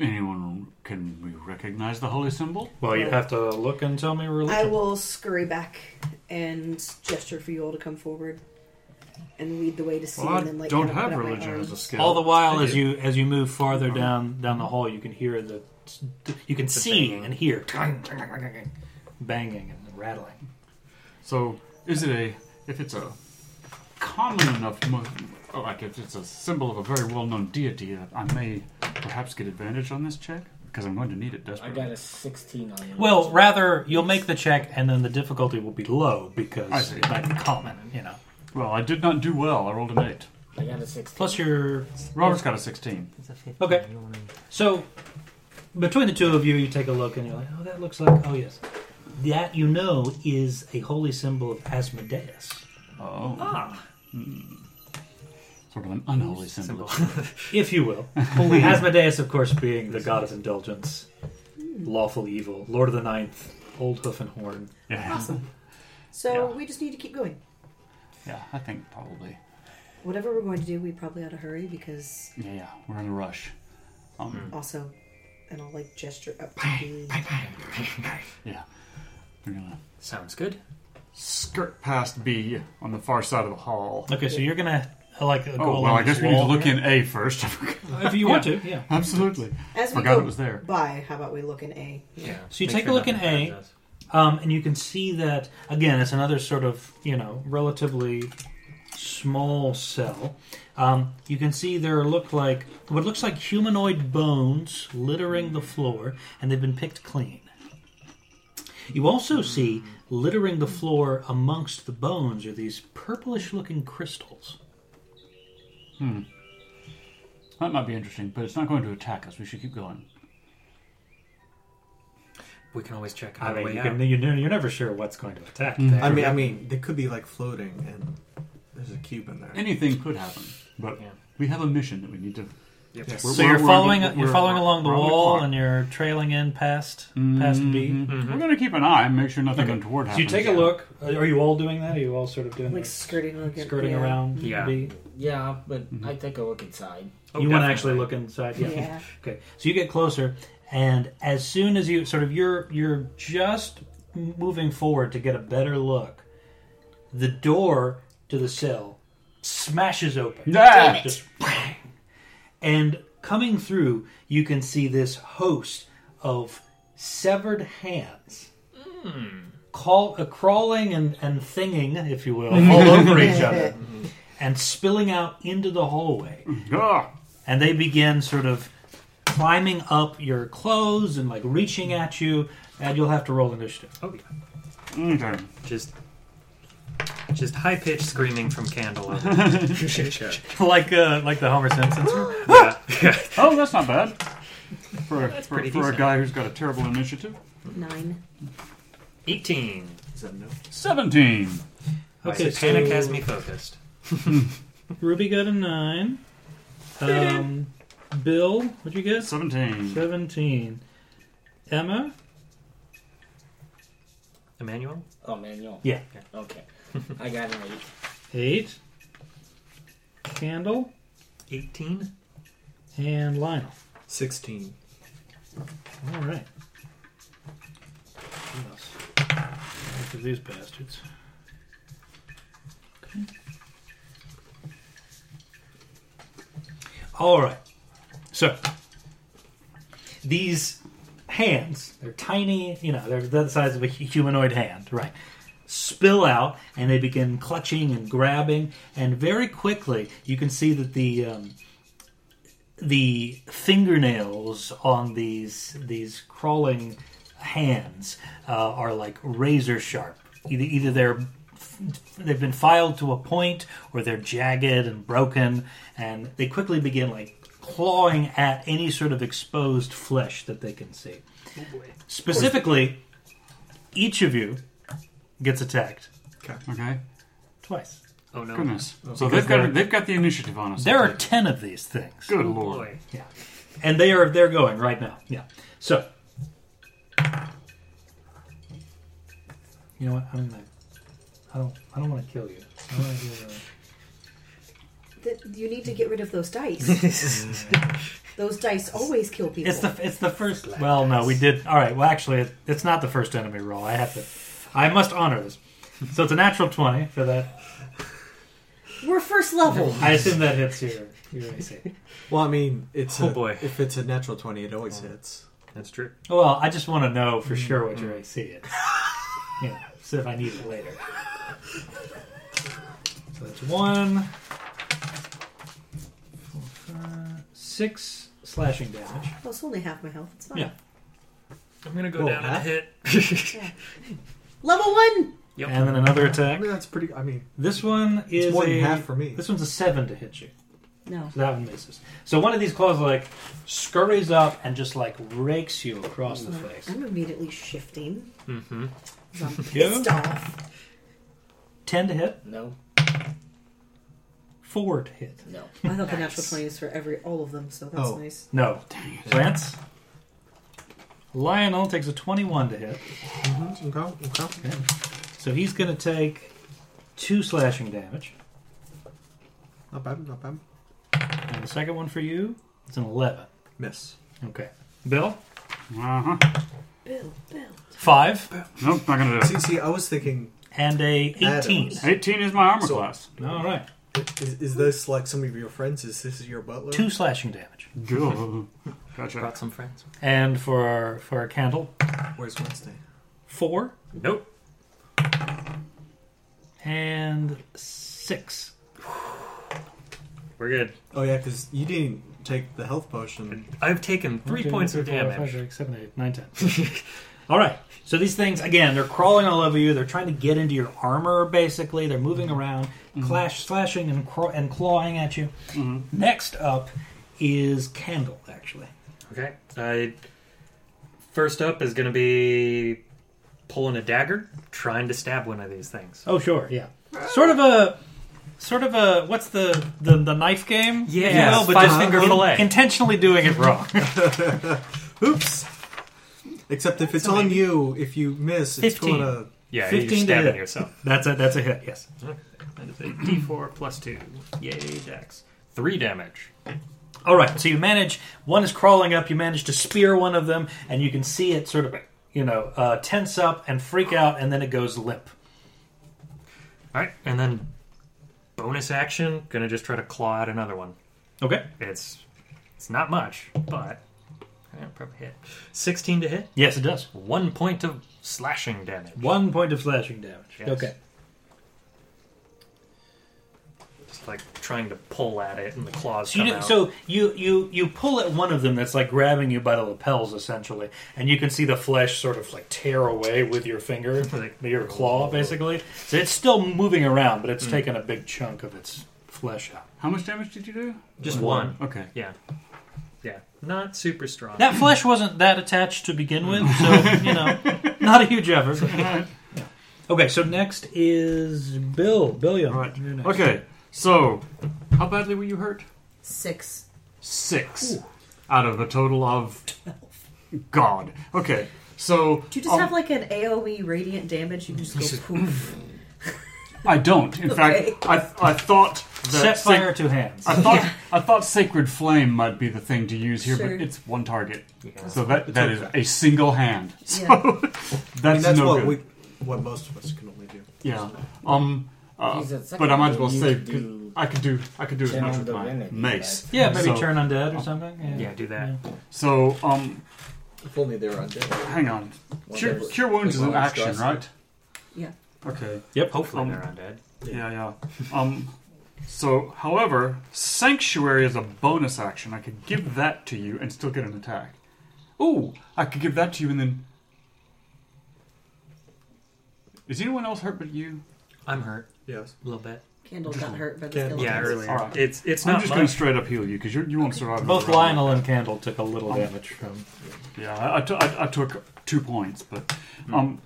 [SPEAKER 1] Anyone can we recognize the holy symbol?
[SPEAKER 13] Well, you'd have to look and tell me
[SPEAKER 8] I
[SPEAKER 13] religion.
[SPEAKER 8] will scurry back and gesture for you all to come forward and lead the way to C.
[SPEAKER 13] Well, I
[SPEAKER 8] and then, like,
[SPEAKER 13] don't
[SPEAKER 8] kinda
[SPEAKER 13] have
[SPEAKER 8] put up my
[SPEAKER 13] religion
[SPEAKER 8] arm.
[SPEAKER 13] as a skill.
[SPEAKER 2] All the while,
[SPEAKER 13] I
[SPEAKER 2] as
[SPEAKER 13] do.
[SPEAKER 2] you as you move farther down down the hall, you can hear the you can
[SPEAKER 13] The
[SPEAKER 2] see
[SPEAKER 13] banging.
[SPEAKER 2] and hear tang, tang, tang, tang, tang, banging and rattling.
[SPEAKER 1] So, is it a if it's a common enough, mo- or like if it's a symbol of a very well-known deity, that I may perhaps get advantage on this check because I'm going to need it
[SPEAKER 5] I
[SPEAKER 1] desperately.
[SPEAKER 5] got a 16 on you.
[SPEAKER 2] Well, rather you'll make the check, and then the difficulty will be low
[SPEAKER 1] I
[SPEAKER 2] because
[SPEAKER 1] see.
[SPEAKER 2] it might be common. You know,
[SPEAKER 1] Well, I did not do well. I rolled an eight.
[SPEAKER 5] I got a 16.
[SPEAKER 2] plus your
[SPEAKER 1] Robert's got a sixteen.
[SPEAKER 2] Okay, so between the two of you, you take a look and you're like, oh, that looks like oh yes, that you know is a holy symbol of Asmodeus.
[SPEAKER 1] Oh.
[SPEAKER 2] Ah.
[SPEAKER 1] Hmm. Sort of an unholy symbol.
[SPEAKER 2] if you will. Holy Asmodeus, of course, being the god of indulgence, lawful evil, Lord of the Ninth, Old Hoof and Horn.
[SPEAKER 8] Awesome. So we just need to keep going.
[SPEAKER 1] yeah, I think probably.
[SPEAKER 8] Whatever we're going to do, we probably ought to hurry because
[SPEAKER 1] Yeah, yeah. We're in a rush. Um,
[SPEAKER 8] also, and I'll like gesture up to B.
[SPEAKER 1] yeah. We're gonna
[SPEAKER 4] Sounds good.
[SPEAKER 1] skirt past B on the far side of the hall.
[SPEAKER 2] Okay, so you're gonna like go
[SPEAKER 1] Oh well,
[SPEAKER 2] along
[SPEAKER 1] I guess
[SPEAKER 2] this
[SPEAKER 1] we need to
[SPEAKER 2] wall
[SPEAKER 1] look
[SPEAKER 2] here?
[SPEAKER 1] in A first.
[SPEAKER 2] If you want to, yeah.
[SPEAKER 1] absolutely.
[SPEAKER 8] As we
[SPEAKER 1] Forgot
[SPEAKER 8] go
[SPEAKER 1] it was there.
[SPEAKER 8] by, how about we look in A?
[SPEAKER 4] Yeah.
[SPEAKER 2] So you take a look in A, um, and you can see that again. It's another sort of you know relatively small cell. Um, you can see there look like what looks like humanoid bones littering the floor, and they've been picked clean. You also see littering the floor amongst the bones are these purplish-looking crystals.
[SPEAKER 1] Hmm. That might be interesting, but it's not going to attack us. We should keep going.
[SPEAKER 4] We can always check
[SPEAKER 2] I
[SPEAKER 4] another
[SPEAKER 2] mean,
[SPEAKER 4] way
[SPEAKER 2] you
[SPEAKER 4] out. Mm-hmm.
[SPEAKER 2] can, you know, you're never sure what's going to attack. there.
[SPEAKER 3] I mean, I mean, they could be like floating, and there's a cube in there.
[SPEAKER 1] Anything could happen, but we have a mission that we need to.
[SPEAKER 3] Yes.
[SPEAKER 1] We're-
[SPEAKER 2] so
[SPEAKER 1] we're-
[SPEAKER 2] you're
[SPEAKER 1] we're-
[SPEAKER 2] following
[SPEAKER 1] we're-
[SPEAKER 2] you're following
[SPEAKER 1] we're-
[SPEAKER 2] along the
[SPEAKER 1] we're on
[SPEAKER 2] wall,
[SPEAKER 1] clock.
[SPEAKER 2] and you're trailing in past past B.
[SPEAKER 1] We're going to keep an eye and make sure nothing
[SPEAKER 2] Okay.
[SPEAKER 1] untoward
[SPEAKER 2] So
[SPEAKER 1] happens.
[SPEAKER 2] you take a look. Are you all doing that? Are you all sort of doing
[SPEAKER 8] Like
[SPEAKER 2] this
[SPEAKER 8] skirting, looking,
[SPEAKER 2] skirting
[SPEAKER 8] yeah.
[SPEAKER 2] around?
[SPEAKER 4] Yeah.
[SPEAKER 2] B?
[SPEAKER 5] Yeah, but I take a look inside.
[SPEAKER 2] you want to actually look inside? Yeah.
[SPEAKER 8] Yeah.
[SPEAKER 2] okay. So you get closer, and as soon as you sort of you're you're just moving forward to get a better look, the door to the cell smashes open.
[SPEAKER 1] Yeah.
[SPEAKER 14] Damn it.
[SPEAKER 2] Just bang. And coming through, you can see this host of severed hands. Call, uh, crawling and, and thinging, if you will, all over each other and spilling out into the hallway.
[SPEAKER 1] Ah,
[SPEAKER 2] And they begin sort of climbing up your clothes and like reaching at you, and you'll have to roll initiative.
[SPEAKER 4] Oh, yeah.
[SPEAKER 1] Ah, okay.
[SPEAKER 4] Just, just high pitched screaming from Candela.
[SPEAKER 2] like uh, like the Homer Simpson. story.
[SPEAKER 4] yeah. yeah.
[SPEAKER 1] Oh, that's not bad for a, for,
[SPEAKER 4] pretty
[SPEAKER 1] for a
[SPEAKER 4] decent.
[SPEAKER 1] guy who's got a terrible initiative.
[SPEAKER 8] Nine.
[SPEAKER 4] 18.
[SPEAKER 3] Is that no?
[SPEAKER 1] Seventeen.
[SPEAKER 2] Okay, so
[SPEAKER 4] Satanic has me focused.
[SPEAKER 2] Ruby got a nine. Um, Bill, what you get?
[SPEAKER 1] Seventeen.
[SPEAKER 2] Seventeen. Emma.
[SPEAKER 4] Emmanuel?
[SPEAKER 5] Oh, manual.
[SPEAKER 2] Yeah.
[SPEAKER 5] Okay. I got an 8.
[SPEAKER 2] Eight. Candle
[SPEAKER 4] 18?
[SPEAKER 2] and Lionel.
[SPEAKER 3] Sixteen.
[SPEAKER 2] All right. What else? Look at these bastards. Okay. All right. So these hands, they're tiny, you know, they're the size of a hu- humanoid hand, right? Spill out and they begin clutching and grabbing, and very quickly you can see that the um, the fingernails on these these crawling hands uh, are like razor sharp Either either they're they've been filed to a point or they're jagged and broken, and they quickly begin like clawing at any sort of exposed flesh that they can see. Specifically, each of you gets attacked.
[SPEAKER 1] Okay. Okay.
[SPEAKER 2] Twice.
[SPEAKER 4] Oh no.
[SPEAKER 1] Goodness. So they've got they've got the initiative on us.
[SPEAKER 2] There are ten of these things.
[SPEAKER 1] Good lord.
[SPEAKER 2] Yeah. And they are they're going right now. Yeah. So you know what? I'm gonna I don't I don't wanna kill you. I don't wanna kill you.
[SPEAKER 8] Th- you need to get rid of those dice. those dice always kill people.
[SPEAKER 2] It's the it's the first. Well, no, we did. All right. Well, actually, it, it's not the first enemy roll. I have to. I must honor this. So it's a natural twenty for that.
[SPEAKER 8] We're first level.
[SPEAKER 2] I assume that hits your your AC.
[SPEAKER 3] Well, I mean, it's
[SPEAKER 4] Oh,
[SPEAKER 3] a,
[SPEAKER 4] boy.
[SPEAKER 3] If it's a natural twenty, it always hits.
[SPEAKER 4] That's true.
[SPEAKER 2] Well, I just want to know
[SPEAKER 3] Mm,
[SPEAKER 2] for sure what your AC is. Yeah. So if I need it later. So that's one, four, five, six slashing damage.
[SPEAKER 8] Well, it's only half my health. It's fine.
[SPEAKER 2] Yeah.
[SPEAKER 4] I'm gonna go
[SPEAKER 2] Roll
[SPEAKER 4] down
[SPEAKER 2] that.
[SPEAKER 4] and hit.
[SPEAKER 8] Yeah. Level one.
[SPEAKER 4] Yep.
[SPEAKER 2] And then another attack.
[SPEAKER 3] I mean, that's pretty. I mean,
[SPEAKER 2] This one is
[SPEAKER 3] It's more than
[SPEAKER 2] a-
[SPEAKER 3] half for me.
[SPEAKER 2] This one's a seven to hit you.
[SPEAKER 8] No.
[SPEAKER 2] So that one misses. So one of these claws like scurries up and just like rakes you across the face.
[SPEAKER 8] I'm immediately shifting.
[SPEAKER 4] Mm-hmm.
[SPEAKER 8] 'cause I'm
[SPEAKER 2] Yeah.
[SPEAKER 8] pissed off.
[SPEAKER 2] Ten to hit,
[SPEAKER 5] No,
[SPEAKER 2] four to hit.
[SPEAKER 5] no.
[SPEAKER 8] I thought the natural twenty was for every all of them, so that's
[SPEAKER 3] Oh.
[SPEAKER 8] nice.
[SPEAKER 2] No. Lance. Lionel takes a twenty-one to hit,
[SPEAKER 3] okay, okay.
[SPEAKER 2] so he's going to take two slashing damage.
[SPEAKER 3] Not bad, not bad.
[SPEAKER 2] And the second one for you, it's an eleven.
[SPEAKER 3] Miss.
[SPEAKER 2] Okay. Bill,
[SPEAKER 1] Uh huh.
[SPEAKER 8] Bill, Bill.
[SPEAKER 2] five
[SPEAKER 1] Nope, not gonna do
[SPEAKER 3] See, see, I was thinking,
[SPEAKER 2] and a eighteen.
[SPEAKER 1] it. 18 is my armor
[SPEAKER 3] So-
[SPEAKER 1] class.
[SPEAKER 2] All right.
[SPEAKER 3] is, is this like some of your friends? Is this your butler?
[SPEAKER 2] Two slashing damage.
[SPEAKER 1] Go. Gotcha.
[SPEAKER 4] Brought some friends.
[SPEAKER 2] And for our, for our candle,
[SPEAKER 3] Where's Wednesday?
[SPEAKER 2] four
[SPEAKER 4] Nope.
[SPEAKER 2] and six.
[SPEAKER 4] We're good.
[SPEAKER 3] Oh yeah, because you didn't take the health potion.
[SPEAKER 4] I've taken three
[SPEAKER 2] One, two,
[SPEAKER 4] points of
[SPEAKER 2] three, four, five,
[SPEAKER 4] damage.
[SPEAKER 2] six, seven, eight, nine, ten. all right. So these things again, they're crawling all over you. They're trying to get into your armor. Basically, they're moving around, clash, slashing, and craw- and clawing at you. Next up is Candle. Actually,
[SPEAKER 4] Okay. I first up is gonna be pulling a dagger, trying to stab one of these things.
[SPEAKER 2] oh sure, yeah, sort of a. Sort of a what's the the, the knife game?
[SPEAKER 4] Yeah,
[SPEAKER 2] if you will, but
[SPEAKER 4] five
[SPEAKER 2] just
[SPEAKER 4] finger
[SPEAKER 2] in-
[SPEAKER 4] fillet.
[SPEAKER 2] intentionally doing it wrong.
[SPEAKER 3] Oops. Except if it's on you, if you miss, it's
[SPEAKER 2] 15.
[SPEAKER 3] gonna.
[SPEAKER 4] Yeah, you're
[SPEAKER 2] 15 to
[SPEAKER 4] stabbing
[SPEAKER 2] hit.
[SPEAKER 4] yourself.
[SPEAKER 2] that's a that's a hit. Yes.
[SPEAKER 4] That is a D4 plus two. Yay, Dex. Three damage.
[SPEAKER 2] All right, so you manage. One is crawling up. You manage to spear one of them, and you can see it sort of, you know, uh, tense up and freak out, and then it goes limp.
[SPEAKER 4] All right, and then bonus action, gonna just try to claw out another one.
[SPEAKER 2] Okay.
[SPEAKER 4] It's it's not much, but I probably hit. Sixteen to hit.
[SPEAKER 2] Yes, it does.
[SPEAKER 4] One point of slashing damage.
[SPEAKER 2] One point of slashing damage.
[SPEAKER 4] Yes.
[SPEAKER 2] Okay.
[SPEAKER 4] Just like trying to pull at it, and the claws
[SPEAKER 2] So
[SPEAKER 4] come
[SPEAKER 2] you, do-
[SPEAKER 4] out.
[SPEAKER 2] so you you you pull at one of them that's like grabbing you by the lapels essentially, and you can see the flesh sort of like tear away with your finger, like your
[SPEAKER 4] oh.
[SPEAKER 2] claw basically. So it's still moving around, but it's
[SPEAKER 4] Mm.
[SPEAKER 2] taken a big chunk of its flesh out.
[SPEAKER 1] How much damage did you do?
[SPEAKER 4] just one.
[SPEAKER 1] Okay.
[SPEAKER 4] Yeah, yeah. Not super strong.
[SPEAKER 2] That flesh wasn't that attached to begin with, so you know, not a huge effort. Yeah. Okay, so next is Bill. Billion.
[SPEAKER 1] All right. Okay, so how badly were you hurt?
[SPEAKER 8] Six.
[SPEAKER 1] Six out of a total of. God. Okay, so.
[SPEAKER 8] Do you just
[SPEAKER 1] um,
[SPEAKER 8] have like an AOE radiant damage? You can just go poof.
[SPEAKER 1] I don't. In
[SPEAKER 8] Okay.
[SPEAKER 1] fact, I, I thought that.
[SPEAKER 2] Set
[SPEAKER 1] sac-
[SPEAKER 2] fire to hands.
[SPEAKER 1] I thought I thought sacred flame might be the thing to use here,
[SPEAKER 8] Sure.
[SPEAKER 1] but it's one target, so that that is a single hand. So
[SPEAKER 8] Yeah.
[SPEAKER 1] that's,
[SPEAKER 3] I mean, that's
[SPEAKER 1] no
[SPEAKER 3] what
[SPEAKER 1] good.
[SPEAKER 3] we, what most of us can only do.
[SPEAKER 1] Yeah. Um. Uh,
[SPEAKER 5] He's at
[SPEAKER 1] but I might as
[SPEAKER 5] second
[SPEAKER 1] well
[SPEAKER 5] level,
[SPEAKER 1] say
[SPEAKER 5] you could do
[SPEAKER 1] I could do I could do as
[SPEAKER 5] General
[SPEAKER 1] much with my
[SPEAKER 5] Divinity,
[SPEAKER 1] mace.
[SPEAKER 2] yeah, maybe
[SPEAKER 1] So-
[SPEAKER 2] turn undead or something. Yeah.
[SPEAKER 4] yeah, do that.
[SPEAKER 1] So um,
[SPEAKER 3] If only they were undead.
[SPEAKER 1] hang on.
[SPEAKER 5] Well,
[SPEAKER 1] Cure,
[SPEAKER 5] there's-
[SPEAKER 1] cure wounds is an
[SPEAKER 3] there's
[SPEAKER 1] action,
[SPEAKER 3] monsters.
[SPEAKER 1] right?
[SPEAKER 8] Yeah.
[SPEAKER 1] Okay.
[SPEAKER 2] Yep.
[SPEAKER 4] Hopefully
[SPEAKER 1] Um,
[SPEAKER 4] they're undead.
[SPEAKER 1] Yeah, yeah. Um. So, however, sanctuary is a bonus action. I could give that to you and still get an attack. Ooh, I could give that to you and then Is anyone else hurt but you?
[SPEAKER 4] I'm hurt.
[SPEAKER 3] Yes.
[SPEAKER 4] A little bit.
[SPEAKER 8] Kendall
[SPEAKER 4] Just
[SPEAKER 8] got
[SPEAKER 4] a-
[SPEAKER 8] hurt by the
[SPEAKER 4] Kendall.
[SPEAKER 8] skeletons.
[SPEAKER 4] Yeah, earlier.
[SPEAKER 1] All right.
[SPEAKER 4] It's- it's
[SPEAKER 1] I'm
[SPEAKER 4] not
[SPEAKER 1] just
[SPEAKER 4] much.
[SPEAKER 1] going to straight up heal you because you you won't survive.
[SPEAKER 2] Both
[SPEAKER 1] another round.
[SPEAKER 2] Lionel and Candle took a little
[SPEAKER 1] Um,
[SPEAKER 2] damage from.
[SPEAKER 1] Yeah, I I t- I- I took two points, but um,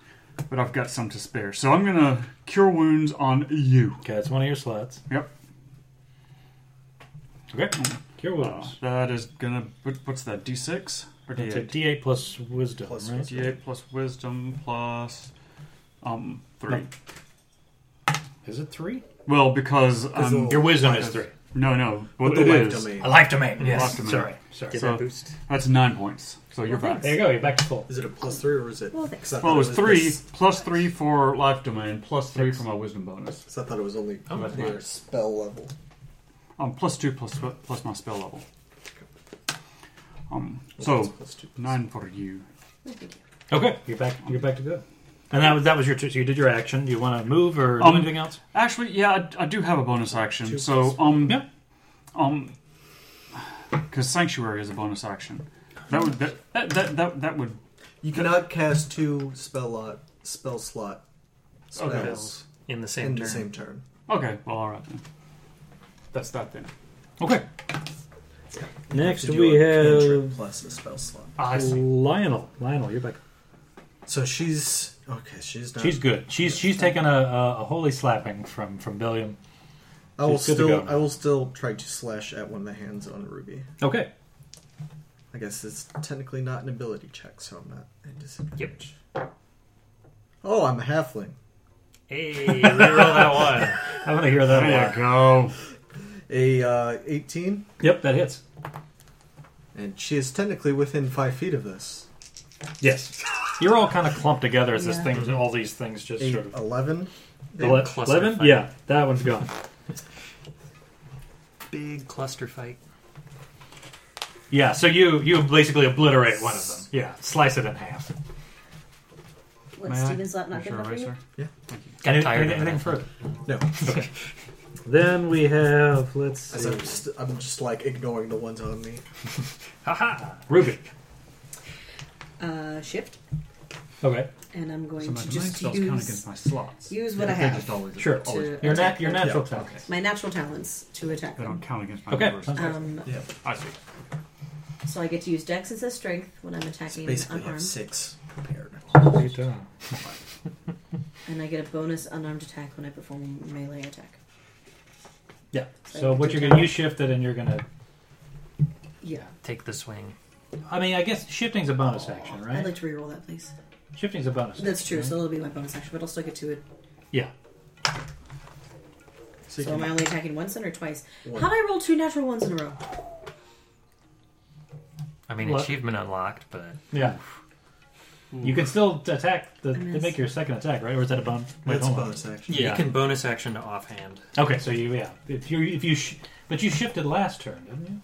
[SPEAKER 1] but I've got some to spare, so I'm gonna cure wounds on you.
[SPEAKER 2] Okay, that's one of your slots.
[SPEAKER 1] Yep.
[SPEAKER 2] Okay. Uh, Cure wounds.
[SPEAKER 1] that is gonna. What, what's that? D six or D
[SPEAKER 2] It's a
[SPEAKER 1] eight?
[SPEAKER 2] D8 plus wisdom, right?
[SPEAKER 1] D eight plus wisdom plus um three.
[SPEAKER 2] Is it three?
[SPEAKER 1] Well, because
[SPEAKER 2] Because
[SPEAKER 1] um,
[SPEAKER 2] the- Your wisdom is three.
[SPEAKER 1] No, no. Well,
[SPEAKER 2] But the
[SPEAKER 1] it
[SPEAKER 2] life
[SPEAKER 1] is.
[SPEAKER 2] domain. A life domain, yes.
[SPEAKER 1] Life domain.
[SPEAKER 2] Sorry, sorry. Get
[SPEAKER 1] So
[SPEAKER 2] that boost.
[SPEAKER 1] That's nine points. So you're
[SPEAKER 2] Well,
[SPEAKER 1] back.
[SPEAKER 2] thanks. There you go, you're back to full.
[SPEAKER 3] Is it a plus three or is it?
[SPEAKER 8] Well,
[SPEAKER 3] 'cause I
[SPEAKER 1] Well,
[SPEAKER 3] thought
[SPEAKER 1] it was three
[SPEAKER 3] this-
[SPEAKER 1] plus three for life domain, plus three for my wisdom bonus.
[SPEAKER 3] So I thought it was only
[SPEAKER 1] Oh, that's
[SPEAKER 3] your
[SPEAKER 1] nice.
[SPEAKER 3] spell level.
[SPEAKER 1] Um, plus two plus plus my spell level. Um, so nine for you.
[SPEAKER 2] Okay, you're back. You're back to good. And that was that was your. T- so you did your action. Do you want to move or do
[SPEAKER 1] Um,
[SPEAKER 2] anything else?
[SPEAKER 1] Actually, yeah, I, I do have a bonus action.
[SPEAKER 2] Two
[SPEAKER 1] so,
[SPEAKER 2] plus
[SPEAKER 1] um, um, because sanctuary is a bonus action. That would that that that, that, that would.
[SPEAKER 3] You cannot cast two spell lot spell slot
[SPEAKER 1] Okay.
[SPEAKER 3] spells
[SPEAKER 4] In the same
[SPEAKER 3] in
[SPEAKER 4] turn.
[SPEAKER 3] the same turn.
[SPEAKER 1] Okay, well, all right then. That's that then.
[SPEAKER 2] Okay. Next
[SPEAKER 3] You have to do
[SPEAKER 2] we
[SPEAKER 3] a cantrip
[SPEAKER 2] have
[SPEAKER 3] plus a spell slot.
[SPEAKER 2] Lionel. Lionel, you're back.
[SPEAKER 3] So she's okay. She's not.
[SPEAKER 2] She's good. She's she's taken a, a, a holy slapping from from Billiam.
[SPEAKER 3] I will
[SPEAKER 2] She's good to
[SPEAKER 3] still.
[SPEAKER 2] go.
[SPEAKER 3] I will still try to slash at one of the hands on Ruby.
[SPEAKER 2] Okay.
[SPEAKER 3] I guess it's technically not an ability check, so I'm not at disadvantage. Oh, I'm a halfling.
[SPEAKER 4] Hey, reroll that one.
[SPEAKER 2] I want to hear that.
[SPEAKER 3] There
[SPEAKER 2] one.
[SPEAKER 3] you go. A uh, 18.
[SPEAKER 2] Yep, that hits.
[SPEAKER 3] And she is technically within five feet of this.
[SPEAKER 2] Yes. You're all kind of clumped together as this
[SPEAKER 3] Yeah.
[SPEAKER 2] thing, all these things just
[SPEAKER 3] Eight,
[SPEAKER 2] sort of.
[SPEAKER 3] 11.
[SPEAKER 2] Ele-
[SPEAKER 4] cluster
[SPEAKER 2] 11?
[SPEAKER 4] fight.
[SPEAKER 2] Yeah, that one's gone.
[SPEAKER 4] Big cluster fight.
[SPEAKER 2] Yeah, so you you basically obliterate one of them. Yeah, slice it in half.
[SPEAKER 8] What,
[SPEAKER 2] May I?
[SPEAKER 8] Steven's lap not
[SPEAKER 2] Is
[SPEAKER 8] good
[SPEAKER 2] your
[SPEAKER 8] enough for you?
[SPEAKER 2] eraser?
[SPEAKER 3] Yeah.
[SPEAKER 2] Any-
[SPEAKER 4] tired
[SPEAKER 2] any-
[SPEAKER 4] of it,
[SPEAKER 2] anything
[SPEAKER 4] I
[SPEAKER 2] further?
[SPEAKER 3] No.
[SPEAKER 2] Okay. Then we have, let's
[SPEAKER 3] As
[SPEAKER 2] see.
[SPEAKER 3] I'm, st- I'm just like ignoring the ones on me.
[SPEAKER 2] Haha! Ruby.
[SPEAKER 8] Uh, shift,
[SPEAKER 2] Okay.
[SPEAKER 8] and I'm going
[SPEAKER 1] So my
[SPEAKER 8] to
[SPEAKER 1] domain
[SPEAKER 8] just
[SPEAKER 1] spells
[SPEAKER 8] use
[SPEAKER 1] count against my slots.
[SPEAKER 8] Use what
[SPEAKER 1] Yeah,
[SPEAKER 8] I
[SPEAKER 1] they
[SPEAKER 8] have.
[SPEAKER 1] just always-
[SPEAKER 2] Sure.
[SPEAKER 8] to
[SPEAKER 2] always- Your nat-
[SPEAKER 8] attack
[SPEAKER 2] your
[SPEAKER 8] them.
[SPEAKER 2] natural Yeah, talents. okay.
[SPEAKER 8] My natural talents to attack
[SPEAKER 1] They don't
[SPEAKER 8] them.
[SPEAKER 1] count against my
[SPEAKER 2] Okay,
[SPEAKER 1] numbers.
[SPEAKER 2] sounds good.
[SPEAKER 8] Um,
[SPEAKER 3] Yeah.
[SPEAKER 1] I see.
[SPEAKER 8] So I get to use Dex as a strength when I'm attacking
[SPEAKER 3] Basically,
[SPEAKER 8] unarmed,
[SPEAKER 3] have six prepared.
[SPEAKER 8] and I get a bonus unarmed attack when I perform melee attack.
[SPEAKER 2] Yeah.
[SPEAKER 8] So
[SPEAKER 2] So
[SPEAKER 8] I
[SPEAKER 2] what
[SPEAKER 8] do
[SPEAKER 2] you're
[SPEAKER 8] ten.
[SPEAKER 2] gonna you shift it and you're gonna.
[SPEAKER 8] Yeah,
[SPEAKER 4] Take the swing.
[SPEAKER 2] I mean, I guess shifting's a bonus action,
[SPEAKER 8] I'd
[SPEAKER 2] right?
[SPEAKER 8] like to reroll that, please.
[SPEAKER 2] shifting's a bonus.
[SPEAKER 8] That's
[SPEAKER 2] action,
[SPEAKER 8] true.
[SPEAKER 2] right?
[SPEAKER 8] So it'll be my bonus action, but I'll still get to it.
[SPEAKER 2] Yeah.
[SPEAKER 8] So, am I only attacking once then or twice?
[SPEAKER 4] One.
[SPEAKER 8] How would I roll two natural ones in a row?
[SPEAKER 4] I mean,
[SPEAKER 2] What?
[SPEAKER 4] achievement unlocked, but
[SPEAKER 2] Yeah. You can still attack the,
[SPEAKER 4] I
[SPEAKER 2] to
[SPEAKER 4] missed.
[SPEAKER 2] make your second attack, right? Or is that a bonus?
[SPEAKER 3] That's a bonus action.
[SPEAKER 4] you can bonus action to offhand.
[SPEAKER 2] Okay, so you yeah. If you if you sh- but you shifted last turn, didn't you?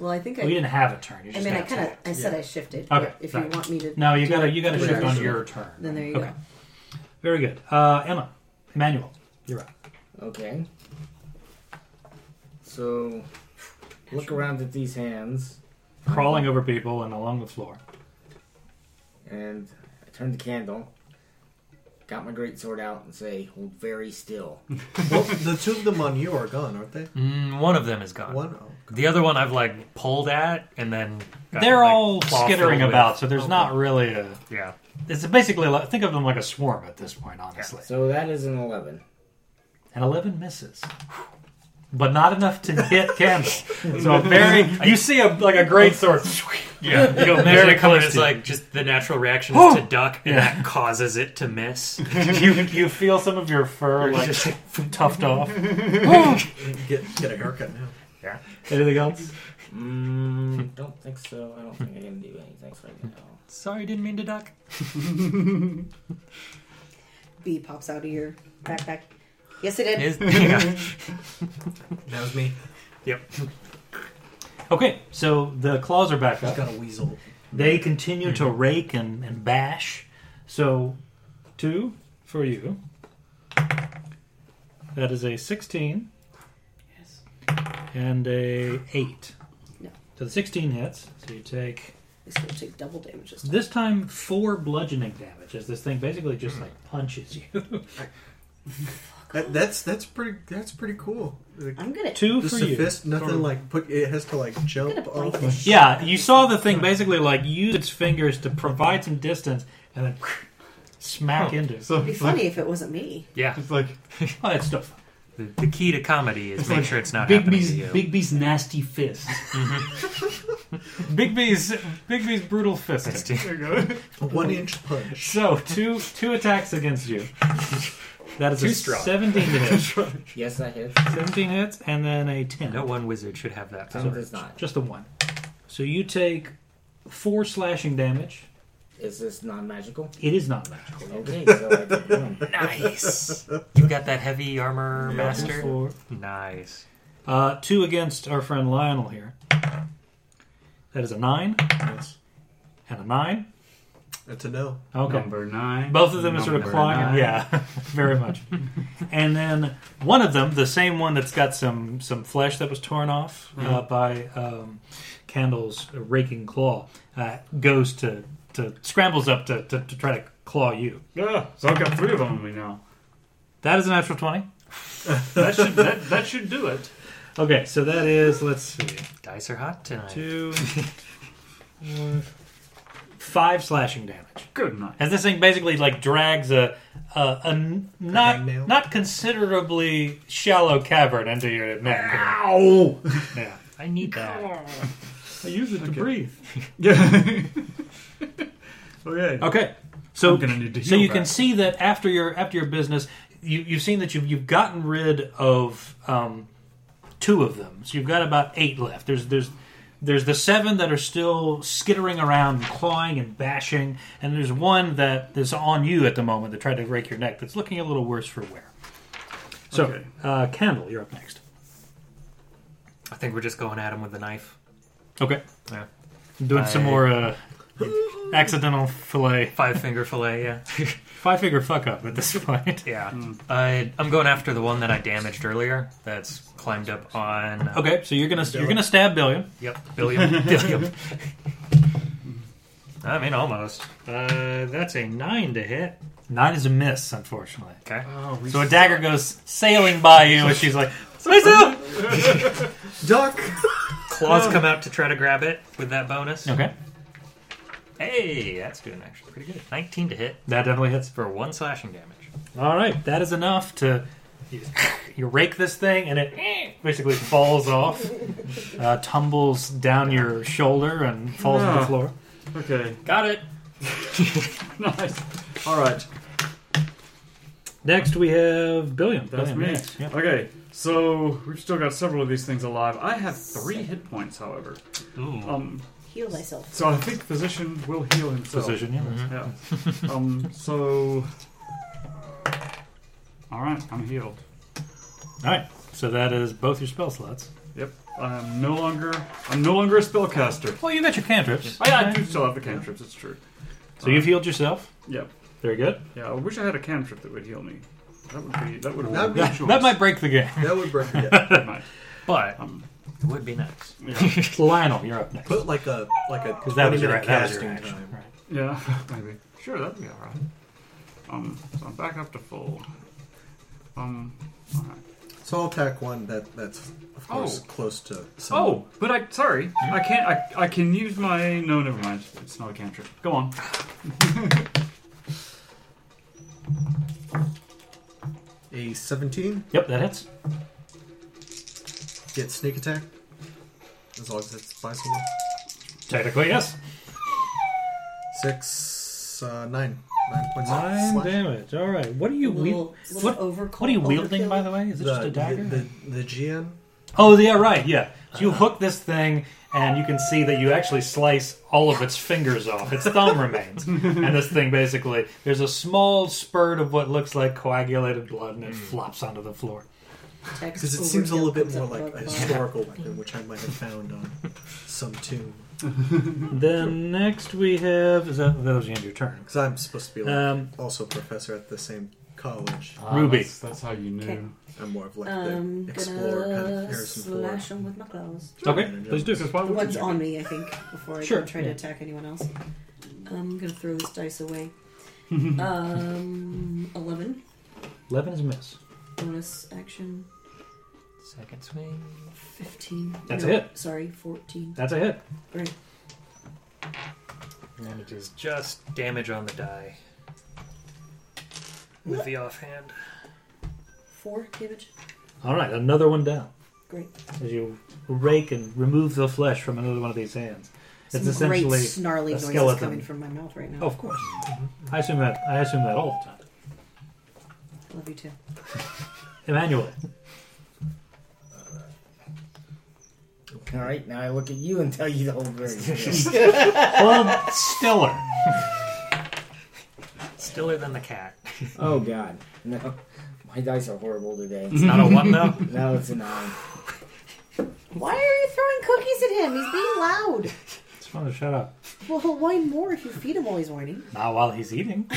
[SPEAKER 8] Well, I think
[SPEAKER 2] Well,
[SPEAKER 8] I.
[SPEAKER 2] you didn't have a turn. You
[SPEAKER 8] I
[SPEAKER 2] just
[SPEAKER 8] mean, I
[SPEAKER 2] got
[SPEAKER 8] kind of.
[SPEAKER 2] attacked.
[SPEAKER 8] I said
[SPEAKER 2] Yeah.
[SPEAKER 8] I shifted.
[SPEAKER 2] Okay,
[SPEAKER 8] but If
[SPEAKER 2] sorry.
[SPEAKER 8] you want me to.
[SPEAKER 2] No, you
[SPEAKER 8] do
[SPEAKER 2] gotta
[SPEAKER 8] it
[SPEAKER 2] you gotta
[SPEAKER 8] for
[SPEAKER 2] shift on
[SPEAKER 8] action,
[SPEAKER 2] your turn.
[SPEAKER 8] Then there you
[SPEAKER 2] okay.
[SPEAKER 8] go.
[SPEAKER 2] Very good. Uh, Emma, Emmanuel, you're up.
[SPEAKER 5] Okay. So, look around at these hands.
[SPEAKER 2] Crawling over people and along the floor.
[SPEAKER 5] And I turn the candle, got my great sword out, and say, "Hold very still."
[SPEAKER 3] well, the two of them on you are gone, aren't they?
[SPEAKER 2] Hmm.
[SPEAKER 4] Mm, one of them is gone.
[SPEAKER 3] One- oh,
[SPEAKER 4] the other one I've like pulled at, and then got,
[SPEAKER 2] They're
[SPEAKER 4] like,
[SPEAKER 2] all
[SPEAKER 4] claw
[SPEAKER 2] skittering
[SPEAKER 4] filled
[SPEAKER 2] about,
[SPEAKER 4] with-
[SPEAKER 2] so there's
[SPEAKER 4] Okay.
[SPEAKER 2] not really a.
[SPEAKER 4] Yeah.
[SPEAKER 2] It's basically like, think of them like a swarm at this point, honestly.
[SPEAKER 5] So that is an eleven.
[SPEAKER 2] And eleven misses, but not enough to hit Candle. so very, you see a like a great sword.
[SPEAKER 4] Yeah,
[SPEAKER 2] you go
[SPEAKER 4] very
[SPEAKER 2] very close.
[SPEAKER 4] It's
[SPEAKER 2] to you.
[SPEAKER 4] like just the natural reaction
[SPEAKER 2] Oh!
[SPEAKER 4] is to duck, and
[SPEAKER 2] Yeah.
[SPEAKER 4] that causes it to miss.
[SPEAKER 2] you you feel some of your fur
[SPEAKER 4] You're
[SPEAKER 2] like
[SPEAKER 4] just like-
[SPEAKER 2] tuft off.
[SPEAKER 3] get, get a haircut now.
[SPEAKER 4] Yeah.
[SPEAKER 2] Anything else?
[SPEAKER 5] Mm, don't think so. I don't think I can do anything right now.
[SPEAKER 4] Sorry, didn't mean to duck.
[SPEAKER 8] Bee pops out of your backpack. Yes, it did.
[SPEAKER 4] Is- yeah.
[SPEAKER 3] That was me.
[SPEAKER 4] Yep.
[SPEAKER 2] Okay, so the claws are back
[SPEAKER 3] He's
[SPEAKER 2] up.
[SPEAKER 3] got a weasel.
[SPEAKER 2] They continue to
[SPEAKER 3] Mm-hmm.
[SPEAKER 2] rake and, and bash. So two for you. That is a sixteen. And a eight.
[SPEAKER 8] No.
[SPEAKER 2] So the sixteen hits. So you take
[SPEAKER 8] so it takes double damage this time.
[SPEAKER 2] This time, four bludgeoning damage as this thing basically just like punches you.
[SPEAKER 3] That, that's that's pretty that's pretty cool. Like,
[SPEAKER 8] I'm gonna
[SPEAKER 2] Two
[SPEAKER 3] just
[SPEAKER 2] for
[SPEAKER 3] a
[SPEAKER 2] you.
[SPEAKER 3] fist, nothing
[SPEAKER 2] Sort of.
[SPEAKER 3] like put. It has to like jump off. the-
[SPEAKER 2] yeah, you saw the thing basically like use its fingers to provide some distance and then
[SPEAKER 3] Oh.
[SPEAKER 2] smack into it.
[SPEAKER 8] It'd be funny if it wasn't me.
[SPEAKER 4] Yeah.
[SPEAKER 1] It's like,
[SPEAKER 2] oh, that's stuff.
[SPEAKER 4] The, the key to comedy is
[SPEAKER 1] It's
[SPEAKER 4] make
[SPEAKER 1] like
[SPEAKER 4] sure it's not
[SPEAKER 1] Big
[SPEAKER 4] happening
[SPEAKER 1] B's,
[SPEAKER 4] to you.
[SPEAKER 1] Big B's nasty fist.
[SPEAKER 2] Mm-hmm.
[SPEAKER 15] Big B's Big B's brutal fist.
[SPEAKER 4] There
[SPEAKER 1] you
[SPEAKER 3] go. One inch punch.
[SPEAKER 15] So two two attacks against you.
[SPEAKER 2] That is
[SPEAKER 15] Too
[SPEAKER 2] a
[SPEAKER 15] strong.
[SPEAKER 2] 17 to
[SPEAKER 15] That's
[SPEAKER 2] hit.
[SPEAKER 5] Yes, that hits.
[SPEAKER 2] 17 hits and then a 10.
[SPEAKER 4] No one wizard should have that
[SPEAKER 2] So
[SPEAKER 4] power.
[SPEAKER 5] does not.
[SPEAKER 2] Just a 1. So you take 4 slashing damage.
[SPEAKER 5] Is this non-magical?
[SPEAKER 2] It is not magical.
[SPEAKER 5] Okay, so I get one.
[SPEAKER 4] Nice. You got that heavy armor
[SPEAKER 2] Yeah,
[SPEAKER 4] master.
[SPEAKER 2] four.
[SPEAKER 4] Nice.
[SPEAKER 2] Uh, 2 against our friend Lionel here. That is a 9
[SPEAKER 3] That's,
[SPEAKER 2] and a 9.
[SPEAKER 3] that's a no.
[SPEAKER 2] Okay.
[SPEAKER 1] Number nine.
[SPEAKER 2] Both of them are sort of
[SPEAKER 1] Number
[SPEAKER 2] clawing.
[SPEAKER 1] nine.
[SPEAKER 2] Yeah, very much. and then one of them, the same one that's got some some flesh that was torn off uh,
[SPEAKER 1] Mhm.
[SPEAKER 2] by um, Candle's raking claw, uh, goes to to scrambles up to, to, to try to claw you.
[SPEAKER 1] Yeah, so I've got three of them on me now.
[SPEAKER 2] That is an natural twenty.
[SPEAKER 1] That should that, that should do it.
[SPEAKER 2] Okay, so that is let's see,
[SPEAKER 4] Dice are hot tonight.
[SPEAKER 2] two, four, five slashing damage.
[SPEAKER 1] Good night.
[SPEAKER 2] As this thing basically like drags a a, a n- not
[SPEAKER 3] nail?
[SPEAKER 2] not considerably shallow cavern into your neck.
[SPEAKER 1] Ow!
[SPEAKER 2] Yeah,
[SPEAKER 4] I need that.
[SPEAKER 2] I use it to breathe.
[SPEAKER 1] Yeah. okay.
[SPEAKER 2] Okay, so
[SPEAKER 1] I'm gonna need to
[SPEAKER 2] so
[SPEAKER 1] heal
[SPEAKER 2] you can
[SPEAKER 1] that.
[SPEAKER 2] see that after your after your business, you you've seen that you've you've gotten rid of um, two of them. So you've got about eight left. There's there's there's the seven that are still skittering around and clawing and bashing, and there's one that is on you at the moment that tried to rake your neck that's looking a little worse for wear. So,
[SPEAKER 1] Okay.
[SPEAKER 2] uh, Candle, you're up next.
[SPEAKER 4] I think we're just going at him with the knife.
[SPEAKER 2] Okay.
[SPEAKER 4] Yeah.
[SPEAKER 2] I'm doing some
[SPEAKER 4] I-
[SPEAKER 2] more uh, accidental fillet.
[SPEAKER 4] Five finger fillet. Yeah.
[SPEAKER 2] Five figure fuck up at this point.
[SPEAKER 4] Yeah. I, I'm going after the one that I damaged earlier. That's climbed up on. uh,
[SPEAKER 2] Okay, so you're gonna you're gonna stab Billion.
[SPEAKER 4] Yep. Billion. Billion. I mean, almost. Uh, that's a nine to hit. Uh,
[SPEAKER 2] Nine is a miss, unfortunately.
[SPEAKER 4] Okay.
[SPEAKER 2] So a dagger goes sailing by you, and she's like, "Myself."
[SPEAKER 3] Duck.
[SPEAKER 4] Claws come out to try to grab it with that bonus.
[SPEAKER 2] Okay,
[SPEAKER 4] Hey, that's doing actually pretty good. 19 to hit
[SPEAKER 2] that definitely hits.
[SPEAKER 4] for one slashing damage.
[SPEAKER 2] All right, that is enough to you, you rake this thing, and it basically falls off, uh, tumbles down your shoulder, and falls on
[SPEAKER 1] Yeah.
[SPEAKER 2] the floor.
[SPEAKER 1] Okay.
[SPEAKER 4] Got it.
[SPEAKER 1] Nice. All right.
[SPEAKER 2] Next, we have Billion.
[SPEAKER 1] That's
[SPEAKER 2] Billion,
[SPEAKER 1] me.
[SPEAKER 2] yes, yeah.
[SPEAKER 1] Okay. So we've still got several of these things alive. I have three hit points, however.
[SPEAKER 4] Ooh.
[SPEAKER 1] Um.
[SPEAKER 8] Heal thyself.
[SPEAKER 1] So I think physician will heal himself.
[SPEAKER 2] Position, yeah.
[SPEAKER 1] Yeah. um. So. All right. I'm healed.
[SPEAKER 2] All right, so that is both your spell slots.
[SPEAKER 1] Yep. I'm no longer. I'm no longer a spellcaster.
[SPEAKER 2] Well, you got your cantrips.
[SPEAKER 1] I, I do still have the cantrips. It's true.
[SPEAKER 2] So you've healed yourself.
[SPEAKER 1] Yep.
[SPEAKER 2] Very good.
[SPEAKER 1] Yeah. I wish I had a cantrip that would heal me. That would be. That would.
[SPEAKER 3] That would be a choice.
[SPEAKER 2] That might break the game.
[SPEAKER 3] That would break it. Yeah.
[SPEAKER 1] That might.
[SPEAKER 4] But
[SPEAKER 1] Um,
[SPEAKER 4] it would be nice.
[SPEAKER 1] yeah.
[SPEAKER 2] Lionel, you're up next.
[SPEAKER 3] Put like a like a
[SPEAKER 2] Because that
[SPEAKER 3] twenty
[SPEAKER 2] was your
[SPEAKER 3] minute
[SPEAKER 2] that was your
[SPEAKER 3] casting
[SPEAKER 2] action.
[SPEAKER 3] time.
[SPEAKER 2] Right.
[SPEAKER 1] Yeah, maybe. Sure, that'd be alright. Um, so I'm back up to full. Um, alright.
[SPEAKER 3] So I'll attack one that that's of course
[SPEAKER 1] Oh.
[SPEAKER 3] close to. someone.
[SPEAKER 1] Oh, but I, sorry, I can't, I, I can use my, no, never mind. It's not a cantrip. Go on.
[SPEAKER 2] Ah,
[SPEAKER 3] A seventeen
[SPEAKER 2] Yep, that hits.
[SPEAKER 3] get sneak attack. As long as it's by someone.
[SPEAKER 2] Technically, yes.
[SPEAKER 3] Six, uh, nine, nine points. of
[SPEAKER 2] Nine
[SPEAKER 3] slash.
[SPEAKER 2] damage. All right. What are you
[SPEAKER 8] Little-
[SPEAKER 2] wield-
[SPEAKER 8] little
[SPEAKER 2] what,
[SPEAKER 8] overkill-
[SPEAKER 2] what are you wielding,
[SPEAKER 8] overkill.
[SPEAKER 2] by the way? Is it just
[SPEAKER 3] The-
[SPEAKER 2] a dagger?
[SPEAKER 3] The, the, the GM.
[SPEAKER 2] oh, yeah, right. Yeah. So you hook this thing, and you can see that you actually slice all of its fingers off. Its thumb remains, and this thing basically there's a small spurt of what looks like coagulated blood, and it flops onto the floor.
[SPEAKER 3] Because it seems a little bit more like a historical weapon, which I might have found on some tomb.
[SPEAKER 2] Then next we have is that that was the end of your turn.
[SPEAKER 3] Because I'm supposed to be like
[SPEAKER 2] Um,
[SPEAKER 3] also a professor at the same college.
[SPEAKER 1] Ah, Ruby. that's- that's how you knew.
[SPEAKER 8] 'Kay.
[SPEAKER 3] I'm more of like
[SPEAKER 8] I'm
[SPEAKER 3] the explorer kind of
[SPEAKER 8] gonna
[SPEAKER 3] Harrison
[SPEAKER 8] Um, slash
[SPEAKER 3] Ford.
[SPEAKER 8] him with my claws.
[SPEAKER 3] Okay, please do. Because why
[SPEAKER 8] The
[SPEAKER 3] would
[SPEAKER 8] one's
[SPEAKER 3] you?
[SPEAKER 8] on me, I think, before I
[SPEAKER 16] Sure,
[SPEAKER 8] can try
[SPEAKER 16] yeah.
[SPEAKER 8] to attack anyone else. I'm gonna throw this dice away. um, eleven
[SPEAKER 16] Eleven is a miss.
[SPEAKER 8] bonus action.
[SPEAKER 4] Second swing.
[SPEAKER 8] Fifteen.
[SPEAKER 16] That's
[SPEAKER 8] no,
[SPEAKER 16] a hit.
[SPEAKER 8] Sorry, fourteen.
[SPEAKER 16] That's a hit.
[SPEAKER 8] Great.
[SPEAKER 4] And it is just damage on the die. With the offhand.
[SPEAKER 8] Four damage.
[SPEAKER 2] All right, another one down.
[SPEAKER 8] Great.
[SPEAKER 2] As you rake and remove the flesh from another one of these hands, it's
[SPEAKER 8] Some great
[SPEAKER 2] essentially
[SPEAKER 8] snarly
[SPEAKER 2] a
[SPEAKER 8] noises
[SPEAKER 2] skeleton.
[SPEAKER 8] coming from my mouth right now.
[SPEAKER 2] Oh, of course. I assume that. I assume that all the time.
[SPEAKER 8] I love you too.
[SPEAKER 2] Emmanuel.
[SPEAKER 5] All right, now I look at you and tell you the whole version.
[SPEAKER 2] well, stiller.
[SPEAKER 4] Stiller than the cat.
[SPEAKER 5] Oh God, no! My dice are horrible today.
[SPEAKER 4] It's not a one, though?
[SPEAKER 5] no, it's a nine.
[SPEAKER 8] Why are you throwing cookies at him? He's being loud.
[SPEAKER 2] Just want to shut up.
[SPEAKER 8] Well, he'll whine more if you feed him while he's whining.
[SPEAKER 2] Not while he's eating.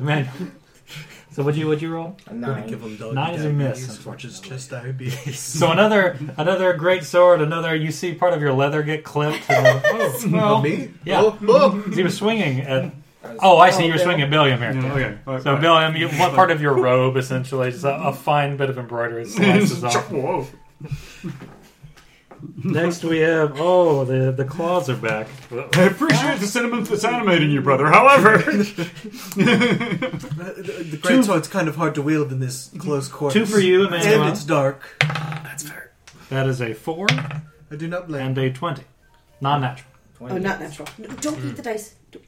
[SPEAKER 2] Emmanuel. So what you what you roll?
[SPEAKER 5] A nine.
[SPEAKER 3] Give him dog
[SPEAKER 2] Nine is a
[SPEAKER 3] diabetes,
[SPEAKER 2] miss.
[SPEAKER 3] Which is just diabetes.
[SPEAKER 2] So another another great sword. Another you see part of your leather get clipped. And, oh, well,
[SPEAKER 3] Me?
[SPEAKER 2] Yeah.
[SPEAKER 3] Oh, oh.
[SPEAKER 2] He was swinging at. Oh,
[SPEAKER 5] uh,
[SPEAKER 2] I see. You were
[SPEAKER 3] Oh,
[SPEAKER 2] swinging at Billiam here.
[SPEAKER 1] Yeah, okay. All right,
[SPEAKER 2] so
[SPEAKER 1] right.
[SPEAKER 2] Billiam, you, what part of your robe essentially? Just a, a fine bit of embroidery slices off.
[SPEAKER 1] Whoa.
[SPEAKER 2] Next we have oh the the claws are back.
[SPEAKER 1] I appreciate the sentiment that's animating you, brother. However,
[SPEAKER 3] The, the great sword's kind of hard to wield in this close quarters.
[SPEAKER 2] two for you, Emmanuel.
[SPEAKER 3] And it's dark.
[SPEAKER 2] That is a four.
[SPEAKER 3] I do not blame.
[SPEAKER 2] And a twenty, non-natural.
[SPEAKER 8] Oh, not natural. No, don't eat the dice. Don't-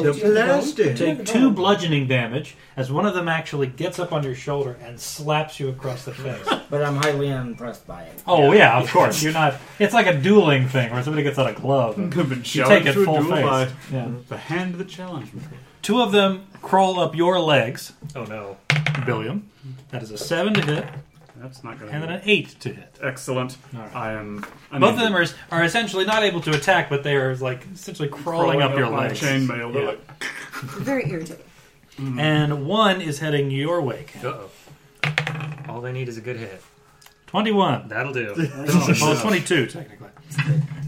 [SPEAKER 2] The
[SPEAKER 8] do you have bone? Do you have the
[SPEAKER 2] Take
[SPEAKER 8] bone?
[SPEAKER 2] two bludgeoning damage as one of them actually gets up on your shoulder and slaps you across the face.
[SPEAKER 5] But I'm highly unimpressed by it.
[SPEAKER 2] Oh yeah, of course. You're not. It's like a dueling thing where somebody gets out a glove. And
[SPEAKER 1] I've been
[SPEAKER 2] you take
[SPEAKER 1] challenged
[SPEAKER 2] it
[SPEAKER 1] to a
[SPEAKER 2] full
[SPEAKER 1] duel by
[SPEAKER 2] face. Yeah.
[SPEAKER 1] the hand that challenged me.
[SPEAKER 2] Two of them crawl up your legs.
[SPEAKER 4] Oh no.
[SPEAKER 2] Billiam. That is a seven to hit
[SPEAKER 1] That's not going
[SPEAKER 2] and then
[SPEAKER 1] to.
[SPEAKER 2] an eight to hit.
[SPEAKER 1] Excellent.
[SPEAKER 2] All right.
[SPEAKER 1] I am. I
[SPEAKER 2] Both
[SPEAKER 1] mean,
[SPEAKER 2] of them are, are essentially not able to attack, but they are like essentially crawling, up, your
[SPEAKER 1] my
[SPEAKER 2] legs.
[SPEAKER 1] Chainmail. They're
[SPEAKER 2] Yeah.
[SPEAKER 1] like,
[SPEAKER 8] Very irritating.
[SPEAKER 2] And one is heading your way. Ken.
[SPEAKER 4] Uh oh. All they need is a good hit.
[SPEAKER 2] Twenty-one.
[SPEAKER 4] That'll do.
[SPEAKER 2] well, it's twenty-two technically.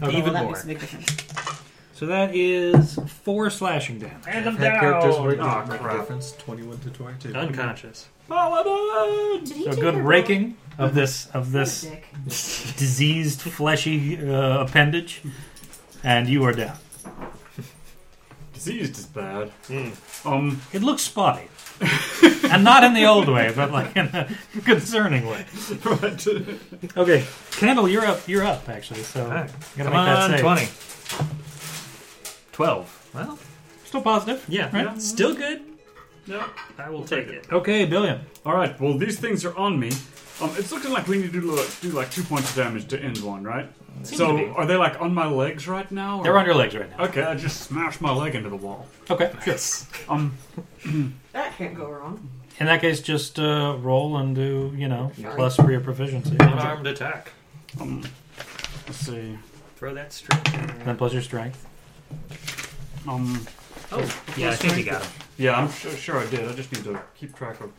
[SPEAKER 8] Oh,
[SPEAKER 2] Even
[SPEAKER 8] that
[SPEAKER 2] more.
[SPEAKER 8] makes a big difference.
[SPEAKER 2] So that is four slashing damage.
[SPEAKER 4] And I'm
[SPEAKER 3] Had characters
[SPEAKER 4] down.
[SPEAKER 3] where it
[SPEAKER 2] Ah,
[SPEAKER 1] Aw,
[SPEAKER 3] didn't make a
[SPEAKER 1] crap.
[SPEAKER 3] difference. Twenty-one to twenty-two.
[SPEAKER 4] Ah, Unconscious.
[SPEAKER 8] Did he
[SPEAKER 2] So
[SPEAKER 8] take
[SPEAKER 2] good
[SPEAKER 8] her
[SPEAKER 2] raking of this of
[SPEAKER 8] bone?
[SPEAKER 2] this
[SPEAKER 8] Dick.
[SPEAKER 2] diseased fleshy uh, appendage, and you are down.
[SPEAKER 1] diseased is bad. Um,
[SPEAKER 2] It looks spotty, and not in the old way, but like in a concerning way.
[SPEAKER 1] right.
[SPEAKER 2] Okay, Candle, you're up. You're up actually. So
[SPEAKER 4] Alright.
[SPEAKER 2] you gotta
[SPEAKER 4] Come
[SPEAKER 2] make that
[SPEAKER 4] on,
[SPEAKER 2] save.
[SPEAKER 4] 20. 12. Well,
[SPEAKER 2] Still positive.
[SPEAKER 4] yeah.
[SPEAKER 2] Right.
[SPEAKER 4] yeah. Still good.
[SPEAKER 1] No.
[SPEAKER 4] I will take it.
[SPEAKER 2] Okay, Billion.
[SPEAKER 1] All right. Well, these things are on me. Um, it's looking like we need to do like, do like two points of damage to end one, right?
[SPEAKER 4] to be.
[SPEAKER 1] so are they like on my legs right now? or-
[SPEAKER 2] They're on your legs right now.
[SPEAKER 1] Okay, I just smashed my leg into the wall.
[SPEAKER 2] Okay. Sure.
[SPEAKER 1] Um,
[SPEAKER 8] That can't go wrong.
[SPEAKER 2] In that case, just uh, roll and do you know plus for your proficiency,
[SPEAKER 4] Unarmed attack.
[SPEAKER 1] um, let's see.
[SPEAKER 4] Throw that straight.
[SPEAKER 2] then plus your strength.
[SPEAKER 1] Um,
[SPEAKER 4] Oh, yeah, I think he got him.
[SPEAKER 1] yeah, I'm su- sure I did. I just need to keep track of.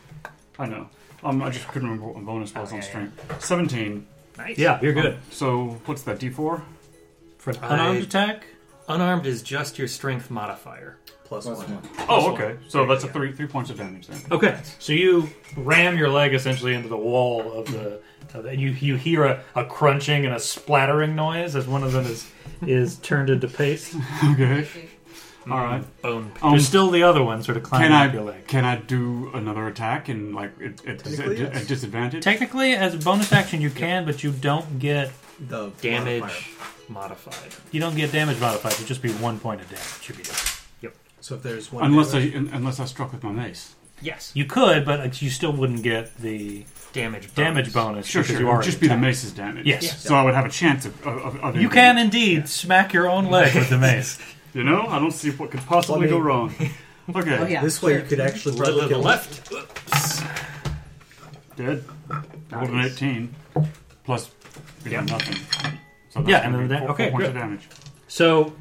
[SPEAKER 1] I know. Um, I just couldn't remember what my bonus was
[SPEAKER 4] Oh,
[SPEAKER 1] on
[SPEAKER 4] yeah,
[SPEAKER 1] strength. Seventeen.
[SPEAKER 4] Nice.
[SPEAKER 2] Yeah, you're good.
[SPEAKER 1] So what's that? D four.
[SPEAKER 2] For an unarmed
[SPEAKER 4] I-
[SPEAKER 2] attack.
[SPEAKER 4] Unarmed is just your strength modifier.
[SPEAKER 3] Plus
[SPEAKER 5] Plus
[SPEAKER 3] one.
[SPEAKER 5] one.
[SPEAKER 1] Oh, okay. So that's a three three points of damage then.
[SPEAKER 2] Okay, so you ram your leg essentially into the wall of the, of the- and you you hear a, a crunching and a splattering noise as one of them is is turned into paste.
[SPEAKER 1] Okay. All right.
[SPEAKER 4] Bone. p-
[SPEAKER 1] Um,
[SPEAKER 2] There's still the other one sort of climbing
[SPEAKER 1] can
[SPEAKER 2] up your
[SPEAKER 1] I
[SPEAKER 2] leg.
[SPEAKER 1] can I do another attack and like at, at, dis- at,
[SPEAKER 3] Technically, yes.
[SPEAKER 1] at disadvantage?
[SPEAKER 2] Technically, as a bonus action, you can, but you don't get
[SPEAKER 3] The
[SPEAKER 4] Damage
[SPEAKER 3] modifier.
[SPEAKER 4] modified.
[SPEAKER 2] you don't get damage modified. It'd just be one point of damage. You'd be done.
[SPEAKER 3] So if there's one.
[SPEAKER 1] unless I
[SPEAKER 3] damage,
[SPEAKER 1] un- unless I struck with my mace.
[SPEAKER 4] Yes.
[SPEAKER 2] You could, but like, you still wouldn't get the
[SPEAKER 4] Damage. Bonus.
[SPEAKER 2] damage bonus.
[SPEAKER 1] Sure,
[SPEAKER 2] because
[SPEAKER 1] sure.
[SPEAKER 2] You
[SPEAKER 1] It would
[SPEAKER 2] are
[SPEAKER 1] just be the
[SPEAKER 2] attacked.
[SPEAKER 1] mace's damage.
[SPEAKER 2] Yes. Yeah.
[SPEAKER 1] So I would have a chance of. of, of- of
[SPEAKER 2] You can indeed smack your own leg with the mace.
[SPEAKER 1] You know, I don't see what could possibly
[SPEAKER 3] Well, I mean-
[SPEAKER 1] go wrong. Okay.
[SPEAKER 8] Oh, yeah.
[SPEAKER 3] this way you could actually
[SPEAKER 4] To
[SPEAKER 3] probably
[SPEAKER 4] the
[SPEAKER 3] kill
[SPEAKER 4] left.
[SPEAKER 1] Dead. Rolled an 18. Plus, you know, nothing. So that's
[SPEAKER 2] Yeah, and
[SPEAKER 1] gonna
[SPEAKER 2] then
[SPEAKER 1] be
[SPEAKER 2] that-
[SPEAKER 1] four-
[SPEAKER 2] okay,
[SPEAKER 1] four points of
[SPEAKER 2] good.
[SPEAKER 1] damage.
[SPEAKER 2] So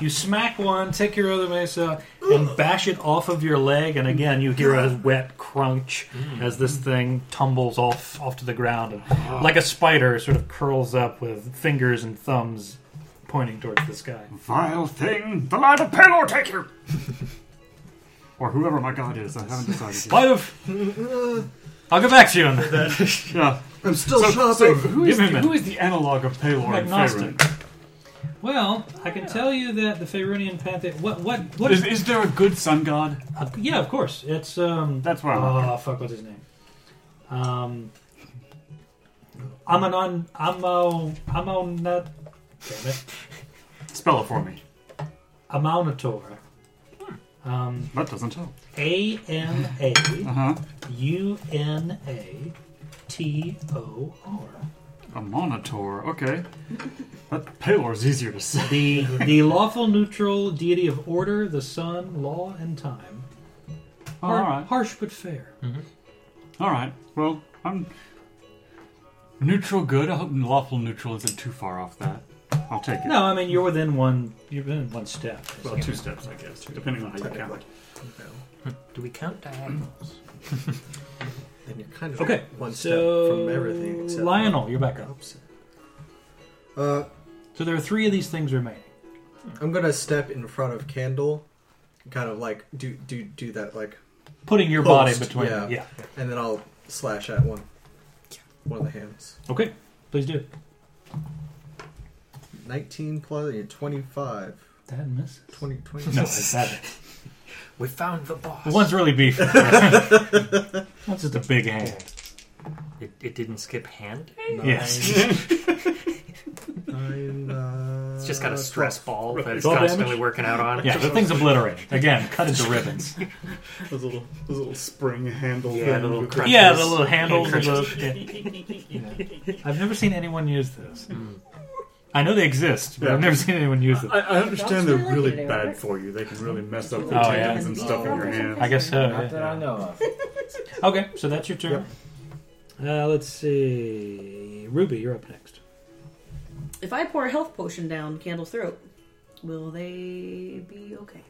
[SPEAKER 2] you smack one, take your other mace out, and bash it off of your leg, and again you hear a wet crunch
[SPEAKER 1] Mm.
[SPEAKER 2] as this thing tumbles off off to the ground,
[SPEAKER 1] Ah.
[SPEAKER 2] and like a spider, sort of curls up with fingers and thumbs pointing towards the sky.
[SPEAKER 1] Vile thing, the light of Pelor take you! or whoever my god is, I haven't decided yet.
[SPEAKER 2] Light of. I'll get back to you on that.
[SPEAKER 1] yeah.
[SPEAKER 3] I'm still
[SPEAKER 1] so, So
[SPEAKER 3] shopping.
[SPEAKER 1] who, is
[SPEAKER 2] Give me a
[SPEAKER 1] the,
[SPEAKER 2] minute.
[SPEAKER 1] who is the analog of
[SPEAKER 2] I'm
[SPEAKER 1] Pelor in
[SPEAKER 2] agnostic.
[SPEAKER 1] Faerun?
[SPEAKER 12] Well, I can tell you that the Faerunian pantheon. What? What? What
[SPEAKER 1] Is, is there a good sun god?
[SPEAKER 12] Uh, yeah, of course. It's um.
[SPEAKER 1] That's where I'm
[SPEAKER 12] Oh fuck! What's his name? Um. Amanon Amo Amonat. Damn it.
[SPEAKER 1] Spell it for me.
[SPEAKER 12] Amonator. Um.
[SPEAKER 1] That doesn't help.
[SPEAKER 12] A M A
[SPEAKER 1] Uh-huh.
[SPEAKER 12] U N A T O R.
[SPEAKER 1] A monitor, okay. That Pelor's easier to say.
[SPEAKER 12] The the lawful neutral deity of order, the sun, law, and time.
[SPEAKER 1] Oh,
[SPEAKER 12] Har-
[SPEAKER 1] all right.
[SPEAKER 12] Harsh but fair.
[SPEAKER 1] All right. Well, I'm neutral good. I hope lawful neutral isn't too far off that. I'll take it.
[SPEAKER 12] No, I mean you're within one. You're within one step.
[SPEAKER 1] Well, two steps, I guess, depending on how you count.
[SPEAKER 4] Do we count diagonals?
[SPEAKER 3] Then you're kind of
[SPEAKER 12] Okay.
[SPEAKER 3] one
[SPEAKER 12] so
[SPEAKER 3] step from everything except
[SPEAKER 12] Lionel, you're back up.
[SPEAKER 3] Uh,
[SPEAKER 12] So there are three of these things remaining.
[SPEAKER 3] I'm gonna step in front of Candle, kind of like do do do that like
[SPEAKER 12] Putting your body between them, yeah.
[SPEAKER 3] and then I'll slash at one, one of the hands.
[SPEAKER 12] Okay. Please do.
[SPEAKER 3] Nineteen plus yeah, twenty-five.
[SPEAKER 12] That misses.
[SPEAKER 3] 20, 20.
[SPEAKER 2] No, it's not.
[SPEAKER 4] We found the boss.
[SPEAKER 2] The one's really beefy. That's just a big hand.
[SPEAKER 4] It, it didn't skip hand.
[SPEAKER 2] Yes.
[SPEAKER 3] Nine, uh,
[SPEAKER 4] It's just got a stress ball that it's
[SPEAKER 2] Ball damage?
[SPEAKER 4] constantly working out on.
[SPEAKER 2] Yeah, the thing's obliterated. Again, cut into ribbons.
[SPEAKER 1] Those little, those little spring handle.
[SPEAKER 4] Yeah, the little crunches.
[SPEAKER 2] Yeah, the little handles.
[SPEAKER 4] Hand
[SPEAKER 2] of
[SPEAKER 4] crunches.
[SPEAKER 2] the- yeah. I've never seen anyone use this. I know they exist, but I've never seen anyone use them.
[SPEAKER 1] I, I understand they're really bad for you. They can really mess up the
[SPEAKER 2] Oh, yeah.
[SPEAKER 1] tendons and stuff in your hands.
[SPEAKER 2] I guess uh, so.
[SPEAKER 5] Not
[SPEAKER 2] yeah.
[SPEAKER 5] that I know of.
[SPEAKER 12] Okay, so that's your turn. Uh, let's see. Ruby, you're up next.
[SPEAKER 8] If I pour a health potion down Candle's throat, will they be okay?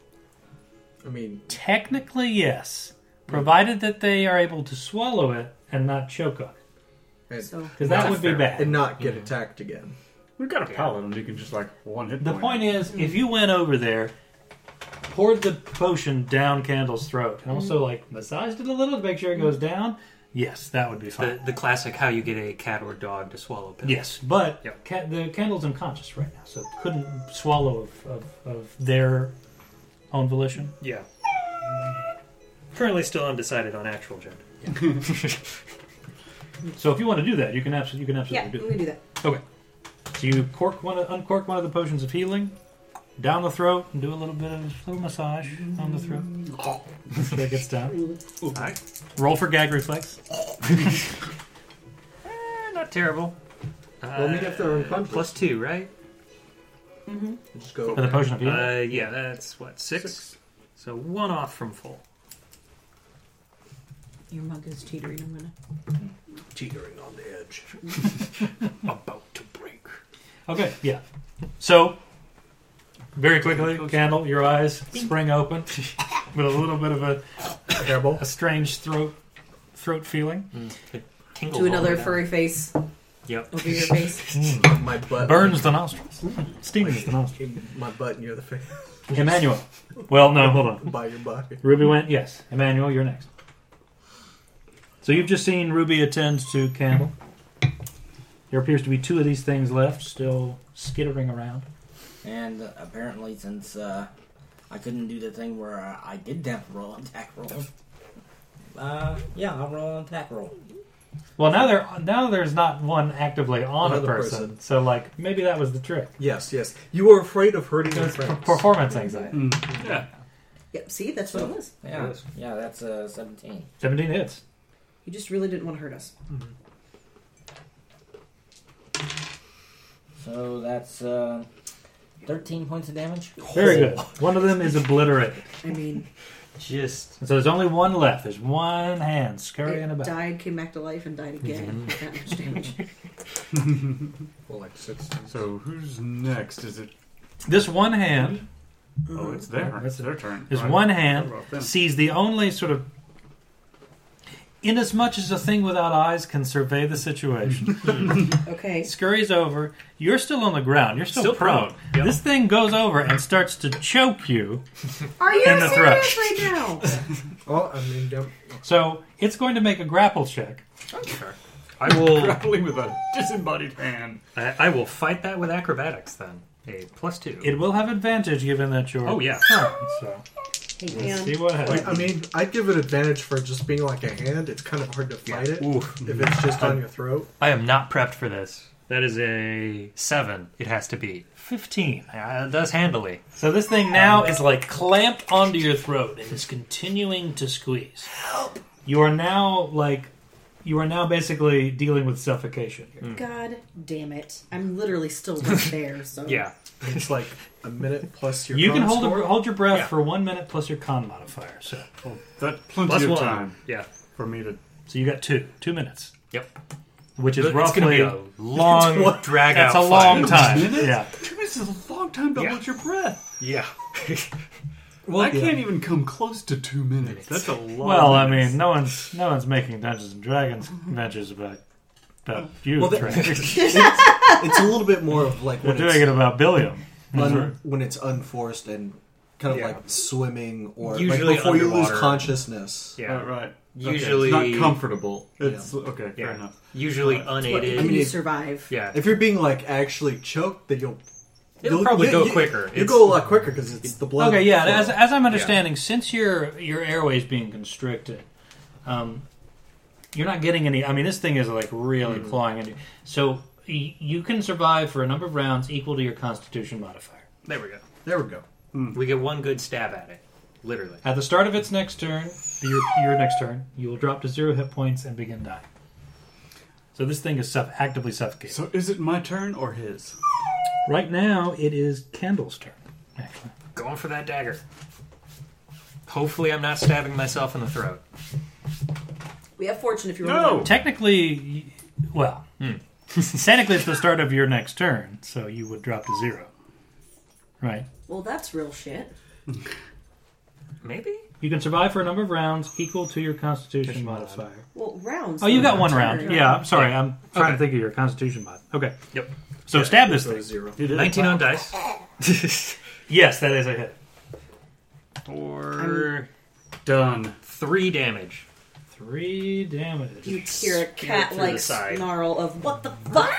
[SPEAKER 3] I mean,
[SPEAKER 2] Technically, yes,
[SPEAKER 12] provided that they are able to swallow it and not choke on it.
[SPEAKER 3] and,
[SPEAKER 8] So
[SPEAKER 12] Because that would be bad.
[SPEAKER 3] and not get attacked again.
[SPEAKER 1] We've got a paladin. You can just like one hit.
[SPEAKER 2] The point is, if you went over there, poured the potion down Candle's throat, and also like massaged it a little to make sure it goes down, yes, that would be fine.
[SPEAKER 4] The, the classic how you get a cat or dog to swallow pills.
[SPEAKER 2] Yes, but
[SPEAKER 4] Yep.
[SPEAKER 2] ca- the candle's unconscious right now, so couldn't swallow of, of, of their own volition.
[SPEAKER 4] Yeah. Currently still undecided on actual gender.
[SPEAKER 2] So if you want to do that, you can absolutely you can
[SPEAKER 8] yeah,
[SPEAKER 2] absolutely do
[SPEAKER 8] I'm gonna do that.
[SPEAKER 2] that. Okay. So you cork one, of- uncork one of the potions of healing, down the throat, and do a little bit of little massage on the throat. so it gets down. Roll for gag reflex.
[SPEAKER 4] Eh, not terrible. Uh,
[SPEAKER 3] Well, I mean, if they're unconscious,
[SPEAKER 4] Plus two, right?
[SPEAKER 3] just go.
[SPEAKER 2] For the potion of healing.
[SPEAKER 4] Uh, yeah, that's what six. So one off from full.
[SPEAKER 8] Your mug is teetering. I'm gonna.
[SPEAKER 3] teetering on the edge.
[SPEAKER 4] Hmm. About to break.
[SPEAKER 2] Okay, yeah. So, very quickly, Candle, your eyes spring open with a little bit of a a strange throat throat feeling.
[SPEAKER 8] To another furry face
[SPEAKER 4] Yep.
[SPEAKER 8] over your face.
[SPEAKER 3] My butt
[SPEAKER 2] Burns the nostrils. Steams the nostrils.
[SPEAKER 3] My butt near the face
[SPEAKER 2] Emmanuel. Well, no, hold on.
[SPEAKER 3] by your body.
[SPEAKER 2] Ruby went, yes. Emmanuel, you're next. So you've just seen Ruby attend to Candle. There appears to be two of these things left, still skittering around.
[SPEAKER 5] And apparently, since uh, I couldn't do the thing where uh, I did that roll on attack roll, uh, yeah, I'll roll on attack roll.
[SPEAKER 2] Well, now there now there's not one actively on a
[SPEAKER 3] Another
[SPEAKER 2] person,
[SPEAKER 3] person.
[SPEAKER 2] so like maybe that was the trick.
[SPEAKER 3] Yes, yes. You were afraid of hurting your
[SPEAKER 2] It's per-
[SPEAKER 3] friends.
[SPEAKER 2] performance anxiety.
[SPEAKER 1] Hmm. Yeah.
[SPEAKER 8] Yep. See, that's what it was.
[SPEAKER 5] Yeah, yeah, that's uh, 17.
[SPEAKER 2] 17 hits.
[SPEAKER 8] You just really didn't want to hurt us.
[SPEAKER 5] So that's uh, 13 points of damage.
[SPEAKER 2] Very good. One of them is obliterated.
[SPEAKER 8] I mean,
[SPEAKER 4] Just
[SPEAKER 2] And so there's only one left. There's one hand scurrying
[SPEAKER 8] it
[SPEAKER 2] about.
[SPEAKER 8] died, came back to life, and died again.
[SPEAKER 2] Mm-hmm.
[SPEAKER 8] That much damage.
[SPEAKER 3] Well, like six times.
[SPEAKER 1] So who's next? Is it
[SPEAKER 2] This one hand
[SPEAKER 1] Oh, it's there. It's their turn.
[SPEAKER 2] His
[SPEAKER 1] Right. Oh,
[SPEAKER 2] one
[SPEAKER 1] What
[SPEAKER 2] hand
[SPEAKER 1] about them?
[SPEAKER 2] sees the only sort of. Inasmuch as a thing without eyes can survey the situation.
[SPEAKER 8] okay.
[SPEAKER 2] Scurries over. You're still on the ground. You're still,
[SPEAKER 4] Still
[SPEAKER 2] prone.
[SPEAKER 4] prone. Yep.
[SPEAKER 2] This thing goes over and starts to choke you
[SPEAKER 8] Are you
[SPEAKER 2] in the
[SPEAKER 8] serious
[SPEAKER 2] throat.
[SPEAKER 8] right now?
[SPEAKER 3] Well, I mean, don't.
[SPEAKER 2] So it's going to make a grapple check.
[SPEAKER 1] I will grappling with a disembodied hand.
[SPEAKER 4] I, I will fight that with acrobatics then. A plus two.
[SPEAKER 2] It will have advantage given that you're.
[SPEAKER 4] Oh, yeah.
[SPEAKER 2] prone, So
[SPEAKER 8] Hey,
[SPEAKER 2] we'll
[SPEAKER 8] man.
[SPEAKER 2] see what happens.
[SPEAKER 3] I mean, I'd give it advantage for just being like a hand. It's kind of hard to fight it if it's just on your throat.
[SPEAKER 4] I am not prepped for this. That is a seven. It has to be fifteen. Uh, that's handily.
[SPEAKER 2] So this thing now is like clamped onto your throat and is continuing to squeeze. You are now like, you are now basically dealing with suffocation. Here.
[SPEAKER 8] God damn it! I'm literally still right there. So
[SPEAKER 3] It's like a minute plus your.
[SPEAKER 2] you
[SPEAKER 3] con
[SPEAKER 2] can hold
[SPEAKER 3] score.
[SPEAKER 2] a, hold your breath for one minute plus your con modifier. So
[SPEAKER 1] Oh. That plenty
[SPEAKER 4] Plus
[SPEAKER 1] of
[SPEAKER 4] one.
[SPEAKER 1] time.
[SPEAKER 4] Yeah.
[SPEAKER 1] For me to.
[SPEAKER 2] so you got two two minutes.
[SPEAKER 4] Yep.
[SPEAKER 2] Which is
[SPEAKER 4] It's gonna
[SPEAKER 2] roughly
[SPEAKER 4] be a long
[SPEAKER 2] That's a-
[SPEAKER 4] drag
[SPEAKER 2] That's
[SPEAKER 4] out
[SPEAKER 2] a long
[SPEAKER 4] fight.
[SPEAKER 2] time.
[SPEAKER 1] Two minutes?
[SPEAKER 2] Yeah.
[SPEAKER 1] Two minutes is a long time to hold your breath.
[SPEAKER 4] Yeah.
[SPEAKER 1] Well, I can't even come close to two minutes. That's a lot.
[SPEAKER 2] Well, I
[SPEAKER 1] of minutes.
[SPEAKER 2] mean, no one's no one's making Dungeons and Dragons adventures about about you.
[SPEAKER 3] Well, the-
[SPEAKER 2] Trey.
[SPEAKER 3] it's, it's a little bit more of like
[SPEAKER 2] We're
[SPEAKER 3] when
[SPEAKER 2] doing it
[SPEAKER 3] it's
[SPEAKER 2] about Billiam.
[SPEAKER 3] un, when it's unforced and kind of
[SPEAKER 4] Yeah.
[SPEAKER 3] like swimming or like,
[SPEAKER 4] Usually
[SPEAKER 3] before you lose
[SPEAKER 4] underwater.
[SPEAKER 3] consciousness.
[SPEAKER 1] Oh,
[SPEAKER 4] Yeah.
[SPEAKER 1] right. Okay.
[SPEAKER 4] Usually.
[SPEAKER 1] It's not comfortable. It's okay. Fair
[SPEAKER 4] Yeah.
[SPEAKER 1] enough.
[SPEAKER 4] Usually
[SPEAKER 8] But
[SPEAKER 4] unaided.
[SPEAKER 8] can
[SPEAKER 3] mean,
[SPEAKER 8] you
[SPEAKER 3] if-
[SPEAKER 8] survive?
[SPEAKER 4] yeah.
[SPEAKER 3] If you're being like actually choked, then you'll
[SPEAKER 4] It'll
[SPEAKER 3] you'll-
[SPEAKER 4] probably
[SPEAKER 3] you-
[SPEAKER 4] go
[SPEAKER 3] you-
[SPEAKER 4] quicker.
[SPEAKER 3] You
[SPEAKER 4] It's-
[SPEAKER 3] go a lot quicker because it's the blood.
[SPEAKER 2] Okay, yeah.
[SPEAKER 3] flow.
[SPEAKER 2] As, as I'm understanding, since your your airway's being constricted, um, you're not getting any. I mean, this thing is like really clawing at you. So y- you can survive for a number of rounds equal to your Constitution modifier.
[SPEAKER 4] There we go. Hmm.
[SPEAKER 3] there we go.
[SPEAKER 4] We get one good stab at it. Literally.
[SPEAKER 2] At the start of its next turn, your, your next turn, you will drop to zero hit points and begin dying. So this thing is suff- actively suffocating.
[SPEAKER 1] So is it my turn or his?
[SPEAKER 2] right now, it is Kendall's turn. Actually,
[SPEAKER 4] Going for that dagger. Hopefully, I'm not stabbing myself in the throat.
[SPEAKER 8] We have fortune if you remember.
[SPEAKER 1] No.
[SPEAKER 2] technically, y- well, technically it's the start of your next turn, so you would drop to zero. Right.
[SPEAKER 8] Well, that's real shit.
[SPEAKER 4] Maybe?
[SPEAKER 2] You can survive for a number of rounds equal to your constitution modifier.
[SPEAKER 8] Well, rounds.
[SPEAKER 2] Oh, you got
[SPEAKER 8] not
[SPEAKER 2] one
[SPEAKER 8] turn.
[SPEAKER 2] round. Yeah, I'm sorry. I'm trying to think of your constitution mod. Okay.
[SPEAKER 4] Yep.
[SPEAKER 2] So stab this
[SPEAKER 3] So
[SPEAKER 2] thing.
[SPEAKER 3] zero.
[SPEAKER 4] 19 on dice.
[SPEAKER 2] Yes, that is a hit.
[SPEAKER 4] Or
[SPEAKER 1] Done.
[SPEAKER 4] three damage.
[SPEAKER 2] Three damage.
[SPEAKER 8] You hear a cat
[SPEAKER 4] through the
[SPEAKER 8] like
[SPEAKER 4] side.
[SPEAKER 8] snarl of "What the fuck?"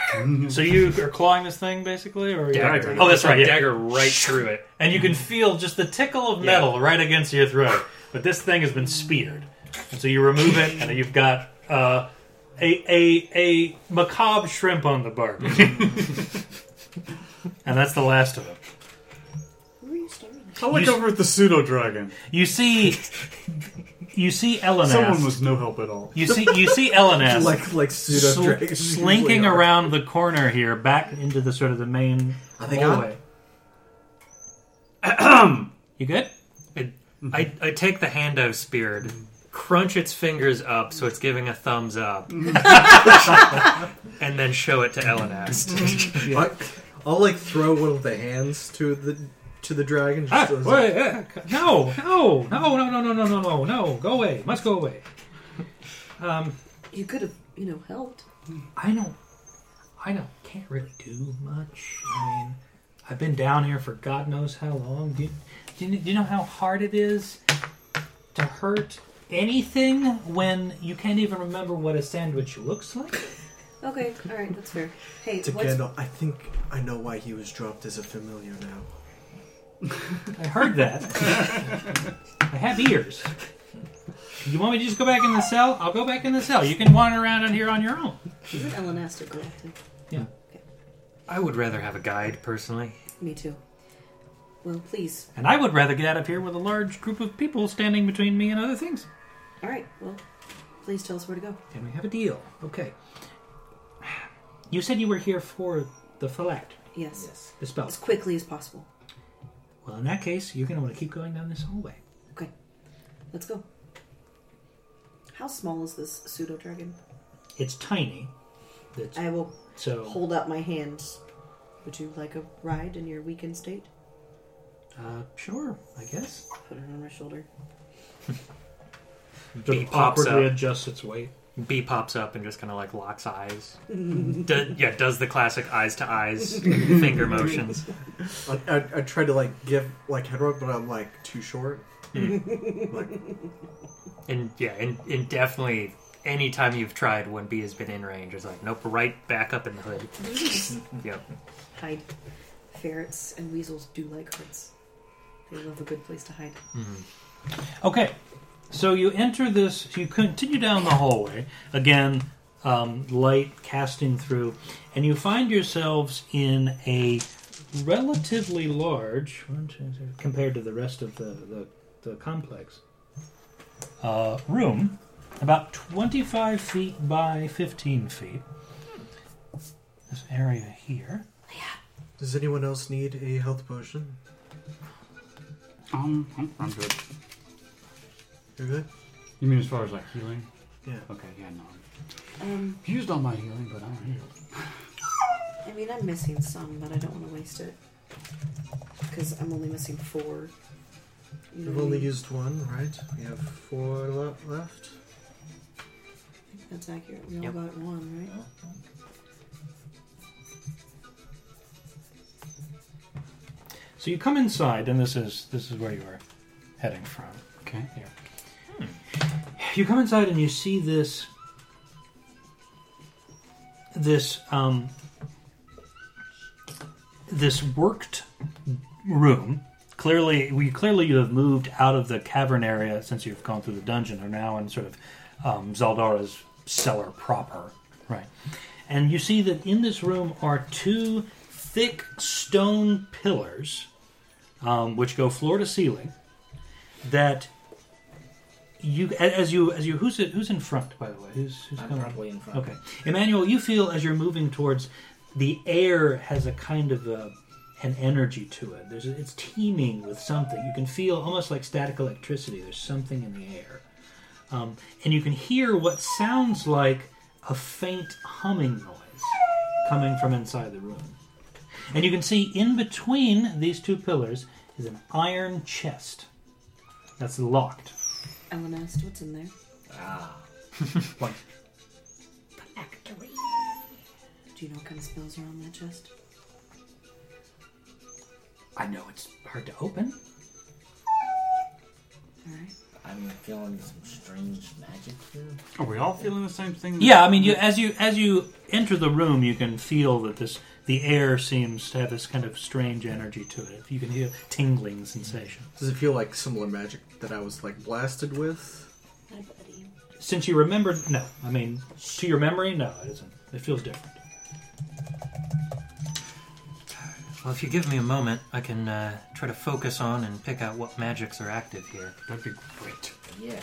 [SPEAKER 2] So you are clawing this thing basically, or
[SPEAKER 1] Dagger.
[SPEAKER 2] Oh, that's right. Yeah.
[SPEAKER 4] Dagger right through it.
[SPEAKER 2] And you can feel just the tickle of
[SPEAKER 4] Yeah.
[SPEAKER 2] metal right against your throat. But this thing has been speared, and so you remove it, and you've got uh, a a a macabre shrimp on the bark, and that's the last of them.
[SPEAKER 8] Who are you staring at?
[SPEAKER 1] I look
[SPEAKER 2] You-
[SPEAKER 1] over at the pseudo dragon.
[SPEAKER 2] You see, you see Elenath.
[SPEAKER 1] Someone was no help at all.
[SPEAKER 2] You see, you see Elenath
[SPEAKER 3] Like like pseudo
[SPEAKER 2] sl-
[SPEAKER 3] dragons usually
[SPEAKER 2] slinking
[SPEAKER 3] are.
[SPEAKER 2] around the corner here, back into the sort of the main
[SPEAKER 3] I think
[SPEAKER 2] hallway. you good?
[SPEAKER 4] I,
[SPEAKER 2] Mm-hmm.
[SPEAKER 4] I, I take the hand I've speared, crunch its fingers up so it's giving a thumbs up,
[SPEAKER 2] Mm-hmm.
[SPEAKER 4] and then show it to Elenast.
[SPEAKER 3] I, I'll like throw one of the hands to the to the dragon. Just so it's like-
[SPEAKER 2] Wait, eh, no, no, no, no, no, no, no, no, no, no! Go away! Must go away! Um,
[SPEAKER 8] You could have, you know, helped.
[SPEAKER 2] I don't, I don't, can't really do much. I mean, I've been down here for God knows how long. Do you, do you, do you know how hard it is to hurt anything when you can't even remember what a sandwich looks like?
[SPEAKER 8] Okay, all right, that's fair. Hey,
[SPEAKER 3] to
[SPEAKER 8] what's
[SPEAKER 3] Gandalf, I think I know why he was dropped as a familiar now.
[SPEAKER 2] I heard that. I have ears. You want me to just go back in the cell? I'll go back in the cell. You can wander around in here on your own.
[SPEAKER 8] is it Elenastic Galactic?
[SPEAKER 4] I would rather have a guide, personally.
[SPEAKER 8] Me too. Well, please.
[SPEAKER 2] And I would rather get out of here with a large group of people standing between me and other things.
[SPEAKER 8] All right. Well, please tell us where to go.
[SPEAKER 2] And we have a deal. Okay. You said you were here for the phylactery,
[SPEAKER 8] Yes.
[SPEAKER 2] the spell.
[SPEAKER 8] As quickly as possible.
[SPEAKER 2] Well, in that case, you're going to want to keep going down this hallway.
[SPEAKER 8] Okay. Let's go. How small is this pseudo dragon?
[SPEAKER 2] It's tiny. That's-
[SPEAKER 8] I will
[SPEAKER 2] so
[SPEAKER 8] hold out my hands. Would you like a ride in your weakened state?
[SPEAKER 2] Uh, sure, I guess.
[SPEAKER 17] Put it on my shoulder.
[SPEAKER 4] Bee
[SPEAKER 2] Just
[SPEAKER 4] pops
[SPEAKER 2] awkwardly
[SPEAKER 4] up.
[SPEAKER 2] adjusts its weight.
[SPEAKER 4] Bee pops up and just kind of like locks eyes.
[SPEAKER 2] Mm-hmm.
[SPEAKER 4] Do- yeah, does the classic eyes to eyes finger motions.
[SPEAKER 3] Like I, I tried to like give like head rub, but I'm like too short.
[SPEAKER 4] And yeah, and, and definitely anytime you've tried when B has been in range, it's like, nope, right back up in the hood. yep.
[SPEAKER 17] Hide.
[SPEAKER 8] Ferrets and weasels do like hoods. They love a good place to hide.
[SPEAKER 18] Okay,
[SPEAKER 2] so you enter this, you continue down the hallway, again, um, light casting through, and you find yourselves in a relatively large, one, two, three, compared to the rest of the, the, the complex, uh, room, about 25 feet by 15 feet. This area here.
[SPEAKER 3] Does anyone else need a health potion?
[SPEAKER 1] Um, I'm, I'm good.
[SPEAKER 3] You're good.
[SPEAKER 1] You mean as far as like healing?
[SPEAKER 3] Yeah.
[SPEAKER 1] Okay. Yeah. No.
[SPEAKER 8] Um,
[SPEAKER 1] I've used all my healing, but I'm healed.
[SPEAKER 8] I mean, I'm missing some, but I don't want to waste it because I'm only missing four. You
[SPEAKER 3] We've
[SPEAKER 8] know what I
[SPEAKER 3] only
[SPEAKER 8] mean?
[SPEAKER 3] used one, right? We have four le- left.
[SPEAKER 8] That's accurate. We all
[SPEAKER 3] Yep.
[SPEAKER 8] got one, right?
[SPEAKER 18] So you come inside, and this is this is where you are heading from.
[SPEAKER 1] Okay.
[SPEAKER 18] Here.
[SPEAKER 2] Hmm.
[SPEAKER 18] You come inside and you see this
[SPEAKER 2] this um, this worked room.
[SPEAKER 18] clearly we clearly you have moved out of the cavern area since you've gone through the dungeon are now in sort of um, Zaldara's cellar proper
[SPEAKER 2] Right.
[SPEAKER 18] and you see that in this
[SPEAKER 2] This room are two thick stone pillars, um, which go floor to ceiling. That you a- as you as you who's who's in front by the way who's who's
[SPEAKER 5] I'm
[SPEAKER 2] coming?
[SPEAKER 5] probably in front.
[SPEAKER 2] Okay, Emmanuel, you feel as you're moving towards the air has a kind of a, an energy to it. There's a, it's teeming with something. You can feel almost like static electricity. There's something in the air, um, and you can hear what sounds like a faint humming noise coming from inside the room. And you can see in between these two pillars is an iron chest that's locked.
[SPEAKER 8] Ellen asked, "What's in there?"
[SPEAKER 5] Ah.
[SPEAKER 2] What?
[SPEAKER 8] Do you know what kind of spells are on that chest?
[SPEAKER 2] I know it's hard to open.
[SPEAKER 8] All right.
[SPEAKER 5] I'm feeling some strange magic here.
[SPEAKER 1] Are we all feeling the same thing?
[SPEAKER 2] Yeah, I mean, you, as you as you enter the room, you can feel that this the air seems to have this kind of strange energy to it. You can hear tingling sensation.
[SPEAKER 3] Does it feel like similar magic that I was like blasted with?
[SPEAKER 8] Hi, buddy.
[SPEAKER 2] Since you remembered, no, I mean, to your memory, no, it isn't. It feels different.
[SPEAKER 4] Well, if you give me a moment, I can uh, try to focus on and pick out what magics are active here.
[SPEAKER 1] That'd be great.
[SPEAKER 5] Yeah.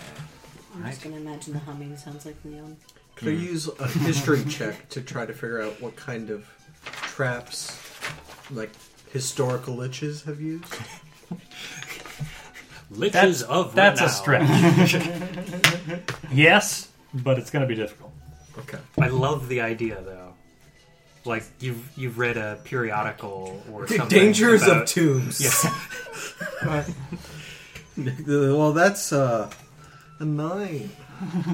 [SPEAKER 8] I'm just gonna imagine the humming sounds like Leon.
[SPEAKER 3] Could I use a history check to try to figure out what kind of traps, like historical liches, have used?
[SPEAKER 4] Liches
[SPEAKER 18] That's-
[SPEAKER 4] of
[SPEAKER 18] that's a
[SPEAKER 4] Renau.
[SPEAKER 18] stretch. yes but it's going to be difficult
[SPEAKER 3] okay
[SPEAKER 4] I love the idea though. Like you've you've read a periodical or
[SPEAKER 3] The
[SPEAKER 4] something.
[SPEAKER 3] dangers
[SPEAKER 4] about-
[SPEAKER 3] of tombs.
[SPEAKER 4] Yes.
[SPEAKER 3] well, that's uh, a nine.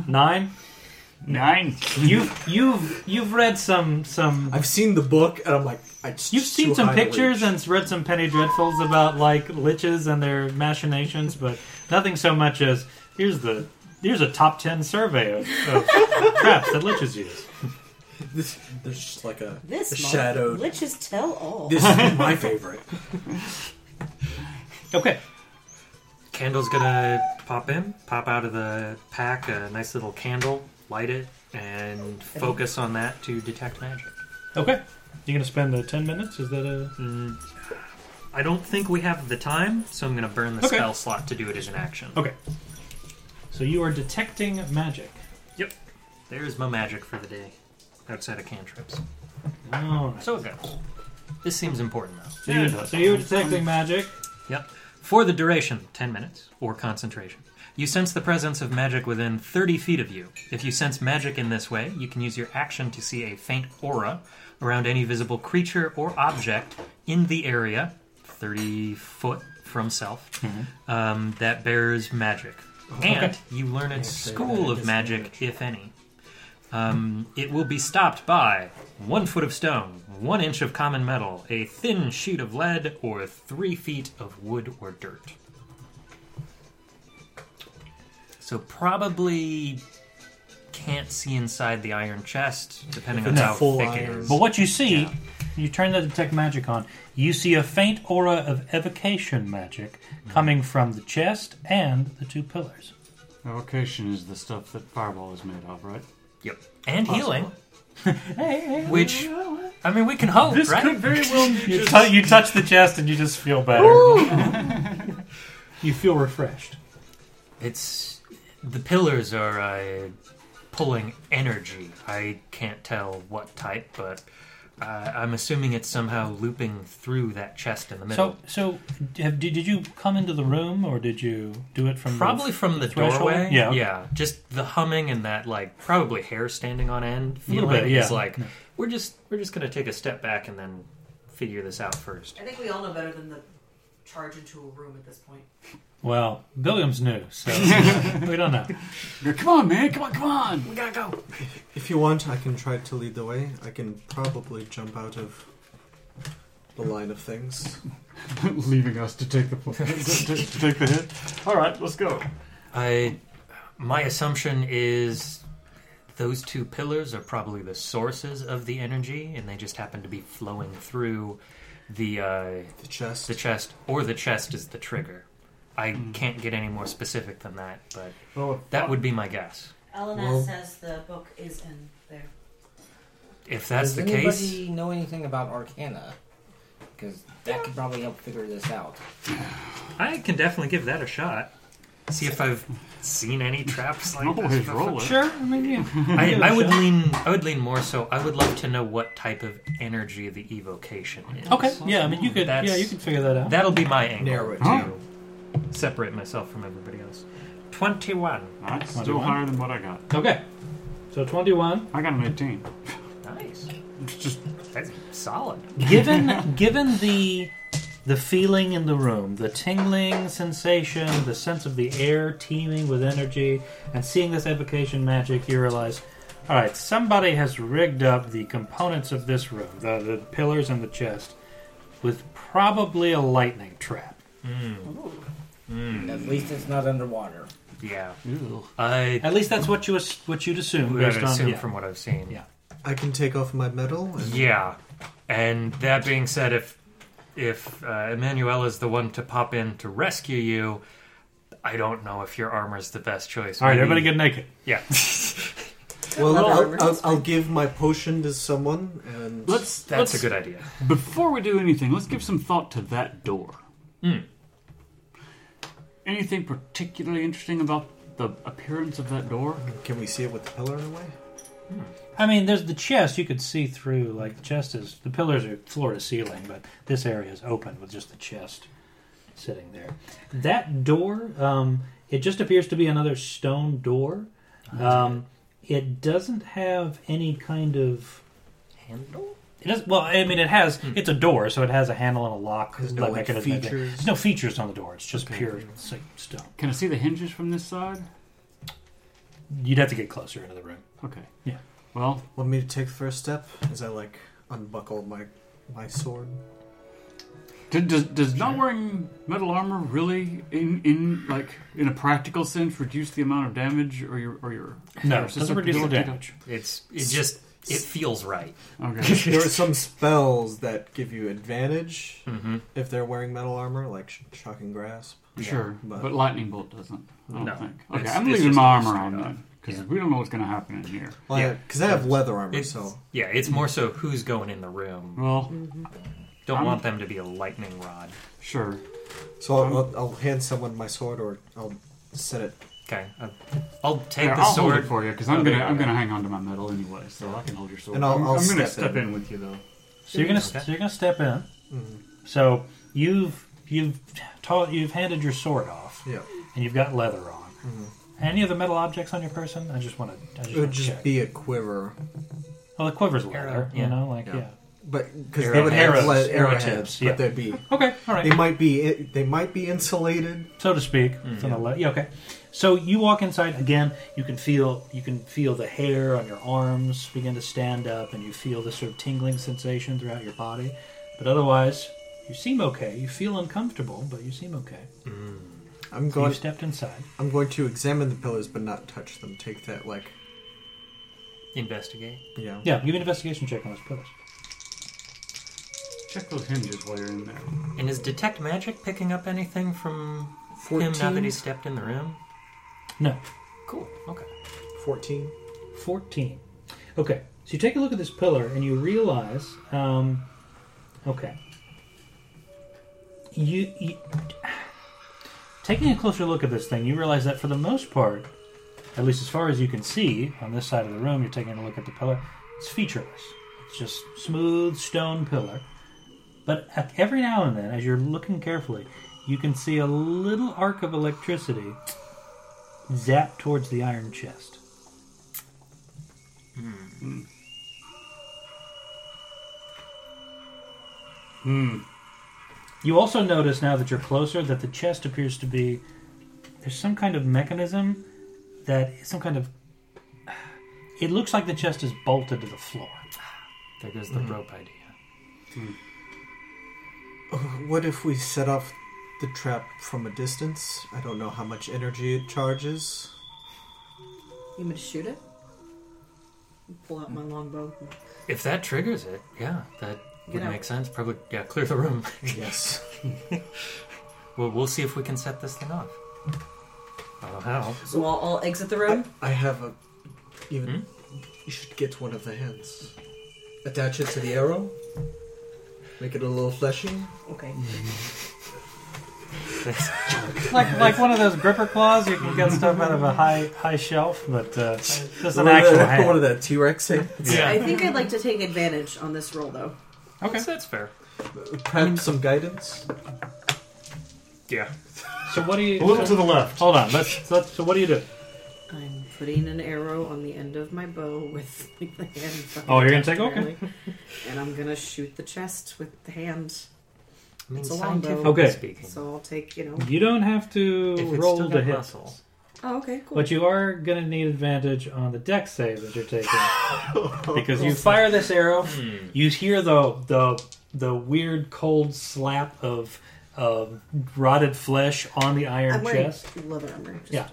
[SPEAKER 18] Nine.
[SPEAKER 1] Nine.
[SPEAKER 18] You've you've you've read some some.
[SPEAKER 3] I've seen the book, and I'm like, I just
[SPEAKER 18] You've seen some pictures and read some penny dreadfuls about like liches and their machinations, but nothing so much as here's the here's a top ten survey of, of traps that liches use.
[SPEAKER 3] This, there's just like a,
[SPEAKER 8] This
[SPEAKER 3] a
[SPEAKER 8] month,
[SPEAKER 3] shadow.
[SPEAKER 8] Liches tell all.
[SPEAKER 3] This is my favorite.
[SPEAKER 18] Okay.
[SPEAKER 4] Candle's gonna pop in, pop out of the pack a nice little candle, light it, and focus on that to detect magic.
[SPEAKER 18] Okay, you're gonna spend the ten minutes. Is that a?
[SPEAKER 4] Mm. I don't think we have the time, so I'm gonna burn the
[SPEAKER 18] Okay.
[SPEAKER 4] spell slot to do it as an action.
[SPEAKER 18] Okay. So you are detecting magic.
[SPEAKER 4] Yep. There's my magic for the day, outside of cantrips.
[SPEAKER 18] All right.
[SPEAKER 4] So it goes. This seems important though.
[SPEAKER 18] So you're, so you're detecting magic.
[SPEAKER 4] Yep. For the duration, 10 minutes, or concentration. You sense the presence of magic within 30 feet of you. If you sense magic in this way, you can use your action to see a faint aura around any visible creature or object in the area, 30 foot from self um, that bears magic. And you learn its school of magic, if any. Um, it will be stopped by one foot of stone, one inch of common metal, a thin sheet of lead, or three feet of wood or dirt. So probably can't see inside the iron chest, depending on how thick it is.
[SPEAKER 2] But what you see, you turn the detect magic on, you see a faint aura of evocation magic coming from the chest and the two pillars.
[SPEAKER 11] Evocation is the stuff that Fireball is made of, right?
[SPEAKER 4] Yep. And healing.
[SPEAKER 2] healing.
[SPEAKER 4] Which, I mean, we can hope,
[SPEAKER 11] This
[SPEAKER 4] right?
[SPEAKER 11] could very well be
[SPEAKER 2] you,
[SPEAKER 11] just-
[SPEAKER 2] tou- you touch the chest and you just feel better.
[SPEAKER 12] you feel refreshed.
[SPEAKER 4] It's the pillars are uh, pulling energy. I can't tell what type, but uh, I'm assuming it's somehow looping through that chest in the middle.
[SPEAKER 2] so, so have, did, did you come into the room or did you do it from
[SPEAKER 4] probably
[SPEAKER 2] the,
[SPEAKER 4] from the
[SPEAKER 2] threshold?
[SPEAKER 4] doorway.
[SPEAKER 2] Yeah, okay.
[SPEAKER 4] yeah. Just the humming and that like probably hair standing on end
[SPEAKER 2] A little
[SPEAKER 4] feeling
[SPEAKER 2] bit,
[SPEAKER 4] is
[SPEAKER 2] yeah.
[SPEAKER 4] like
[SPEAKER 2] Yeah.
[SPEAKER 4] we're just we're just gonna take a step back and then figure this out first.
[SPEAKER 6] I think we all know better than the charge into a room at this point.
[SPEAKER 2] Well, Billiam's new, so we don't know.
[SPEAKER 11] Come on, man. Come on, come on.
[SPEAKER 4] We gotta go.
[SPEAKER 3] If you want, I can try to lead the way. I can probably jump out of the line of things.
[SPEAKER 11] Leaving us to take the to, to take the hit. All right, let's go.
[SPEAKER 4] I, my assumption is those two pillars are probably the sources of the energy, and they just happen to be flowing through the uh,
[SPEAKER 3] the chest.
[SPEAKER 4] The chest, or the chest is the trigger. I can't get any more specific than that, but
[SPEAKER 11] Well,
[SPEAKER 4] that would be my guess.
[SPEAKER 7] Elena
[SPEAKER 5] Well-
[SPEAKER 7] says the book is in there.
[SPEAKER 4] If that's
[SPEAKER 5] Does
[SPEAKER 4] the case,
[SPEAKER 5] anybody know anything about Arcana? Because that could probably help figure this out.
[SPEAKER 4] I can definitely give that a shot. See if I've seen any traps like
[SPEAKER 11] Always
[SPEAKER 4] this.
[SPEAKER 11] roll
[SPEAKER 4] before.
[SPEAKER 11] it.
[SPEAKER 2] Sure, I mean, yeah.
[SPEAKER 4] I,
[SPEAKER 2] Give it
[SPEAKER 4] I
[SPEAKER 2] a
[SPEAKER 4] would
[SPEAKER 2] shot.
[SPEAKER 4] lean. I would lean more so. I would love to know what type of energy the evocation is.
[SPEAKER 2] Okay, yeah, I mean, you could, yeah, you could figure that out.
[SPEAKER 4] That'll be my angle
[SPEAKER 3] Narrow it
[SPEAKER 4] to
[SPEAKER 3] down.
[SPEAKER 4] separate myself from everybody else. Twenty-one.
[SPEAKER 11] Alright, still
[SPEAKER 2] 21.
[SPEAKER 11] higher than what I got.
[SPEAKER 2] Okay, so twenty-one.
[SPEAKER 11] I got an 18.
[SPEAKER 4] Nice.
[SPEAKER 11] It's just
[SPEAKER 4] That's solid.
[SPEAKER 2] given given the the feeling in the room, the tingling sensation, the sense of the air teeming with energy, and seeing this evocation magic, you realize, all right, somebody has rigged up the components of this room, the, the pillars and the chest, with probably a lightning trap.
[SPEAKER 5] At least it's not underwater.
[SPEAKER 4] Yeah. I
[SPEAKER 2] At least that's what you as- what you'd assume
[SPEAKER 4] would
[SPEAKER 2] based on
[SPEAKER 4] assume
[SPEAKER 2] yeah.
[SPEAKER 4] from what I've seen.
[SPEAKER 2] Yeah.
[SPEAKER 3] I can take off my medal. And
[SPEAKER 4] Yeah, and that being said, if if uh, Emmanuel is the one to pop in to rescue you, I don't know if your armor's the best choice.
[SPEAKER 2] All right,
[SPEAKER 4] Maybe-
[SPEAKER 2] everybody get naked.
[SPEAKER 4] yeah.
[SPEAKER 3] Well,
[SPEAKER 8] Leather
[SPEAKER 3] I'll,
[SPEAKER 8] armor.
[SPEAKER 3] I'll, I'll give my potion to someone, and
[SPEAKER 11] Let's. let's,
[SPEAKER 4] That's a good idea.
[SPEAKER 11] Before we do anything, let's give some thought to that door.
[SPEAKER 4] Hmm.
[SPEAKER 11] Anything particularly interesting about the appearance of that door?
[SPEAKER 3] can we see it with the pillar in a way?
[SPEAKER 2] I mean, there's the chest you could see through. Like the chest is the pillars are floor to ceiling, but this area is open with just the chest sitting there. That door, um, it just appears to be another stone door. Um, it doesn't have any kind of
[SPEAKER 4] Handle.
[SPEAKER 2] it does well. I mean, it has. It's a door, so it has a handle and a lock.
[SPEAKER 3] There's no,
[SPEAKER 2] like,
[SPEAKER 3] like,
[SPEAKER 2] mechanism.
[SPEAKER 3] features?
[SPEAKER 2] There's no features on the door. It's just
[SPEAKER 11] Okay.
[SPEAKER 2] pure like, stone.
[SPEAKER 11] Can I see the hinges from this side?
[SPEAKER 2] You'd have to get closer into the room.
[SPEAKER 11] Okay.
[SPEAKER 2] Yeah.
[SPEAKER 11] Well,
[SPEAKER 3] Want me to take the first step as I like unbuckle my my sword?
[SPEAKER 11] d- does, does not wearing metal armor really, in in like in a practical sense, reduce the amount of damage or your or your
[SPEAKER 2] No,
[SPEAKER 11] or
[SPEAKER 2] it doesn't reduce the
[SPEAKER 11] susceptibility
[SPEAKER 2] damage.
[SPEAKER 4] It's it just it feels right.
[SPEAKER 11] to- Okay.
[SPEAKER 3] there are some spells that give you advantage
[SPEAKER 11] Mm-hmm.
[SPEAKER 3] if they're wearing metal armor, like sh- shocking grasp.
[SPEAKER 11] Sure,
[SPEAKER 3] but-
[SPEAKER 11] but, lightning bolt doesn't. I don't
[SPEAKER 4] No.
[SPEAKER 11] think. Okay,
[SPEAKER 4] It's-
[SPEAKER 11] I'm
[SPEAKER 4] it's
[SPEAKER 11] leaving
[SPEAKER 4] just
[SPEAKER 11] my
[SPEAKER 4] all
[SPEAKER 11] armor on
[SPEAKER 4] straight
[SPEAKER 11] then because
[SPEAKER 4] Yeah.
[SPEAKER 11] we don't know what's going to happen in here.
[SPEAKER 3] Well,
[SPEAKER 4] Yeah.
[SPEAKER 3] because I have leather armor,
[SPEAKER 4] It's-
[SPEAKER 3] so
[SPEAKER 4] Yeah, it's more so who's going in the room.
[SPEAKER 11] Well,
[SPEAKER 4] Don't
[SPEAKER 11] I'm-
[SPEAKER 4] want them to be a lightning rod.
[SPEAKER 11] sure.
[SPEAKER 3] so I'll, I'll, I'll hand someone my sword, or I'll set it.
[SPEAKER 4] Okay, I'll, I'll take
[SPEAKER 11] Here,
[SPEAKER 4] the
[SPEAKER 11] I'll
[SPEAKER 4] sword.
[SPEAKER 11] hold it for you because I'm
[SPEAKER 4] Okay,
[SPEAKER 11] gonna I'm
[SPEAKER 4] okay.
[SPEAKER 11] gonna hang on to my medal anyway, so I can hold your sword.
[SPEAKER 3] And I'll-
[SPEAKER 11] I'm,
[SPEAKER 3] I'll
[SPEAKER 11] I'm gonna
[SPEAKER 3] step
[SPEAKER 11] step
[SPEAKER 3] in.
[SPEAKER 11] in. with you though.
[SPEAKER 2] So you're gonna
[SPEAKER 4] Okay.
[SPEAKER 2] so you're gonna step in. So you've you've taught you've handed your sword off,
[SPEAKER 3] Yeah,
[SPEAKER 2] and you've got leather on. Any of the metal objects on your person? I just want to. I just
[SPEAKER 3] it would
[SPEAKER 2] want to
[SPEAKER 3] just
[SPEAKER 2] check.
[SPEAKER 3] be a quiver.
[SPEAKER 2] well, the quiver's leather.
[SPEAKER 4] Yeah.
[SPEAKER 2] You know, like yeah.
[SPEAKER 3] Yeah. but because they
[SPEAKER 19] Arrow
[SPEAKER 3] would have
[SPEAKER 19] tips.
[SPEAKER 3] le-
[SPEAKER 19] Arrow
[SPEAKER 3] arrowheads,
[SPEAKER 19] tips,
[SPEAKER 3] but
[SPEAKER 19] yeah.
[SPEAKER 3] they'd be
[SPEAKER 19] Okay, all right.
[SPEAKER 3] They might be they might be insulated,
[SPEAKER 19] so to speak.
[SPEAKER 2] It's on the le- yeah, okay. So you walk inside again. You can feel you can feel the hair on your arms begin to stand up, and you feel the sort of tingling sensation throughout your body. But otherwise, you seem okay. You feel uncomfortable, but you seem okay.
[SPEAKER 3] I'm
[SPEAKER 2] So
[SPEAKER 3] going.
[SPEAKER 2] you stepped inside.
[SPEAKER 3] I'm going to examine the pillars, but not touch them. Take that like
[SPEAKER 4] Investigate.
[SPEAKER 3] yeah.
[SPEAKER 2] Yeah, give me an investigation check on those pillars.
[SPEAKER 1] Check those hinges while you're in there.
[SPEAKER 4] And is detect magic picking up anything from him now that
[SPEAKER 3] 14?
[SPEAKER 4] he stepped in the room?
[SPEAKER 2] No.
[SPEAKER 4] Cool. Okay.
[SPEAKER 3] Fourteen.
[SPEAKER 2] 14. Okay, so you take a look at this pillar and you realize, um, okay, you, you taking a closer look at this thing, you realize that for the most part, at least as far as you can see on this side of the room, you're taking a look at the pillar. It's featureless. It's just smooth stone pillar. But at- every now and then, as you're looking carefully, you can see a little arc of electricity zap towards the iron chest.
[SPEAKER 1] Hmm.
[SPEAKER 2] You also notice now that you're closer that the chest appears to be there's some kind of mechanism that some kind of it looks like the chest is bolted to the floor.
[SPEAKER 4] There goes
[SPEAKER 8] Mm-hmm.
[SPEAKER 4] the rope idea.
[SPEAKER 3] What if we set off the trap from a distance? I don't know how much energy it charges.
[SPEAKER 8] You want me to shoot it? Pull out my longbow.
[SPEAKER 4] If that triggers it, yeah, that
[SPEAKER 8] Get
[SPEAKER 4] would
[SPEAKER 8] out.
[SPEAKER 4] make sense. Probably, yeah, clear the room.
[SPEAKER 3] yes.
[SPEAKER 4] well, we'll see if we can set this thing off. I don't know Oh, how.
[SPEAKER 8] So I'll, I'll exit the room.
[SPEAKER 3] I have a even. You should get one of the hands. Attach it to the arrow. Make it a little fleshy.
[SPEAKER 8] Okay.
[SPEAKER 2] like like one of those gripper claws, you can get stuff out of a high high shelf, but uh, just an
[SPEAKER 3] One of
[SPEAKER 2] actual
[SPEAKER 3] that-
[SPEAKER 2] hand.
[SPEAKER 3] One of that T Rex hands.
[SPEAKER 8] I think I'd like to take advantage on this roll though.
[SPEAKER 4] Okay, that's fair.
[SPEAKER 3] Perhaps some guidance.
[SPEAKER 4] Yeah.
[SPEAKER 2] So what do you?
[SPEAKER 1] A little to the left.
[SPEAKER 2] Hold on. Let's, let's. So what do you do?
[SPEAKER 8] I'm putting an arrow on the end of my bow with like, the hand.
[SPEAKER 2] Oh, you're gonna take- okay.
[SPEAKER 8] apparently. And I'm gonna shoot the chest with the hand.
[SPEAKER 4] I mean,
[SPEAKER 8] it's a longbow.
[SPEAKER 4] scientifically
[SPEAKER 2] Okay.
[SPEAKER 4] speaking.
[SPEAKER 8] So I'll take you know.
[SPEAKER 2] You don't have to
[SPEAKER 4] If it's
[SPEAKER 2] roll
[SPEAKER 4] still
[SPEAKER 2] to
[SPEAKER 4] got
[SPEAKER 2] hit.
[SPEAKER 4] muscle.
[SPEAKER 8] Oh, okay, cool.
[SPEAKER 2] But you are going to need advantage on the deck save that you're taking because you fire this arrow. You hear the the the weird cold slap of of rotted flesh on the iron
[SPEAKER 8] I'm wearing
[SPEAKER 2] chest.
[SPEAKER 8] leather armor. Just-
[SPEAKER 2] Yeah.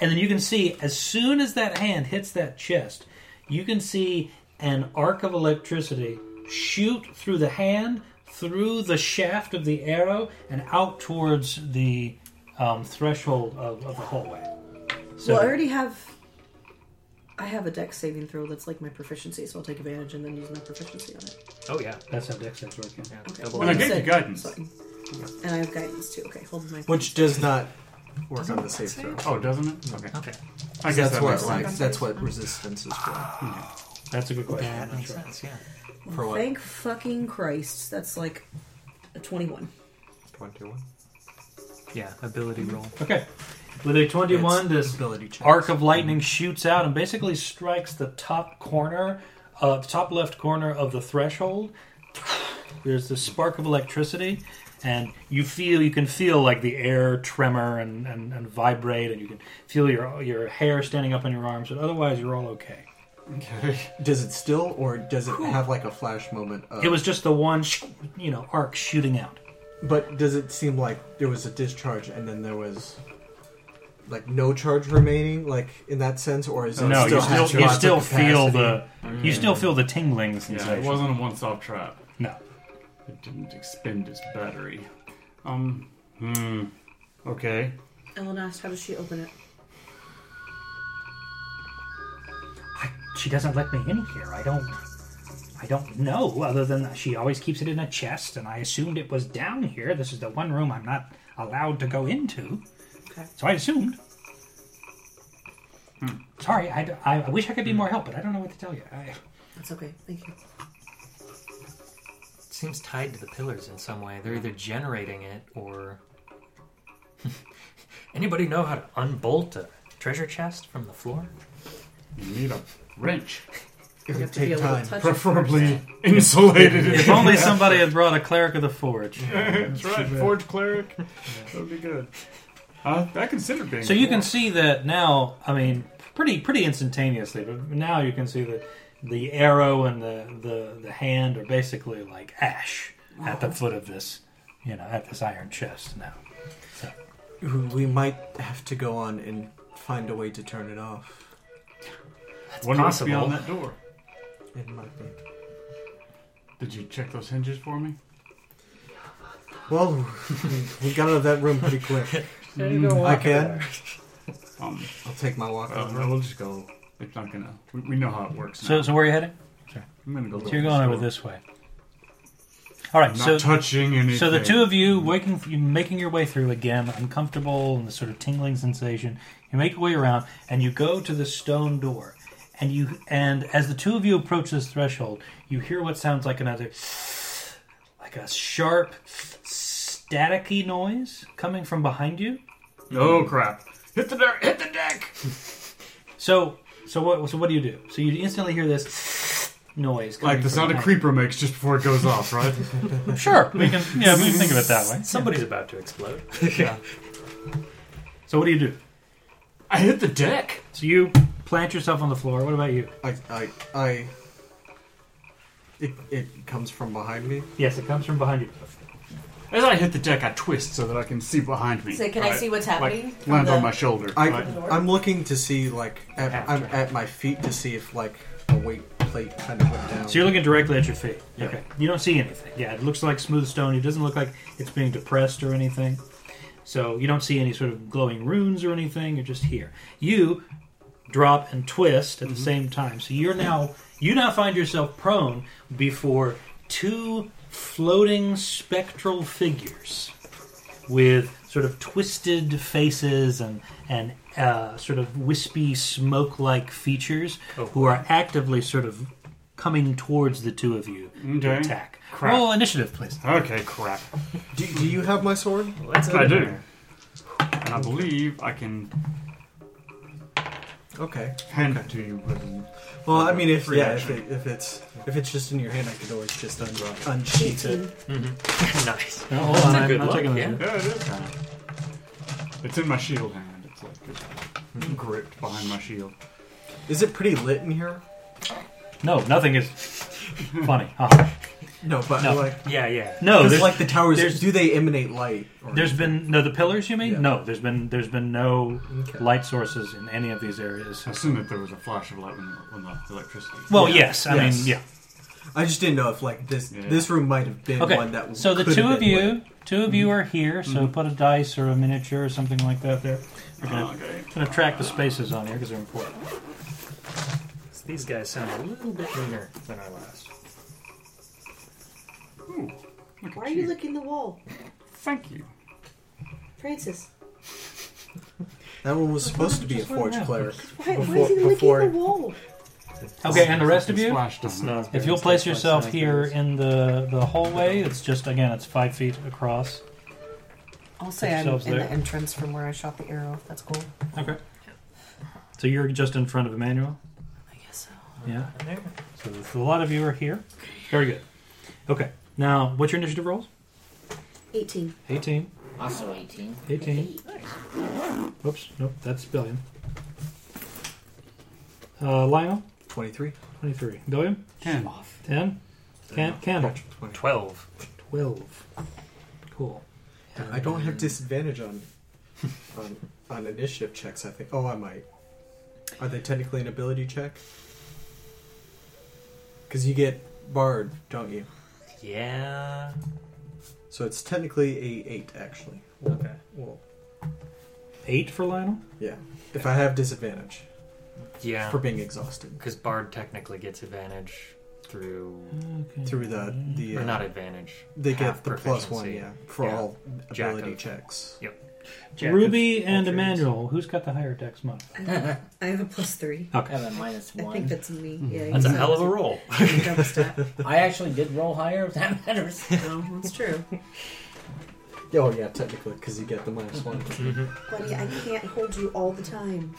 [SPEAKER 2] And then you can see as soon as that hand hits that chest, you can see an arc of electricity shoot through the hand, through the shaft of the arrow, and out towards the um, threshold of, of the hallway. So
[SPEAKER 8] well, I already have. I have a deck saving throw that's like my proficiency, so I'll take advantage and then use my proficiency on it.
[SPEAKER 4] Oh yeah.
[SPEAKER 2] that's how deck saves work. Yeah.
[SPEAKER 8] Okay.
[SPEAKER 4] Double
[SPEAKER 1] And I
[SPEAKER 8] you
[SPEAKER 1] gave you
[SPEAKER 8] said-
[SPEAKER 1] guidance.
[SPEAKER 8] Sorry. And I have guidance too. Okay, hold my.
[SPEAKER 3] Which does not work on the safe throw.
[SPEAKER 1] Oh, doesn't it? Okay.
[SPEAKER 4] Okay.
[SPEAKER 1] I guess
[SPEAKER 3] That's
[SPEAKER 1] that
[SPEAKER 3] what
[SPEAKER 1] makes
[SPEAKER 3] like,
[SPEAKER 1] sense.
[SPEAKER 3] that's what resistance is for.
[SPEAKER 2] That's a good question.
[SPEAKER 4] That
[SPEAKER 2] I'm
[SPEAKER 4] makes
[SPEAKER 2] sure.
[SPEAKER 4] sense. Yeah.
[SPEAKER 3] For what?
[SPEAKER 8] Thank fucking Christ! That's like a twenty-one.
[SPEAKER 3] Twenty-one.
[SPEAKER 4] Yeah. Ability roll.
[SPEAKER 2] Okay. With a 21, this
[SPEAKER 3] ability check.
[SPEAKER 2] arc of lightning shoots out and basically strikes the top corner, uh, top left corner of the threshold. There's this spark of electricity, and you feel you can feel like the air tremor and, and, and vibrate, and you can feel your your hair standing up on your arms. But otherwise, you're all okay.
[SPEAKER 3] Does it still, or does it have like a flash moment? Of,
[SPEAKER 2] It was just the one, sh- you know, arc shooting out.
[SPEAKER 3] But does it seem like there was a discharge and then there was like no charge remaining, like in that sense, or is it
[SPEAKER 1] No,
[SPEAKER 3] still
[SPEAKER 1] you still-
[SPEAKER 3] has
[SPEAKER 1] you
[SPEAKER 2] you
[SPEAKER 3] lots of
[SPEAKER 2] still feel
[SPEAKER 3] capacity? Mm.
[SPEAKER 2] the you still feel the tingling
[SPEAKER 1] Yeah, it
[SPEAKER 2] sensation.
[SPEAKER 1] wasn't a once-off trap.
[SPEAKER 2] no.
[SPEAKER 1] It didn't expend its battery. Um. Hmm. Okay.
[SPEAKER 8] Ellen asked, "How does she open it?"
[SPEAKER 2] I, she doesn't let me in here. I don't. I don't know. Other than that she always keeps it in a chest, and I assumed it was down here. This is the one room I'm not allowed to go into.
[SPEAKER 8] Okay.
[SPEAKER 2] So I assumed. Hmm. Sorry, I, d- I- I wish I could be more help, but I don't know what to tell you. I,
[SPEAKER 8] That's okay. Thank you.
[SPEAKER 4] It seems tied to the pillars in some way. They're either generating it or. Anybody know how to unbolt a treasure chest from the floor?
[SPEAKER 1] You need a wrench.
[SPEAKER 2] It
[SPEAKER 8] would take time,
[SPEAKER 2] preferably
[SPEAKER 1] insulated.
[SPEAKER 2] if only somebody had brought a cleric of the forge.
[SPEAKER 1] That's right, Forge Cleric. That would be good. Uh, I consider being.
[SPEAKER 2] So you can see that now. I mean, pretty pretty instantaneously, but now you can see that the arrow and the the, the hand are basically like ash at the foot of this, you know, at this iron chest now.
[SPEAKER 3] We might have to go on and find a way to turn it off.
[SPEAKER 1] That's One must be on that door.
[SPEAKER 3] It might be.
[SPEAKER 1] Did you check those hinges for me?
[SPEAKER 3] Well, we got out of that room pretty quick.
[SPEAKER 1] Yeah, you go
[SPEAKER 3] I
[SPEAKER 1] walk
[SPEAKER 3] can.
[SPEAKER 1] Um,
[SPEAKER 3] I'll take my walk.
[SPEAKER 1] Uh,
[SPEAKER 3] over.
[SPEAKER 1] we'll just go. It's not gonna. We, we know how it works.
[SPEAKER 2] So
[SPEAKER 1] now.
[SPEAKER 2] so where are you heading? Sorry.
[SPEAKER 1] I'm gonna go.
[SPEAKER 2] So you're going over this way. All right,
[SPEAKER 1] Not
[SPEAKER 2] so
[SPEAKER 1] touching anything.
[SPEAKER 2] So the two of you waking, you making your way through again, uncomfortable and the sort of tingling sensation. You make your way around and you go to the stone door, and you and as the two of you approach this threshold, you hear what sounds like another, like a sharp, staticky noise coming from behind you.
[SPEAKER 1] Oh crap! Hit the deck! Hit the deck!
[SPEAKER 2] So so what so what do you do? So you instantly hear this noise, coming
[SPEAKER 1] Like the
[SPEAKER 2] from
[SPEAKER 1] sound a
[SPEAKER 2] behind.
[SPEAKER 1] creeper makes just before it goes off, right?
[SPEAKER 2] Sure, we can. Yeah, we can think of it that way.
[SPEAKER 4] Somebody's about to explode.
[SPEAKER 2] yeah. So what do you do?
[SPEAKER 1] I hit the deck.
[SPEAKER 2] So you plant yourself on the floor. What about you?
[SPEAKER 3] I, I, I. It, it comes from behind me.
[SPEAKER 2] Yes, it comes from behind you.
[SPEAKER 1] As I hit the deck, I twist so that I can see behind me.
[SPEAKER 6] So can I see what's happening
[SPEAKER 1] Like,
[SPEAKER 6] from
[SPEAKER 1] land on
[SPEAKER 6] the-
[SPEAKER 1] my shoulder.
[SPEAKER 3] I,
[SPEAKER 1] right?
[SPEAKER 3] I'm looking to see like at, I'm at my feet to see if like a weight plate kind of went down.
[SPEAKER 2] So you're looking directly at your feet. Okay. You don't see anything. Yeah, it looks like smooth stone. It doesn't look like it's being depressed or anything. So you don't see any sort of glowing runes or anything. You're just here. You drop and twist at the same time. So you're now you now find yourself prone before two floating spectral figures with sort of twisted faces and and uh, sort of wispy smoke-like features who are actively sort of coming towards the two of you to
[SPEAKER 1] Okay.
[SPEAKER 2] attack.
[SPEAKER 1] Crap.
[SPEAKER 2] Roll initiative, please.
[SPEAKER 1] Okay, crap.
[SPEAKER 3] Do, do you have my sword?
[SPEAKER 1] I do. And I believe I can
[SPEAKER 3] Okay.
[SPEAKER 1] hand it to you. With
[SPEAKER 3] Well, I mean, if
[SPEAKER 1] Free
[SPEAKER 3] yeah, if,
[SPEAKER 1] action.
[SPEAKER 3] it, if it's if it's just in your hand, I could always just un- unsheath it.
[SPEAKER 4] nice.
[SPEAKER 2] No, hold
[SPEAKER 4] That's
[SPEAKER 2] on, Oh,
[SPEAKER 4] a
[SPEAKER 2] I'm
[SPEAKER 4] good
[SPEAKER 2] not
[SPEAKER 4] luck,
[SPEAKER 2] taking this
[SPEAKER 4] yeah.
[SPEAKER 2] one.
[SPEAKER 1] Yeah, it is. It's in my shield hand. It's like it's gripped behind my shield.
[SPEAKER 3] Is it pretty lit in here?
[SPEAKER 2] No, nothing is funny. Huh?
[SPEAKER 3] No, but
[SPEAKER 2] No.
[SPEAKER 3] like
[SPEAKER 4] Yeah, yeah.
[SPEAKER 1] Oh,
[SPEAKER 2] No,
[SPEAKER 3] 'cause,
[SPEAKER 2] there's
[SPEAKER 3] like the
[SPEAKER 2] there's-
[SPEAKER 3] towers. Do they emanate light? Or
[SPEAKER 2] There's been no the pillars. You mean
[SPEAKER 3] Yeah.
[SPEAKER 2] no? There's been there's been no
[SPEAKER 3] Okay.
[SPEAKER 2] light sources in any of these areas.
[SPEAKER 1] I assume that there was a flash of light when, when the electricity.
[SPEAKER 2] Well, yes. I
[SPEAKER 3] Yes.
[SPEAKER 2] mean, yeah.
[SPEAKER 3] I just didn't know if like this
[SPEAKER 1] Yeah.
[SPEAKER 3] this room might have been one
[SPEAKER 2] Okay.
[SPEAKER 3] that.
[SPEAKER 2] So the
[SPEAKER 3] could
[SPEAKER 2] two
[SPEAKER 3] have
[SPEAKER 2] of
[SPEAKER 3] been
[SPEAKER 2] you,
[SPEAKER 3] lit.
[SPEAKER 2] two of you are here. So put a dice or a miniature or something like that there. We're gonna,
[SPEAKER 1] okay.
[SPEAKER 2] gonna track the spaces on here because they're important.
[SPEAKER 4] So these guys sound a little bit meaner than our last.
[SPEAKER 1] Ooh, look
[SPEAKER 8] Why are
[SPEAKER 1] at
[SPEAKER 8] you licking the wall,
[SPEAKER 1] Thank you.
[SPEAKER 8] Francis?
[SPEAKER 3] That one was supposed to be a forge cleric.
[SPEAKER 8] Why, why
[SPEAKER 3] Before-
[SPEAKER 8] is he licking
[SPEAKER 3] before-
[SPEAKER 8] the wall?
[SPEAKER 2] Okay, and the rest of you,
[SPEAKER 1] Splashed on it.
[SPEAKER 2] if you'll place yourself here in the the hallway, it's just again it's five feet across.
[SPEAKER 8] I'll say
[SPEAKER 2] Put
[SPEAKER 8] I'm
[SPEAKER 2] yourselves
[SPEAKER 8] in
[SPEAKER 2] there.
[SPEAKER 8] the entrance from where I shot the arrow. If that's cool.
[SPEAKER 2] Okay. So you're just in front of Emmanuel.
[SPEAKER 8] I guess so.
[SPEAKER 2] Yeah. So the- a lot of you are here. Very good. Okay. Now, what's your initiative rolls?
[SPEAKER 8] 18.
[SPEAKER 2] 18.
[SPEAKER 5] Also 18.
[SPEAKER 2] 18. Whoops. Nope. That's Billion. Uh, Lionel?
[SPEAKER 3] Twenty-three.
[SPEAKER 2] 23. Billion?
[SPEAKER 1] Ten.
[SPEAKER 2] 10. Can- Candle?
[SPEAKER 4] 12.
[SPEAKER 2] 12. Cool.
[SPEAKER 3] I don't have disadvantage on on, on initiative checks. I think. Oh, I might. Are they technically an ability check? Because you get barred, don't you?
[SPEAKER 4] Yeah.
[SPEAKER 3] So it's technically a eight, actually.
[SPEAKER 4] Okay.
[SPEAKER 3] Well,
[SPEAKER 2] 8 for Lionel?
[SPEAKER 3] yeah. If I have disadvantage
[SPEAKER 4] Yeah.
[SPEAKER 3] for being exhausted
[SPEAKER 4] Because Bard technically gets advantage through.
[SPEAKER 2] Okay.
[SPEAKER 3] through the the
[SPEAKER 4] Or
[SPEAKER 3] uh,
[SPEAKER 4] not advantage.
[SPEAKER 3] they
[SPEAKER 4] half
[SPEAKER 3] get the plus one,
[SPEAKER 4] proficiency.
[SPEAKER 3] yeah, for
[SPEAKER 4] Yeah.
[SPEAKER 3] all
[SPEAKER 4] Jack
[SPEAKER 3] ability
[SPEAKER 4] of-
[SPEAKER 3] checks.
[SPEAKER 4] Jack
[SPEAKER 2] Ruby and
[SPEAKER 4] all trades.
[SPEAKER 2] Emmanuel. Who's got the higher dex mod?
[SPEAKER 8] I have a plus three.
[SPEAKER 5] I have a minus
[SPEAKER 8] I think
[SPEAKER 5] one.
[SPEAKER 8] that's me. Yeah,
[SPEAKER 4] Mm-hmm. That's a
[SPEAKER 8] you
[SPEAKER 4] hell of a roll.
[SPEAKER 8] said double stat.
[SPEAKER 5] I actually did roll higher, if that matters.
[SPEAKER 8] No, that's true.
[SPEAKER 3] Oh yeah, technically, because you get the minus one.
[SPEAKER 8] Buddy, I can't hold you all the time.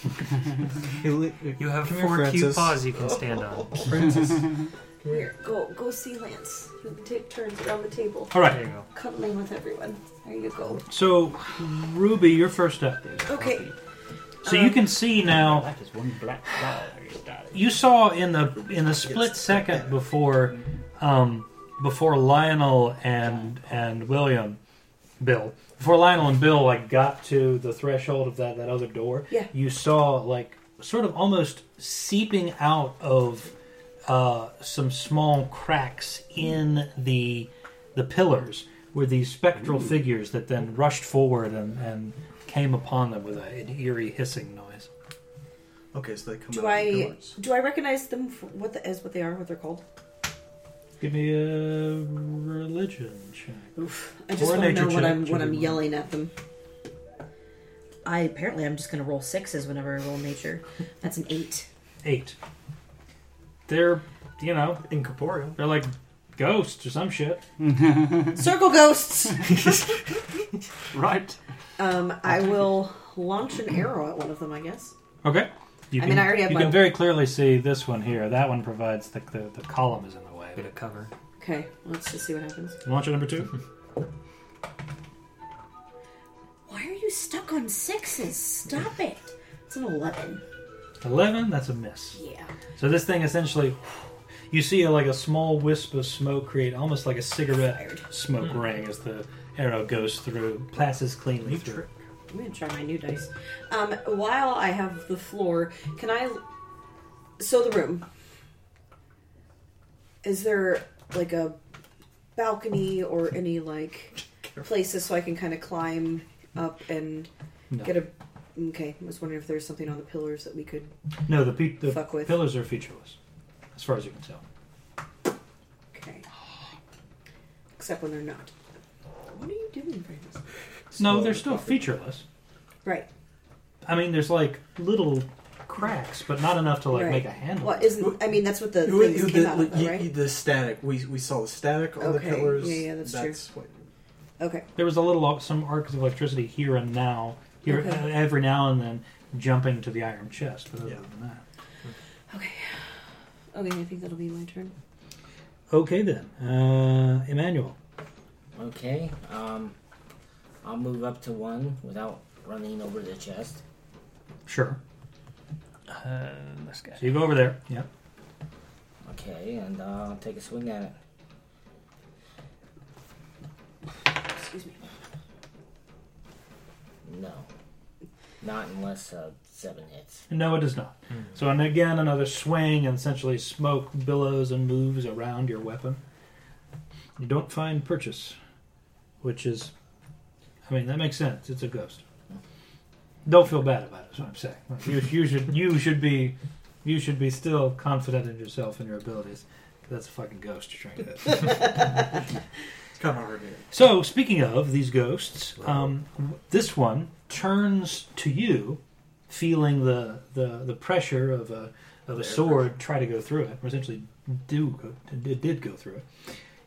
[SPEAKER 4] You have
[SPEAKER 3] Come here,
[SPEAKER 4] four cute
[SPEAKER 3] Francis.
[SPEAKER 4] paws you can stand on.
[SPEAKER 3] Francis. Come
[SPEAKER 8] Here, go, go see Lance. You can take turns around the table.
[SPEAKER 2] All right. There you go.
[SPEAKER 8] Cuddling with everyone. There you go.
[SPEAKER 2] So, Ruby, you're first up.
[SPEAKER 8] Okay.
[SPEAKER 2] So you can see now. You saw in the in the split second before, um, before Lionel and and William, Bill. Before Lionel and Bill like got to the threshold of that that other door.
[SPEAKER 8] Yeah.
[SPEAKER 2] You saw like sort of almost seeping out of uh, some small cracks in the the pillars were these spectral figures that then rushed forward and, and came upon them with a, an eerie hissing noise.
[SPEAKER 3] Okay, so they come
[SPEAKER 8] Do I do I recognize them for what the, as what they are, what they're called?
[SPEAKER 2] Give me a religion check.
[SPEAKER 8] Oof. I just
[SPEAKER 2] Or a
[SPEAKER 8] want to
[SPEAKER 2] nature
[SPEAKER 8] know what
[SPEAKER 2] check,
[SPEAKER 8] I'm what
[SPEAKER 2] should
[SPEAKER 8] I'm
[SPEAKER 2] be
[SPEAKER 8] yelling at them.
[SPEAKER 20] I apparently I'm just gonna roll sixes whenever I roll nature. That's an eight.
[SPEAKER 2] Eight. They're you know incorporeal. They're like ghosts or some shit.
[SPEAKER 8] Circle ghosts.
[SPEAKER 2] right.
[SPEAKER 8] Um, I will launch an arrow at one of them. I guess.
[SPEAKER 2] Okay. You
[SPEAKER 8] I
[SPEAKER 2] can,
[SPEAKER 8] mean, I already have
[SPEAKER 2] You
[SPEAKER 8] my-
[SPEAKER 2] can very clearly see this one here. That one provides the the, the column is in the way. Bit
[SPEAKER 4] of cover.
[SPEAKER 8] Okay, let's just see what happens.
[SPEAKER 2] Launch at number two.
[SPEAKER 20] Why are you stuck on sixes? Stop it. It's an eleven.
[SPEAKER 2] 11 that's a miss
[SPEAKER 20] Yeah.
[SPEAKER 2] so this thing essentially you see like a small wisp of smoke create almost like a cigarette smoke
[SPEAKER 8] Hmm.
[SPEAKER 2] ring as the arrow goes through passes cleanly
[SPEAKER 8] New
[SPEAKER 2] through
[SPEAKER 8] I'm gonna try my new dice. Um, while I have the floor, can I? So the room. Is there like a balcony or any like places so I can kind of climb up and
[SPEAKER 2] No.
[SPEAKER 8] get a? Okay, I was wondering if there's something on the pillars that we could.
[SPEAKER 2] no the, pe- the
[SPEAKER 8] Fuck with.
[SPEAKER 2] pillars are featureless as far as you can tell
[SPEAKER 8] Okay. Except when they're not. What are you doing, Francis?
[SPEAKER 2] no they're still featureless
[SPEAKER 8] Right.
[SPEAKER 2] i mean there's like little cracks but not enough to like
[SPEAKER 8] right.
[SPEAKER 2] make a handle
[SPEAKER 8] Well, isn't? I mean, that's what the
[SPEAKER 3] Who-
[SPEAKER 8] things
[SPEAKER 3] who
[SPEAKER 8] came
[SPEAKER 3] did-
[SPEAKER 8] out of, though,
[SPEAKER 3] you-
[SPEAKER 8] right?
[SPEAKER 3] you- the static. We, we saw the static on
[SPEAKER 8] Okay,
[SPEAKER 3] the pillars.
[SPEAKER 8] yeah, yeah, that's true.
[SPEAKER 3] true.
[SPEAKER 8] Okay.
[SPEAKER 2] there was a little uh, some arcs of electricity here and now here
[SPEAKER 8] Okay.
[SPEAKER 2] uh, every now and then jumping to the iron chest but other than that
[SPEAKER 8] Okay, I think that'll be my turn.
[SPEAKER 2] okay then uh, emmanuel
[SPEAKER 5] Okay, um, I'll move up to one without running over the chest.
[SPEAKER 2] Sure.
[SPEAKER 5] Uh, this guy.
[SPEAKER 2] So you go over there. Yeah.
[SPEAKER 5] Okay, and uh, I'll take a swing at it.
[SPEAKER 8] Excuse me.
[SPEAKER 5] No. Not unless uh, seven hits.
[SPEAKER 2] No, it does not. So, and again, another swing, and essentially smoke billows and moves around your weapon. You don't find purchase, which is, I mean, that makes sense. It's a ghost. Don't feel bad about it. Is what I'm saying. Like, You, you should, you should be, you should be still confident in yourself and your abilities. 'cause That's a fucking ghost you're trying to hit.
[SPEAKER 3] Come over here.
[SPEAKER 2] So, speaking of these ghosts, um, this one turns to you, feeling the the, the pressure of a of a sword try to go through it, or essentially do go, it did go through it.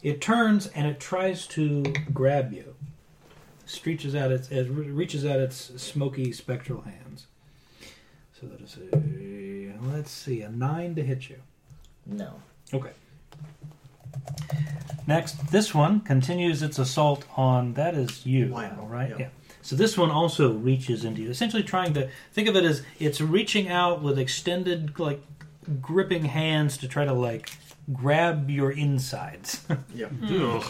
[SPEAKER 2] It turns and it tries to grab you. Stretches out its it reaches out its smoky spectral hands. So that is a let's see a nine to hit you.
[SPEAKER 5] No.
[SPEAKER 2] Okay. Next, this one continues its assault on that is you, Lionel, right? Yeah. So this one also reaches into you, essentially trying to think of it as it's reaching out with extended, like gripping hands to try to like grab your insides.
[SPEAKER 3] Yeah.
[SPEAKER 2] Ugh.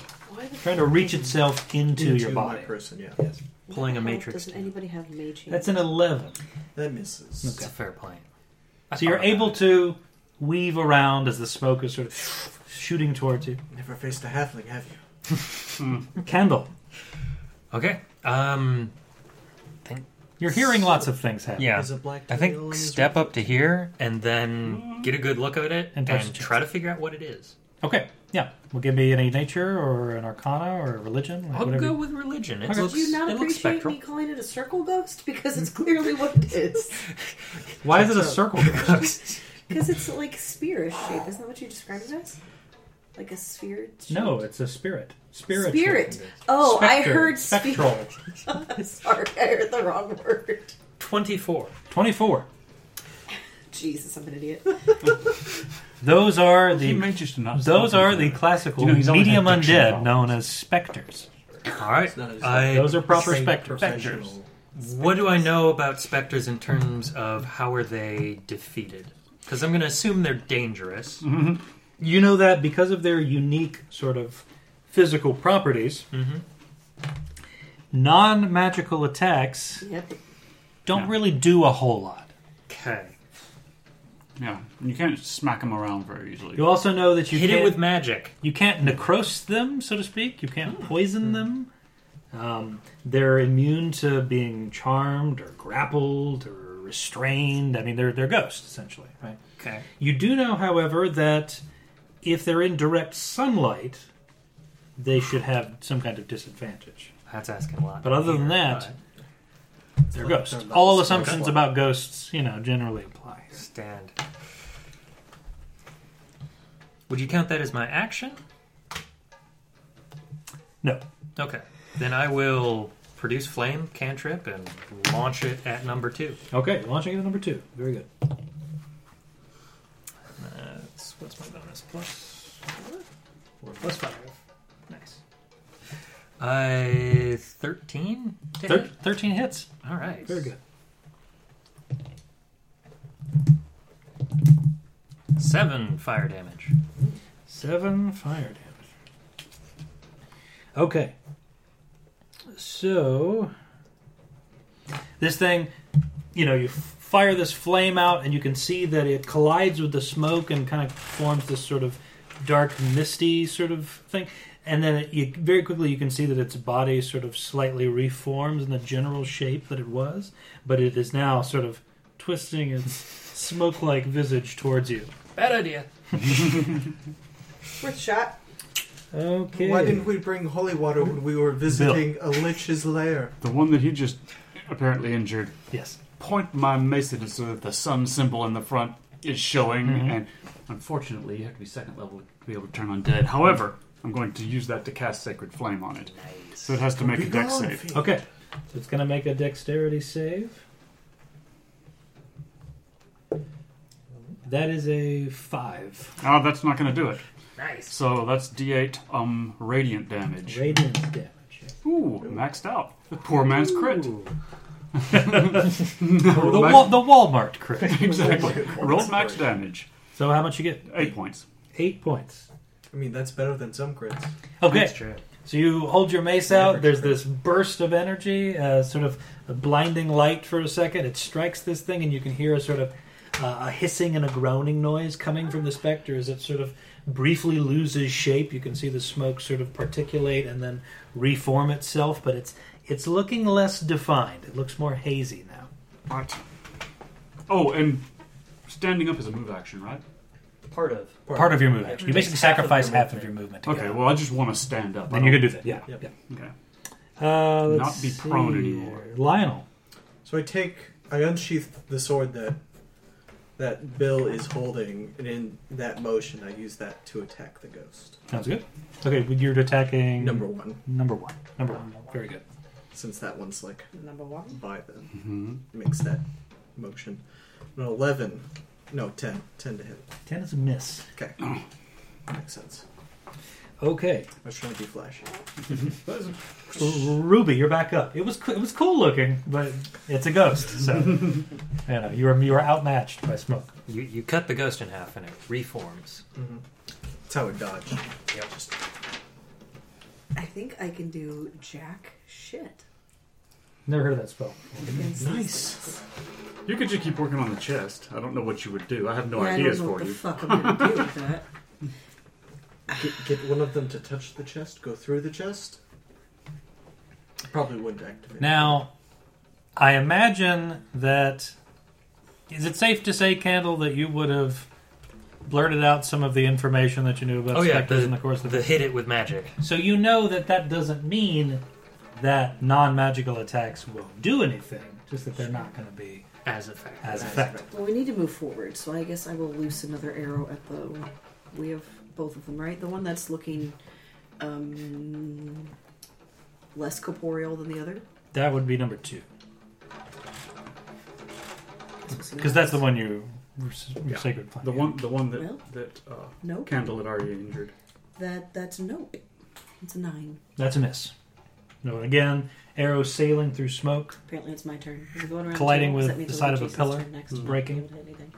[SPEAKER 2] Trying to reach itself into,
[SPEAKER 3] Into
[SPEAKER 2] your
[SPEAKER 3] my
[SPEAKER 2] body.
[SPEAKER 3] person, yeah.
[SPEAKER 2] Yes.
[SPEAKER 4] Pulling a
[SPEAKER 8] How
[SPEAKER 4] matrix.
[SPEAKER 8] Doesn't anybody have mage?
[SPEAKER 2] That's an eleven.
[SPEAKER 3] That misses.
[SPEAKER 4] It's a fair plane.
[SPEAKER 2] So you're able to weave around as the smoke is sort of shooting towards you.
[SPEAKER 3] Never faced a halfling, have you?
[SPEAKER 2] Candle.
[SPEAKER 4] Okay. Um, think
[SPEAKER 2] you're hearing lots of things happen.
[SPEAKER 4] Yeah.
[SPEAKER 3] Is it black
[SPEAKER 4] I
[SPEAKER 3] tail
[SPEAKER 4] think
[SPEAKER 3] and is
[SPEAKER 4] step up to here and then get a good look at it
[SPEAKER 2] And
[SPEAKER 4] and,
[SPEAKER 2] touch the
[SPEAKER 4] try to figure out what it is.
[SPEAKER 2] Okay. Yeah. Well, give me any nature or an arcana or a religion. Like
[SPEAKER 4] I'll
[SPEAKER 2] whatever.
[SPEAKER 4] go with religion. It
[SPEAKER 2] Okay.
[SPEAKER 4] looks-
[SPEAKER 8] Do you not
[SPEAKER 4] it looks
[SPEAKER 8] appreciate
[SPEAKER 4] spectral.
[SPEAKER 8] me calling it a circle ghost? Because it's clearly what it is.
[SPEAKER 2] Why is it a circle?
[SPEAKER 8] Because it's like spearish shape. Isn't that what you described it as? Like a sphere? shape?
[SPEAKER 2] No, it's a spirit. Spiritual.
[SPEAKER 8] Spirit. Oh, I
[SPEAKER 2] Spectre.
[SPEAKER 8] heard
[SPEAKER 2] spectral.
[SPEAKER 8] spirit. Sorry, I heard the wrong word.
[SPEAKER 4] 24.
[SPEAKER 2] 24.
[SPEAKER 8] Jesus, I'm an idiot.
[SPEAKER 2] Those are the those
[SPEAKER 4] stop
[SPEAKER 2] are
[SPEAKER 4] him.
[SPEAKER 2] the classical
[SPEAKER 4] You know, he's only
[SPEAKER 2] medium
[SPEAKER 4] had diction
[SPEAKER 2] undead
[SPEAKER 4] problems.
[SPEAKER 2] known as specters.
[SPEAKER 4] All right. I
[SPEAKER 2] Those are proper
[SPEAKER 4] say
[SPEAKER 2] specters.
[SPEAKER 4] specters. What do I know about specters in terms of how are they defeated? Because I'm going to assume they're dangerous.
[SPEAKER 2] Mm-hmm. You know that because of their unique sort of physical properties, non-magical attacks don't really do a whole lot.
[SPEAKER 4] Okay.
[SPEAKER 11] Yeah, and you can't smack them around very easily.
[SPEAKER 2] You also know that you
[SPEAKER 11] Hit it
[SPEAKER 2] can't,
[SPEAKER 11] with
[SPEAKER 4] magic.
[SPEAKER 2] You can't necrose them, so to speak. You can't poison them. Um, they're immune to being charmed or grappled or restrained. I mean, they're they're ghosts essentially, right?
[SPEAKER 4] Okay.
[SPEAKER 2] You do know, however, that if they're in direct sunlight, they should have some kind of disadvantage.
[SPEAKER 4] That's asking a lot.
[SPEAKER 2] But other than that, they're
[SPEAKER 4] Third
[SPEAKER 2] ghosts.
[SPEAKER 4] level
[SPEAKER 2] All
[SPEAKER 4] spell
[SPEAKER 2] assumptions
[SPEAKER 4] slot.
[SPEAKER 2] about ghosts, you know, generally apply.
[SPEAKER 4] Stand. Would you count that as my action?
[SPEAKER 2] No.
[SPEAKER 4] Okay. Then I will produce flame cantrip and launch it at number two.
[SPEAKER 2] Okay, launching at number two. Very good.
[SPEAKER 4] That's what's my bonus? Plus four? Four plus five. Nice. I thirteen. to
[SPEAKER 2] Thir-
[SPEAKER 4] hit?
[SPEAKER 2] Thirteen hits.
[SPEAKER 4] All right.
[SPEAKER 2] Very good.
[SPEAKER 4] Seven fire damage.
[SPEAKER 2] Seven fire damage. Okay. So this thing, you know, you f- fire this flame out, and you can see that it collides with the smoke and kind of forms this sort of dark, misty sort of thing. And then it, you, very quickly, you can see that its body sort of slightly reforms in the general shape that it was, but it is now sort of twisting its smoke-like visage towards you.
[SPEAKER 4] Bad idea.
[SPEAKER 8] Worth a shot.
[SPEAKER 2] Okay.
[SPEAKER 3] Why didn't we bring holy water when we were visiting a lich's lair?
[SPEAKER 11] The one that he just apparently injured.
[SPEAKER 2] Yes.
[SPEAKER 11] Point my mace at it so that the sun symbol in the front is showing,
[SPEAKER 2] Mm-hmm.
[SPEAKER 1] Mhm.
[SPEAKER 11] and unfortunately, you have to be second level to be able to turn undead. However, I'm going to use that to cast Sacred Flame on it. So it has to make a dex save.
[SPEAKER 2] Okay. So it's going to make a dexterity save. That is a five.
[SPEAKER 11] Oh, that's not going to do it.
[SPEAKER 4] Nice.
[SPEAKER 11] So that's d8 um radiant damage.
[SPEAKER 2] Radiant damage.
[SPEAKER 11] Ooh, maxed out. The poor man's crit.
[SPEAKER 2] the, Wa- the Walmart crit.
[SPEAKER 11] exactly. Rolled max damage.
[SPEAKER 2] So how much you get?
[SPEAKER 11] Eight points.
[SPEAKER 2] Eight points.
[SPEAKER 3] I mean, that's better than some crits.
[SPEAKER 2] Okay. So you hold your mace out. There's this burst of energy, uh, sort of a blinding light for a second. It strikes this thing, and you can hear a sort of uh, a hissing and a groaning noise coming from the specter as it sort of briefly loses shape. You can see the smoke sort of particulate and then reform itself, but it's it's looking less defined. It looks more hazy now.
[SPEAKER 11] Right. Oh, and standing up is a move action, right?
[SPEAKER 4] Part of.
[SPEAKER 2] Part, of your move action. You basically sacrifice half of your movement. to
[SPEAKER 11] Okay,
[SPEAKER 2] get out.
[SPEAKER 11] well, I just want to stand up. I
[SPEAKER 2] Then you
[SPEAKER 11] don't-
[SPEAKER 2] can do that, yeah,
[SPEAKER 11] yeah. Okay.
[SPEAKER 2] Uh,
[SPEAKER 11] Not
[SPEAKER 2] let's
[SPEAKER 11] be prone
[SPEAKER 2] see
[SPEAKER 11] anymore.
[SPEAKER 2] here. Lionel.
[SPEAKER 3] So I take, I unsheath the sword that that Bill is holding, and in that motion, I use that to attack the ghost.
[SPEAKER 2] Sounds good. Okay, well, you're attacking
[SPEAKER 3] Number one.
[SPEAKER 2] Number one. Number one. Very good.
[SPEAKER 3] Since that one's like
[SPEAKER 8] number one,
[SPEAKER 3] by then makes that motion an eleven, no ten, ten to hit.
[SPEAKER 2] Ten is a miss.
[SPEAKER 3] Okay, makes sense.
[SPEAKER 2] Okay.
[SPEAKER 3] I was trying to be flashy.
[SPEAKER 2] Ruby, you're back up. It was co- it was cool looking, but it's a ghost. So you know you were you were outmatched by smoke.
[SPEAKER 4] You, you cut the ghost in half and it reforms.
[SPEAKER 3] That's how it dodged.
[SPEAKER 4] Yep.
[SPEAKER 8] I think I can do jack shit.
[SPEAKER 2] Never heard of that spell.
[SPEAKER 8] against these
[SPEAKER 3] Nice.
[SPEAKER 11] You could just keep working on the chest. I don't know what you would do. I have no
[SPEAKER 8] Yeah, I
[SPEAKER 11] ideas
[SPEAKER 8] don't
[SPEAKER 11] for
[SPEAKER 8] know what
[SPEAKER 11] you.
[SPEAKER 8] the fuck I'm gonna do with that.
[SPEAKER 3] Get, get one of them to touch the chest, go through the chest. Probably wouldn't activate.
[SPEAKER 2] Now, I imagine that is it safe to say, Candle, that you would have blurted out some of the information that you knew about
[SPEAKER 4] Oh, yeah,
[SPEAKER 2] specters
[SPEAKER 4] the-
[SPEAKER 2] in the course of
[SPEAKER 4] the hit it with magic.
[SPEAKER 2] So you know that that doesn't mean that non-magical attacks won't do anything, just that they're not going to be
[SPEAKER 4] as effective.
[SPEAKER 2] As effective.
[SPEAKER 8] Well, we need to move forward, so I guess I will loose another arrow at the We have both of them, right? The one that's looking um, less corporeal than the other.
[SPEAKER 2] That would be number two. Because that's the one you your sacred flame.
[SPEAKER 1] The one, the one that
[SPEAKER 8] Well,
[SPEAKER 1] that uh,
[SPEAKER 8] no.
[SPEAKER 1] Candle had already injured.
[SPEAKER 8] That that's a no. It's a nine.
[SPEAKER 2] That's a miss. No, and again, arrow sailing through smoke,
[SPEAKER 8] Apparently, it's my turn. Is it going around
[SPEAKER 2] colliding
[SPEAKER 8] too? 'Cause that
[SPEAKER 2] with
[SPEAKER 8] means
[SPEAKER 2] the side
[SPEAKER 8] it'll
[SPEAKER 2] of
[SPEAKER 8] be
[SPEAKER 2] a
[SPEAKER 8] Jason's
[SPEAKER 2] pillar, Mm.
[SPEAKER 8] turn next.
[SPEAKER 2] breaking.
[SPEAKER 8] Not able to hit anything.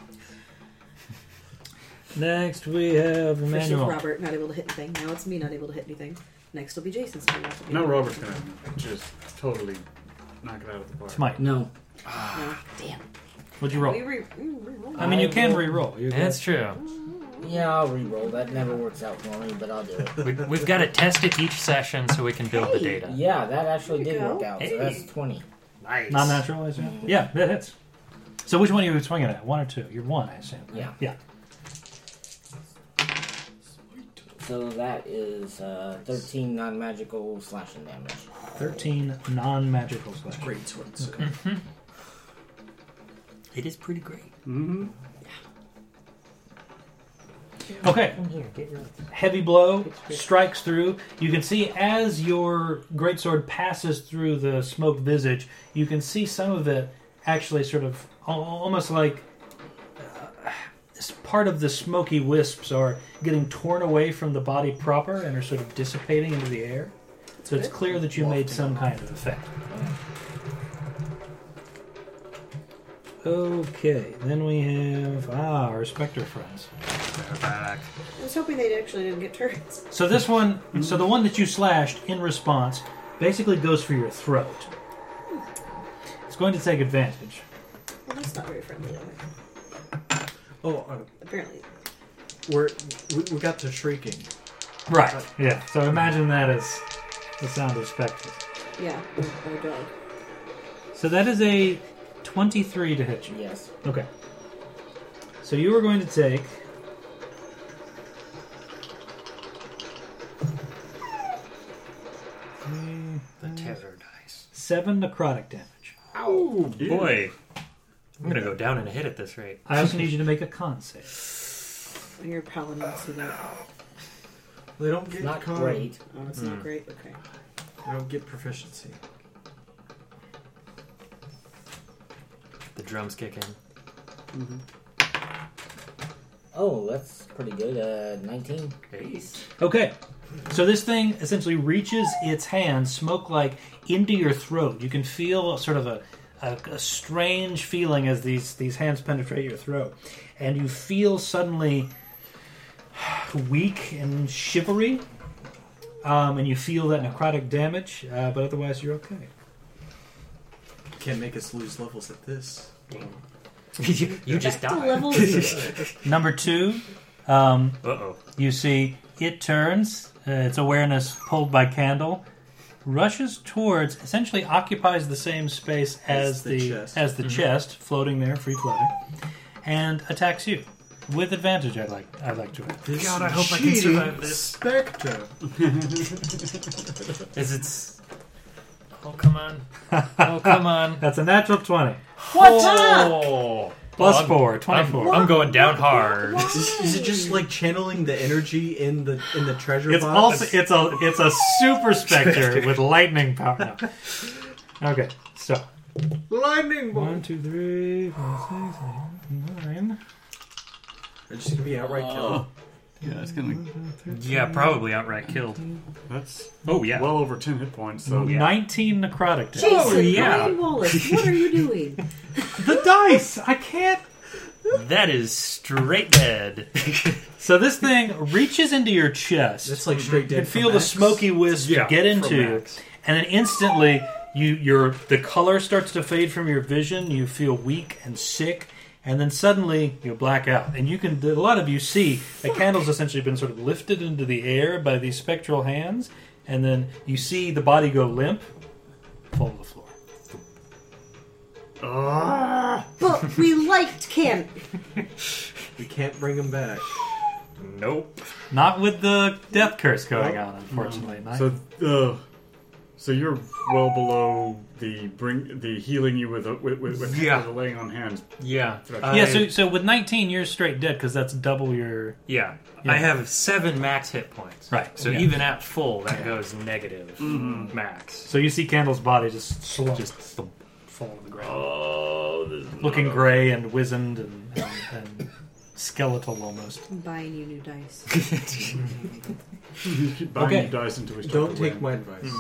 [SPEAKER 2] Next, we have
[SPEAKER 8] First was
[SPEAKER 2] Emmanuel.
[SPEAKER 8] Robert not able to hit anything. Now it's me not able to hit anything. Next will be Jason's turn. not to be
[SPEAKER 1] Now
[SPEAKER 8] able to
[SPEAKER 1] Robert's
[SPEAKER 8] hit
[SPEAKER 1] gonna just totally knock it out of the park.
[SPEAKER 2] It's Mike.
[SPEAKER 4] No.
[SPEAKER 8] Ah, Damn.
[SPEAKER 2] What'd you roll?
[SPEAKER 8] We re- we re-roll.
[SPEAKER 2] I mean, you can re-roll. You
[SPEAKER 4] That's
[SPEAKER 2] can-
[SPEAKER 5] Yeah, I'll re-roll. That never works out for me, but I'll do it.
[SPEAKER 4] We, we've got to test it each session so we can build the data.
[SPEAKER 5] Yeah, that actually did
[SPEAKER 4] go.
[SPEAKER 5] work out. So
[SPEAKER 4] Hey.
[SPEAKER 5] that's twenty.
[SPEAKER 4] Nice.
[SPEAKER 2] Not natural, I assume? Yeah, that hits. So which one are you swinging at? One or two? You're one, I assume.
[SPEAKER 5] Yeah.
[SPEAKER 2] Yeah.
[SPEAKER 5] So that is uh, thirteen non-magical slashing damage.
[SPEAKER 2] 13 non-magical slash.
[SPEAKER 3] Great swords.
[SPEAKER 2] Okay.
[SPEAKER 4] It is pretty great.
[SPEAKER 2] Mm-hmm. Okay. Heavy blow strikes through. You can see as your greatsword passes through the smoked visage, you can see some of it actually sort of al- almost like uh, s- part of the smoky wisps are getting torn away from the body proper and are sort of dissipating into the air. So it's clear that you made some kind of effect. Okay, then we have ah, our Spectre friends. They're back.
[SPEAKER 8] I was hoping they actually didn't get turns.
[SPEAKER 2] So this one, so the one that you slashed in response, basically goes for your throat. It's going to take advantage.
[SPEAKER 8] Well, that's not very friendly. Though.
[SPEAKER 3] Oh, um,
[SPEAKER 8] Apparently,
[SPEAKER 3] we're we, we got to shrieking.
[SPEAKER 2] Right. Yeah. So imagine that as the sound of Spectre.
[SPEAKER 8] yeah. Oh, Or, or dog.
[SPEAKER 2] So that is a twenty-three to hit you.
[SPEAKER 5] Yes.
[SPEAKER 2] Okay. So you are going to take.
[SPEAKER 4] The tether dice.
[SPEAKER 2] Seven necrotic damage.
[SPEAKER 4] Oh
[SPEAKER 2] Ew.
[SPEAKER 4] boy. I'm gonna go down in a hit at this rate.
[SPEAKER 2] I also need you to make a con save.
[SPEAKER 8] And your paladin see that.
[SPEAKER 3] They don't get
[SPEAKER 5] Not
[SPEAKER 3] con.
[SPEAKER 5] great.
[SPEAKER 8] Oh, it's
[SPEAKER 2] Hmm.
[SPEAKER 8] not great. Okay.
[SPEAKER 3] They don't get proficiency.
[SPEAKER 4] The drums kick in.
[SPEAKER 5] Oh, that's pretty good. Uh, nineteen.
[SPEAKER 4] Nice.
[SPEAKER 2] Okay. So this thing essentially reaches its hand, smoke like, into your throat. You can feel sort of a, a, a strange feeling as these, these hands penetrate your throat. And you feel suddenly weak and shivery. Um, and you feel that necrotic damage, uh, but otherwise you're okay.
[SPEAKER 3] Can't make us lose levels at this.
[SPEAKER 4] you you just
[SPEAKER 8] Back to
[SPEAKER 4] died.
[SPEAKER 8] level zero.
[SPEAKER 2] Number two, um,
[SPEAKER 4] Uh-oh.
[SPEAKER 2] you see it turns, uh, its awareness pulled by candle, rushes towards, essentially occupies the same space as,
[SPEAKER 3] As
[SPEAKER 2] the,
[SPEAKER 3] the chest.
[SPEAKER 2] as the
[SPEAKER 3] Mhm.
[SPEAKER 2] chest, floating there, free floating, and attacks you with advantage. I'd like I'd like to. add.
[SPEAKER 3] This
[SPEAKER 4] God, I hope I can
[SPEAKER 3] cheating
[SPEAKER 4] survive this.
[SPEAKER 3] Spectre.
[SPEAKER 4] Is it's Oh come on. Oh come on.
[SPEAKER 2] That's a natural twenty.
[SPEAKER 8] What's up?
[SPEAKER 4] oh.
[SPEAKER 2] Plus
[SPEAKER 4] I'm-
[SPEAKER 2] four,
[SPEAKER 4] I'm-
[SPEAKER 2] 24.
[SPEAKER 4] I'm, going down hard.
[SPEAKER 3] Is, is it just like channeling the energy in the in the treasure
[SPEAKER 2] It's
[SPEAKER 3] box?
[SPEAKER 2] also it's a it's a super specter with lightning power. No. Okay, so
[SPEAKER 3] lightning bolt.
[SPEAKER 2] one, two, three, four, six, eight, nine.
[SPEAKER 3] It's just gonna be outright kill.
[SPEAKER 11] Yeah, it's gonna.
[SPEAKER 4] Yeah, probably outright killed.
[SPEAKER 11] That's
[SPEAKER 4] Oh yeah.
[SPEAKER 1] well over ten hit points. So
[SPEAKER 2] Mm-hmm.
[SPEAKER 4] Yeah.
[SPEAKER 2] 19 necrotic damage.
[SPEAKER 8] Jason,
[SPEAKER 4] Oh, yeah.
[SPEAKER 8] Ryan Wallace, what are you doing?
[SPEAKER 2] The dice! I can't.
[SPEAKER 4] That is straight dead.
[SPEAKER 2] So this thing reaches into your chest.
[SPEAKER 3] That's like straight
[SPEAKER 2] You
[SPEAKER 3] dead.
[SPEAKER 2] can
[SPEAKER 3] from
[SPEAKER 2] feel the
[SPEAKER 3] Max.
[SPEAKER 2] smoky wisp
[SPEAKER 4] Yeah,
[SPEAKER 2] get into
[SPEAKER 4] from
[SPEAKER 2] you, and then instantly you your the color starts to fade from your vision. You feel weak and sick, and then suddenly you black out. And you can a lot of you see the candle's essentially been sort of lifted into the air by these spectral hands, and then you see the body go limp, fall to the floor.
[SPEAKER 1] uh,
[SPEAKER 8] But we liked Can.
[SPEAKER 3] We can't bring him back.
[SPEAKER 4] Nope.
[SPEAKER 2] Not with the death curse going on, unfortunately. Not-
[SPEAKER 1] So uh, So you're well below the bring the healing you with a, with, with, with
[SPEAKER 2] Yeah.
[SPEAKER 1] the laying on hands.
[SPEAKER 4] Yeah.
[SPEAKER 2] yeah, so, so with 19, you're straight dead because that's double your.
[SPEAKER 4] Yeah. I have seven max hit points.
[SPEAKER 2] Right,
[SPEAKER 4] So
[SPEAKER 2] yeah.
[SPEAKER 4] even at full, that goes negative max.
[SPEAKER 2] So you see Candle's body just slump, just thump, fall to the ground. Looking gray and wizened and, and, and skeletal almost.
[SPEAKER 8] I'm buying you new dice.
[SPEAKER 1] Buying you dice until we start
[SPEAKER 3] Don't Hmm.
[SPEAKER 1] to
[SPEAKER 3] take
[SPEAKER 1] win.
[SPEAKER 3] my advice.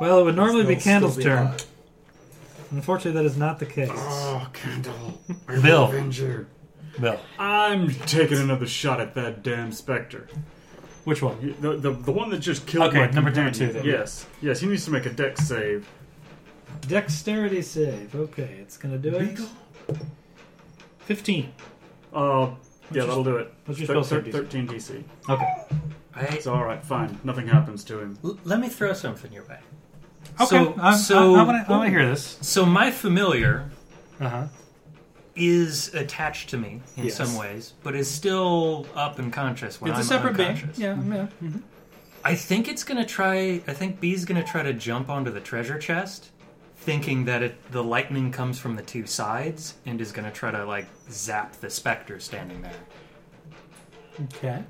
[SPEAKER 2] Well, it would normally be
[SPEAKER 3] They'll still
[SPEAKER 2] Candle's
[SPEAKER 3] be
[SPEAKER 2] turn.
[SPEAKER 3] alive.
[SPEAKER 2] Unfortunately, that is not the case.
[SPEAKER 1] Oh, Candle.
[SPEAKER 2] Bill.
[SPEAKER 1] Avenger.
[SPEAKER 2] Bill.
[SPEAKER 1] I'm taking another shot at that damn specter.
[SPEAKER 2] Which one?
[SPEAKER 1] The, the, the one that just killed
[SPEAKER 2] Okay,
[SPEAKER 1] my
[SPEAKER 2] number
[SPEAKER 1] companion.
[SPEAKER 2] two then.
[SPEAKER 1] Yes, yes. He needs to make a deck save.
[SPEAKER 2] Dexterity save. Okay, it's going to do it. 15.
[SPEAKER 1] Uh, yeah, that'll do it.
[SPEAKER 2] what's your spell save DC?
[SPEAKER 1] Thirteen DC.
[SPEAKER 2] Okay.
[SPEAKER 1] It's all right. Fine. Nothing happens to him.
[SPEAKER 4] L- let me throw something your way.
[SPEAKER 2] Okay, I'm- I- I wanna- I wanna hear this.
[SPEAKER 4] So my familiar
[SPEAKER 2] Uh-huh.
[SPEAKER 4] is attached to me in
[SPEAKER 2] Yes.
[SPEAKER 4] some ways, but is still up and conscious when
[SPEAKER 2] it's
[SPEAKER 4] I'm
[SPEAKER 2] a separate being.
[SPEAKER 4] unconscious.
[SPEAKER 2] Yeah, yeah. mhm.
[SPEAKER 4] I think it's gonna try. I think B's gonna try to jump onto the treasure chest, thinking that it, the lightning comes from the two sides, and is gonna try to like zap the specter standing there,
[SPEAKER 2] Okay.
[SPEAKER 4] and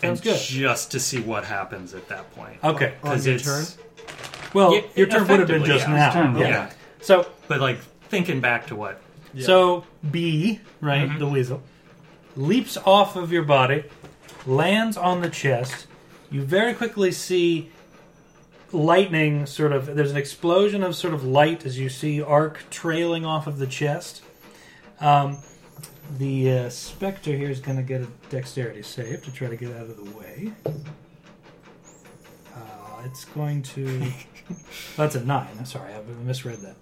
[SPEAKER 2] Sounds good.
[SPEAKER 4] just to see what happens at that point.
[SPEAKER 2] Okay. On
[SPEAKER 4] because
[SPEAKER 2] your
[SPEAKER 4] it's
[SPEAKER 2] Well,
[SPEAKER 4] Yeah,
[SPEAKER 2] Oh, your turn would have been
[SPEAKER 4] effectively,
[SPEAKER 2] just
[SPEAKER 4] yeah.
[SPEAKER 2] now.
[SPEAKER 4] Yeah.
[SPEAKER 2] yeah. So,
[SPEAKER 4] but like thinking back to what?
[SPEAKER 2] So B, right, the weasel, leaps off of your body, lands on the chest. You very quickly see lightning sort of there's an explosion of sort of light as you see arc trailing off of the chest. Um, the uh, specter here is going to get a dexterity save to try to get out of the way. Uh, it's going to. that's a nine. I'm sorry, I misread that.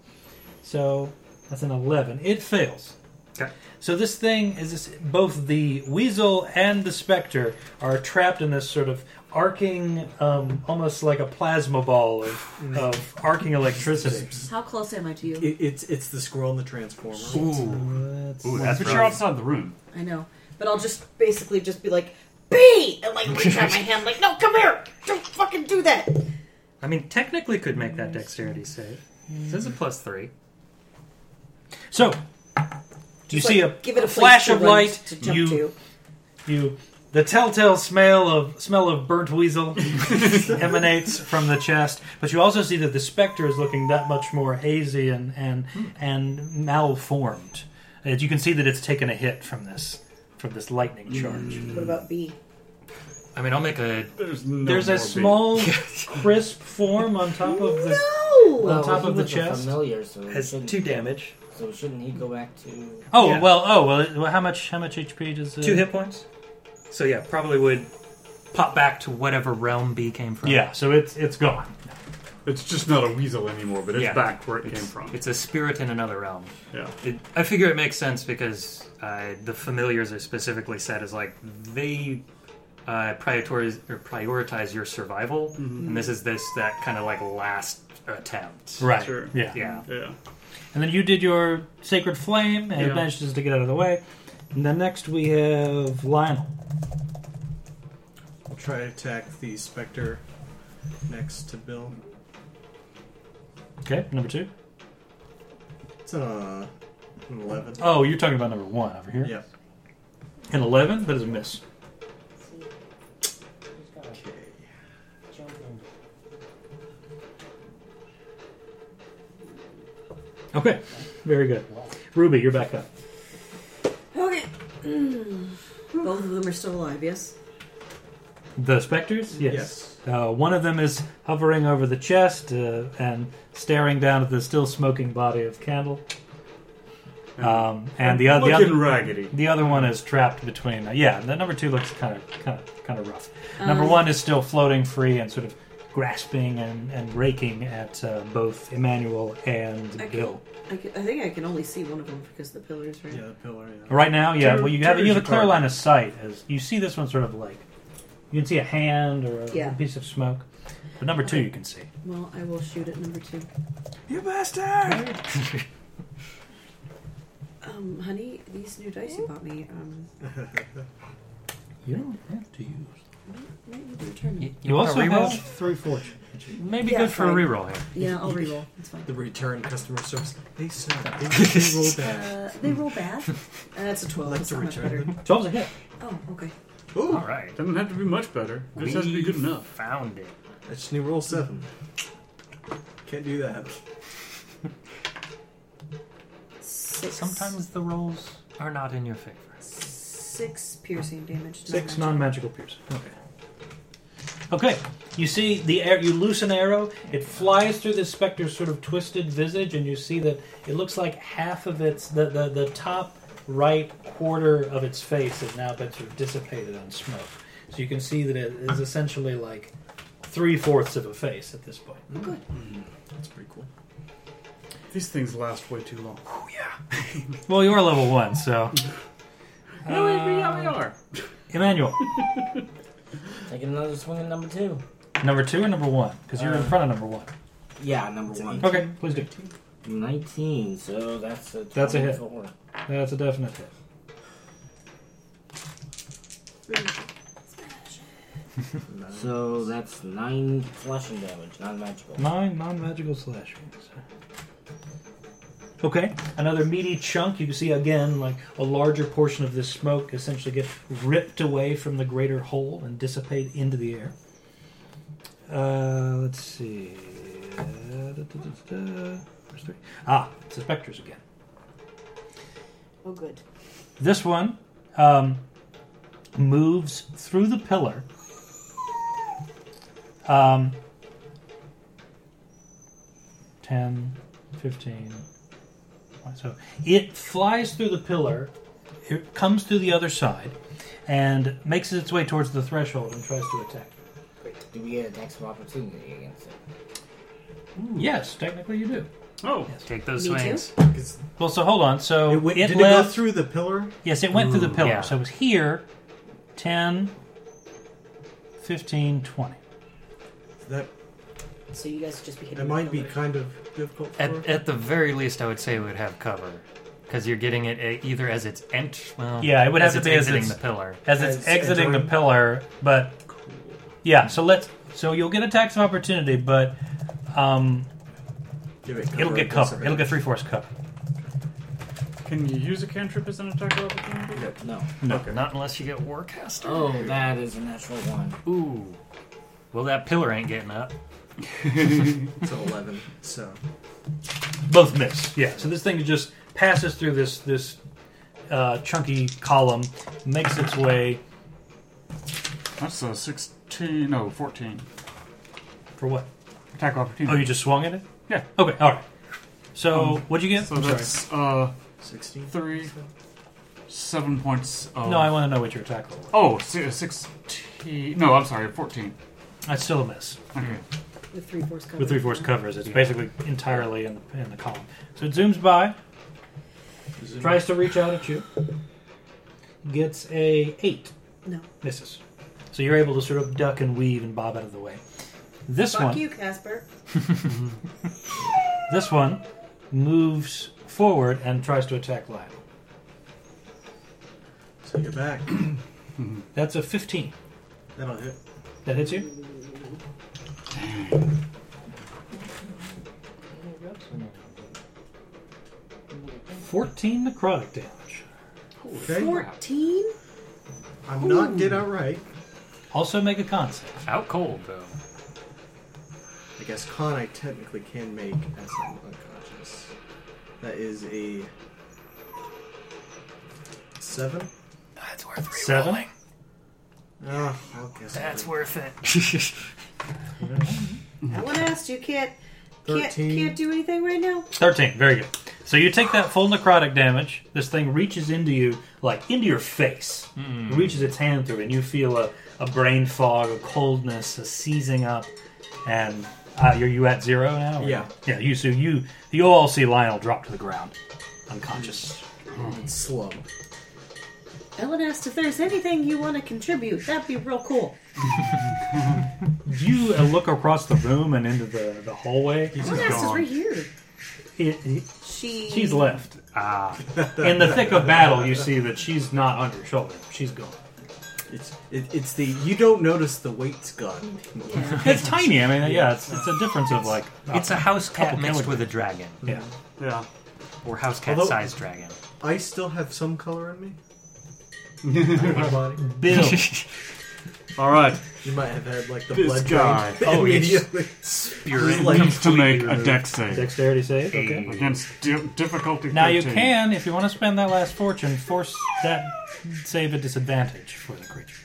[SPEAKER 2] So that's an eleven. It fails.
[SPEAKER 4] Okay.
[SPEAKER 2] So this thing is this, both the weasel and the specter are trapped in this sort of arcing, um, almost like a plasma ball of, of arcing electricity.
[SPEAKER 8] How close am I to you?
[SPEAKER 3] It, it's it's the squirrel and the transformer.
[SPEAKER 2] Ooh.
[SPEAKER 11] Ooh, that's but you're outside the room.
[SPEAKER 8] I know, but I'll just basically just be like, "B," and like reach out my hand, like, "No, come here! Don't fucking do that!"
[SPEAKER 4] I mean, technically could make that dexterity save. This is a plus three.
[SPEAKER 2] So you
[SPEAKER 4] Just,
[SPEAKER 2] see
[SPEAKER 4] like,
[SPEAKER 2] a,
[SPEAKER 4] give it a place
[SPEAKER 2] flash
[SPEAKER 4] to
[SPEAKER 2] of
[SPEAKER 4] run
[SPEAKER 2] light.
[SPEAKER 4] to jump
[SPEAKER 2] you,
[SPEAKER 4] to.
[SPEAKER 2] you, the telltale smell of smell of burnt weasel emanates from the chest. But you also see that the specter is looking that much more hazy and and
[SPEAKER 4] Hmm.
[SPEAKER 2] and malformed. And you can see that it's taken a hit from this from this lightning
[SPEAKER 4] Mm.
[SPEAKER 2] charge.
[SPEAKER 8] What about B?
[SPEAKER 4] I mean, I'll make a.
[SPEAKER 1] There's no
[SPEAKER 2] There's a small, crisp form on top of the on top
[SPEAKER 5] he
[SPEAKER 2] of the
[SPEAKER 5] was a
[SPEAKER 2] chest.
[SPEAKER 5] Familiar, so
[SPEAKER 2] Has
[SPEAKER 5] shouldn't-
[SPEAKER 2] two damage.
[SPEAKER 5] So shouldn't he go back to?
[SPEAKER 2] Oh well. Oh well, it- well. How much? How much HP does uh,
[SPEAKER 4] Two hit points. So yeah, probably would pop back to whatever realm B came from.
[SPEAKER 2] Yeah, so it's it's gone.
[SPEAKER 1] It's just not a weasel anymore, but it's
[SPEAKER 4] Yeah.
[SPEAKER 1] back where it
[SPEAKER 4] It's-
[SPEAKER 1] came from.
[SPEAKER 4] It's a spirit in another realm.
[SPEAKER 1] Yeah.
[SPEAKER 4] It, I figure it makes sense because uh, the familiars are specifically set as like they uh, prioritize or prioritize your survival,
[SPEAKER 2] Mhm.
[SPEAKER 4] and this is this that kind of like last attempt.
[SPEAKER 2] Right. Sure. Yeah.
[SPEAKER 4] Yeah.
[SPEAKER 1] Yeah.
[SPEAKER 2] And then you did your sacred flame, and
[SPEAKER 4] Yeah.
[SPEAKER 2] it manages to get out of the way. And then next we have Lionel.
[SPEAKER 3] I'll try to attack the specter next to Bill.
[SPEAKER 2] Okay, number two.
[SPEAKER 3] It's uh, an eleven.
[SPEAKER 2] Oh, you're talking about number one over here.
[SPEAKER 3] Yeah.
[SPEAKER 2] An eleven, that is a miss. Okay, very good. Ruby, you're back up.
[SPEAKER 8] Okay. Hmm. Both of them are still alive. Yes.
[SPEAKER 2] The specters? Yes. Uh, one of them is hovering over the chest uh, and staring down at the still smoking body of Candle. Um, and the, o- the other
[SPEAKER 1] Looking raggedy.
[SPEAKER 2] The other one is trapped between. uh, yeah, the number two looks kind of kind of kind of rough. number
[SPEAKER 8] Um,
[SPEAKER 2] one is still floating free and sort of grasping and, and raking at uh, both Emmanuel and
[SPEAKER 8] I, can,
[SPEAKER 2] Bill.
[SPEAKER 8] I, can, I think I can only see one of them because the pillars right. Yeah,
[SPEAKER 3] the pillar.
[SPEAKER 2] Right now, yeah.
[SPEAKER 3] Two-
[SPEAKER 2] well, you have
[SPEAKER 3] two
[SPEAKER 2] you have
[SPEAKER 3] is
[SPEAKER 2] a
[SPEAKER 3] your
[SPEAKER 2] clear
[SPEAKER 3] target.
[SPEAKER 2] line of sight as you see this one sort of like you can see a hand or a
[SPEAKER 8] Yeah.
[SPEAKER 2] piece of smoke, but number two you can see.
[SPEAKER 8] Well, I will shoot at number two.
[SPEAKER 2] You bastard!
[SPEAKER 8] Um, honey, these new dice you bought me. Um,
[SPEAKER 2] You don't have to use.
[SPEAKER 8] might need to return them.
[SPEAKER 2] You, also have three fortune.
[SPEAKER 4] Maybe
[SPEAKER 8] Yeah,
[SPEAKER 4] good for a
[SPEAKER 8] fine.
[SPEAKER 4] reroll here.
[SPEAKER 8] Yeah, I'll reroll. It's fine. Uh,
[SPEAKER 3] The return customer service. They suck. They, they roll bad.
[SPEAKER 8] Uh, they roll bad. Uh, that's a 12.
[SPEAKER 3] Like
[SPEAKER 8] That's
[SPEAKER 3] to
[SPEAKER 8] not much
[SPEAKER 3] return
[SPEAKER 8] better.
[SPEAKER 3] them.
[SPEAKER 12] 12's a hit.
[SPEAKER 8] Oh, okay.
[SPEAKER 3] Ooh.
[SPEAKER 1] All right. Doesn't have to be much better. It just has to be good enough. Found it.
[SPEAKER 3] I just need to roll seven. Can't do that.
[SPEAKER 8] Six.
[SPEAKER 4] Sometimes the rolls are not in your favor.
[SPEAKER 8] Six piercing damage.
[SPEAKER 12] Six
[SPEAKER 8] Not
[SPEAKER 12] non-magical pierce. Okay. Okay. You see the air. You loose an arrow. It flies through this specter's sort of twisted visage, and you see that it looks like half of its the the, the top right quarter of its face has now been sort of dissipated on smoke. So you can see that it is essentially like three fourths of a face at this point.
[SPEAKER 8] Good.
[SPEAKER 3] That's pretty cool.
[SPEAKER 1] These things last way too long. Oh yeah.
[SPEAKER 2] Well, you're level one, so.
[SPEAKER 1] No, we- yeah, we are.
[SPEAKER 2] Emmanuel,
[SPEAKER 5] Taking another swing at number two.
[SPEAKER 2] number two or number one? Because you're in
[SPEAKER 5] Uh,
[SPEAKER 2] front of number one.
[SPEAKER 5] Yeah, number one.
[SPEAKER 2] Okay, please do.
[SPEAKER 5] 19, so that's a
[SPEAKER 2] That's a hit.
[SPEAKER 5] 24.
[SPEAKER 2] That's a definite hit.
[SPEAKER 8] Mm.
[SPEAKER 5] So that's 9 slashing damage, non magical.
[SPEAKER 12] Nine non-magical slash wounds. Okay, another meaty chunk. You can see again, like a larger portion of this smoke essentially get ripped away from the greater hole and dissipate into the air. Uh, let's see. Uh, da, da, da, da, da. Where's three? Ah, it's the specters again.
[SPEAKER 8] Oh, good.
[SPEAKER 2] This one um, moves through the pillar. Um, 10, 15. So it flies through the pillar, it comes through the other side, and makes its way towards the threshold and tries to attack.
[SPEAKER 5] Do we get a dex of opportunity against it?
[SPEAKER 2] Yes, technically you do.
[SPEAKER 1] Oh,
[SPEAKER 4] take those
[SPEAKER 5] Me too?
[SPEAKER 4] swings.
[SPEAKER 2] Well, so hold on. So it,
[SPEAKER 3] Wait, did it go
[SPEAKER 2] left-
[SPEAKER 3] through the pillar?
[SPEAKER 2] Yes, it went through the
[SPEAKER 3] Ooh.
[SPEAKER 2] pillar.
[SPEAKER 3] Yeah.
[SPEAKER 2] So it was here 10, 15, 20.
[SPEAKER 3] That
[SPEAKER 20] So you guys would just be hitting.
[SPEAKER 3] that
[SPEAKER 20] the
[SPEAKER 3] might be
[SPEAKER 20] pillar.
[SPEAKER 3] kind of difficult. For
[SPEAKER 4] At, at the very least, I would say it would have cover. Because you're getting it uh, either as it's ent- well,
[SPEAKER 2] Yeah, it would
[SPEAKER 4] as
[SPEAKER 2] have to
[SPEAKER 4] it's
[SPEAKER 2] be as
[SPEAKER 4] exiting
[SPEAKER 2] it's-
[SPEAKER 4] the pillar.
[SPEAKER 2] As it's exiting the pillar, but yeah. So let's. So you'll get a tax of opportunity, but um,
[SPEAKER 3] Give it
[SPEAKER 2] it'll
[SPEAKER 3] cover
[SPEAKER 2] get
[SPEAKER 3] against
[SPEAKER 2] cover.
[SPEAKER 3] it.
[SPEAKER 2] It'll get three fourths cover.
[SPEAKER 1] Can you use a cantrip as an attack of opportunity?
[SPEAKER 5] No.
[SPEAKER 2] No.
[SPEAKER 4] Not unless you get Warcaster.
[SPEAKER 5] Oh, that is a natural one.
[SPEAKER 4] Ooh. Well, that pillar ain't getting up.
[SPEAKER 3] it's an eleven. So
[SPEAKER 2] Both miss. Yeah. So this thing just passes through this this uh, chunky column, makes its way
[SPEAKER 11] That's a 16, no, 14.
[SPEAKER 2] for what?
[SPEAKER 11] Attack of opportunity.
[SPEAKER 2] Oh, you just swung at it.
[SPEAKER 11] Yeah.
[SPEAKER 2] Okay. All right. So
[SPEAKER 11] Um,
[SPEAKER 2] what'd Oh, you get?
[SPEAKER 11] So
[SPEAKER 2] I'm sorry.
[SPEAKER 11] that's uh, 16, three, seven points. Of,
[SPEAKER 2] No, I want to know what your attack roll. was.
[SPEAKER 11] Oh, si- uh, 16. No, I'm sorry, 14.
[SPEAKER 2] That's still a miss.
[SPEAKER 11] Okay.
[SPEAKER 8] With three force cover.
[SPEAKER 2] With three fourths covers, it's basically entirely in the, in the column. So it zooms by, tries to reach out at you, gets a eight,
[SPEAKER 8] No.
[SPEAKER 2] misses. So you're able to sort of duck and weave and bob out of the way. This
[SPEAKER 8] Fuck
[SPEAKER 2] one,
[SPEAKER 8] you, Casper.
[SPEAKER 2] this one, moves forward and tries to attack Lyle.
[SPEAKER 3] so you're back.
[SPEAKER 2] That's a fifteen.
[SPEAKER 3] That'll hit.
[SPEAKER 2] That hits you. Fourteen necrotic damage.
[SPEAKER 3] Okay.
[SPEAKER 8] 14?
[SPEAKER 3] I'm not dead outright.
[SPEAKER 2] Also make a con save.
[SPEAKER 4] Out cold, though.
[SPEAKER 3] I guess con I technically can make as I'm unconscious. That is a seven.
[SPEAKER 4] That's worth re
[SPEAKER 2] Seven.
[SPEAKER 3] Ah, I'll guess I'll
[SPEAKER 4] That's
[SPEAKER 3] do-
[SPEAKER 4] worth it.
[SPEAKER 2] Mm-hmm.
[SPEAKER 8] That one asked you can't can't
[SPEAKER 2] 13.
[SPEAKER 8] can't do anything right now.
[SPEAKER 2] 13. Very good. So you take that full necrotic damage. This thing reaches into you, like into your face. It reaches its hand through, and you feel a, a brain fog, a coldness, a seizing up. And uh, you're you at zero now? or-
[SPEAKER 3] Yeah.
[SPEAKER 2] Yeah. You so you you all see Lionel drop to the ground, unconscious.
[SPEAKER 3] Slow.
[SPEAKER 8] Ellen asked if there's anything you want to contribute. That'd be real cool.
[SPEAKER 2] You uh, look across the room and into the, the hallway.
[SPEAKER 8] Ellen asked is right here.
[SPEAKER 2] It- it-
[SPEAKER 8] She
[SPEAKER 2] she's left. Ah. In the thick of battle, you see that she's not on your shoulder. She's gone.
[SPEAKER 3] It's it, it's the you don't notice the weight's gone.
[SPEAKER 2] It's tiny. I mean, yeah, it's, it's a difference of like.
[SPEAKER 4] It's a house cat
[SPEAKER 2] couple
[SPEAKER 4] mixed
[SPEAKER 2] kilograms.
[SPEAKER 4] with a dragon.
[SPEAKER 2] Yeah.
[SPEAKER 1] Yeah.
[SPEAKER 4] Or house cat
[SPEAKER 3] Although-
[SPEAKER 4] sized dragon.
[SPEAKER 3] I still have some color in me.
[SPEAKER 1] Bill. All right.
[SPEAKER 3] You might have had like the
[SPEAKER 1] This
[SPEAKER 3] blood
[SPEAKER 1] guy.
[SPEAKER 3] drain
[SPEAKER 1] Oh, it's
[SPEAKER 3] immediately.
[SPEAKER 1] He needs to make a dex save.
[SPEAKER 2] Dexterity save? Okay.
[SPEAKER 1] Against di- difficulty
[SPEAKER 2] Now you
[SPEAKER 1] 13.
[SPEAKER 2] can, if you want to spend that last fortune, force that save a disadvantage for the creature.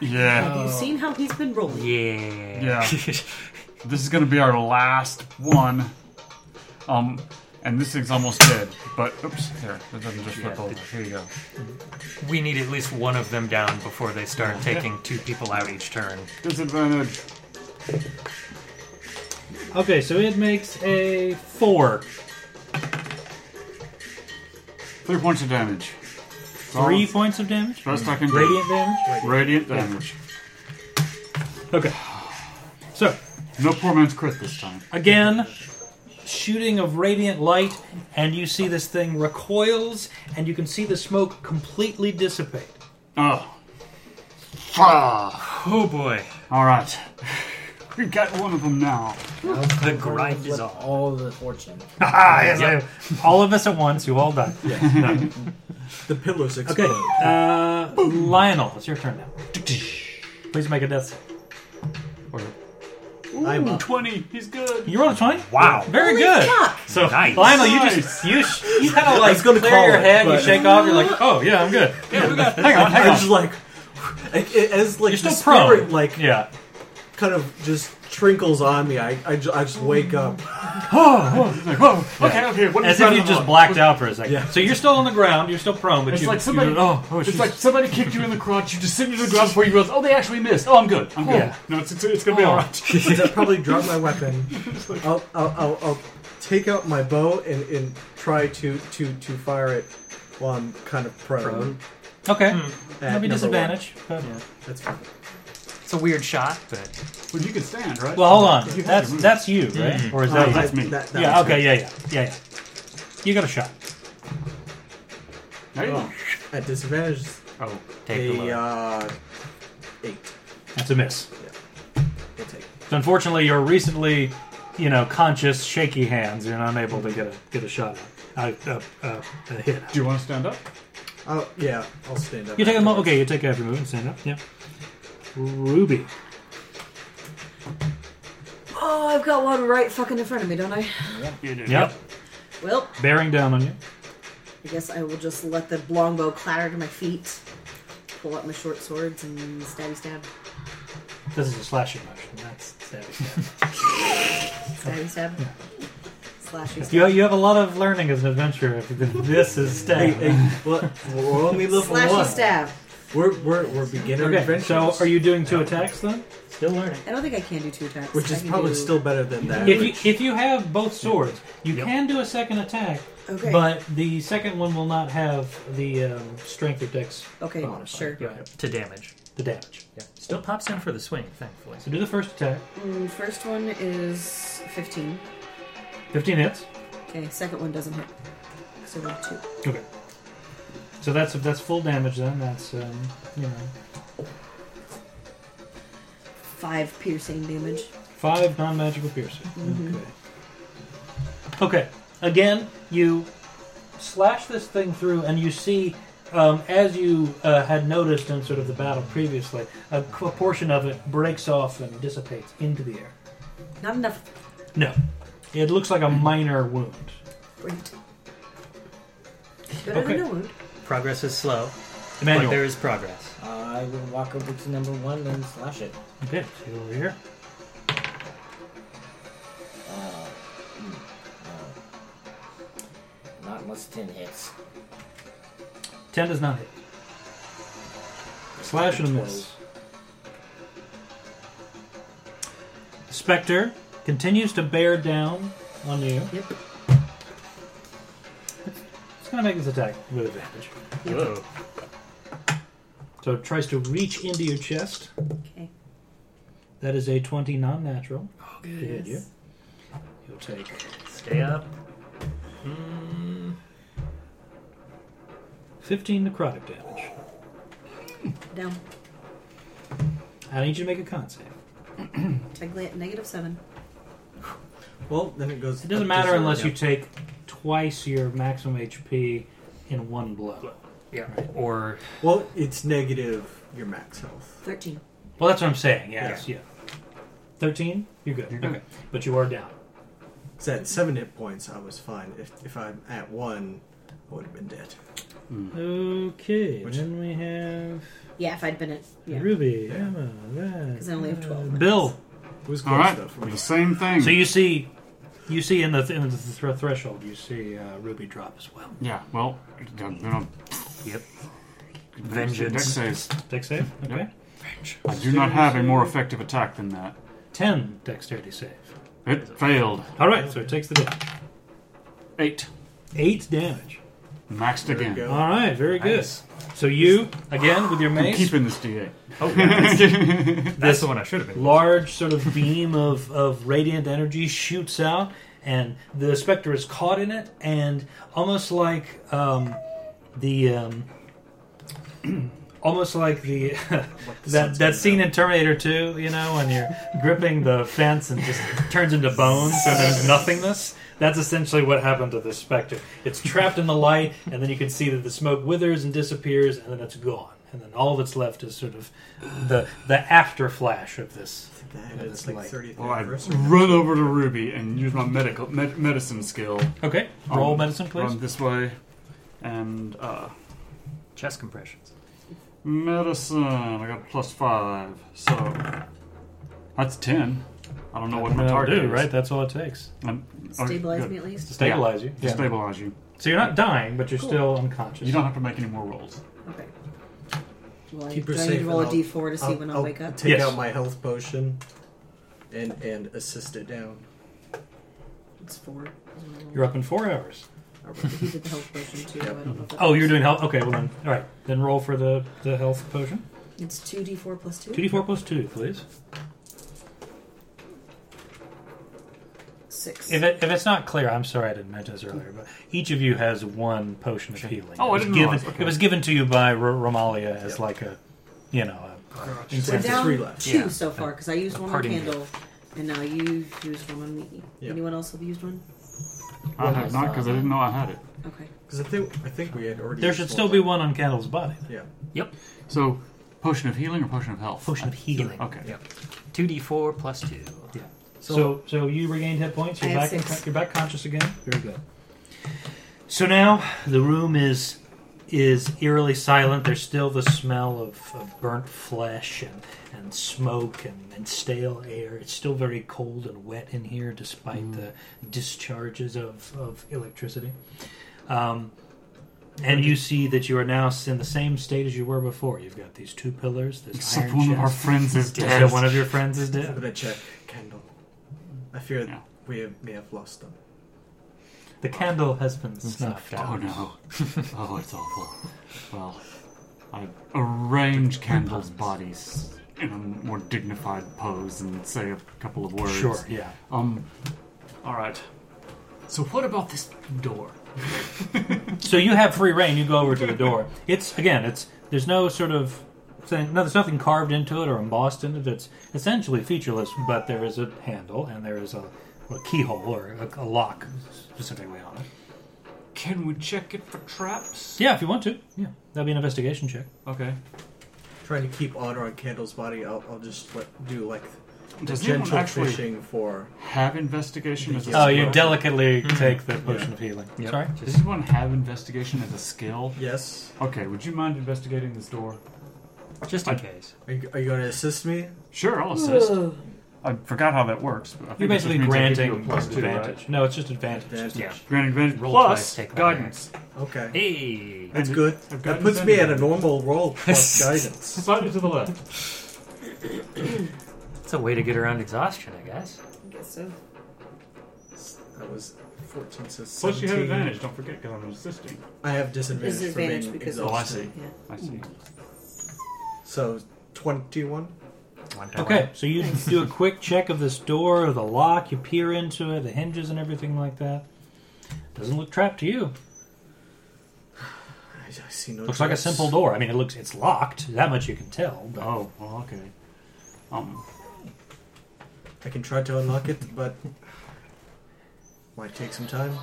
[SPEAKER 1] Yeah.
[SPEAKER 2] uh,
[SPEAKER 20] Have you seen how he's been rolling?
[SPEAKER 4] Yeah.
[SPEAKER 1] Yeah. this is going to be our last one. Um, and this thing's almost dead. But oops, there. That doesn't just flip over. Here you go.
[SPEAKER 4] We need at least one of them down before they start taking two people out each turn.
[SPEAKER 1] Disadvantage.
[SPEAKER 2] Okay, so it makes a four.
[SPEAKER 1] Three points of damage.
[SPEAKER 2] Three points of damage?
[SPEAKER 1] Best I can do.
[SPEAKER 2] Oh.
[SPEAKER 1] Radiant
[SPEAKER 2] Radiant damage? Yeah.
[SPEAKER 1] damage.
[SPEAKER 2] Okay. So.
[SPEAKER 1] No poor man's crit this time.
[SPEAKER 2] Again, shooting of radiant light, and you see this thing recoils, and you can see the smoke completely dissipate.
[SPEAKER 1] Oh.
[SPEAKER 4] Oh boy.
[SPEAKER 1] All right. We got one of them now.
[SPEAKER 4] The grind is
[SPEAKER 5] on. All the fortune.
[SPEAKER 2] Ah, yes, I- all of us at once. You all die.
[SPEAKER 3] the pillows explode.
[SPEAKER 2] Okay, uh, Lionel, it's your turn now. Please make a death save.
[SPEAKER 1] Ooh,
[SPEAKER 2] I'm up.
[SPEAKER 1] 20. He's good.
[SPEAKER 2] You rolled a twenty. Wow,
[SPEAKER 1] Holy
[SPEAKER 2] very good.
[SPEAKER 1] fuck.
[SPEAKER 2] So
[SPEAKER 1] Nice.
[SPEAKER 2] Lionel, you
[SPEAKER 1] Nice.
[SPEAKER 2] just you sh- you kind of
[SPEAKER 3] I
[SPEAKER 2] like
[SPEAKER 3] was gonna
[SPEAKER 2] clear
[SPEAKER 3] call
[SPEAKER 2] your
[SPEAKER 3] it,
[SPEAKER 2] head, you
[SPEAKER 3] but-
[SPEAKER 2] shake off, you're like, oh yeah, I'm good. Yeah, we got. Hang on, hang
[SPEAKER 3] I'm
[SPEAKER 2] on.
[SPEAKER 3] just like, I- I- as like
[SPEAKER 2] You're
[SPEAKER 3] the
[SPEAKER 2] still prone.
[SPEAKER 3] spirit, like
[SPEAKER 2] yeah,
[SPEAKER 3] kind of just trinkles on me. I I, ju- I just wake up.
[SPEAKER 2] oh,
[SPEAKER 1] oh, okay, okay. What
[SPEAKER 2] As
[SPEAKER 1] is that
[SPEAKER 2] if you
[SPEAKER 1] on
[SPEAKER 2] just
[SPEAKER 1] the-
[SPEAKER 2] blacked out for a second.
[SPEAKER 1] Yeah.
[SPEAKER 2] So you're still on the ground. You're still prone, but
[SPEAKER 1] It's
[SPEAKER 2] you.
[SPEAKER 1] like somebody.
[SPEAKER 2] you- oh, oh,
[SPEAKER 1] it's
[SPEAKER 2] she's-
[SPEAKER 1] like somebody kicked you in the crotch. You descended to the ground before you realized. Oh, they actually missed. Oh, I'm good. I'm good.
[SPEAKER 3] Yeah.
[SPEAKER 1] No, it's, it's, it's gonna be
[SPEAKER 2] Oh.
[SPEAKER 1] all right.
[SPEAKER 3] Since I probably drop my weapon, I'll, I'll, I'll, I'll take out my bow and, and try to, to, to fire it while I'm kind of prone.
[SPEAKER 4] Prone.
[SPEAKER 2] Okay.
[SPEAKER 3] At
[SPEAKER 2] That'll be
[SPEAKER 3] number
[SPEAKER 2] disadvantage.
[SPEAKER 3] one.
[SPEAKER 2] but-
[SPEAKER 3] Yeah, that's fine.
[SPEAKER 4] It's a weird shot, but
[SPEAKER 1] Well, you can stand, right?
[SPEAKER 2] Well, hold on.
[SPEAKER 1] You have
[SPEAKER 2] That's
[SPEAKER 1] to move.
[SPEAKER 2] that's you, right?
[SPEAKER 1] Mhm.
[SPEAKER 2] Or is
[SPEAKER 1] Oh,
[SPEAKER 2] that
[SPEAKER 1] that's me. That- that
[SPEAKER 2] Hmm. Uh, yeah.
[SPEAKER 1] was
[SPEAKER 2] Okay.
[SPEAKER 1] me.
[SPEAKER 2] Yeah. Yeah. Yeah. Yeah. You got a shot.
[SPEAKER 1] There you go.
[SPEAKER 3] At disadvantage,
[SPEAKER 1] Oh,
[SPEAKER 4] take
[SPEAKER 3] a
[SPEAKER 4] the low.
[SPEAKER 3] uh, eight.
[SPEAKER 2] That's a miss.
[SPEAKER 3] We'll take. it.
[SPEAKER 2] So unfortunately, your recently, you know, conscious, shaky hands, you're unable to get a get a shot. out. Uh, uh, uh, a hit.
[SPEAKER 1] Do you want to stand up?
[SPEAKER 3] Oh yeah, I'll stand up.
[SPEAKER 2] You take a moment. Okay, you take half your move and stand up. Yeah. Ruby.
[SPEAKER 8] Oh, I've got one right fucking in front of me, don't I?
[SPEAKER 2] Yep.
[SPEAKER 8] Well,
[SPEAKER 2] Bearing down on you.
[SPEAKER 8] I guess I will just let the longbow clatter to my feet, pull up my short swords, and stabby stab.
[SPEAKER 2] This is a slashing motion. That's savage.
[SPEAKER 8] Stabby stab. Slashy stab.
[SPEAKER 2] you, you have a lot of learning as an adventurer. If you've been, this is
[SPEAKER 3] Hey,
[SPEAKER 2] stab.
[SPEAKER 3] hey, well, we're only level
[SPEAKER 8] Slashy
[SPEAKER 3] one.
[SPEAKER 8] stab.
[SPEAKER 3] We're we're we're beginner
[SPEAKER 2] Okay.
[SPEAKER 3] adventurers.
[SPEAKER 2] So are you doing two attacks then? Still learning.
[SPEAKER 8] I don't think I can do two attacks.
[SPEAKER 3] Which
[SPEAKER 8] I
[SPEAKER 3] is
[SPEAKER 8] can
[SPEAKER 3] probably
[SPEAKER 8] do-
[SPEAKER 3] still better than that.
[SPEAKER 2] If you if you have both swords, you can do a second attack.
[SPEAKER 8] Okay.
[SPEAKER 2] But the second one will not have the um, strength or dex
[SPEAKER 8] Okay,
[SPEAKER 2] modifier.
[SPEAKER 8] sure.
[SPEAKER 4] to damage.
[SPEAKER 2] The damage.
[SPEAKER 4] Yeah. Still pops in for the swing, thankfully.
[SPEAKER 2] So do the first attack.
[SPEAKER 8] Mm, first one is 15.
[SPEAKER 2] 15 hits.
[SPEAKER 8] Okay, second one doesn't hit. So we're two.
[SPEAKER 2] Okay. So that's that's full damage then. That's um, you know
[SPEAKER 8] Five piercing damage.
[SPEAKER 2] five non-magical piercing.
[SPEAKER 8] Mhm.
[SPEAKER 2] Okay. Again, you slash this thing through, and you see, um, as you uh, had noticed in sort of the battle previously, a, c- a portion of it breaks off and dissipates into the air.
[SPEAKER 8] Not enough.
[SPEAKER 2] No. It looks like a minor wound.
[SPEAKER 8] Great. Better
[SPEAKER 2] Okay.
[SPEAKER 8] than no wound.
[SPEAKER 4] Progress is slow,
[SPEAKER 2] Emmanuel.
[SPEAKER 4] but there is progress.
[SPEAKER 5] I will walk over to number one and slash it.
[SPEAKER 2] Okay, so you over here.
[SPEAKER 5] Uh, mm, uh, not unless ten hits.
[SPEAKER 2] 10 does not hit. Slash and a miss. Spectre continues to bear down on you. Yep. It's going to make this attack with advantage.
[SPEAKER 4] Whoa.
[SPEAKER 2] So it tries to reach into your chest.
[SPEAKER 8] Okay.
[SPEAKER 2] That is a 20 non natural. to hit you.
[SPEAKER 8] Yes.
[SPEAKER 2] You'll take
[SPEAKER 4] Stay up.
[SPEAKER 2] 15 necrotic damage.
[SPEAKER 8] down.
[SPEAKER 2] I need you to make a con save.
[SPEAKER 8] I glan negative seven.
[SPEAKER 3] Well, then it goes.
[SPEAKER 2] It doesn't matter unless you take twice your maximum HP in one blow.
[SPEAKER 4] Yeah. Or
[SPEAKER 3] well, it's negative your max health.
[SPEAKER 8] Thirteen.
[SPEAKER 2] Well, that's what I'm saying. Yeah. it's- Yeah. Thirteen. You're good.
[SPEAKER 3] You're good.
[SPEAKER 2] Okay. But you are down.
[SPEAKER 3] So at seven hit points, I was fine. If if I'm at one, I would have been dead.
[SPEAKER 21] Okay, then we have
[SPEAKER 8] Yeah, if I'd been at yeah.
[SPEAKER 21] Ruby.
[SPEAKER 3] Yeah.
[SPEAKER 21] Emma, Red,
[SPEAKER 8] 'Cause I only have
[SPEAKER 3] Uh,
[SPEAKER 8] 12
[SPEAKER 21] Red.
[SPEAKER 2] Bill.
[SPEAKER 3] It was
[SPEAKER 21] close, All right. though, for me. The same thing.
[SPEAKER 2] So you see, you see in the th- in the th- threshold, you see uh, Ruby drop as well.
[SPEAKER 1] Yeah, well, then I'm.
[SPEAKER 2] Yep.
[SPEAKER 1] Vengeance. Dex save.
[SPEAKER 2] Dex save?
[SPEAKER 1] Yep.
[SPEAKER 2] Okay.
[SPEAKER 1] I do not have a more effective attack than that.
[SPEAKER 2] 10 dexterity save.
[SPEAKER 1] It failed.
[SPEAKER 2] Alright, so it takes the damage.
[SPEAKER 1] Eight.
[SPEAKER 2] Eight damage.
[SPEAKER 1] Maxed again.
[SPEAKER 2] Alright, very good. So you, again, with your
[SPEAKER 1] I'm
[SPEAKER 2] mace.
[SPEAKER 1] keeping this D8.
[SPEAKER 2] Oh, yeah. This-
[SPEAKER 1] That's the one I should have been.
[SPEAKER 2] Large sort of beam of, of radiant energy shoots out, and the specter is caught in it, and almost like um, the. Um, Almost like the, that that scene in Terminator 2, you know, when you're gripping the fence and just turns into bones and there's nothingness. That's essentially what happened to this specter. It's trapped in the light, and then you can see that the smoke withers and disappears, and then it's gone. And then all that's left is sort of the the after flash of this. of
[SPEAKER 3] it's
[SPEAKER 2] this
[SPEAKER 3] like
[SPEAKER 2] light.
[SPEAKER 3] 30th
[SPEAKER 1] Well, I
[SPEAKER 3] anniversary.
[SPEAKER 1] run over to Ruby and use my medical med- medicine skill.
[SPEAKER 2] Okay, roll medicine, please.
[SPEAKER 1] Run this way, and uh,
[SPEAKER 4] chest compressions.
[SPEAKER 1] Medicine. I got plus five, so that's ten. I don't know what my
[SPEAKER 2] That'll
[SPEAKER 1] target
[SPEAKER 2] do,
[SPEAKER 1] is.
[SPEAKER 2] right? That's all it takes.
[SPEAKER 1] Um,
[SPEAKER 8] Stabilize
[SPEAKER 1] good.
[SPEAKER 8] me at least?
[SPEAKER 2] To stabilize you.
[SPEAKER 1] To
[SPEAKER 2] Yeah.
[SPEAKER 1] stabilize you.
[SPEAKER 2] So you're not dying, but you're
[SPEAKER 8] Cool.
[SPEAKER 2] still unconscious.
[SPEAKER 1] You don't have to make any more rolls.
[SPEAKER 8] Okay. Well,
[SPEAKER 3] Keep
[SPEAKER 8] do
[SPEAKER 3] her
[SPEAKER 8] I
[SPEAKER 3] safe.
[SPEAKER 8] need to roll a
[SPEAKER 3] and I'll-
[SPEAKER 8] D4 to see
[SPEAKER 3] I'll-
[SPEAKER 8] when I'll,
[SPEAKER 3] I'll
[SPEAKER 8] wake up?
[SPEAKER 3] Take
[SPEAKER 2] Yes.
[SPEAKER 3] out my health potion, and and assist it down.
[SPEAKER 8] It's four.
[SPEAKER 2] You're up in four hours.
[SPEAKER 8] He did the health potion too. I don't know if that
[SPEAKER 2] Oh, you're
[SPEAKER 8] helps.
[SPEAKER 2] doing health. Okay, well then, all right. Then roll for the the health potion.
[SPEAKER 8] It's two D4 plus two.
[SPEAKER 2] Two d four plus two, please.
[SPEAKER 8] Six.
[SPEAKER 2] If, it, if it's not clear, I'm sorry I didn't mention this earlier, but each of you has one potion of healing.
[SPEAKER 1] Oh, I
[SPEAKER 2] it was
[SPEAKER 1] didn't
[SPEAKER 2] given,
[SPEAKER 1] realize, okay.
[SPEAKER 2] It was given to you by R- Romalia as like a, you know, a, a
[SPEAKER 8] We're
[SPEAKER 2] incentive.
[SPEAKER 8] down two so far because I used one on
[SPEAKER 2] parting
[SPEAKER 8] Candle, and now you used one on me.
[SPEAKER 3] Yeah.
[SPEAKER 8] Anyone else have used one?
[SPEAKER 1] I have not because I didn't know I had it.
[SPEAKER 8] Okay.
[SPEAKER 3] Because I think I think we had already.
[SPEAKER 2] There should still be one on Candle's body.
[SPEAKER 3] Yeah.
[SPEAKER 4] Yep.
[SPEAKER 1] So, potion of healing or potion of health?
[SPEAKER 2] Potion of healing.
[SPEAKER 1] Okay.
[SPEAKER 4] Yep. Two D four plus two.
[SPEAKER 2] Yeah. So, so you regained hit points. You're
[SPEAKER 4] I have
[SPEAKER 2] back. in-
[SPEAKER 4] six.
[SPEAKER 2] You're back conscious again. Very good. So now the room is is eerily silent. There's still the smell of, of burnt flesh and, and smoke and, and stale air. It's still very cold and wet in here, despite
[SPEAKER 1] Mm.
[SPEAKER 2] the discharges of of electricity. Um, and you see that you are now in the same state as you were before. You've got these two pillars. This
[SPEAKER 1] Except
[SPEAKER 2] iron
[SPEAKER 1] one of our
[SPEAKER 2] chest.
[SPEAKER 1] friends is
[SPEAKER 2] Except
[SPEAKER 1] dead.
[SPEAKER 2] One of your friends is dead.
[SPEAKER 3] I'm gonna check Kendall. I fear we have, may have lost them.
[SPEAKER 2] The candle has been snuffed out.
[SPEAKER 1] Oh no. oh, it's awful. Well, I arrange Candle's bodies in a more dignified pose and say a couple of words.
[SPEAKER 2] Sure, yeah.
[SPEAKER 1] Um, alright. So, what about this door?
[SPEAKER 2] So you have free reign. You go over to the door. It's again. It's there's no sort of thing. No, there's nothing carved into it or embossed in it. It's essentially featureless, but there is a handle and there is a, a keyhole or a, a lock specifically on it.
[SPEAKER 1] Can we check it for traps?
[SPEAKER 2] Yeah, if you want to. Yeah, that'd be an investigation check.
[SPEAKER 1] Okay.
[SPEAKER 3] Trying to keep honor on Kendall's body. I'll, I'll just let, do like the
[SPEAKER 1] Does anyone
[SPEAKER 3] gentle
[SPEAKER 1] actually-
[SPEAKER 3] fishing for.
[SPEAKER 1] Have investigation as a
[SPEAKER 2] Oh, you
[SPEAKER 1] skill?
[SPEAKER 2] delicately take the potion of healing. Sorry.
[SPEAKER 1] Does anyone have investigation as a skill?
[SPEAKER 3] Yes.
[SPEAKER 1] Okay, would you mind investigating this door?
[SPEAKER 4] Just in case.
[SPEAKER 3] Are you, are you going to assist me?
[SPEAKER 1] Sure, I'll assist. I forgot how that works. But I think
[SPEAKER 2] You're
[SPEAKER 1] it just
[SPEAKER 2] basically
[SPEAKER 1] means I give
[SPEAKER 2] granting
[SPEAKER 1] you a plus two, right?
[SPEAKER 2] advantage. No, it's just advantage.
[SPEAKER 3] Advantage.
[SPEAKER 1] Granting advantage
[SPEAKER 4] Roll
[SPEAKER 1] plus
[SPEAKER 4] twice, take that
[SPEAKER 1] guidance.
[SPEAKER 3] Okay.
[SPEAKER 4] Hey.
[SPEAKER 3] That's
[SPEAKER 1] And
[SPEAKER 3] good.
[SPEAKER 1] I've
[SPEAKER 3] That
[SPEAKER 1] gotten
[SPEAKER 3] puts me at a
[SPEAKER 1] advantage.
[SPEAKER 3] normal roll plus guidance.
[SPEAKER 1] Slightly to the left.
[SPEAKER 4] It's a way to get around exhaustion, I guess.
[SPEAKER 8] I guess so.
[SPEAKER 3] That was 14, so 17.
[SPEAKER 1] Plus, you have advantage. Don't forget, because I'm assisting.
[SPEAKER 3] I have disadvantage,
[SPEAKER 8] Is advantage
[SPEAKER 3] for being
[SPEAKER 8] because
[SPEAKER 1] Oh, I
[SPEAKER 3] exhausted.
[SPEAKER 1] see. I see.
[SPEAKER 3] So 21.
[SPEAKER 4] Oh,
[SPEAKER 2] Okay, so you do a quick check of this door, the lock, you peer into it, the hinges and everything like that. Doesn't look trapped to you.
[SPEAKER 3] I see no.
[SPEAKER 2] Looks like a
[SPEAKER 3] trace.
[SPEAKER 2] simple door. I mean, it looks it's locked. That much you can tell. But
[SPEAKER 1] Oh, well, okay. Um,
[SPEAKER 3] I can try to unlock it, but might take some time.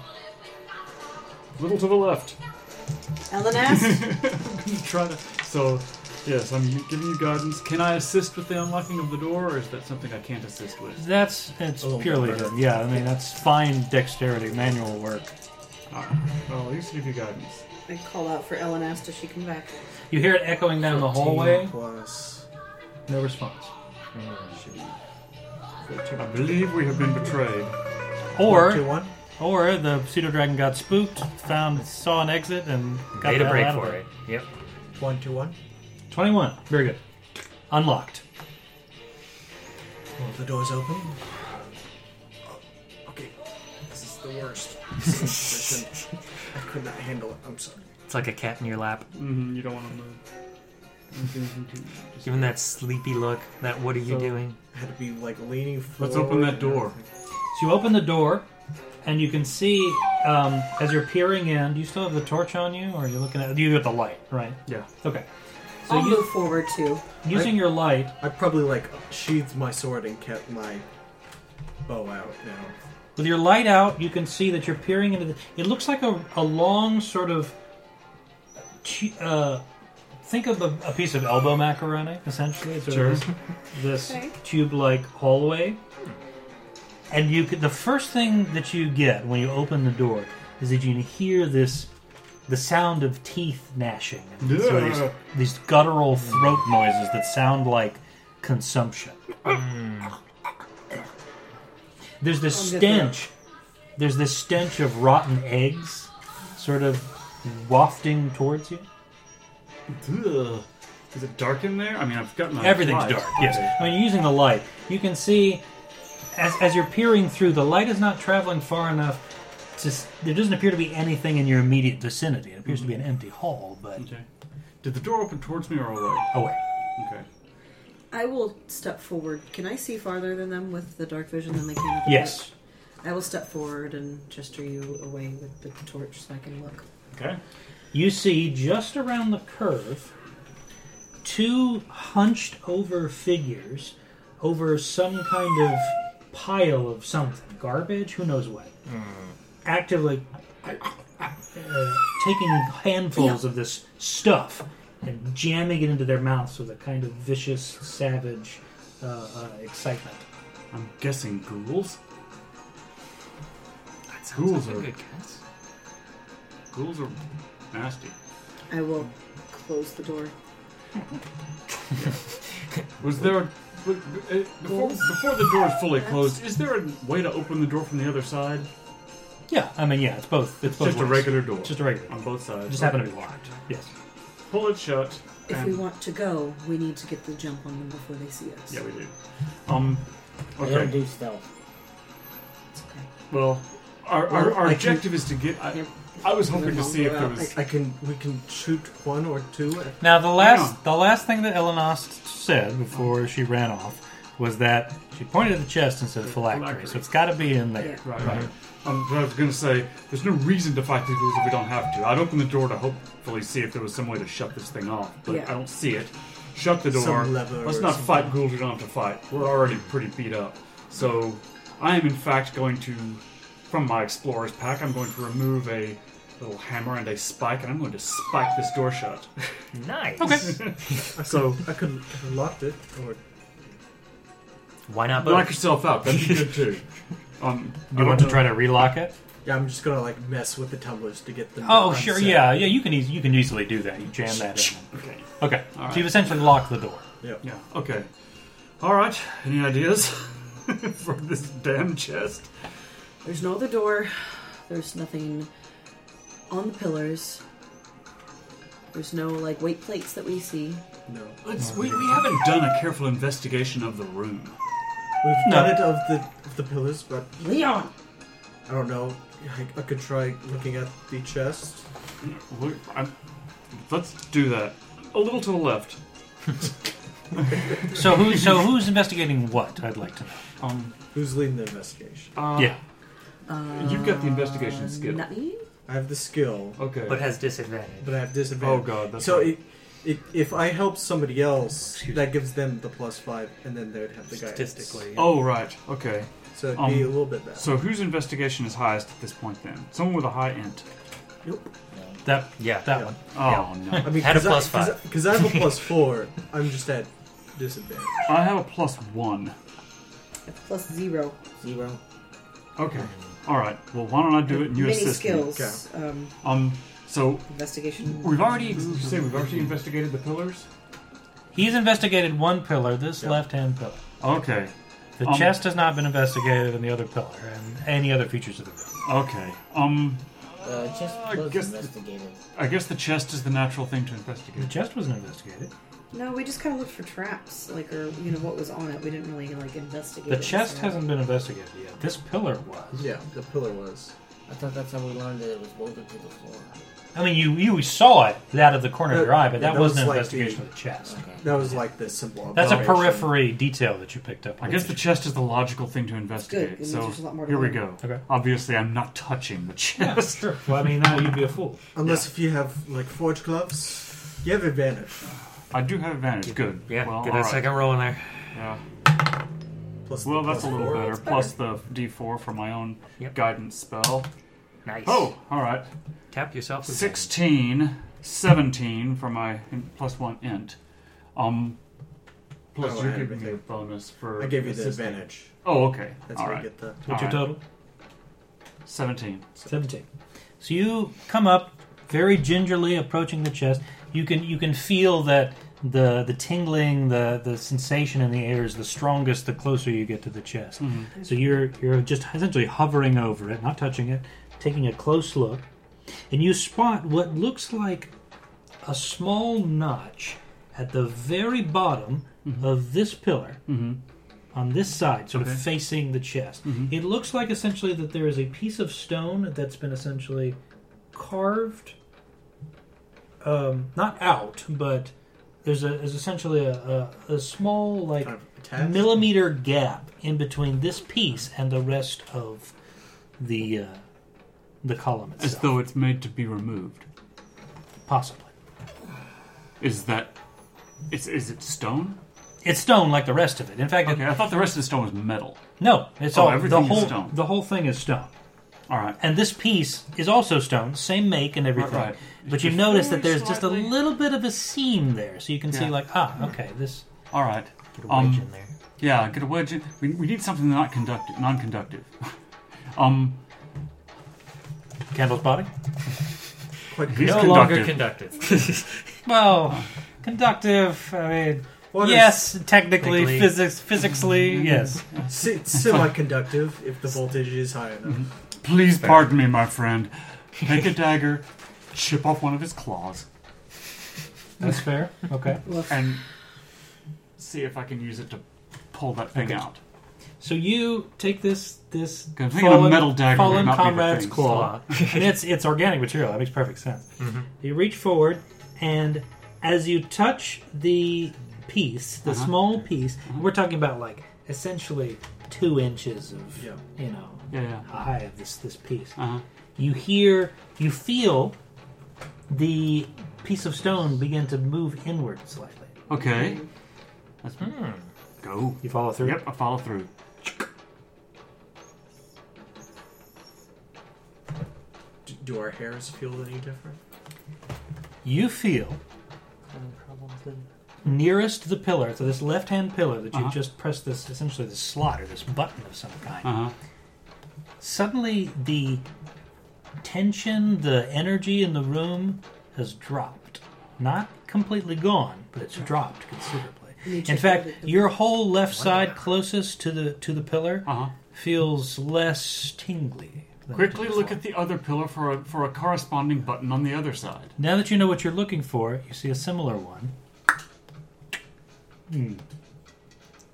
[SPEAKER 1] Little to the left.
[SPEAKER 8] Ellen asked.
[SPEAKER 1] Try to. So, yes, I'm giving you guidance. Can I assist with the unlocking of the door, or is that something I can't assist with?
[SPEAKER 2] that's it's
[SPEAKER 1] A little
[SPEAKER 2] purely
[SPEAKER 1] better.
[SPEAKER 2] just- yeah. I mean, that's fine dexterity, manual work.
[SPEAKER 1] Well, at least give you guidance.
[SPEAKER 8] I call out for Ellen asked if she can back.
[SPEAKER 2] You hear it echoing down the
[SPEAKER 3] 14
[SPEAKER 2] hallway.
[SPEAKER 3] Plus.
[SPEAKER 2] No response.
[SPEAKER 1] I believe we have been betrayed.
[SPEAKER 2] Or
[SPEAKER 3] Two, one.
[SPEAKER 2] or the pseudo dragon got spooked, found saw an exit, and got
[SPEAKER 4] Made
[SPEAKER 2] the
[SPEAKER 4] a
[SPEAKER 2] hell
[SPEAKER 4] break
[SPEAKER 2] out of
[SPEAKER 4] for
[SPEAKER 2] there.
[SPEAKER 4] it. Yep.
[SPEAKER 3] One, two, one.
[SPEAKER 2] Twenty-one. Very good. Unlocked.
[SPEAKER 3] Well, the door's open. Oh, Okay, this is the worst. Listen, I could not handle it. I'm sorry.
[SPEAKER 4] It's like a cat in your lap.
[SPEAKER 1] Mm-hmm, you don't want to move.
[SPEAKER 4] Giving that sleepy look. That what are you
[SPEAKER 1] So-
[SPEAKER 4] doing?
[SPEAKER 3] I had to be like leaning forward.
[SPEAKER 1] Let's open that door.
[SPEAKER 2] So you open the door, and you can see um, as you're peering in. Do you still have the torch on you, or are you looking at? You got the light, right?
[SPEAKER 1] Yeah.
[SPEAKER 2] Okay.
[SPEAKER 8] I'll move forward too.
[SPEAKER 2] Using your light,
[SPEAKER 3] I probably like sheathed my sword and kept my bow out now.
[SPEAKER 2] with your light out, you can see that you're peering into the. It looks like a, a long sort of. chi- Uh, think of a, a piece of elbow macaroni, essentially. It's sort of
[SPEAKER 1] Sure.
[SPEAKER 2] This,
[SPEAKER 8] Okay.
[SPEAKER 2] tube-like hallway, and you could, the first thing that you get when you open the door is that you can hear this, the sound of teeth gnashing, and sort of
[SPEAKER 1] Yeah.
[SPEAKER 2] these, these guttural throat noises that sound like consumption. There's this
[SPEAKER 8] I'll get
[SPEAKER 2] stench. There's this stench of rotten eggs, sort of wafting towards you.
[SPEAKER 1] Ugh. Is it dark in there? I mean, I've got my.
[SPEAKER 2] Everything's
[SPEAKER 1] light.
[SPEAKER 2] dark. Yes. I mean, you're using the light, you can see as, as you're peering through, the light is not traveling far enough to. s- There doesn't appear to be anything in your immediate vicinity. It appears to be an empty hall, but
[SPEAKER 1] Okay. Did the door open towards me or away?
[SPEAKER 2] away.
[SPEAKER 1] Okay.
[SPEAKER 8] I will step forward. Can I see farther than them with the dark vision than they can? With the
[SPEAKER 2] Yes.
[SPEAKER 8] light? I will step forward and gesture you away with the torch so I can look.
[SPEAKER 1] Okay.
[SPEAKER 2] You see just around the curve two hunched over figures over some kind of pile of something garbage, who knows what.
[SPEAKER 1] Hmm.
[SPEAKER 2] Actively uh, taking handfuls of this stuff and jamming it into their mouths with a kind of vicious, savage uh, uh, excitement.
[SPEAKER 1] I'm guessing ghouls.
[SPEAKER 4] That sounds
[SPEAKER 1] Ghouls
[SPEAKER 4] like
[SPEAKER 1] are
[SPEAKER 4] a good guess.
[SPEAKER 1] ghouls are nasty.
[SPEAKER 8] I will close the door.
[SPEAKER 1] Was there a, w- w- uh, before, before the door is fully closed? Is there a way to open the door from the other side?
[SPEAKER 2] Yeah, I mean, yeah, it's both. It's both
[SPEAKER 1] Just a
[SPEAKER 2] ways.
[SPEAKER 1] regular door.
[SPEAKER 2] Just a regular.
[SPEAKER 1] on both sides.
[SPEAKER 2] It just happened to be locked. Yes.
[SPEAKER 1] Pull it shut.
[SPEAKER 8] If
[SPEAKER 1] and-
[SPEAKER 8] we want to go, we need to get the jump on them before they see us.
[SPEAKER 1] Yeah, we do. Um.
[SPEAKER 5] I don't
[SPEAKER 1] Okay.
[SPEAKER 5] do stealth.
[SPEAKER 8] It's okay.
[SPEAKER 1] Well, our our,
[SPEAKER 3] Well,
[SPEAKER 1] our
[SPEAKER 3] I can-
[SPEAKER 1] objective is to get. I, I was hoping to see if there was.
[SPEAKER 3] I can. We can shoot one or two. At,
[SPEAKER 2] Now the last
[SPEAKER 1] Yeah.
[SPEAKER 2] the last thing that Elenost said before she ran off was that she pointed at the chest and said phylactery, so it's got to be in there.
[SPEAKER 1] Right, right. Um, but I was going to say, there's no reason to fight these ghouls if we don't have to. I'd open the door to hopefully see if there was some way to shut this thing off, but
[SPEAKER 8] Yeah.
[SPEAKER 1] I don't see it. Shut the
[SPEAKER 3] Some
[SPEAKER 1] door.
[SPEAKER 3] lever
[SPEAKER 1] Let's
[SPEAKER 3] or
[SPEAKER 1] not
[SPEAKER 3] something.
[SPEAKER 1] fight ghouls we don't have to fight. We're already pretty beat up. So I am, in fact, going to, from my explorer's pack, I'm going to remove a little hammer and a spike, and I'm going to spike this door shut.
[SPEAKER 4] Nice.
[SPEAKER 1] so
[SPEAKER 3] I could have locked it, or
[SPEAKER 4] Why not
[SPEAKER 1] knock
[SPEAKER 4] both?
[SPEAKER 1] yourself out. That'd be good too. Um,
[SPEAKER 2] Do you want to try to relock it?
[SPEAKER 3] yeah, I'm just gonna like mess with the tumblers to get them.
[SPEAKER 2] Oh,
[SPEAKER 3] to
[SPEAKER 2] sure,
[SPEAKER 3] unset.
[SPEAKER 2] yeah, yeah. You can eas you can easily do that. You jam that in.
[SPEAKER 1] Okay.
[SPEAKER 2] Okay,
[SPEAKER 1] All
[SPEAKER 2] so you've
[SPEAKER 1] right.
[SPEAKER 2] essentially locked the door.
[SPEAKER 3] Yep.
[SPEAKER 1] Yeah. Okay. All right. Any ideas for this damn chest?
[SPEAKER 8] There's no other door. There's nothing on the pillars. There's no like weight plates that we see.
[SPEAKER 3] No,
[SPEAKER 1] Let's, we, we haven't done a careful investigation of the room.
[SPEAKER 3] we've
[SPEAKER 2] No.
[SPEAKER 3] done it of the of the pillars, but
[SPEAKER 8] Leon,
[SPEAKER 3] I don't know. I, I could try looking at the chest.
[SPEAKER 1] Look, I'm, let's do that. A little to the left.
[SPEAKER 2] So who so who's investigating what? I'd like to know.
[SPEAKER 1] Um.
[SPEAKER 3] Who's leading the investigation?
[SPEAKER 1] uh,
[SPEAKER 2] yeah.
[SPEAKER 1] You've got the investigation skill.
[SPEAKER 8] not me.
[SPEAKER 3] I have the skill.
[SPEAKER 1] Okay.
[SPEAKER 4] But has disadvantage.
[SPEAKER 3] But I have disadvantage.
[SPEAKER 1] Oh, God, that's
[SPEAKER 3] so
[SPEAKER 1] right.
[SPEAKER 3] it, it, if I help somebody else, that gives them the plus five, and then they would have the guidance.
[SPEAKER 4] Statistically,
[SPEAKER 1] Oh, right. Okay.
[SPEAKER 3] So it'd be a little bit better.
[SPEAKER 1] Um, So whose investigation is highest at this point then? Someone with a high int.
[SPEAKER 3] Yep.
[SPEAKER 2] That yeah, that
[SPEAKER 1] Yeah.
[SPEAKER 2] one.
[SPEAKER 1] Oh,
[SPEAKER 2] Yeah.
[SPEAKER 1] no.
[SPEAKER 3] I mean,
[SPEAKER 1] Had a
[SPEAKER 3] cause
[SPEAKER 1] plus
[SPEAKER 3] I, cause I-
[SPEAKER 1] five.
[SPEAKER 3] Cause I have a plus four. I'm just at disadvantage.
[SPEAKER 1] I have a plus one.
[SPEAKER 8] Plus zero.
[SPEAKER 5] Zero.
[SPEAKER 1] Okay. All right. Well, why don't I do it and you
[SPEAKER 8] Many
[SPEAKER 1] assist
[SPEAKER 8] skills.
[SPEAKER 1] me?
[SPEAKER 8] Um,
[SPEAKER 1] Um. So
[SPEAKER 8] investigation.
[SPEAKER 1] we've already you say we've already investigated the pillars.
[SPEAKER 2] He's investigated one pillar, this left hand pillar.
[SPEAKER 1] Okay.
[SPEAKER 2] The
[SPEAKER 1] Um,
[SPEAKER 2] chest has not been investigated, and the other pillar, and any other features of the room.
[SPEAKER 1] Okay. Um.
[SPEAKER 5] Uh, just
[SPEAKER 1] I
[SPEAKER 5] was
[SPEAKER 1] guess-
[SPEAKER 5] investigated.
[SPEAKER 1] I guess the chest is the natural thing to investigate.
[SPEAKER 2] The chest wasn't investigated.
[SPEAKER 8] No, we just kind of looked for traps, like or you know what was on it. We didn't really like investigate.
[SPEAKER 2] The
[SPEAKER 8] it,
[SPEAKER 2] chest
[SPEAKER 8] so-
[SPEAKER 2] hasn't been investigated yet. This pillar was.
[SPEAKER 3] Yeah, the pillar was.
[SPEAKER 5] I thought that's how we learned that it was bolted to the floor.
[SPEAKER 2] I mean, you you saw it out of the corner of your eye, but
[SPEAKER 3] Yeah,
[SPEAKER 2] that, wasn't an
[SPEAKER 3] was like
[SPEAKER 2] investigation of the chest.
[SPEAKER 3] That was like the simple.
[SPEAKER 2] That's a
[SPEAKER 3] operation.
[SPEAKER 2] periphery detail that you picked up.
[SPEAKER 1] I guess the chest is the logical thing to investigate.
[SPEAKER 8] means
[SPEAKER 1] So
[SPEAKER 8] there's a lot more to
[SPEAKER 1] here we go.
[SPEAKER 8] learn.
[SPEAKER 2] Okay.
[SPEAKER 1] Obviously, I'm not touching the
[SPEAKER 2] Yeah,
[SPEAKER 1] chest.
[SPEAKER 2] sure. Well, I mean, now you'd be a fool.
[SPEAKER 3] Unless if you have like forge gloves, you have advantage.
[SPEAKER 1] I do have advantage. Good. Well,
[SPEAKER 4] Yeah, get
[SPEAKER 1] all
[SPEAKER 4] that
[SPEAKER 1] right.
[SPEAKER 4] second roll in there.
[SPEAKER 1] Yeah.
[SPEAKER 3] Plus
[SPEAKER 1] Well, that's a
[SPEAKER 3] plus
[SPEAKER 1] little
[SPEAKER 3] four.
[SPEAKER 1] better. Plus the D4 for my own guidance spell.
[SPEAKER 4] Nice.
[SPEAKER 1] Oh, all right.
[SPEAKER 4] Tap yourself with
[SPEAKER 1] 16, 17 for my in- plus one int. Um, plus
[SPEAKER 3] Oh, I
[SPEAKER 1] you're
[SPEAKER 3] had
[SPEAKER 1] giving me a
[SPEAKER 3] everything.
[SPEAKER 1] bonus for.
[SPEAKER 3] I gave you the
[SPEAKER 1] assisting.
[SPEAKER 3] advantage.
[SPEAKER 1] Oh, okay.
[SPEAKER 3] That's
[SPEAKER 1] all
[SPEAKER 3] how you
[SPEAKER 1] right.
[SPEAKER 3] get the.
[SPEAKER 2] What's
[SPEAKER 1] All
[SPEAKER 2] your
[SPEAKER 1] right.
[SPEAKER 2] total?
[SPEAKER 1] 17.
[SPEAKER 2] 17. So you come up very gingerly approaching the chest. You can you can feel that the the tingling, the the sensation in the air is the strongest the closer you get to the chest. So you're you're just essentially hovering over it, not touching it, taking a close look, and you spot what looks like a small notch at the very bottom of this pillar on this side, sort
[SPEAKER 1] Okay.
[SPEAKER 2] of facing the chest. It looks like essentially that there is a piece of stone that's been essentially carved, um, not out, but there's a there's essentially a, a, a small like
[SPEAKER 3] Kind of attached?
[SPEAKER 2] millimeter gap in between this piece and the rest of the uh, the column itself,
[SPEAKER 1] As though it's made to be removed.
[SPEAKER 2] possibly.
[SPEAKER 1] Is that. Is, is it stone?
[SPEAKER 2] It's stone like the rest of it. In fact, it-
[SPEAKER 1] Okay, I thought the rest of the stone was metal.
[SPEAKER 2] no, it's
[SPEAKER 1] Oh,
[SPEAKER 2] all
[SPEAKER 1] everything
[SPEAKER 2] the
[SPEAKER 1] is
[SPEAKER 2] whole
[SPEAKER 1] stone.
[SPEAKER 2] the whole thing is stone.
[SPEAKER 1] All right.
[SPEAKER 2] And this piece is also stone, same make and everything.
[SPEAKER 1] Right, right.
[SPEAKER 2] But you
[SPEAKER 1] Just
[SPEAKER 2] notice
[SPEAKER 1] very
[SPEAKER 2] that there's just a
[SPEAKER 1] slightly-
[SPEAKER 2] little bit of a seam there, so you can see
[SPEAKER 1] Yeah.
[SPEAKER 2] like, ah, okay, this
[SPEAKER 1] All right.
[SPEAKER 2] get a wedge
[SPEAKER 1] Um,
[SPEAKER 2] in there.
[SPEAKER 1] Yeah, get a wedge. In. We, we need something not conductive, non-conductive. um,
[SPEAKER 2] Candle's body.
[SPEAKER 3] Quite
[SPEAKER 1] he's
[SPEAKER 4] no
[SPEAKER 1] conductive.
[SPEAKER 4] longer conductive.
[SPEAKER 2] Well, conductive. I mean,
[SPEAKER 3] What is-
[SPEAKER 2] yes, technically, Mm-hmm.
[SPEAKER 4] Technically.
[SPEAKER 2] physics, physically, yes.
[SPEAKER 3] Si- semi-conductive if the voltage is high enough.
[SPEAKER 1] Please pardon me, my friend. Take a dagger, chip off one of his claws,
[SPEAKER 2] That's fair. Okay.
[SPEAKER 1] and see if I can use it to pull that thing out.
[SPEAKER 2] So you take this this
[SPEAKER 1] I'm thinking a metal dagger would
[SPEAKER 2] fallen
[SPEAKER 1] not be the
[SPEAKER 2] comrade's
[SPEAKER 1] thing.
[SPEAKER 2] claw, and it's it's organic material. That makes perfect sense. You reach forward, and as you touch the piece,
[SPEAKER 1] Uh-huh.
[SPEAKER 2] the small piece, we're talking about like essentially two inches of
[SPEAKER 3] Yeah.
[SPEAKER 2] you know
[SPEAKER 1] Yeah, yeah.
[SPEAKER 2] high of this this piece.
[SPEAKER 1] Uh-huh.
[SPEAKER 2] You hear, you feel the piece of stone begin to move inward slightly.
[SPEAKER 1] Okay. That's go.
[SPEAKER 2] Hmm. You follow through.
[SPEAKER 1] Yep, I follow through.
[SPEAKER 3] Do, do our hairs feel any different?
[SPEAKER 2] You feel nearest the pillar, so this left hand pillar that you
[SPEAKER 1] Uh-huh.
[SPEAKER 2] just pressed this essentially this slot or this button of some kind.
[SPEAKER 1] Uh huh.
[SPEAKER 2] Suddenly the tension, the energy in the room has dropped. Not completely gone, but it's dropped considerably. In fact, your whole left side closest to the to the pillar
[SPEAKER 1] Uh-huh.
[SPEAKER 2] feels less tingly. than it
[SPEAKER 1] Quickly
[SPEAKER 2] did
[SPEAKER 1] look
[SPEAKER 2] before.
[SPEAKER 1] at the other pillar for a, for a corresponding button on the other side.
[SPEAKER 2] Now that you know what you're looking for, you see a similar one. Hmm. Mm-hmm.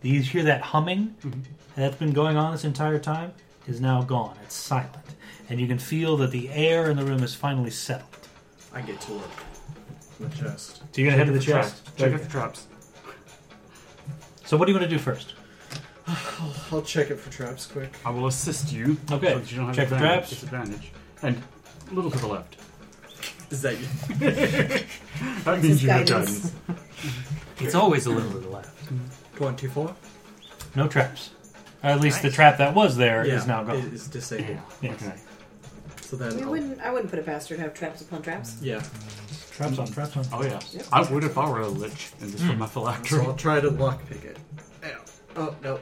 [SPEAKER 2] Do you hear that humming that's been going on this entire time? Is now gone. It's silent. And you can feel that the air in the room is finally settled.
[SPEAKER 3] I get to work. The chest.
[SPEAKER 2] So you're going to head to the chest.
[SPEAKER 1] Traps. Check out the traps.
[SPEAKER 2] So what do you want to do first?
[SPEAKER 3] I'll check it for traps quick.
[SPEAKER 1] I will assist you.
[SPEAKER 2] Okay,
[SPEAKER 1] So that you don't have
[SPEAKER 2] check the
[SPEAKER 1] advantage,
[SPEAKER 2] traps.
[SPEAKER 1] Disadvantage. And a little to the left.
[SPEAKER 3] Is that you?
[SPEAKER 1] that means you have guidance.
[SPEAKER 4] It's always a little to the left.
[SPEAKER 3] 24?
[SPEAKER 2] No traps. At least the trap that was there is
[SPEAKER 3] Yeah,
[SPEAKER 2] now gone.
[SPEAKER 3] it is disabled.
[SPEAKER 2] Yeah. Yes.
[SPEAKER 3] So then.
[SPEAKER 8] We
[SPEAKER 3] I'll-
[SPEAKER 8] wouldn't. I wouldn't put it past her to have traps upon traps.
[SPEAKER 3] Yeah.
[SPEAKER 2] Traps on, traps on.
[SPEAKER 1] Oh yeah,
[SPEAKER 8] Yep.
[SPEAKER 1] I would if I were a lich and
[SPEAKER 2] Hmm.
[SPEAKER 1] this were my phylactery.
[SPEAKER 3] So I'll try to lockpick it. Ow. Oh, no.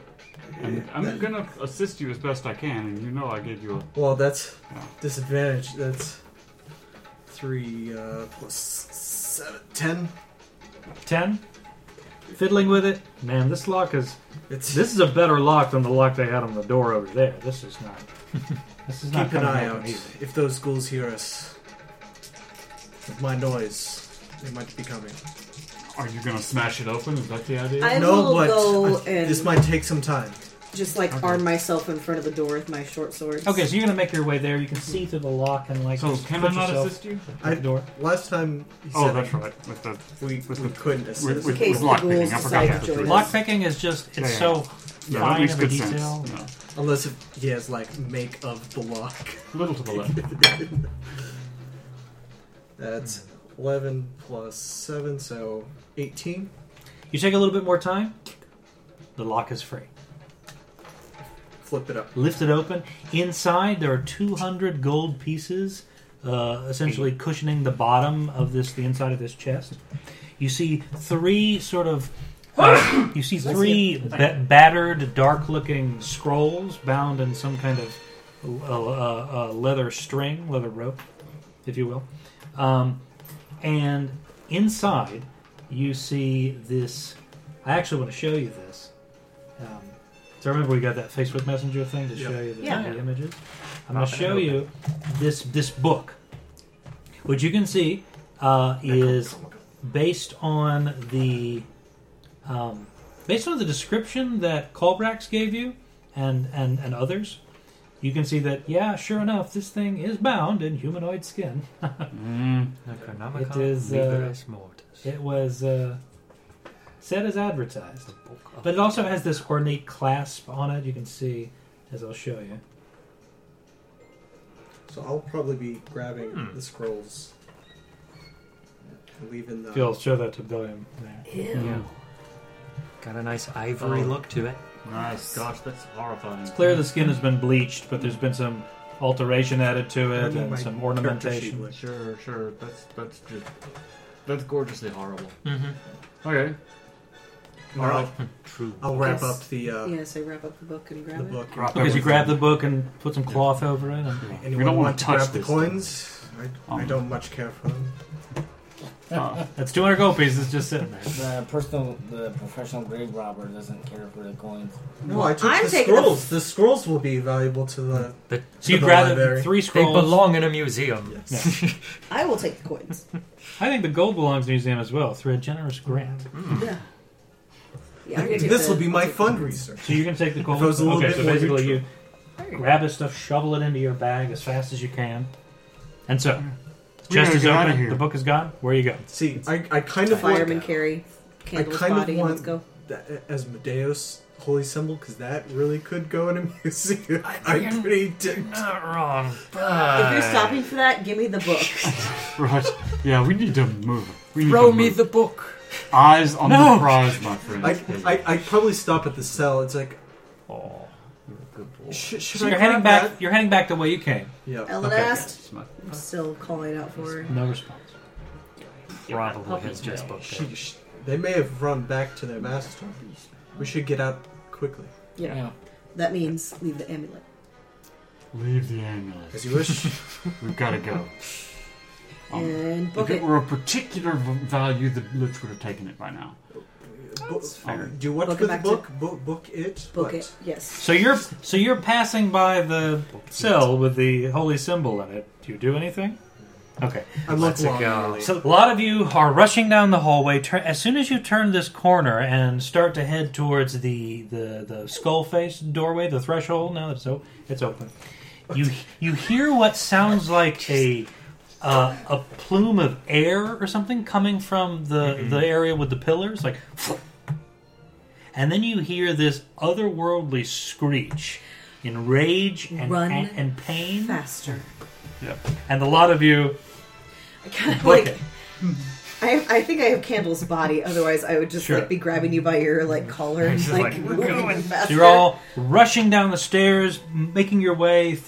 [SPEAKER 1] And I'm gonna assist you as best I can, and you know I gave you a.
[SPEAKER 3] Well, that's disadvantage. That's three uh, plus seven, ten.
[SPEAKER 2] Ten. Fiddling with it, man. This lock is.
[SPEAKER 3] It's
[SPEAKER 2] This is a better lock than the lock they had on the door over there. This is not. this is not
[SPEAKER 3] Keep an
[SPEAKER 2] coming
[SPEAKER 3] eye
[SPEAKER 2] open
[SPEAKER 3] out.
[SPEAKER 2] easy.
[SPEAKER 3] If those ghouls hear us, with my noise, they might be coming.
[SPEAKER 1] Are you gonna smash it open? Is that the idea?
[SPEAKER 8] I
[SPEAKER 3] no,
[SPEAKER 8] will
[SPEAKER 3] but
[SPEAKER 8] go
[SPEAKER 3] I-
[SPEAKER 8] and-
[SPEAKER 3] this might take some time.
[SPEAKER 8] Just like
[SPEAKER 2] Okay.
[SPEAKER 8] arm myself in front of the door with my short sword.
[SPEAKER 2] Okay, so you're gonna make your way there. You can see through the lock and like.
[SPEAKER 1] So
[SPEAKER 2] just
[SPEAKER 1] can
[SPEAKER 2] put
[SPEAKER 1] I not
[SPEAKER 2] yourself
[SPEAKER 1] assist you?
[SPEAKER 2] at
[SPEAKER 3] I,
[SPEAKER 2] the door.
[SPEAKER 3] last time, he
[SPEAKER 1] Oh,
[SPEAKER 3] said
[SPEAKER 1] that's right. With the
[SPEAKER 3] we,
[SPEAKER 1] with
[SPEAKER 3] we
[SPEAKER 1] the-
[SPEAKER 3] couldn't assist.
[SPEAKER 1] with, with,
[SPEAKER 8] case
[SPEAKER 1] with
[SPEAKER 8] the
[SPEAKER 1] lock
[SPEAKER 8] ghouls
[SPEAKER 1] picking. I forgot
[SPEAKER 8] decide
[SPEAKER 1] that.
[SPEAKER 8] to
[SPEAKER 1] was-
[SPEAKER 8] join us.
[SPEAKER 2] Lock picking is just it's
[SPEAKER 1] Yeah, yeah.
[SPEAKER 2] so
[SPEAKER 1] Yeah, that
[SPEAKER 2] fine
[SPEAKER 1] makes
[SPEAKER 2] of a
[SPEAKER 1] good
[SPEAKER 2] detail.
[SPEAKER 1] sense. Yeah.
[SPEAKER 3] unless if he has like make of the lock.
[SPEAKER 1] A little to the left.
[SPEAKER 3] That's eleven plus seven, so eighteen.
[SPEAKER 2] You take a little bit more time. The lock is free.
[SPEAKER 3] Flip it up.
[SPEAKER 2] Lift it open. Inside there are 200 gold pieces, uh, essentially cushioning the bottom of this, the inside of this chest. You see three sort of. uh, you see three ba- battered, dark-looking scrolls bound in some kind of uh, uh, uh, leather string, leather rope, if you will. Um, and inside, you see this. I actually want to show you this. Um, so remember, we got that Facebook Messenger thing to show you the,
[SPEAKER 8] Yeah.
[SPEAKER 2] the images. I'm going to show you this this book, which you can see uh, is based on the um, based on the description that Colbrax gave you and and and others. You can see that, yeah, sure enough, this thing is bound in humanoid skin.
[SPEAKER 4] Necronomicon
[SPEAKER 2] It is, uh,
[SPEAKER 4] liberis mortis.
[SPEAKER 2] It was uh, set as advertised,
[SPEAKER 4] Book of-
[SPEAKER 2] but it also has this ornate clasp on it. You can see, as I'll show you.
[SPEAKER 3] So I'll probably be grabbing the scrolls. and Leaving the.
[SPEAKER 2] If you'll show that to Billiam there.
[SPEAKER 4] Yeah. Got a nice ivory
[SPEAKER 1] Oh.
[SPEAKER 4] look to it.
[SPEAKER 1] Nice. Gosh, that's horrifying.
[SPEAKER 2] It's clear the skin has been bleached, but there's been some alteration added to
[SPEAKER 3] I
[SPEAKER 2] it
[SPEAKER 3] need my
[SPEAKER 2] and some
[SPEAKER 3] character sheet
[SPEAKER 2] ornamentation.
[SPEAKER 3] with-
[SPEAKER 1] Sure, sure. That's that's just that's gorgeously horrible.
[SPEAKER 4] Mm-hmm.
[SPEAKER 1] Okay.
[SPEAKER 3] No,
[SPEAKER 1] All right.
[SPEAKER 4] True.
[SPEAKER 3] I'll wrap
[SPEAKER 8] Yes.
[SPEAKER 3] up the uh,
[SPEAKER 8] Yes, I wrap up the book and
[SPEAKER 3] the
[SPEAKER 8] grab it.
[SPEAKER 3] book.
[SPEAKER 1] Wrap
[SPEAKER 2] Because you grab the book and put some cloth over it. And,
[SPEAKER 3] Anyone
[SPEAKER 1] We don't wanna
[SPEAKER 3] want to
[SPEAKER 1] touch
[SPEAKER 3] grab the
[SPEAKER 1] this.
[SPEAKER 3] coins? I, I
[SPEAKER 1] Um.
[SPEAKER 3] don't much care for them.
[SPEAKER 1] Uh,
[SPEAKER 2] that's 200 gold pieces just sitting there.
[SPEAKER 5] The personal, the professional grave robber doesn't care for the coins.
[SPEAKER 3] No, I took
[SPEAKER 8] I'm
[SPEAKER 3] the
[SPEAKER 8] taking the-
[SPEAKER 3] scrolls. The scrolls will be valuable to the.
[SPEAKER 4] But
[SPEAKER 2] So you
[SPEAKER 3] The
[SPEAKER 2] grab
[SPEAKER 3] library.
[SPEAKER 2] it, three
[SPEAKER 4] they
[SPEAKER 2] scrolls.
[SPEAKER 4] belong in a museum.
[SPEAKER 3] Yes.
[SPEAKER 8] I will take the coins.
[SPEAKER 2] I think the gold belongs to the museum as well through a generous grant.
[SPEAKER 8] yeah. Yeah, I'm gonna take
[SPEAKER 3] this
[SPEAKER 8] the-
[SPEAKER 3] will be my
[SPEAKER 8] I'll take the coins.
[SPEAKER 3] fundraiser.
[SPEAKER 2] So you're gonna take the gold.
[SPEAKER 3] If it was a little
[SPEAKER 2] okay,
[SPEAKER 3] bit
[SPEAKER 2] so
[SPEAKER 3] more
[SPEAKER 2] basically
[SPEAKER 3] neutral.
[SPEAKER 2] you grab his stuff, shovel it into your bag as fast as you can, and so
[SPEAKER 1] We
[SPEAKER 2] chest
[SPEAKER 1] gotta
[SPEAKER 2] is
[SPEAKER 1] get outta
[SPEAKER 2] open.
[SPEAKER 1] here.
[SPEAKER 2] The book is gone. Where you go?
[SPEAKER 3] See, I, I kind of want
[SPEAKER 8] Fireman carry candle's
[SPEAKER 3] kind of
[SPEAKER 8] body.
[SPEAKER 3] want-
[SPEAKER 8] Let's go.
[SPEAKER 3] that as Medeo's holy symbol because that really could go in a museum. I'm pretty dicked.
[SPEAKER 4] Not wrong.
[SPEAKER 8] if you're stopping for that, give me the book.
[SPEAKER 1] Right. Yeah, we need to move. We need
[SPEAKER 4] Throw
[SPEAKER 1] to
[SPEAKER 4] me
[SPEAKER 1] move.
[SPEAKER 4] the book.
[SPEAKER 1] eyes on
[SPEAKER 2] No.
[SPEAKER 1] the prize, my friend.
[SPEAKER 3] I, I, I probably stop at the cell. It's like,
[SPEAKER 4] Oh, you're a good boy.
[SPEAKER 3] sh- should
[SPEAKER 2] So
[SPEAKER 3] I
[SPEAKER 2] you're heading
[SPEAKER 3] grab
[SPEAKER 2] back.
[SPEAKER 3] that?
[SPEAKER 2] You're heading back the way you came.
[SPEAKER 3] Yeah.
[SPEAKER 8] Ellen
[SPEAKER 2] Okay.
[SPEAKER 8] asked.
[SPEAKER 1] Smart.
[SPEAKER 8] I'm still calling out for her.
[SPEAKER 2] No response.
[SPEAKER 4] Probably has just booked it.
[SPEAKER 3] Sheesh. They may have run back to their master. We should get out quickly.
[SPEAKER 8] Yeah. That means leave the amulet.
[SPEAKER 1] Leave the amulet.
[SPEAKER 3] As you wish.
[SPEAKER 1] We've got to go. Um,
[SPEAKER 8] and
[SPEAKER 1] if
[SPEAKER 8] book
[SPEAKER 1] it
[SPEAKER 8] it.
[SPEAKER 1] were a particular v- value, the lich would have taken it by now.
[SPEAKER 3] Bo-
[SPEAKER 1] fair.
[SPEAKER 3] Do what
[SPEAKER 8] Book it
[SPEAKER 3] with the
[SPEAKER 8] back to-
[SPEAKER 3] book? Bo- book it?
[SPEAKER 8] Book
[SPEAKER 3] What?
[SPEAKER 8] it. Yes.
[SPEAKER 2] So you're so you're passing by the cell with the holy symbol in it. Do you do anything? Okay.
[SPEAKER 3] I look
[SPEAKER 4] Let's
[SPEAKER 3] long.
[SPEAKER 4] go.
[SPEAKER 3] really.
[SPEAKER 2] So a lot of you are rushing down the hallway. Tur- as soon as you turn this corner and start to head towards the the, the skull face doorway, the threshold. Now it's o- it's open. You you hear what sounds like a uh, a plume of air or something coming from the the area with the pillars, like. And then you hear this otherworldly screech in rage and,
[SPEAKER 8] Run
[SPEAKER 2] and, and pain
[SPEAKER 8] Faster.
[SPEAKER 2] Yep. And a lot of you
[SPEAKER 8] I kind of like. I, I think I have Candle's body. Otherwise, I would just
[SPEAKER 2] Sure.
[SPEAKER 8] like be grabbing you by your like collar and
[SPEAKER 2] She's
[SPEAKER 8] like,
[SPEAKER 2] like,
[SPEAKER 8] moving you faster.
[SPEAKER 2] You're all rushing down the stairs, m- making your way, th-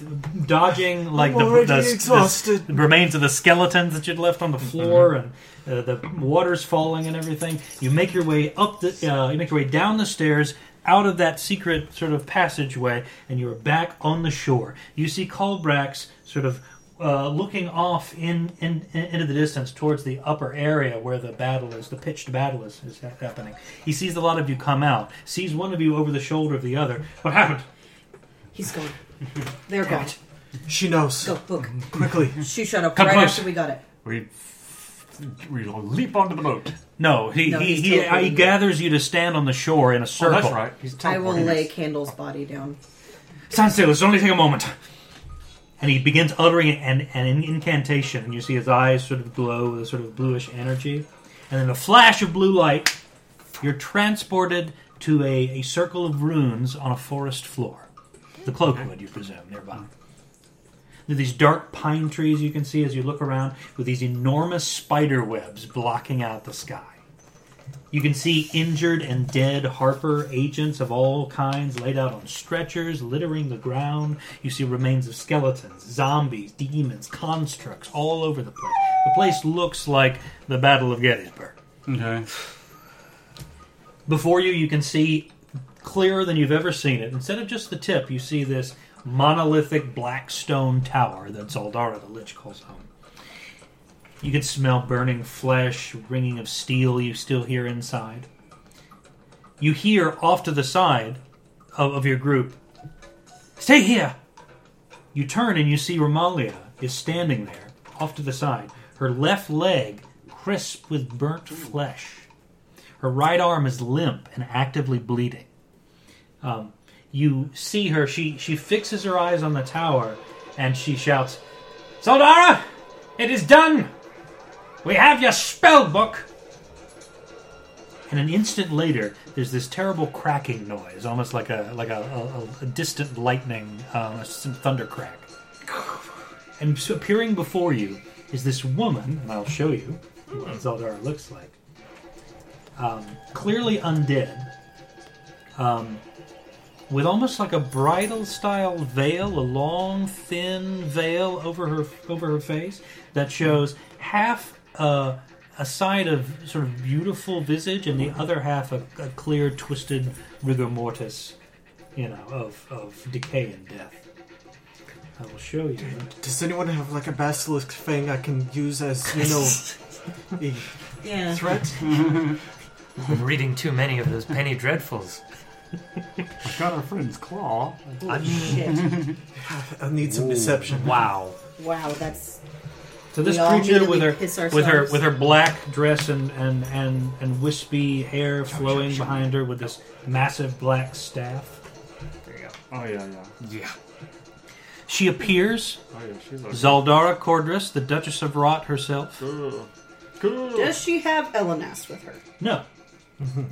[SPEAKER 2] dodging like the, the,
[SPEAKER 12] already
[SPEAKER 2] the s-
[SPEAKER 12] exhausted.
[SPEAKER 2] the remains of the skeletons that you'd left on the floor,
[SPEAKER 8] Mm-hmm.
[SPEAKER 2] and uh, the water's falling and everything. You make your way up the, uh, you make your way down the stairs, out of that secret sort of passageway, and you are back on the shore. You see Colbrax sort of. Uh, looking off in, in, in into the distance towards the upper area where the battle is, the pitched battle is, is hap- happening. He sees a lot of you come out, sees one of you over the shoulder of the other. What happened?
[SPEAKER 8] He's gone. They're
[SPEAKER 2] Damn
[SPEAKER 8] gone.
[SPEAKER 2] it.
[SPEAKER 3] She knows.
[SPEAKER 8] Go book
[SPEAKER 3] Quickly.
[SPEAKER 8] She shut up
[SPEAKER 2] Come
[SPEAKER 8] right
[SPEAKER 2] close.
[SPEAKER 8] after we got it.
[SPEAKER 2] We we leap onto the boat. No, he
[SPEAKER 8] No,
[SPEAKER 2] he,
[SPEAKER 8] he's
[SPEAKER 2] he,
[SPEAKER 8] teleporting. Oh,
[SPEAKER 2] he gathers you to stand on the shore in a circle.
[SPEAKER 1] right. He's
[SPEAKER 8] I will lay Candle's body down.
[SPEAKER 2] Stand still. It's only take a moment. And he begins uttering an, an incantation, and you see his eyes sort of glow with a sort of bluish energy. And in a flash of blue light, you're transported to a, a circle of runes on a forest floor. The cloakwood, you presume, nearby. There are these dark pine trees you can see as you look around, with these enormous spider webs blocking out the sky. You can see injured and dead Harper agents of all kinds laid out on stretchers, littering the ground. You see remains of skeletons, zombies, demons, constructs all over the place. The place looks like the Battle of Gettysburg.
[SPEAKER 1] Okay.
[SPEAKER 2] Before you, you can see clearer than you've ever seen it. Instead of just the tip, you see this monolithic black stone tower that Zaldara the Lich calls home. You can smell burning flesh, ringing of steel you still hear inside. You hear off to the side of, of your group, Stay here! You turn and you see Romalia is standing there, off to the side, her left leg crisp with burnt flesh. Her right arm is limp and actively bleeding. Um, you see her. She she fixes her eyes on the tower, and she shouts, "Soldara, it is done. We have your spell book." And an instant later, there's this terrible cracking noise, almost like a like a, a, a distant lightning, um, a distant thunder crack. And so appearing before you is this woman, and I'll show you what Zeldara looks like. Um, clearly undead, um, with almost like a bridal-style veil, a long, thin veil over her over her face that shows half uh, a side of sort of beautiful visage and the other half a, a clear, twisted rigor mortis, you know, of of decay and death. I will show you.
[SPEAKER 3] Does anyone have like a basilisk thing I can use as you know a
[SPEAKER 8] Yeah.
[SPEAKER 3] threat?
[SPEAKER 4] I've been reading too many of those Penny Dreadfuls.
[SPEAKER 1] I've got our friend's claw.
[SPEAKER 4] I mean-
[SPEAKER 3] I need some
[SPEAKER 2] Ooh,
[SPEAKER 3] deception.
[SPEAKER 2] Wow.
[SPEAKER 8] Wow, that's.
[SPEAKER 2] So this
[SPEAKER 8] We all
[SPEAKER 2] creature
[SPEAKER 8] nearly
[SPEAKER 2] with her
[SPEAKER 8] piss
[SPEAKER 2] with her
[SPEAKER 8] ourselves.
[SPEAKER 2] with her black dress and and and, and wispy hair flowing behind her with this massive black staff. There you go.
[SPEAKER 1] Oh yeah, yeah.
[SPEAKER 2] Yeah. She appears.
[SPEAKER 1] Oh yeah, she's like
[SPEAKER 2] Zaldara Cordris, the Duchess of Rot herself.
[SPEAKER 8] Does she have Elenast with her?
[SPEAKER 2] No.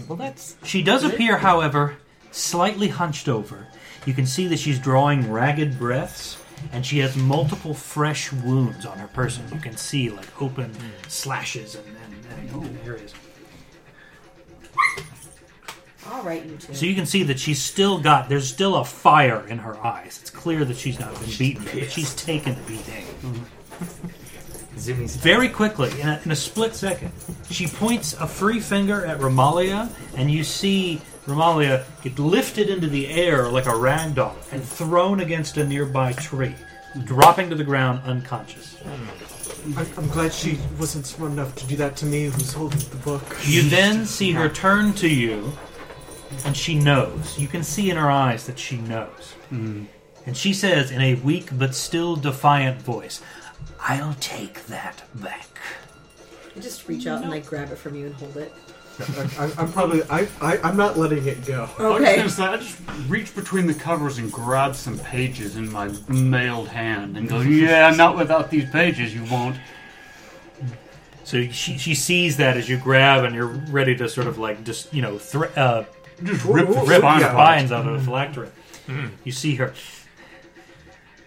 [SPEAKER 4] Well, that's
[SPEAKER 2] She does appear, however, slightly hunched over. You can see that she's drawing ragged breaths, and she has multiple fresh wounds on her person. You can see like open slashes and, and, and, and areas.
[SPEAKER 8] All right, you two.
[SPEAKER 2] So you can see that she's still got. There's still a fire in her eyes. It's clear that she's not been beaten, but she's taken a beating.
[SPEAKER 4] Zumi's
[SPEAKER 2] Very quickly, in a, in a split second, she points a free finger at Romalia, and you see Romalia get lifted into the air like a rag doll and thrown against a nearby tree, dropping to the ground unconscious.
[SPEAKER 3] I- I'm glad she wasn't smart enough to do that to me, who's holding the book.
[SPEAKER 2] You then see her turn to you, and she knows. You can see in her eyes that she knows.
[SPEAKER 22] Mm-hmm.
[SPEAKER 2] And she says in a weak but still defiant voice, I'll take that back.
[SPEAKER 8] I just reach out and I grab it from you and hold it.
[SPEAKER 3] I, I'm probably I, I I'm not letting it go.
[SPEAKER 2] Oh,
[SPEAKER 1] I was just gonna say, I just reach between the covers and grab some pages in my mailed hand and go, yeah, not without these pages, you won't.
[SPEAKER 2] So she, she sees that as you grab and you're ready to sort of like just, you know, thre- uh, just
[SPEAKER 1] Ooh,
[SPEAKER 2] rip,
[SPEAKER 1] ooh,
[SPEAKER 22] Oh,
[SPEAKER 2] rip
[SPEAKER 1] ooh,
[SPEAKER 2] on
[SPEAKER 22] mm-hmm.
[SPEAKER 1] yeah.
[SPEAKER 2] binds out of the phylactery. You see her.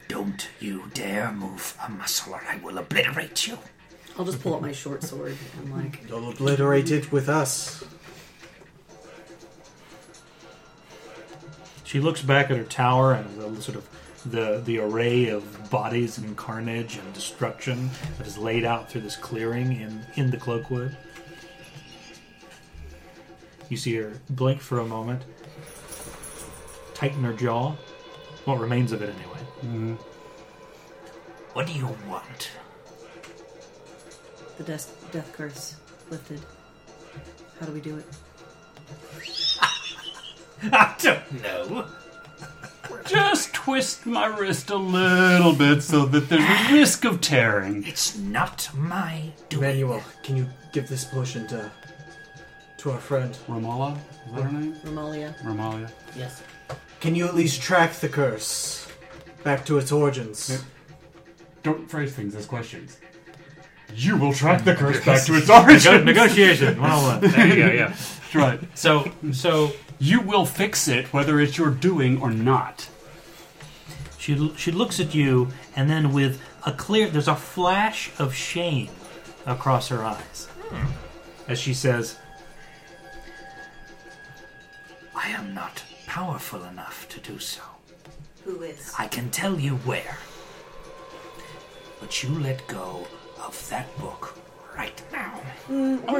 [SPEAKER 22] Don't you dare move a muscle, or I will obliterate you.
[SPEAKER 8] I'll just pull out my short sword and like
[SPEAKER 3] You'll obliterate it with us.
[SPEAKER 2] She looks back at her tower and the sort of the the array of bodies and carnage and destruction that is laid out through this clearing in in the cloakwood. You see her blink for a moment, tighten her jaw, what remains of it anyway.
[SPEAKER 22] Mm-hmm. What do you want?
[SPEAKER 8] the death death curse lifted. How do we do it?
[SPEAKER 22] I don't know.
[SPEAKER 1] Just twist my wrist a little bit so that there's a risk of tearing.
[SPEAKER 22] It's not my
[SPEAKER 3] Emmanuel, can you give this potion to to our friend
[SPEAKER 1] Ramala? Is that her name?
[SPEAKER 8] Romalia.
[SPEAKER 1] Romalia.
[SPEAKER 5] Yes.
[SPEAKER 3] Can you at least track the curse back to its origins?
[SPEAKER 1] Don't phrase things as questions. You will track the curse back to its origin.
[SPEAKER 2] Negotiation 101. There you go, yeah.
[SPEAKER 1] That's right.
[SPEAKER 4] So, so
[SPEAKER 1] you will fix it whether it's your doing or not.
[SPEAKER 2] She she looks at you, and then with a clear, there's a flash of shame across her eyes as she says,
[SPEAKER 22] I am not powerful enough to do so.
[SPEAKER 7] Who is?
[SPEAKER 22] I can tell you where. But you let go of that book right now.
[SPEAKER 1] I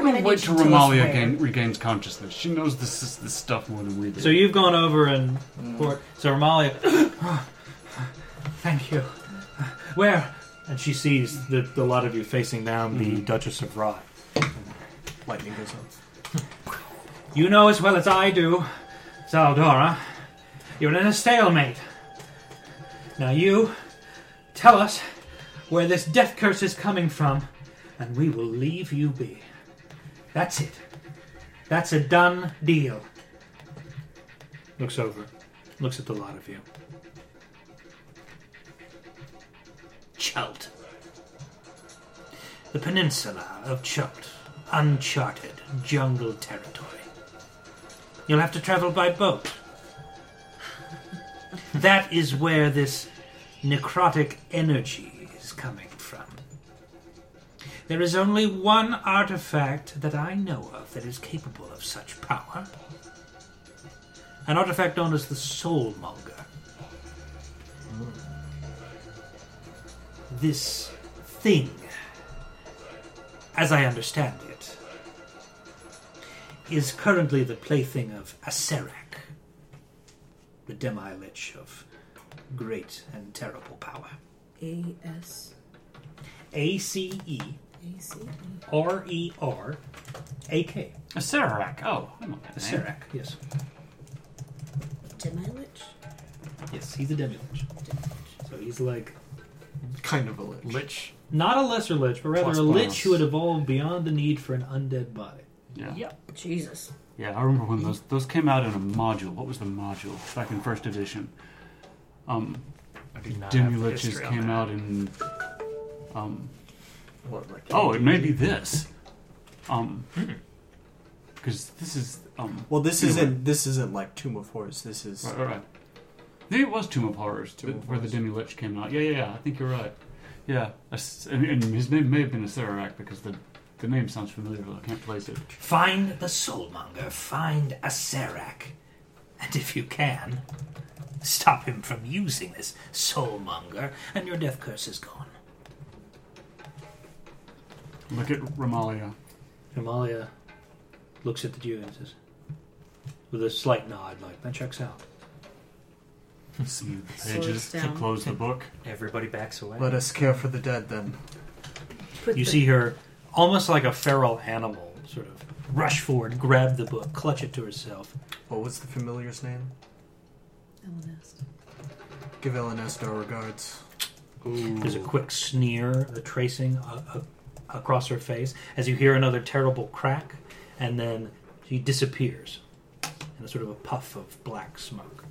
[SPEAKER 1] want to wait till Romalia gain, regains consciousness. She knows this is this stuff more than we do.
[SPEAKER 2] So you've gone over and for so Romalia. Thank you. Where? Mm-hmm. And she sees the, the lot of you facing down the Duchess of Rye.
[SPEAKER 3] Lightning goes off.
[SPEAKER 2] You know as well as I do, Zaldora, you're in a stalemate. Now you tell us where this death curse is coming from, and we will leave you be. That's it. That's a done deal. Looks over, looks at the lot of you.
[SPEAKER 22] Chult. The peninsula of Chult. Uncharted jungle territory. You'll have to travel by boat. that is where this necrotic energy is coming from. There is only one artifact that I know of that is capable of such power. An artifact known as the Soul Mulger. This thing, as I understand it,
[SPEAKER 2] is currently the plaything of Aserak, the demi lich of great and terrible power.
[SPEAKER 8] A S
[SPEAKER 2] A C E
[SPEAKER 8] A C E.
[SPEAKER 2] R E R A K.
[SPEAKER 1] A Serac. Oh, I know that name.
[SPEAKER 2] Aserak, yes.
[SPEAKER 8] Demilich?
[SPEAKER 2] Yes, he's a demi lich. So he's like
[SPEAKER 3] Kind of a lich.
[SPEAKER 4] Lich.
[SPEAKER 2] not a lesser lich, but rather
[SPEAKER 4] Plus
[SPEAKER 2] a
[SPEAKER 4] bonus.
[SPEAKER 2] lich who had evolved beyond the need for an undead body.
[SPEAKER 1] Yeah.
[SPEAKER 2] Yep.
[SPEAKER 8] Jesus.
[SPEAKER 1] Yeah, I remember when those those came out in a module. What was the module back in first edition? Um,
[SPEAKER 4] not have the
[SPEAKER 1] Demoliches
[SPEAKER 4] history on
[SPEAKER 1] came
[SPEAKER 4] that.
[SPEAKER 1] out in. Um,
[SPEAKER 3] What, like
[SPEAKER 1] oh, it may be this. Um,
[SPEAKER 4] Hmm.
[SPEAKER 1] because this is um.
[SPEAKER 3] Well, this
[SPEAKER 1] you know,
[SPEAKER 3] isn't this isn't like Tomb of Horrors. This is
[SPEAKER 1] Right, right, right. Maybe it was Tomb of Horrors but- where the Demi Lich came out. Yeah, yeah, yeah. I think you're right. Yeah, a s- and, and his name may have been a Serac because the the name sounds familiar, but I can't place it.
[SPEAKER 22] Find the soulmonger, find a Serac, and if you can, stop him from using this soulmonger, and your death curse is gone.
[SPEAKER 1] Look at Romalia.
[SPEAKER 2] Amalia looks at the Jew and says, with a slight nod, like, that checks out.
[SPEAKER 1] Smooth
[SPEAKER 8] Slows
[SPEAKER 1] pages to
[SPEAKER 8] down.
[SPEAKER 1] close the book.
[SPEAKER 4] Everybody backs away.
[SPEAKER 3] Let us care for the dead then.
[SPEAKER 8] Put
[SPEAKER 2] You
[SPEAKER 8] the-
[SPEAKER 2] see her, almost like a feral animal, sort of rush forward, grab the book, clutch it to herself.
[SPEAKER 3] What was the familiar's name?
[SPEAKER 8] Elenest.
[SPEAKER 3] Give Elenest our regards.
[SPEAKER 2] There's a quick sneer, the tracing uh, uh, across her face, as you hear another terrible crack, and then she disappears in a sort of a puff of black smoke.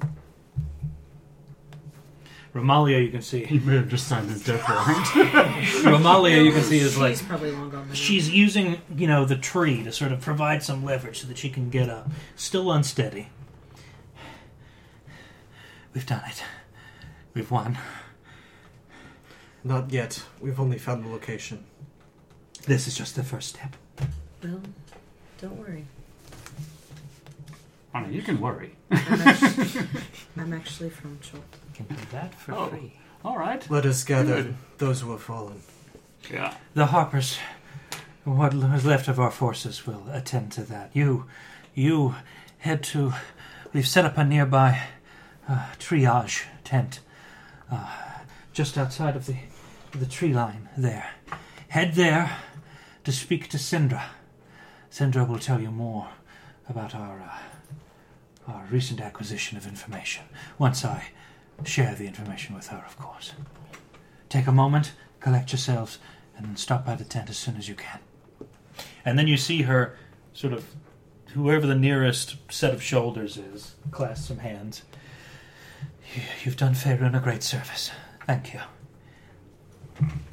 [SPEAKER 2] Romalia, you can see.
[SPEAKER 1] He may have just signed his death warrant.
[SPEAKER 2] Romalia, you can see, is
[SPEAKER 8] Oh, She's
[SPEAKER 2] like
[SPEAKER 8] probably long gone. by now.
[SPEAKER 2] She's using, you know, the tree to sort of provide some leverage so that she can get up. Still unsteady. We've done it. We've won.
[SPEAKER 3] Not yet. We've only found the location.
[SPEAKER 22] This is just the first step.
[SPEAKER 8] Well, don't worry.
[SPEAKER 1] I mean, you can worry.
[SPEAKER 8] I'm actually, I'm actually from Chult.
[SPEAKER 4] Can do that for
[SPEAKER 1] Oh.
[SPEAKER 4] free.
[SPEAKER 1] All right.
[SPEAKER 3] Let us gather
[SPEAKER 1] Good.
[SPEAKER 3] those who have fallen.
[SPEAKER 1] Yeah.
[SPEAKER 22] The Harpers, what l- is left of our forces, will attend to that. You, you head to. We've set up a nearby uh, triage tent, uh, just outside of the the tree line. There, head there to speak to Sindra. Sindra will tell you more about our uh, our recent acquisition of information. Once I share the information with her, of course. Take a moment, collect yourselves, and stop by the tent as soon as you can.
[SPEAKER 2] And then you see her sort of whoever the nearest set of shoulders is, clasp some hands.
[SPEAKER 22] You- You've done Faerun a great service. Thank you.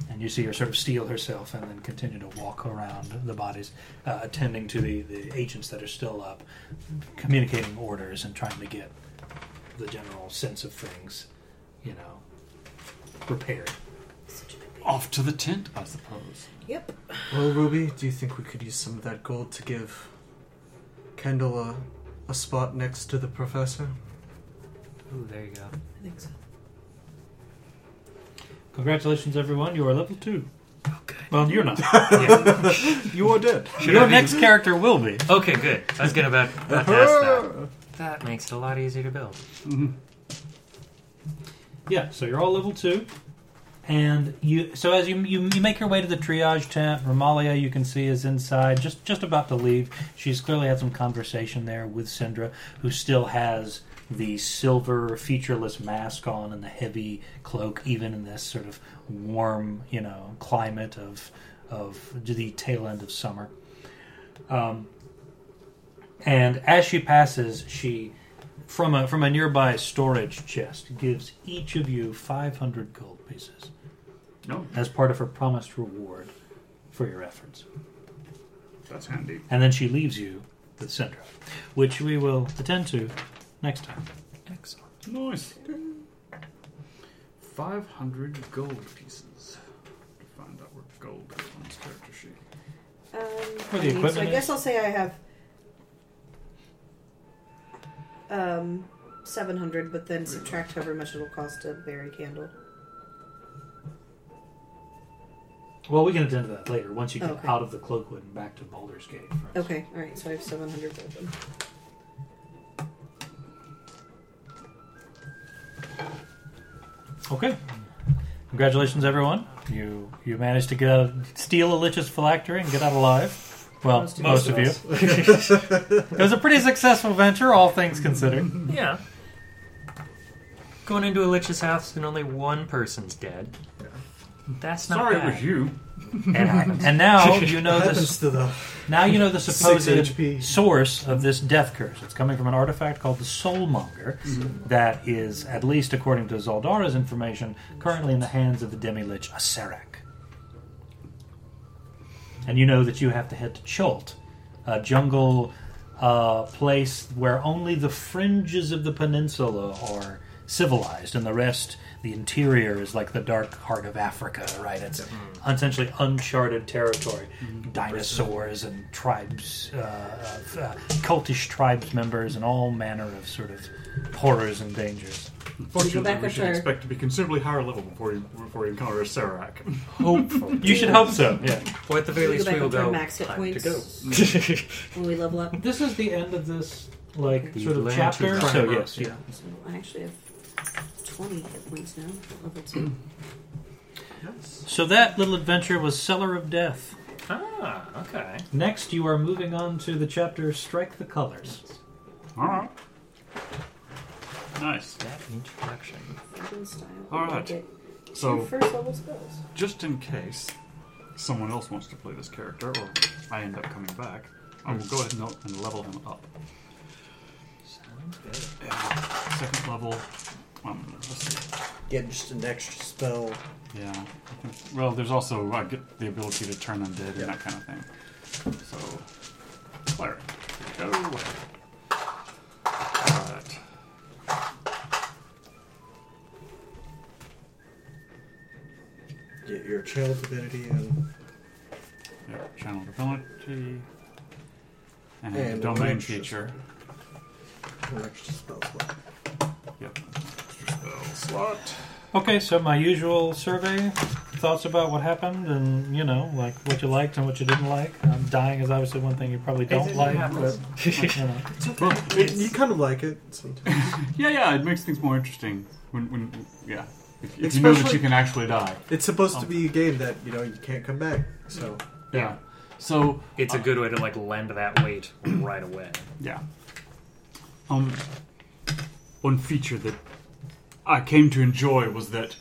[SPEAKER 2] And you see her sort of steal herself and then continue to walk around the bodies, uh, attending to the, the agents that are still up, communicating orders and trying to get the general sense of things, you know, repaired.
[SPEAKER 1] Off to the tent, I suppose.
[SPEAKER 8] Yep.
[SPEAKER 3] Well, Ruby, do you think we could use some of that gold to give Kendall a, a spot next to the professor?
[SPEAKER 4] Ooh, there you go.
[SPEAKER 8] I think so.
[SPEAKER 2] Congratulations, everyone. You are level two. Okay. Well, you're not. you are dead.
[SPEAKER 4] Should
[SPEAKER 2] Your
[SPEAKER 4] I be-
[SPEAKER 2] next character will be.
[SPEAKER 4] Okay, good. I was gonna about, about to ask that. That makes it a lot easier to build.
[SPEAKER 2] Yeah, so you're all level two,
[SPEAKER 22] And you, so as you, you you make your way to the triage tent, Romalia you can see is inside, just just about to leave. She's clearly had some conversation there with Sindra, who still has the silver featureless mask on and the heavy cloak, even in this sort of warm, you know, climate of of the tail end of summer. Um, and as she passes, she from a from a nearby storage chest gives each of you 500 gold pieces.
[SPEAKER 2] Oh.
[SPEAKER 1] No.
[SPEAKER 22] As part of her promised reward for your efforts.
[SPEAKER 1] That's handy.
[SPEAKER 22] And then she leaves you the Syndra, which we will attend to next time.
[SPEAKER 1] Excellent. Nice. 500 gold pieces. To find out where gold is on this character sheet. the
[SPEAKER 8] Um, I mean, so I
[SPEAKER 1] equipment
[SPEAKER 8] guess
[SPEAKER 1] is-
[SPEAKER 8] I'll say I have um, 700, but then subtract however much it'll cost to bury Candle.
[SPEAKER 2] Well, we can attend to that later once you get
[SPEAKER 8] Okay.
[SPEAKER 2] out of the cloakwood and back to Baldur's Gate.
[SPEAKER 8] Okay, alright, so I have 700 gold. then.
[SPEAKER 2] Okay. Congratulations, everyone. You you managed to get out, steal a lich's phylactery and get out alive. Well,
[SPEAKER 4] Most
[SPEAKER 2] most,
[SPEAKER 4] of
[SPEAKER 2] of you.
[SPEAKER 4] us.
[SPEAKER 2] it was a pretty successful venture, all things considered.
[SPEAKER 4] Yeah. Going into a lich's house and only one person's dead. That's not
[SPEAKER 1] Sorry it
[SPEAKER 4] bad.
[SPEAKER 1] was you.
[SPEAKER 4] And,
[SPEAKER 22] And now you know
[SPEAKER 4] this.
[SPEAKER 22] this. now you know the
[SPEAKER 4] Six
[SPEAKER 22] supposed source of this death curse. It's coming from an artifact called the Soulmonger,
[SPEAKER 2] Mhm.
[SPEAKER 22] that is, at least according to Zaldara's information, currently in the hands of the demi lich Aserak. And you know that you have to head to Chult, a jungle uh, place where only the fringes of the peninsula are civilized, and the rest, the interior, is like the dark heart of Africa, right? It's
[SPEAKER 12] Mm.
[SPEAKER 22] essentially uncharted territory.
[SPEAKER 12] Mm-hmm.
[SPEAKER 22] Dinosaurs and tribes, uh, of, uh, cultish tribes members, and all manner of sort of horrors and dangers.
[SPEAKER 1] Unfortunately,
[SPEAKER 8] back
[SPEAKER 1] we
[SPEAKER 8] up
[SPEAKER 1] should
[SPEAKER 8] our-
[SPEAKER 1] expect to be considerably higher level before you, before you encounter a Serac.
[SPEAKER 2] Hopefully. You should hope so, yeah.
[SPEAKER 4] Or at the very least, we will
[SPEAKER 8] up to our
[SPEAKER 4] go.
[SPEAKER 8] max hit
[SPEAKER 4] Time to
[SPEAKER 8] points
[SPEAKER 4] go.
[SPEAKER 8] when we level up.
[SPEAKER 12] This is the end of this like
[SPEAKER 2] The
[SPEAKER 12] sort of
[SPEAKER 2] land to
[SPEAKER 12] chapter.
[SPEAKER 2] crime So, yes, yeah.
[SPEAKER 8] So I actually have 20 hit points now, level 2.
[SPEAKER 22] So that little adventure was Cellar of Death.
[SPEAKER 4] Ah, okay.
[SPEAKER 22] Next, you are moving on to the chapter Strike the Colors.
[SPEAKER 1] All right. Nice.
[SPEAKER 4] That introduction.
[SPEAKER 8] Dungeon style.
[SPEAKER 1] All
[SPEAKER 8] I
[SPEAKER 1] right.
[SPEAKER 8] get
[SPEAKER 1] So-
[SPEAKER 8] two first level spells.
[SPEAKER 1] Just in case someone else wants to play this character, or I end up coming back, I will go ahead and, and level him up.
[SPEAKER 4] Sounds good.
[SPEAKER 1] Yeah. Second level. Um, let's see.
[SPEAKER 3] Get just an extra spell.
[SPEAKER 1] Yeah. I think- Well, there's also I get the ability to turn undead and that kind of thing. So, cleric. There we Go. All right.
[SPEAKER 3] Channel divinity and
[SPEAKER 1] Yeah, channel ability. And,
[SPEAKER 3] And
[SPEAKER 1] and
[SPEAKER 3] an
[SPEAKER 1] domain
[SPEAKER 3] extra
[SPEAKER 1] feature.
[SPEAKER 3] an extra spell slot.
[SPEAKER 1] Yep.
[SPEAKER 3] Slot.
[SPEAKER 2] Okay, so my usual survey thoughts about what happened and, you know, like what you liked and what you didn't like. Um, dying is obviously one thing you probably don't
[SPEAKER 3] It
[SPEAKER 2] like.
[SPEAKER 3] happens.
[SPEAKER 2] But, you know.
[SPEAKER 3] Well, it- you kind of like it sometimes.
[SPEAKER 1] Yeah, yeah, it makes things more interesting when, when yeah. If, if you know that you
[SPEAKER 3] Especially-
[SPEAKER 1] can actually die.
[SPEAKER 3] It's supposed to
[SPEAKER 1] Oh.
[SPEAKER 3] be a game that you know you can't come back. So
[SPEAKER 1] Yeah. So
[SPEAKER 4] it's a good way to like lend that weight right away.
[SPEAKER 1] Yeah. Um, one feature that I came to enjoy was that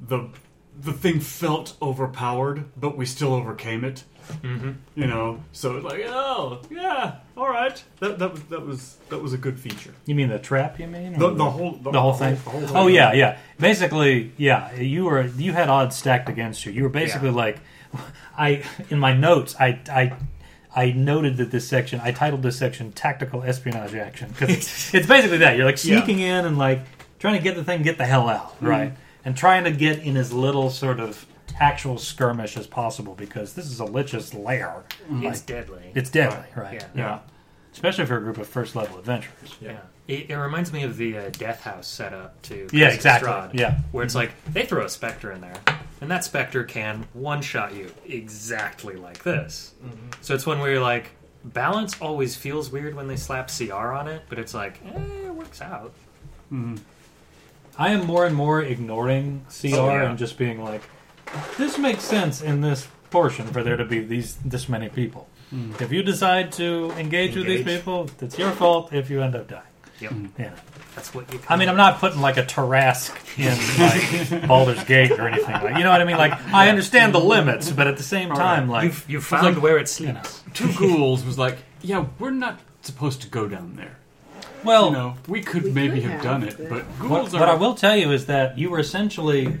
[SPEAKER 1] the the thing felt overpowered, but we still overcame it.
[SPEAKER 4] Mhm.
[SPEAKER 1] You know, so it's like, oh yeah, all right. That that was that was that was a good feature.
[SPEAKER 2] You mean the trap? You mean
[SPEAKER 1] The-
[SPEAKER 2] Or
[SPEAKER 1] the whole- the-
[SPEAKER 2] the whole
[SPEAKER 1] the
[SPEAKER 2] thing?
[SPEAKER 1] whole- the whole
[SPEAKER 2] oh
[SPEAKER 1] thing.
[SPEAKER 2] yeah, yeah. Basically, yeah. You were you had odds stacked against you. You were basically like, I in my notes, I I. I noted that this section, I titled this section "Tactical Espionage Action" because it's, it's basically that you're like
[SPEAKER 4] Yeah.
[SPEAKER 2] sneaking in and like trying to get the thing, get the hell out,
[SPEAKER 4] Mhm.
[SPEAKER 2] right? And trying to get in as little sort of actual skirmish as possible because this is a lich's lair.
[SPEAKER 4] It's
[SPEAKER 2] Like,
[SPEAKER 4] deadly.
[SPEAKER 2] It's deadly, right?
[SPEAKER 4] Yeah.
[SPEAKER 2] yeah. Especially for a group of first level adventurers.
[SPEAKER 4] Yeah. It, it reminds me of the uh, Death House setup to
[SPEAKER 2] Yeah,
[SPEAKER 4] Curse of
[SPEAKER 2] exactly.
[SPEAKER 4] Strahd,
[SPEAKER 2] Yeah.
[SPEAKER 4] where it's like they throw a specter in there, and that specter can one shot you exactly like this. So it's one where you're like, balance always feels weird when they slap CR on it, but it's like, eh, it works out.
[SPEAKER 2] I am more and more ignoring CR
[SPEAKER 4] Oh, yeah.
[SPEAKER 2] and just being like, this makes sense in this portion for there to be these this many people.
[SPEAKER 4] Mm.
[SPEAKER 2] If you decide to engage, with these
[SPEAKER 4] Engage.
[SPEAKER 2] people, it's your fault if you end up dying.
[SPEAKER 4] Yep.
[SPEAKER 2] Yeah.
[SPEAKER 4] That's what you.
[SPEAKER 2] I mean, I'm not putting like a Tarask in like Baldur's Gate or anything. Like, you know what I mean? Like, I understand the limits, but at the same time, like,
[SPEAKER 1] You've-
[SPEAKER 4] you've
[SPEAKER 2] it's
[SPEAKER 4] found
[SPEAKER 2] like,
[SPEAKER 4] where it sleeps.
[SPEAKER 1] Two ghouls was like, yeah, we're not supposed to go down there.
[SPEAKER 2] Well,
[SPEAKER 1] you know, we could maybe have, done it, but ghouls are.
[SPEAKER 2] Oh. what, what I will tell you is that you were essentially,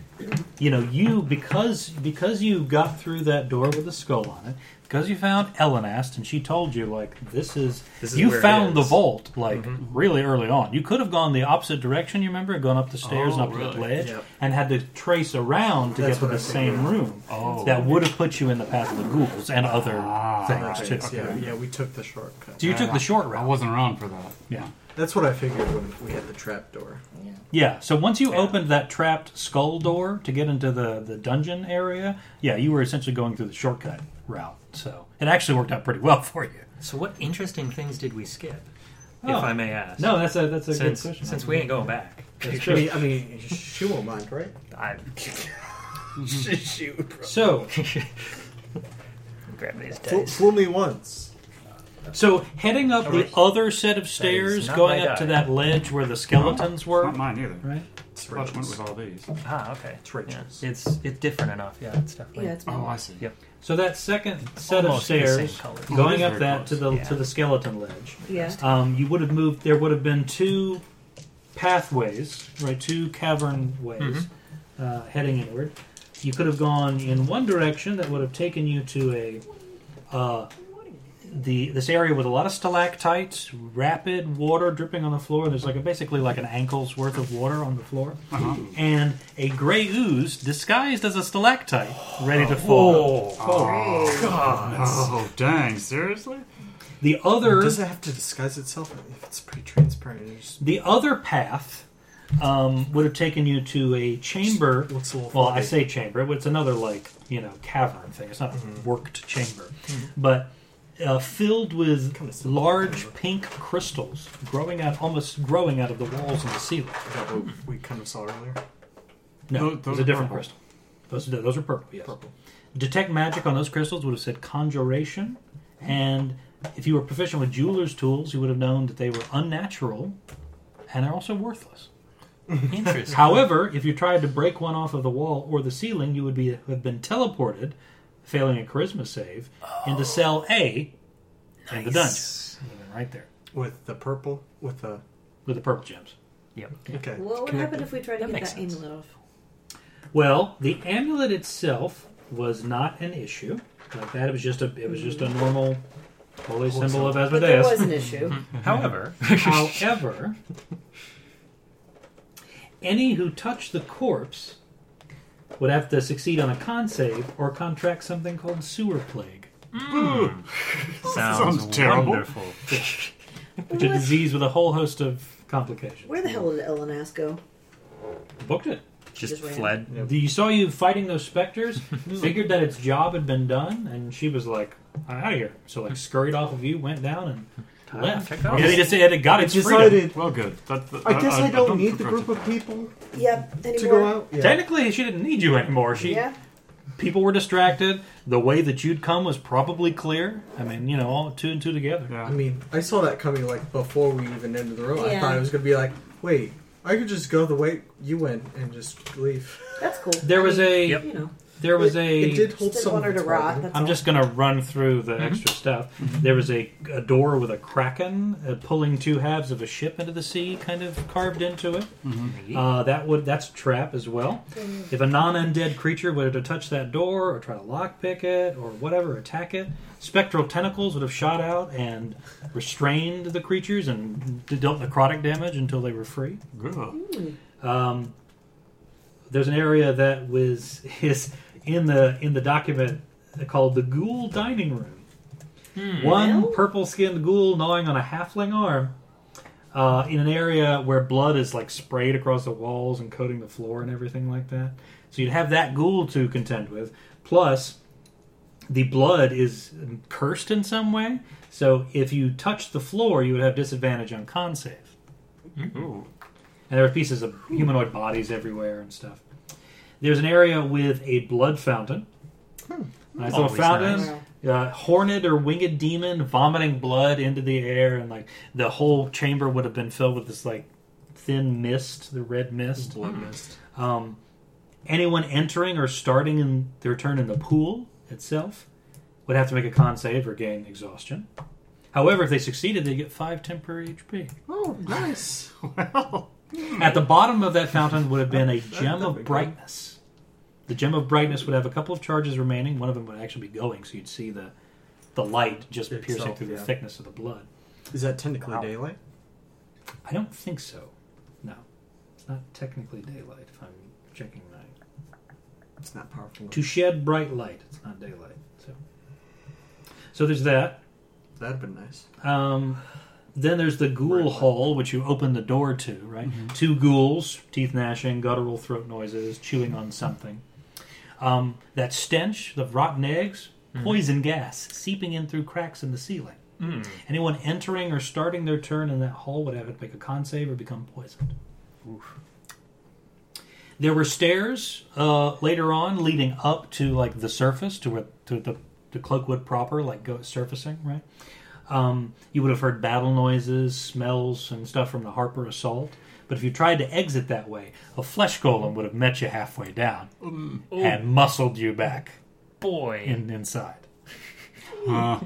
[SPEAKER 2] you know, you because because you got through that door with a skull on it, because you found Elenast and she told you like this is,
[SPEAKER 4] This is
[SPEAKER 2] you
[SPEAKER 4] where it
[SPEAKER 2] found the
[SPEAKER 4] is. Mm-hmm.
[SPEAKER 2] vault like really early on. You could have gone the opposite direction. You remember, gone up the stairs
[SPEAKER 4] Oh,
[SPEAKER 2] and up that
[SPEAKER 4] really?
[SPEAKER 2] ledge,
[SPEAKER 4] Yep.
[SPEAKER 2] and had to trace around to
[SPEAKER 4] That's
[SPEAKER 2] get to
[SPEAKER 4] what
[SPEAKER 2] the
[SPEAKER 4] I
[SPEAKER 2] same
[SPEAKER 4] figured.
[SPEAKER 2] room.
[SPEAKER 4] Oh. Ah,
[SPEAKER 2] that would have put you in the path of the ghouls and other
[SPEAKER 3] Right,
[SPEAKER 2] things too.
[SPEAKER 3] Yeah, yeah, we took the shortcut.
[SPEAKER 2] So you
[SPEAKER 4] Uh,
[SPEAKER 2] took the short route. I
[SPEAKER 1] wasn't around for that.
[SPEAKER 2] Yeah.
[SPEAKER 3] That's what I figured when we had the trap door. Yeah.
[SPEAKER 2] Yeah, so once you opened that trapped skull door to get into the, the dungeon area, yeah, you were essentially going through the shortcut route. So it actually worked out pretty well for you.
[SPEAKER 4] So what interesting things did we skip?
[SPEAKER 2] Oh.
[SPEAKER 4] If I may ask.
[SPEAKER 2] No, that's a- that's a good
[SPEAKER 4] Since-
[SPEAKER 2] question.
[SPEAKER 4] Since we ain't going back.
[SPEAKER 3] That's true. I mean, she won't mind, right?
[SPEAKER 4] I.
[SPEAKER 3] Shoot.
[SPEAKER 2] So,
[SPEAKER 4] grab these
[SPEAKER 3] Fool, fool me once.
[SPEAKER 2] So heading up the other set of stairs,
[SPEAKER 3] not
[SPEAKER 2] going
[SPEAKER 3] my
[SPEAKER 2] up to
[SPEAKER 3] die.
[SPEAKER 2] that ledge where the skeletons were.
[SPEAKER 1] Not mine either.
[SPEAKER 2] Right?
[SPEAKER 1] It's I went with all these.
[SPEAKER 4] Ah, okay.
[SPEAKER 3] It's Rachel's.
[SPEAKER 4] It's it's different enough. Yeah, it's definitely.
[SPEAKER 2] Yeah, it's mine.
[SPEAKER 1] Oh, I see.
[SPEAKER 4] Yep.
[SPEAKER 2] So that second set
[SPEAKER 4] Almost the
[SPEAKER 2] of
[SPEAKER 4] same
[SPEAKER 2] stairs,
[SPEAKER 4] color.
[SPEAKER 2] going
[SPEAKER 4] Very
[SPEAKER 2] up that
[SPEAKER 4] close.
[SPEAKER 2] to the
[SPEAKER 4] Yeah.
[SPEAKER 2] to the skeleton ledge.
[SPEAKER 4] Yeah.
[SPEAKER 2] Um, you would have moved. There would have been two pathways, right? Two cavern ways
[SPEAKER 4] Mhm.
[SPEAKER 2] uh, heading inward. You could have gone in one direction. That would have taken you to a uh, the this area with a lot of stalactites, rapid water dripping on the floor. There's like a, basically like an ankle's worth of water on the floor,
[SPEAKER 1] Uh-huh.
[SPEAKER 2] and a gray ooze disguised as a stalactite ready to fall.
[SPEAKER 1] Oh, God. Oh, dang. Seriously?
[SPEAKER 2] The other
[SPEAKER 3] Does it have to disguise itself? If it's pretty transparent, it's just
[SPEAKER 2] The other path um, would have taken you to a chamber. well, I
[SPEAKER 3] foggy.
[SPEAKER 2] say chamber, but it's another like you know cavern thing. It's not a worked chamber, but uh, filled with large pink crystals growing out, almost growing out of the walls and the ceiling.
[SPEAKER 3] we kind of saw earlier.
[SPEAKER 2] No,
[SPEAKER 3] Those-
[SPEAKER 2] those,
[SPEAKER 3] those
[SPEAKER 2] are
[SPEAKER 3] are
[SPEAKER 2] different
[SPEAKER 3] purple.
[SPEAKER 2] crystal. Those, are- those are purple. Yes. Purple. Detect magic on those crystals would have said conjuration, and if you were proficient with jeweler's tools, you would have known that they were unnatural, and they're also worthless.
[SPEAKER 4] Interesting.
[SPEAKER 2] However, if you tried to break one off of the wall or the ceiling, you would be have been teleported, failing a charisma save, into cell A in the dungeon. Would have been Right there
[SPEAKER 3] With the purple, with the
[SPEAKER 2] with the purple gems.
[SPEAKER 4] Yep.
[SPEAKER 3] okay.
[SPEAKER 8] What would happen if we tried to
[SPEAKER 4] That
[SPEAKER 8] get that
[SPEAKER 4] makes sense.
[SPEAKER 8] amulet off?
[SPEAKER 2] Well, the amulet itself was not an issue. Like that, it was just a it was just a normal holy
[SPEAKER 4] Holy
[SPEAKER 2] symbol of
[SPEAKER 4] symbol.
[SPEAKER 8] But there
[SPEAKER 2] Asmodeus.
[SPEAKER 8] was an issue.
[SPEAKER 4] However. uh,
[SPEAKER 2] however, any who touch the corpse would have to succeed on a con save or contract something called sewer plague.
[SPEAKER 1] Mm. Sounds Sounds terrible. wonderful.
[SPEAKER 2] Which is a disease with a whole host of complications.
[SPEAKER 8] Where the hell did Elenas go?
[SPEAKER 2] Booked it.
[SPEAKER 8] Just Just ran.
[SPEAKER 4] fled.
[SPEAKER 2] You saw you fighting those specters, figured that its job had been done, and she was like, I'm out of here. So, like, scurried off of you, went down, and left.
[SPEAKER 1] check
[SPEAKER 2] Yeah, they just it got
[SPEAKER 1] I
[SPEAKER 2] its
[SPEAKER 1] decided-
[SPEAKER 2] freedom.
[SPEAKER 1] Well, good. That- that-
[SPEAKER 2] I guess I don't
[SPEAKER 1] need the group
[SPEAKER 2] of
[SPEAKER 3] people.
[SPEAKER 8] Yep. Anymore?
[SPEAKER 2] Technically, she didn't need you anymore. She,
[SPEAKER 8] Yeah.
[SPEAKER 2] people were distracted. The way that you'd come was probably clear. I mean, you know, all two and two together.
[SPEAKER 3] I mean, I saw that coming like before we even ended the row. I
[SPEAKER 8] Yeah.
[SPEAKER 3] thought it was gonna be like, wait, I could just go the way you went and just leave.
[SPEAKER 8] That's cool.
[SPEAKER 2] There was a
[SPEAKER 8] You know.
[SPEAKER 2] there was
[SPEAKER 3] It-
[SPEAKER 2] a
[SPEAKER 3] it did hold Just didn't some want of her to its rot, value. that's
[SPEAKER 2] I'm
[SPEAKER 3] all.
[SPEAKER 2] just gonna run through the extra stuff. There was a, a door with a kraken uh, pulling two halves of a ship into the sea, kind of carved into it.
[SPEAKER 4] Mhm.
[SPEAKER 2] Uh, that would that's a trap as well.
[SPEAKER 4] Mhm.
[SPEAKER 2] If a non-undead creature were to touch that door or try to lockpick it or whatever, attack it, spectral tentacles would have shot out and restrained the creatures and dealt necrotic damage until they were free. Um, there's an area that was is in the in the document called the Ghoul Dining Room. One purple skinned ghoul gnawing on a halfling arm uh, in an area where blood is like sprayed across the walls and coating the floor and everything like that. So you'd have that ghoul to contend with. Plus, the blood is cursed in some way. So if you touched the floor, you would have disadvantage on con save. And there were pieces of humanoid bodies everywhere and stuff. There's an area with a blood fountain. Nice little
[SPEAKER 4] Hmm. Always
[SPEAKER 2] fountain. Uh, horned or winged demon vomiting blood into the air, and like the whole chamber would have been filled with this like thin mist, the red mist.
[SPEAKER 4] Blood mist.
[SPEAKER 2] Um, anyone entering or starting in their turn in the pool itself would have to make a con save or gain exhaustion. However, if they succeeded, they get five temporary HP.
[SPEAKER 3] Oh, nice.
[SPEAKER 2] At the bottom of that fountain would have been a gem of brightness. The gem of brightness would have a couple of charges remaining. One of them would actually be going, so you'd see the the light just piercing
[SPEAKER 3] Itself,
[SPEAKER 2] through
[SPEAKER 3] yeah.
[SPEAKER 2] the thickness of the blood.
[SPEAKER 3] Is that technically
[SPEAKER 2] Wow.
[SPEAKER 3] daylight?
[SPEAKER 2] I don't think so. No, it's not technically daylight. If I'm checking my
[SPEAKER 3] It's not powerful.
[SPEAKER 2] to shed bright light, it's not daylight. So, so there's that.
[SPEAKER 3] That'd been nice.
[SPEAKER 2] Um, then there's the ghoul hall, which you open the door to, right? Two ghouls, teeth gnashing, guttural throat noises, chewing on something. Um, that stench, the rotten eggs, poison gas seeping in through cracks in the ceiling.
[SPEAKER 4] Mm.
[SPEAKER 2] Anyone entering or starting their turn in that hall would have to make a con save or become poisoned. There were stairs uh, later on leading up to like the surface to where to the to Cloakwood proper, like go surfacing, right? Um, you would have heard battle noises, smells, and stuff from the Harper assault. But if you tried to exit that way, a flesh golem would have met you halfway down
[SPEAKER 4] Mm.
[SPEAKER 2] and muscled you back,
[SPEAKER 4] Boy.
[SPEAKER 2] in, inside.
[SPEAKER 8] I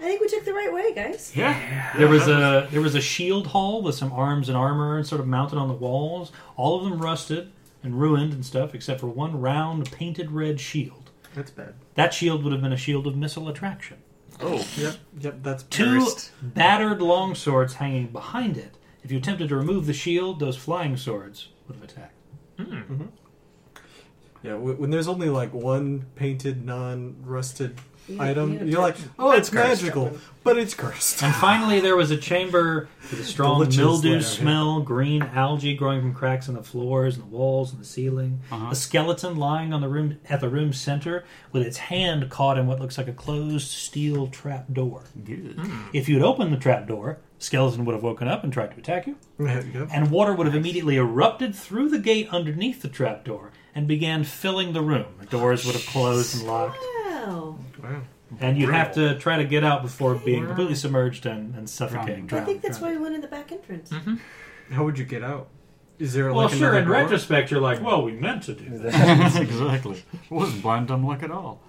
[SPEAKER 8] think we took the right way, guys.
[SPEAKER 2] There was a there was a shield hall with some arms and armor and sort of mounted on the walls. All of them rusted and ruined and stuff, except for one round painted red shield.
[SPEAKER 3] That's bad.
[SPEAKER 2] That shield would have been a shield of missile attraction.
[SPEAKER 3] Oh. Yep. Yep. That's
[SPEAKER 2] Two
[SPEAKER 3] cursed.
[SPEAKER 2] battered longswords hanging behind it. If you attempted to remove the shield, those flying swords would have attacked.
[SPEAKER 3] Yeah. wh- When there's only like one painted, non-rusted
[SPEAKER 2] You-
[SPEAKER 3] item,
[SPEAKER 2] you
[SPEAKER 3] you're like,
[SPEAKER 2] objection.
[SPEAKER 3] oh,
[SPEAKER 2] That's
[SPEAKER 3] it's
[SPEAKER 2] cursed.
[SPEAKER 3] magical, but it's cursed.
[SPEAKER 2] And finally, there was a chamber with a strong
[SPEAKER 3] The witch's
[SPEAKER 2] mildew
[SPEAKER 3] lair.
[SPEAKER 2] smell, green algae growing from cracks in the floors and the walls and the ceiling. A skeleton lying on the room at the room's center with its hand caught in what looks like a closed steel trap door. If you'd opened the trap door, skeleton would have woken up and tried to attack you.
[SPEAKER 3] There you go.
[SPEAKER 2] And water would have immediately erupted through the gate underneath the trap door and began filling the room. The doors would have closed and locked
[SPEAKER 8] Wow.
[SPEAKER 3] Wow.
[SPEAKER 2] and you'd have to try to get out before being completely submerged and, and suffocating.
[SPEAKER 8] I think
[SPEAKER 2] drowned.
[SPEAKER 8] that's why we went in the back entrance.
[SPEAKER 3] How would you get out? Is there
[SPEAKER 2] Well,
[SPEAKER 3] like
[SPEAKER 2] sure.
[SPEAKER 3] another
[SPEAKER 2] In
[SPEAKER 3] door?
[SPEAKER 2] retrospect, you're like, well, we meant to do that.
[SPEAKER 1] exactly. It wasn't blind dumb luck at all.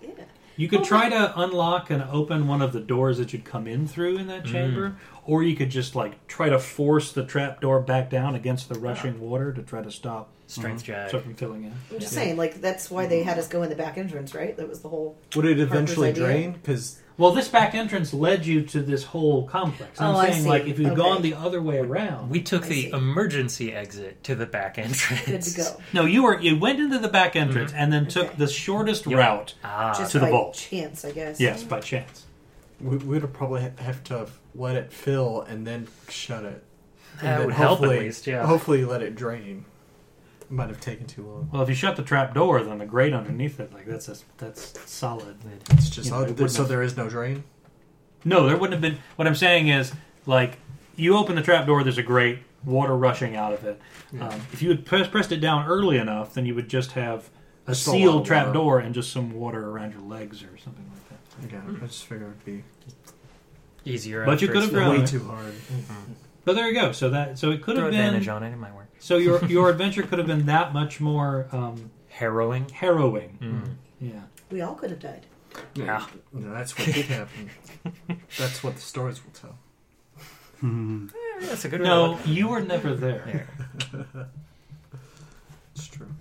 [SPEAKER 2] You could try to unlock and open one of the doors that you'd come in through in that
[SPEAKER 1] Mm.
[SPEAKER 2] chamber, or you could just like try to force the trap door back down against the rushing water to try to stop
[SPEAKER 4] Strength check.
[SPEAKER 2] stuff from filling in.
[SPEAKER 8] I'm just
[SPEAKER 2] Yeah. Mm.
[SPEAKER 8] saying, like that's why they had us go in the back entrance, right? That was the whole.
[SPEAKER 3] Would it
[SPEAKER 8] Harper's
[SPEAKER 3] eventually
[SPEAKER 8] idea.
[SPEAKER 3] drain? Because
[SPEAKER 2] Well, this back entrance led you to this whole complex. I'm
[SPEAKER 4] Oh, I
[SPEAKER 2] saying,
[SPEAKER 4] see.
[SPEAKER 2] like, if you'd
[SPEAKER 4] Okay.
[SPEAKER 2] gone the other way around,
[SPEAKER 4] We took the emergency exit to the back entrance.
[SPEAKER 2] No, you were you went into the back entrance
[SPEAKER 4] Mm-hmm.
[SPEAKER 2] and then took the shortest route
[SPEAKER 4] Ah,
[SPEAKER 8] Just
[SPEAKER 2] uh, to the
[SPEAKER 8] by
[SPEAKER 2] vault.
[SPEAKER 8] chance, I guess.
[SPEAKER 2] Yes,
[SPEAKER 4] Mm-hmm.
[SPEAKER 2] by chance.
[SPEAKER 3] We, we would probably ha- have to f- let it fill and then shut it.
[SPEAKER 2] That
[SPEAKER 3] And then
[SPEAKER 2] would help at
[SPEAKER 3] hopefully-
[SPEAKER 2] least, yeah.
[SPEAKER 3] Hopefully, let it drain. Might have taken too long.
[SPEAKER 2] Well, if you shut the trap door, then the grate underneath it, like that's a, that's solid.
[SPEAKER 3] It's just oh, there- so there is no drain.
[SPEAKER 2] No, there wouldn't have been. What I'm saying is, like, you open the trap door, there's a grate, water rushing out of it.
[SPEAKER 3] Yeah.
[SPEAKER 2] Um, if you had press, pressed it down early enough, then you would just have a
[SPEAKER 3] Just a lot
[SPEAKER 2] sealed
[SPEAKER 3] of
[SPEAKER 2] trap
[SPEAKER 3] water.
[SPEAKER 2] door and just some water around your legs or something like that.
[SPEAKER 3] Okay, I just figured it'd be
[SPEAKER 4] Easier.
[SPEAKER 2] But you could have grown
[SPEAKER 3] way
[SPEAKER 2] it.
[SPEAKER 3] too hard.
[SPEAKER 2] But there you go. So that so it could
[SPEAKER 4] Throw
[SPEAKER 2] have
[SPEAKER 4] advantage
[SPEAKER 2] been
[SPEAKER 4] on it, it might work.
[SPEAKER 2] So your your adventure could have been that much more um,
[SPEAKER 4] harrowing.
[SPEAKER 2] Harrowing.
[SPEAKER 4] Mm.
[SPEAKER 2] Yeah.
[SPEAKER 8] We all could have died.
[SPEAKER 2] Yeah.
[SPEAKER 3] No, that's what did happen. that's what the stories will tell.
[SPEAKER 4] that's a good
[SPEAKER 2] No,
[SPEAKER 4] relic.
[SPEAKER 2] you were never there.
[SPEAKER 3] It's true.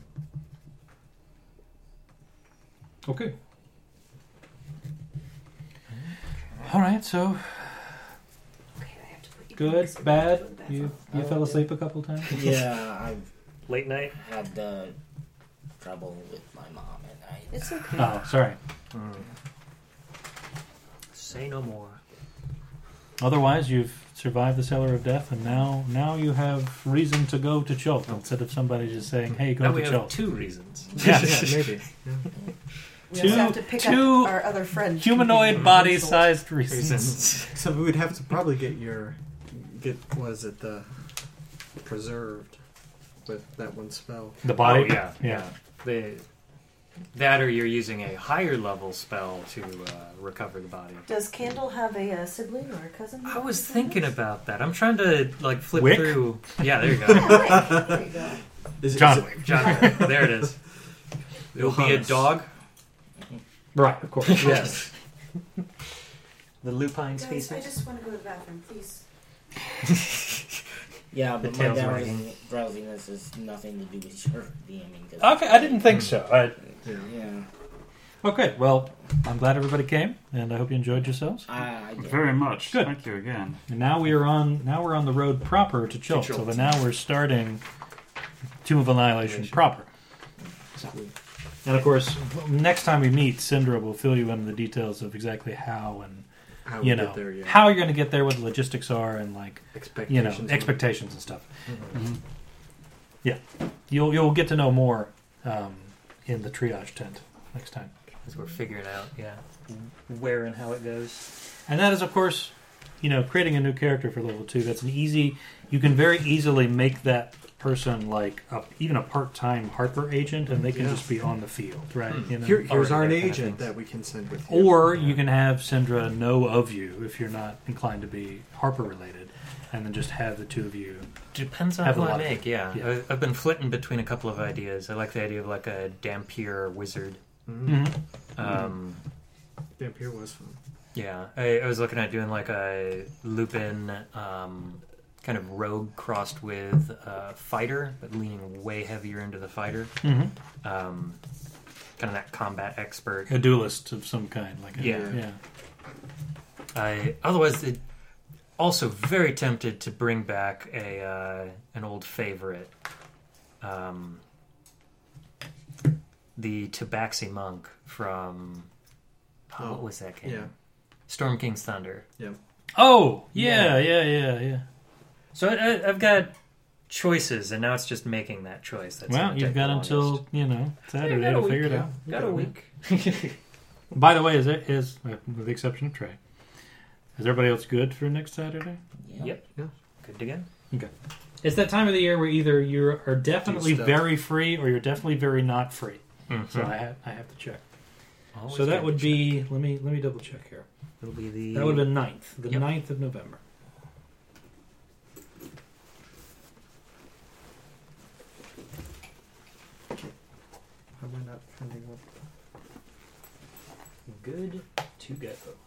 [SPEAKER 2] Okay. All right. So. Good, bad. You you fell asleep a couple times.
[SPEAKER 5] Yeah, I've
[SPEAKER 23] late night
[SPEAKER 5] had uh, trouble with my mom at night.
[SPEAKER 8] It's okay.
[SPEAKER 2] Oh, sorry.
[SPEAKER 4] Say no more.
[SPEAKER 2] Otherwise, you've survived the cellar of death, and now now you have reason to go to Chult instead of somebody just saying, "Hey, go
[SPEAKER 4] Now
[SPEAKER 2] to
[SPEAKER 4] we have
[SPEAKER 2] Chult."
[SPEAKER 4] two reasons.
[SPEAKER 2] Yeah,
[SPEAKER 4] Yeah,
[SPEAKER 2] maybe.
[SPEAKER 4] maybe.
[SPEAKER 8] We also
[SPEAKER 2] Two-
[SPEAKER 8] have to pick
[SPEAKER 2] two
[SPEAKER 8] up our other Mm-hmm. friend.
[SPEAKER 2] humanoid body-sized reasons.
[SPEAKER 3] So we would have to probably get your get was it the preserved with that one spell.
[SPEAKER 2] The body?
[SPEAKER 4] Oh, yeah,
[SPEAKER 2] Yeah.
[SPEAKER 4] yeah. The, that or you're using a higher level spell to uh, recover the body.
[SPEAKER 8] Does Candle have a uh, sibling or a cousin?
[SPEAKER 4] I was thinking about that. I'm trying to like flip
[SPEAKER 2] Wick?
[SPEAKER 4] through. Yeah, there you go.
[SPEAKER 8] Yeah, Wick. There you go.
[SPEAKER 3] Is it-
[SPEAKER 2] John
[SPEAKER 3] is it-
[SPEAKER 2] Wick.
[SPEAKER 4] John Wick. There it is. It'll be a
[SPEAKER 2] Johannes.
[SPEAKER 4] dog.
[SPEAKER 2] Right, of course.
[SPEAKER 4] Yes.
[SPEAKER 5] The lupine
[SPEAKER 8] Guys, I just want to go to the bathroom, please.
[SPEAKER 5] Yeah,
[SPEAKER 23] The
[SPEAKER 5] but my
[SPEAKER 23] tail's
[SPEAKER 5] drowsiness, drowsiness is nothing to do with your DMing. 'cause-
[SPEAKER 2] Okay, I didn't think so. I,
[SPEAKER 5] Yeah.
[SPEAKER 2] Okay, well, I'm glad everybody came, and I hope you enjoyed yourselves.
[SPEAKER 5] I did.
[SPEAKER 1] Very much. Thank you again.
[SPEAKER 2] And now we are on. Now we're on the road proper to Chult. So
[SPEAKER 1] Chult.
[SPEAKER 2] then now we're starting Tomb of Annihilation proper. So, and of course, next time we meet, Syndra will fill you in on the details of exactly how and
[SPEAKER 3] How we
[SPEAKER 2] you
[SPEAKER 3] get
[SPEAKER 2] know
[SPEAKER 3] there, yeah.
[SPEAKER 2] how you're going to get there, what the logistics are, and like you know
[SPEAKER 3] Expectations and-
[SPEAKER 2] expectations and stuff.
[SPEAKER 3] Mhm.
[SPEAKER 2] Yeah, you'll you'll get to know more um, in the triage tent next time.
[SPEAKER 4] As we're figuring out, yeah, where and how it goes.
[SPEAKER 2] And that is, of course, you know, creating a new character for level two. That's an easy. You can very easily make that person like a, even a part-time Harper agent, and they can
[SPEAKER 3] Yeah.
[SPEAKER 2] just be on the field, right? You know,
[SPEAKER 3] Here, here's our
[SPEAKER 2] already that kind of
[SPEAKER 3] agent
[SPEAKER 2] thing.
[SPEAKER 3] that we can send with
[SPEAKER 1] Oh.
[SPEAKER 3] you.
[SPEAKER 2] Or you can have Syndra know of you if you're not inclined to be Harper related, and then just have the two of you.
[SPEAKER 4] Depends on
[SPEAKER 2] have a
[SPEAKER 4] who I
[SPEAKER 2] lot of-
[SPEAKER 4] make. Yeah,
[SPEAKER 2] yeah.
[SPEAKER 4] I, I've been flitting between a couple of ideas. I like the idea of like a Dampier wizard.
[SPEAKER 2] Mhm.
[SPEAKER 4] Um,
[SPEAKER 3] Dampier was fun.
[SPEAKER 4] Yeah, I, I was looking at doing like a Lupin um, kind of rogue crossed with uh, fighter, but leaning way heavier into the fighter.
[SPEAKER 2] Mhm.
[SPEAKER 4] Um, kind of that combat expert.
[SPEAKER 2] A duelist of some kind, like a,
[SPEAKER 4] Yeah.
[SPEAKER 2] yeah.
[SPEAKER 4] I otherwise it, also very tempted to bring back a uh, an old favorite, um, the Tabaxi monk from oh, what was that game?
[SPEAKER 3] yeah.
[SPEAKER 4] Storm King's Thunder.
[SPEAKER 3] Yeah.
[SPEAKER 2] Oh yeah, yeah, yeah, yeah.
[SPEAKER 4] So I, I, I've got choices, and now it's just making that choice. That's
[SPEAKER 2] well,
[SPEAKER 4] gonna
[SPEAKER 2] you've
[SPEAKER 4] take the
[SPEAKER 2] got
[SPEAKER 4] longest.
[SPEAKER 2] until you know Saturday
[SPEAKER 4] got a
[SPEAKER 2] to
[SPEAKER 4] week,
[SPEAKER 2] figure it
[SPEAKER 4] yeah.
[SPEAKER 2] out.
[SPEAKER 4] Got a week.
[SPEAKER 2] By the way, is it is uh, with the exception of Trey, is everybody else good for next Saturday?
[SPEAKER 4] Yep. Good to go.
[SPEAKER 2] Okay. It's that time of the year where either you are definitely
[SPEAKER 4] Do stuff.
[SPEAKER 2] very free or you're definitely very not free.
[SPEAKER 4] Mhm.
[SPEAKER 2] So I have, I have to check.
[SPEAKER 4] Always
[SPEAKER 2] Mm-hmm. so
[SPEAKER 4] good
[SPEAKER 2] that
[SPEAKER 4] to
[SPEAKER 2] would be let me let me double check here.
[SPEAKER 4] It'll be the
[SPEAKER 2] That would have been 9th, the
[SPEAKER 4] Yep.
[SPEAKER 2] 9th of November.
[SPEAKER 3] How am I not finding one?
[SPEAKER 4] Good to go.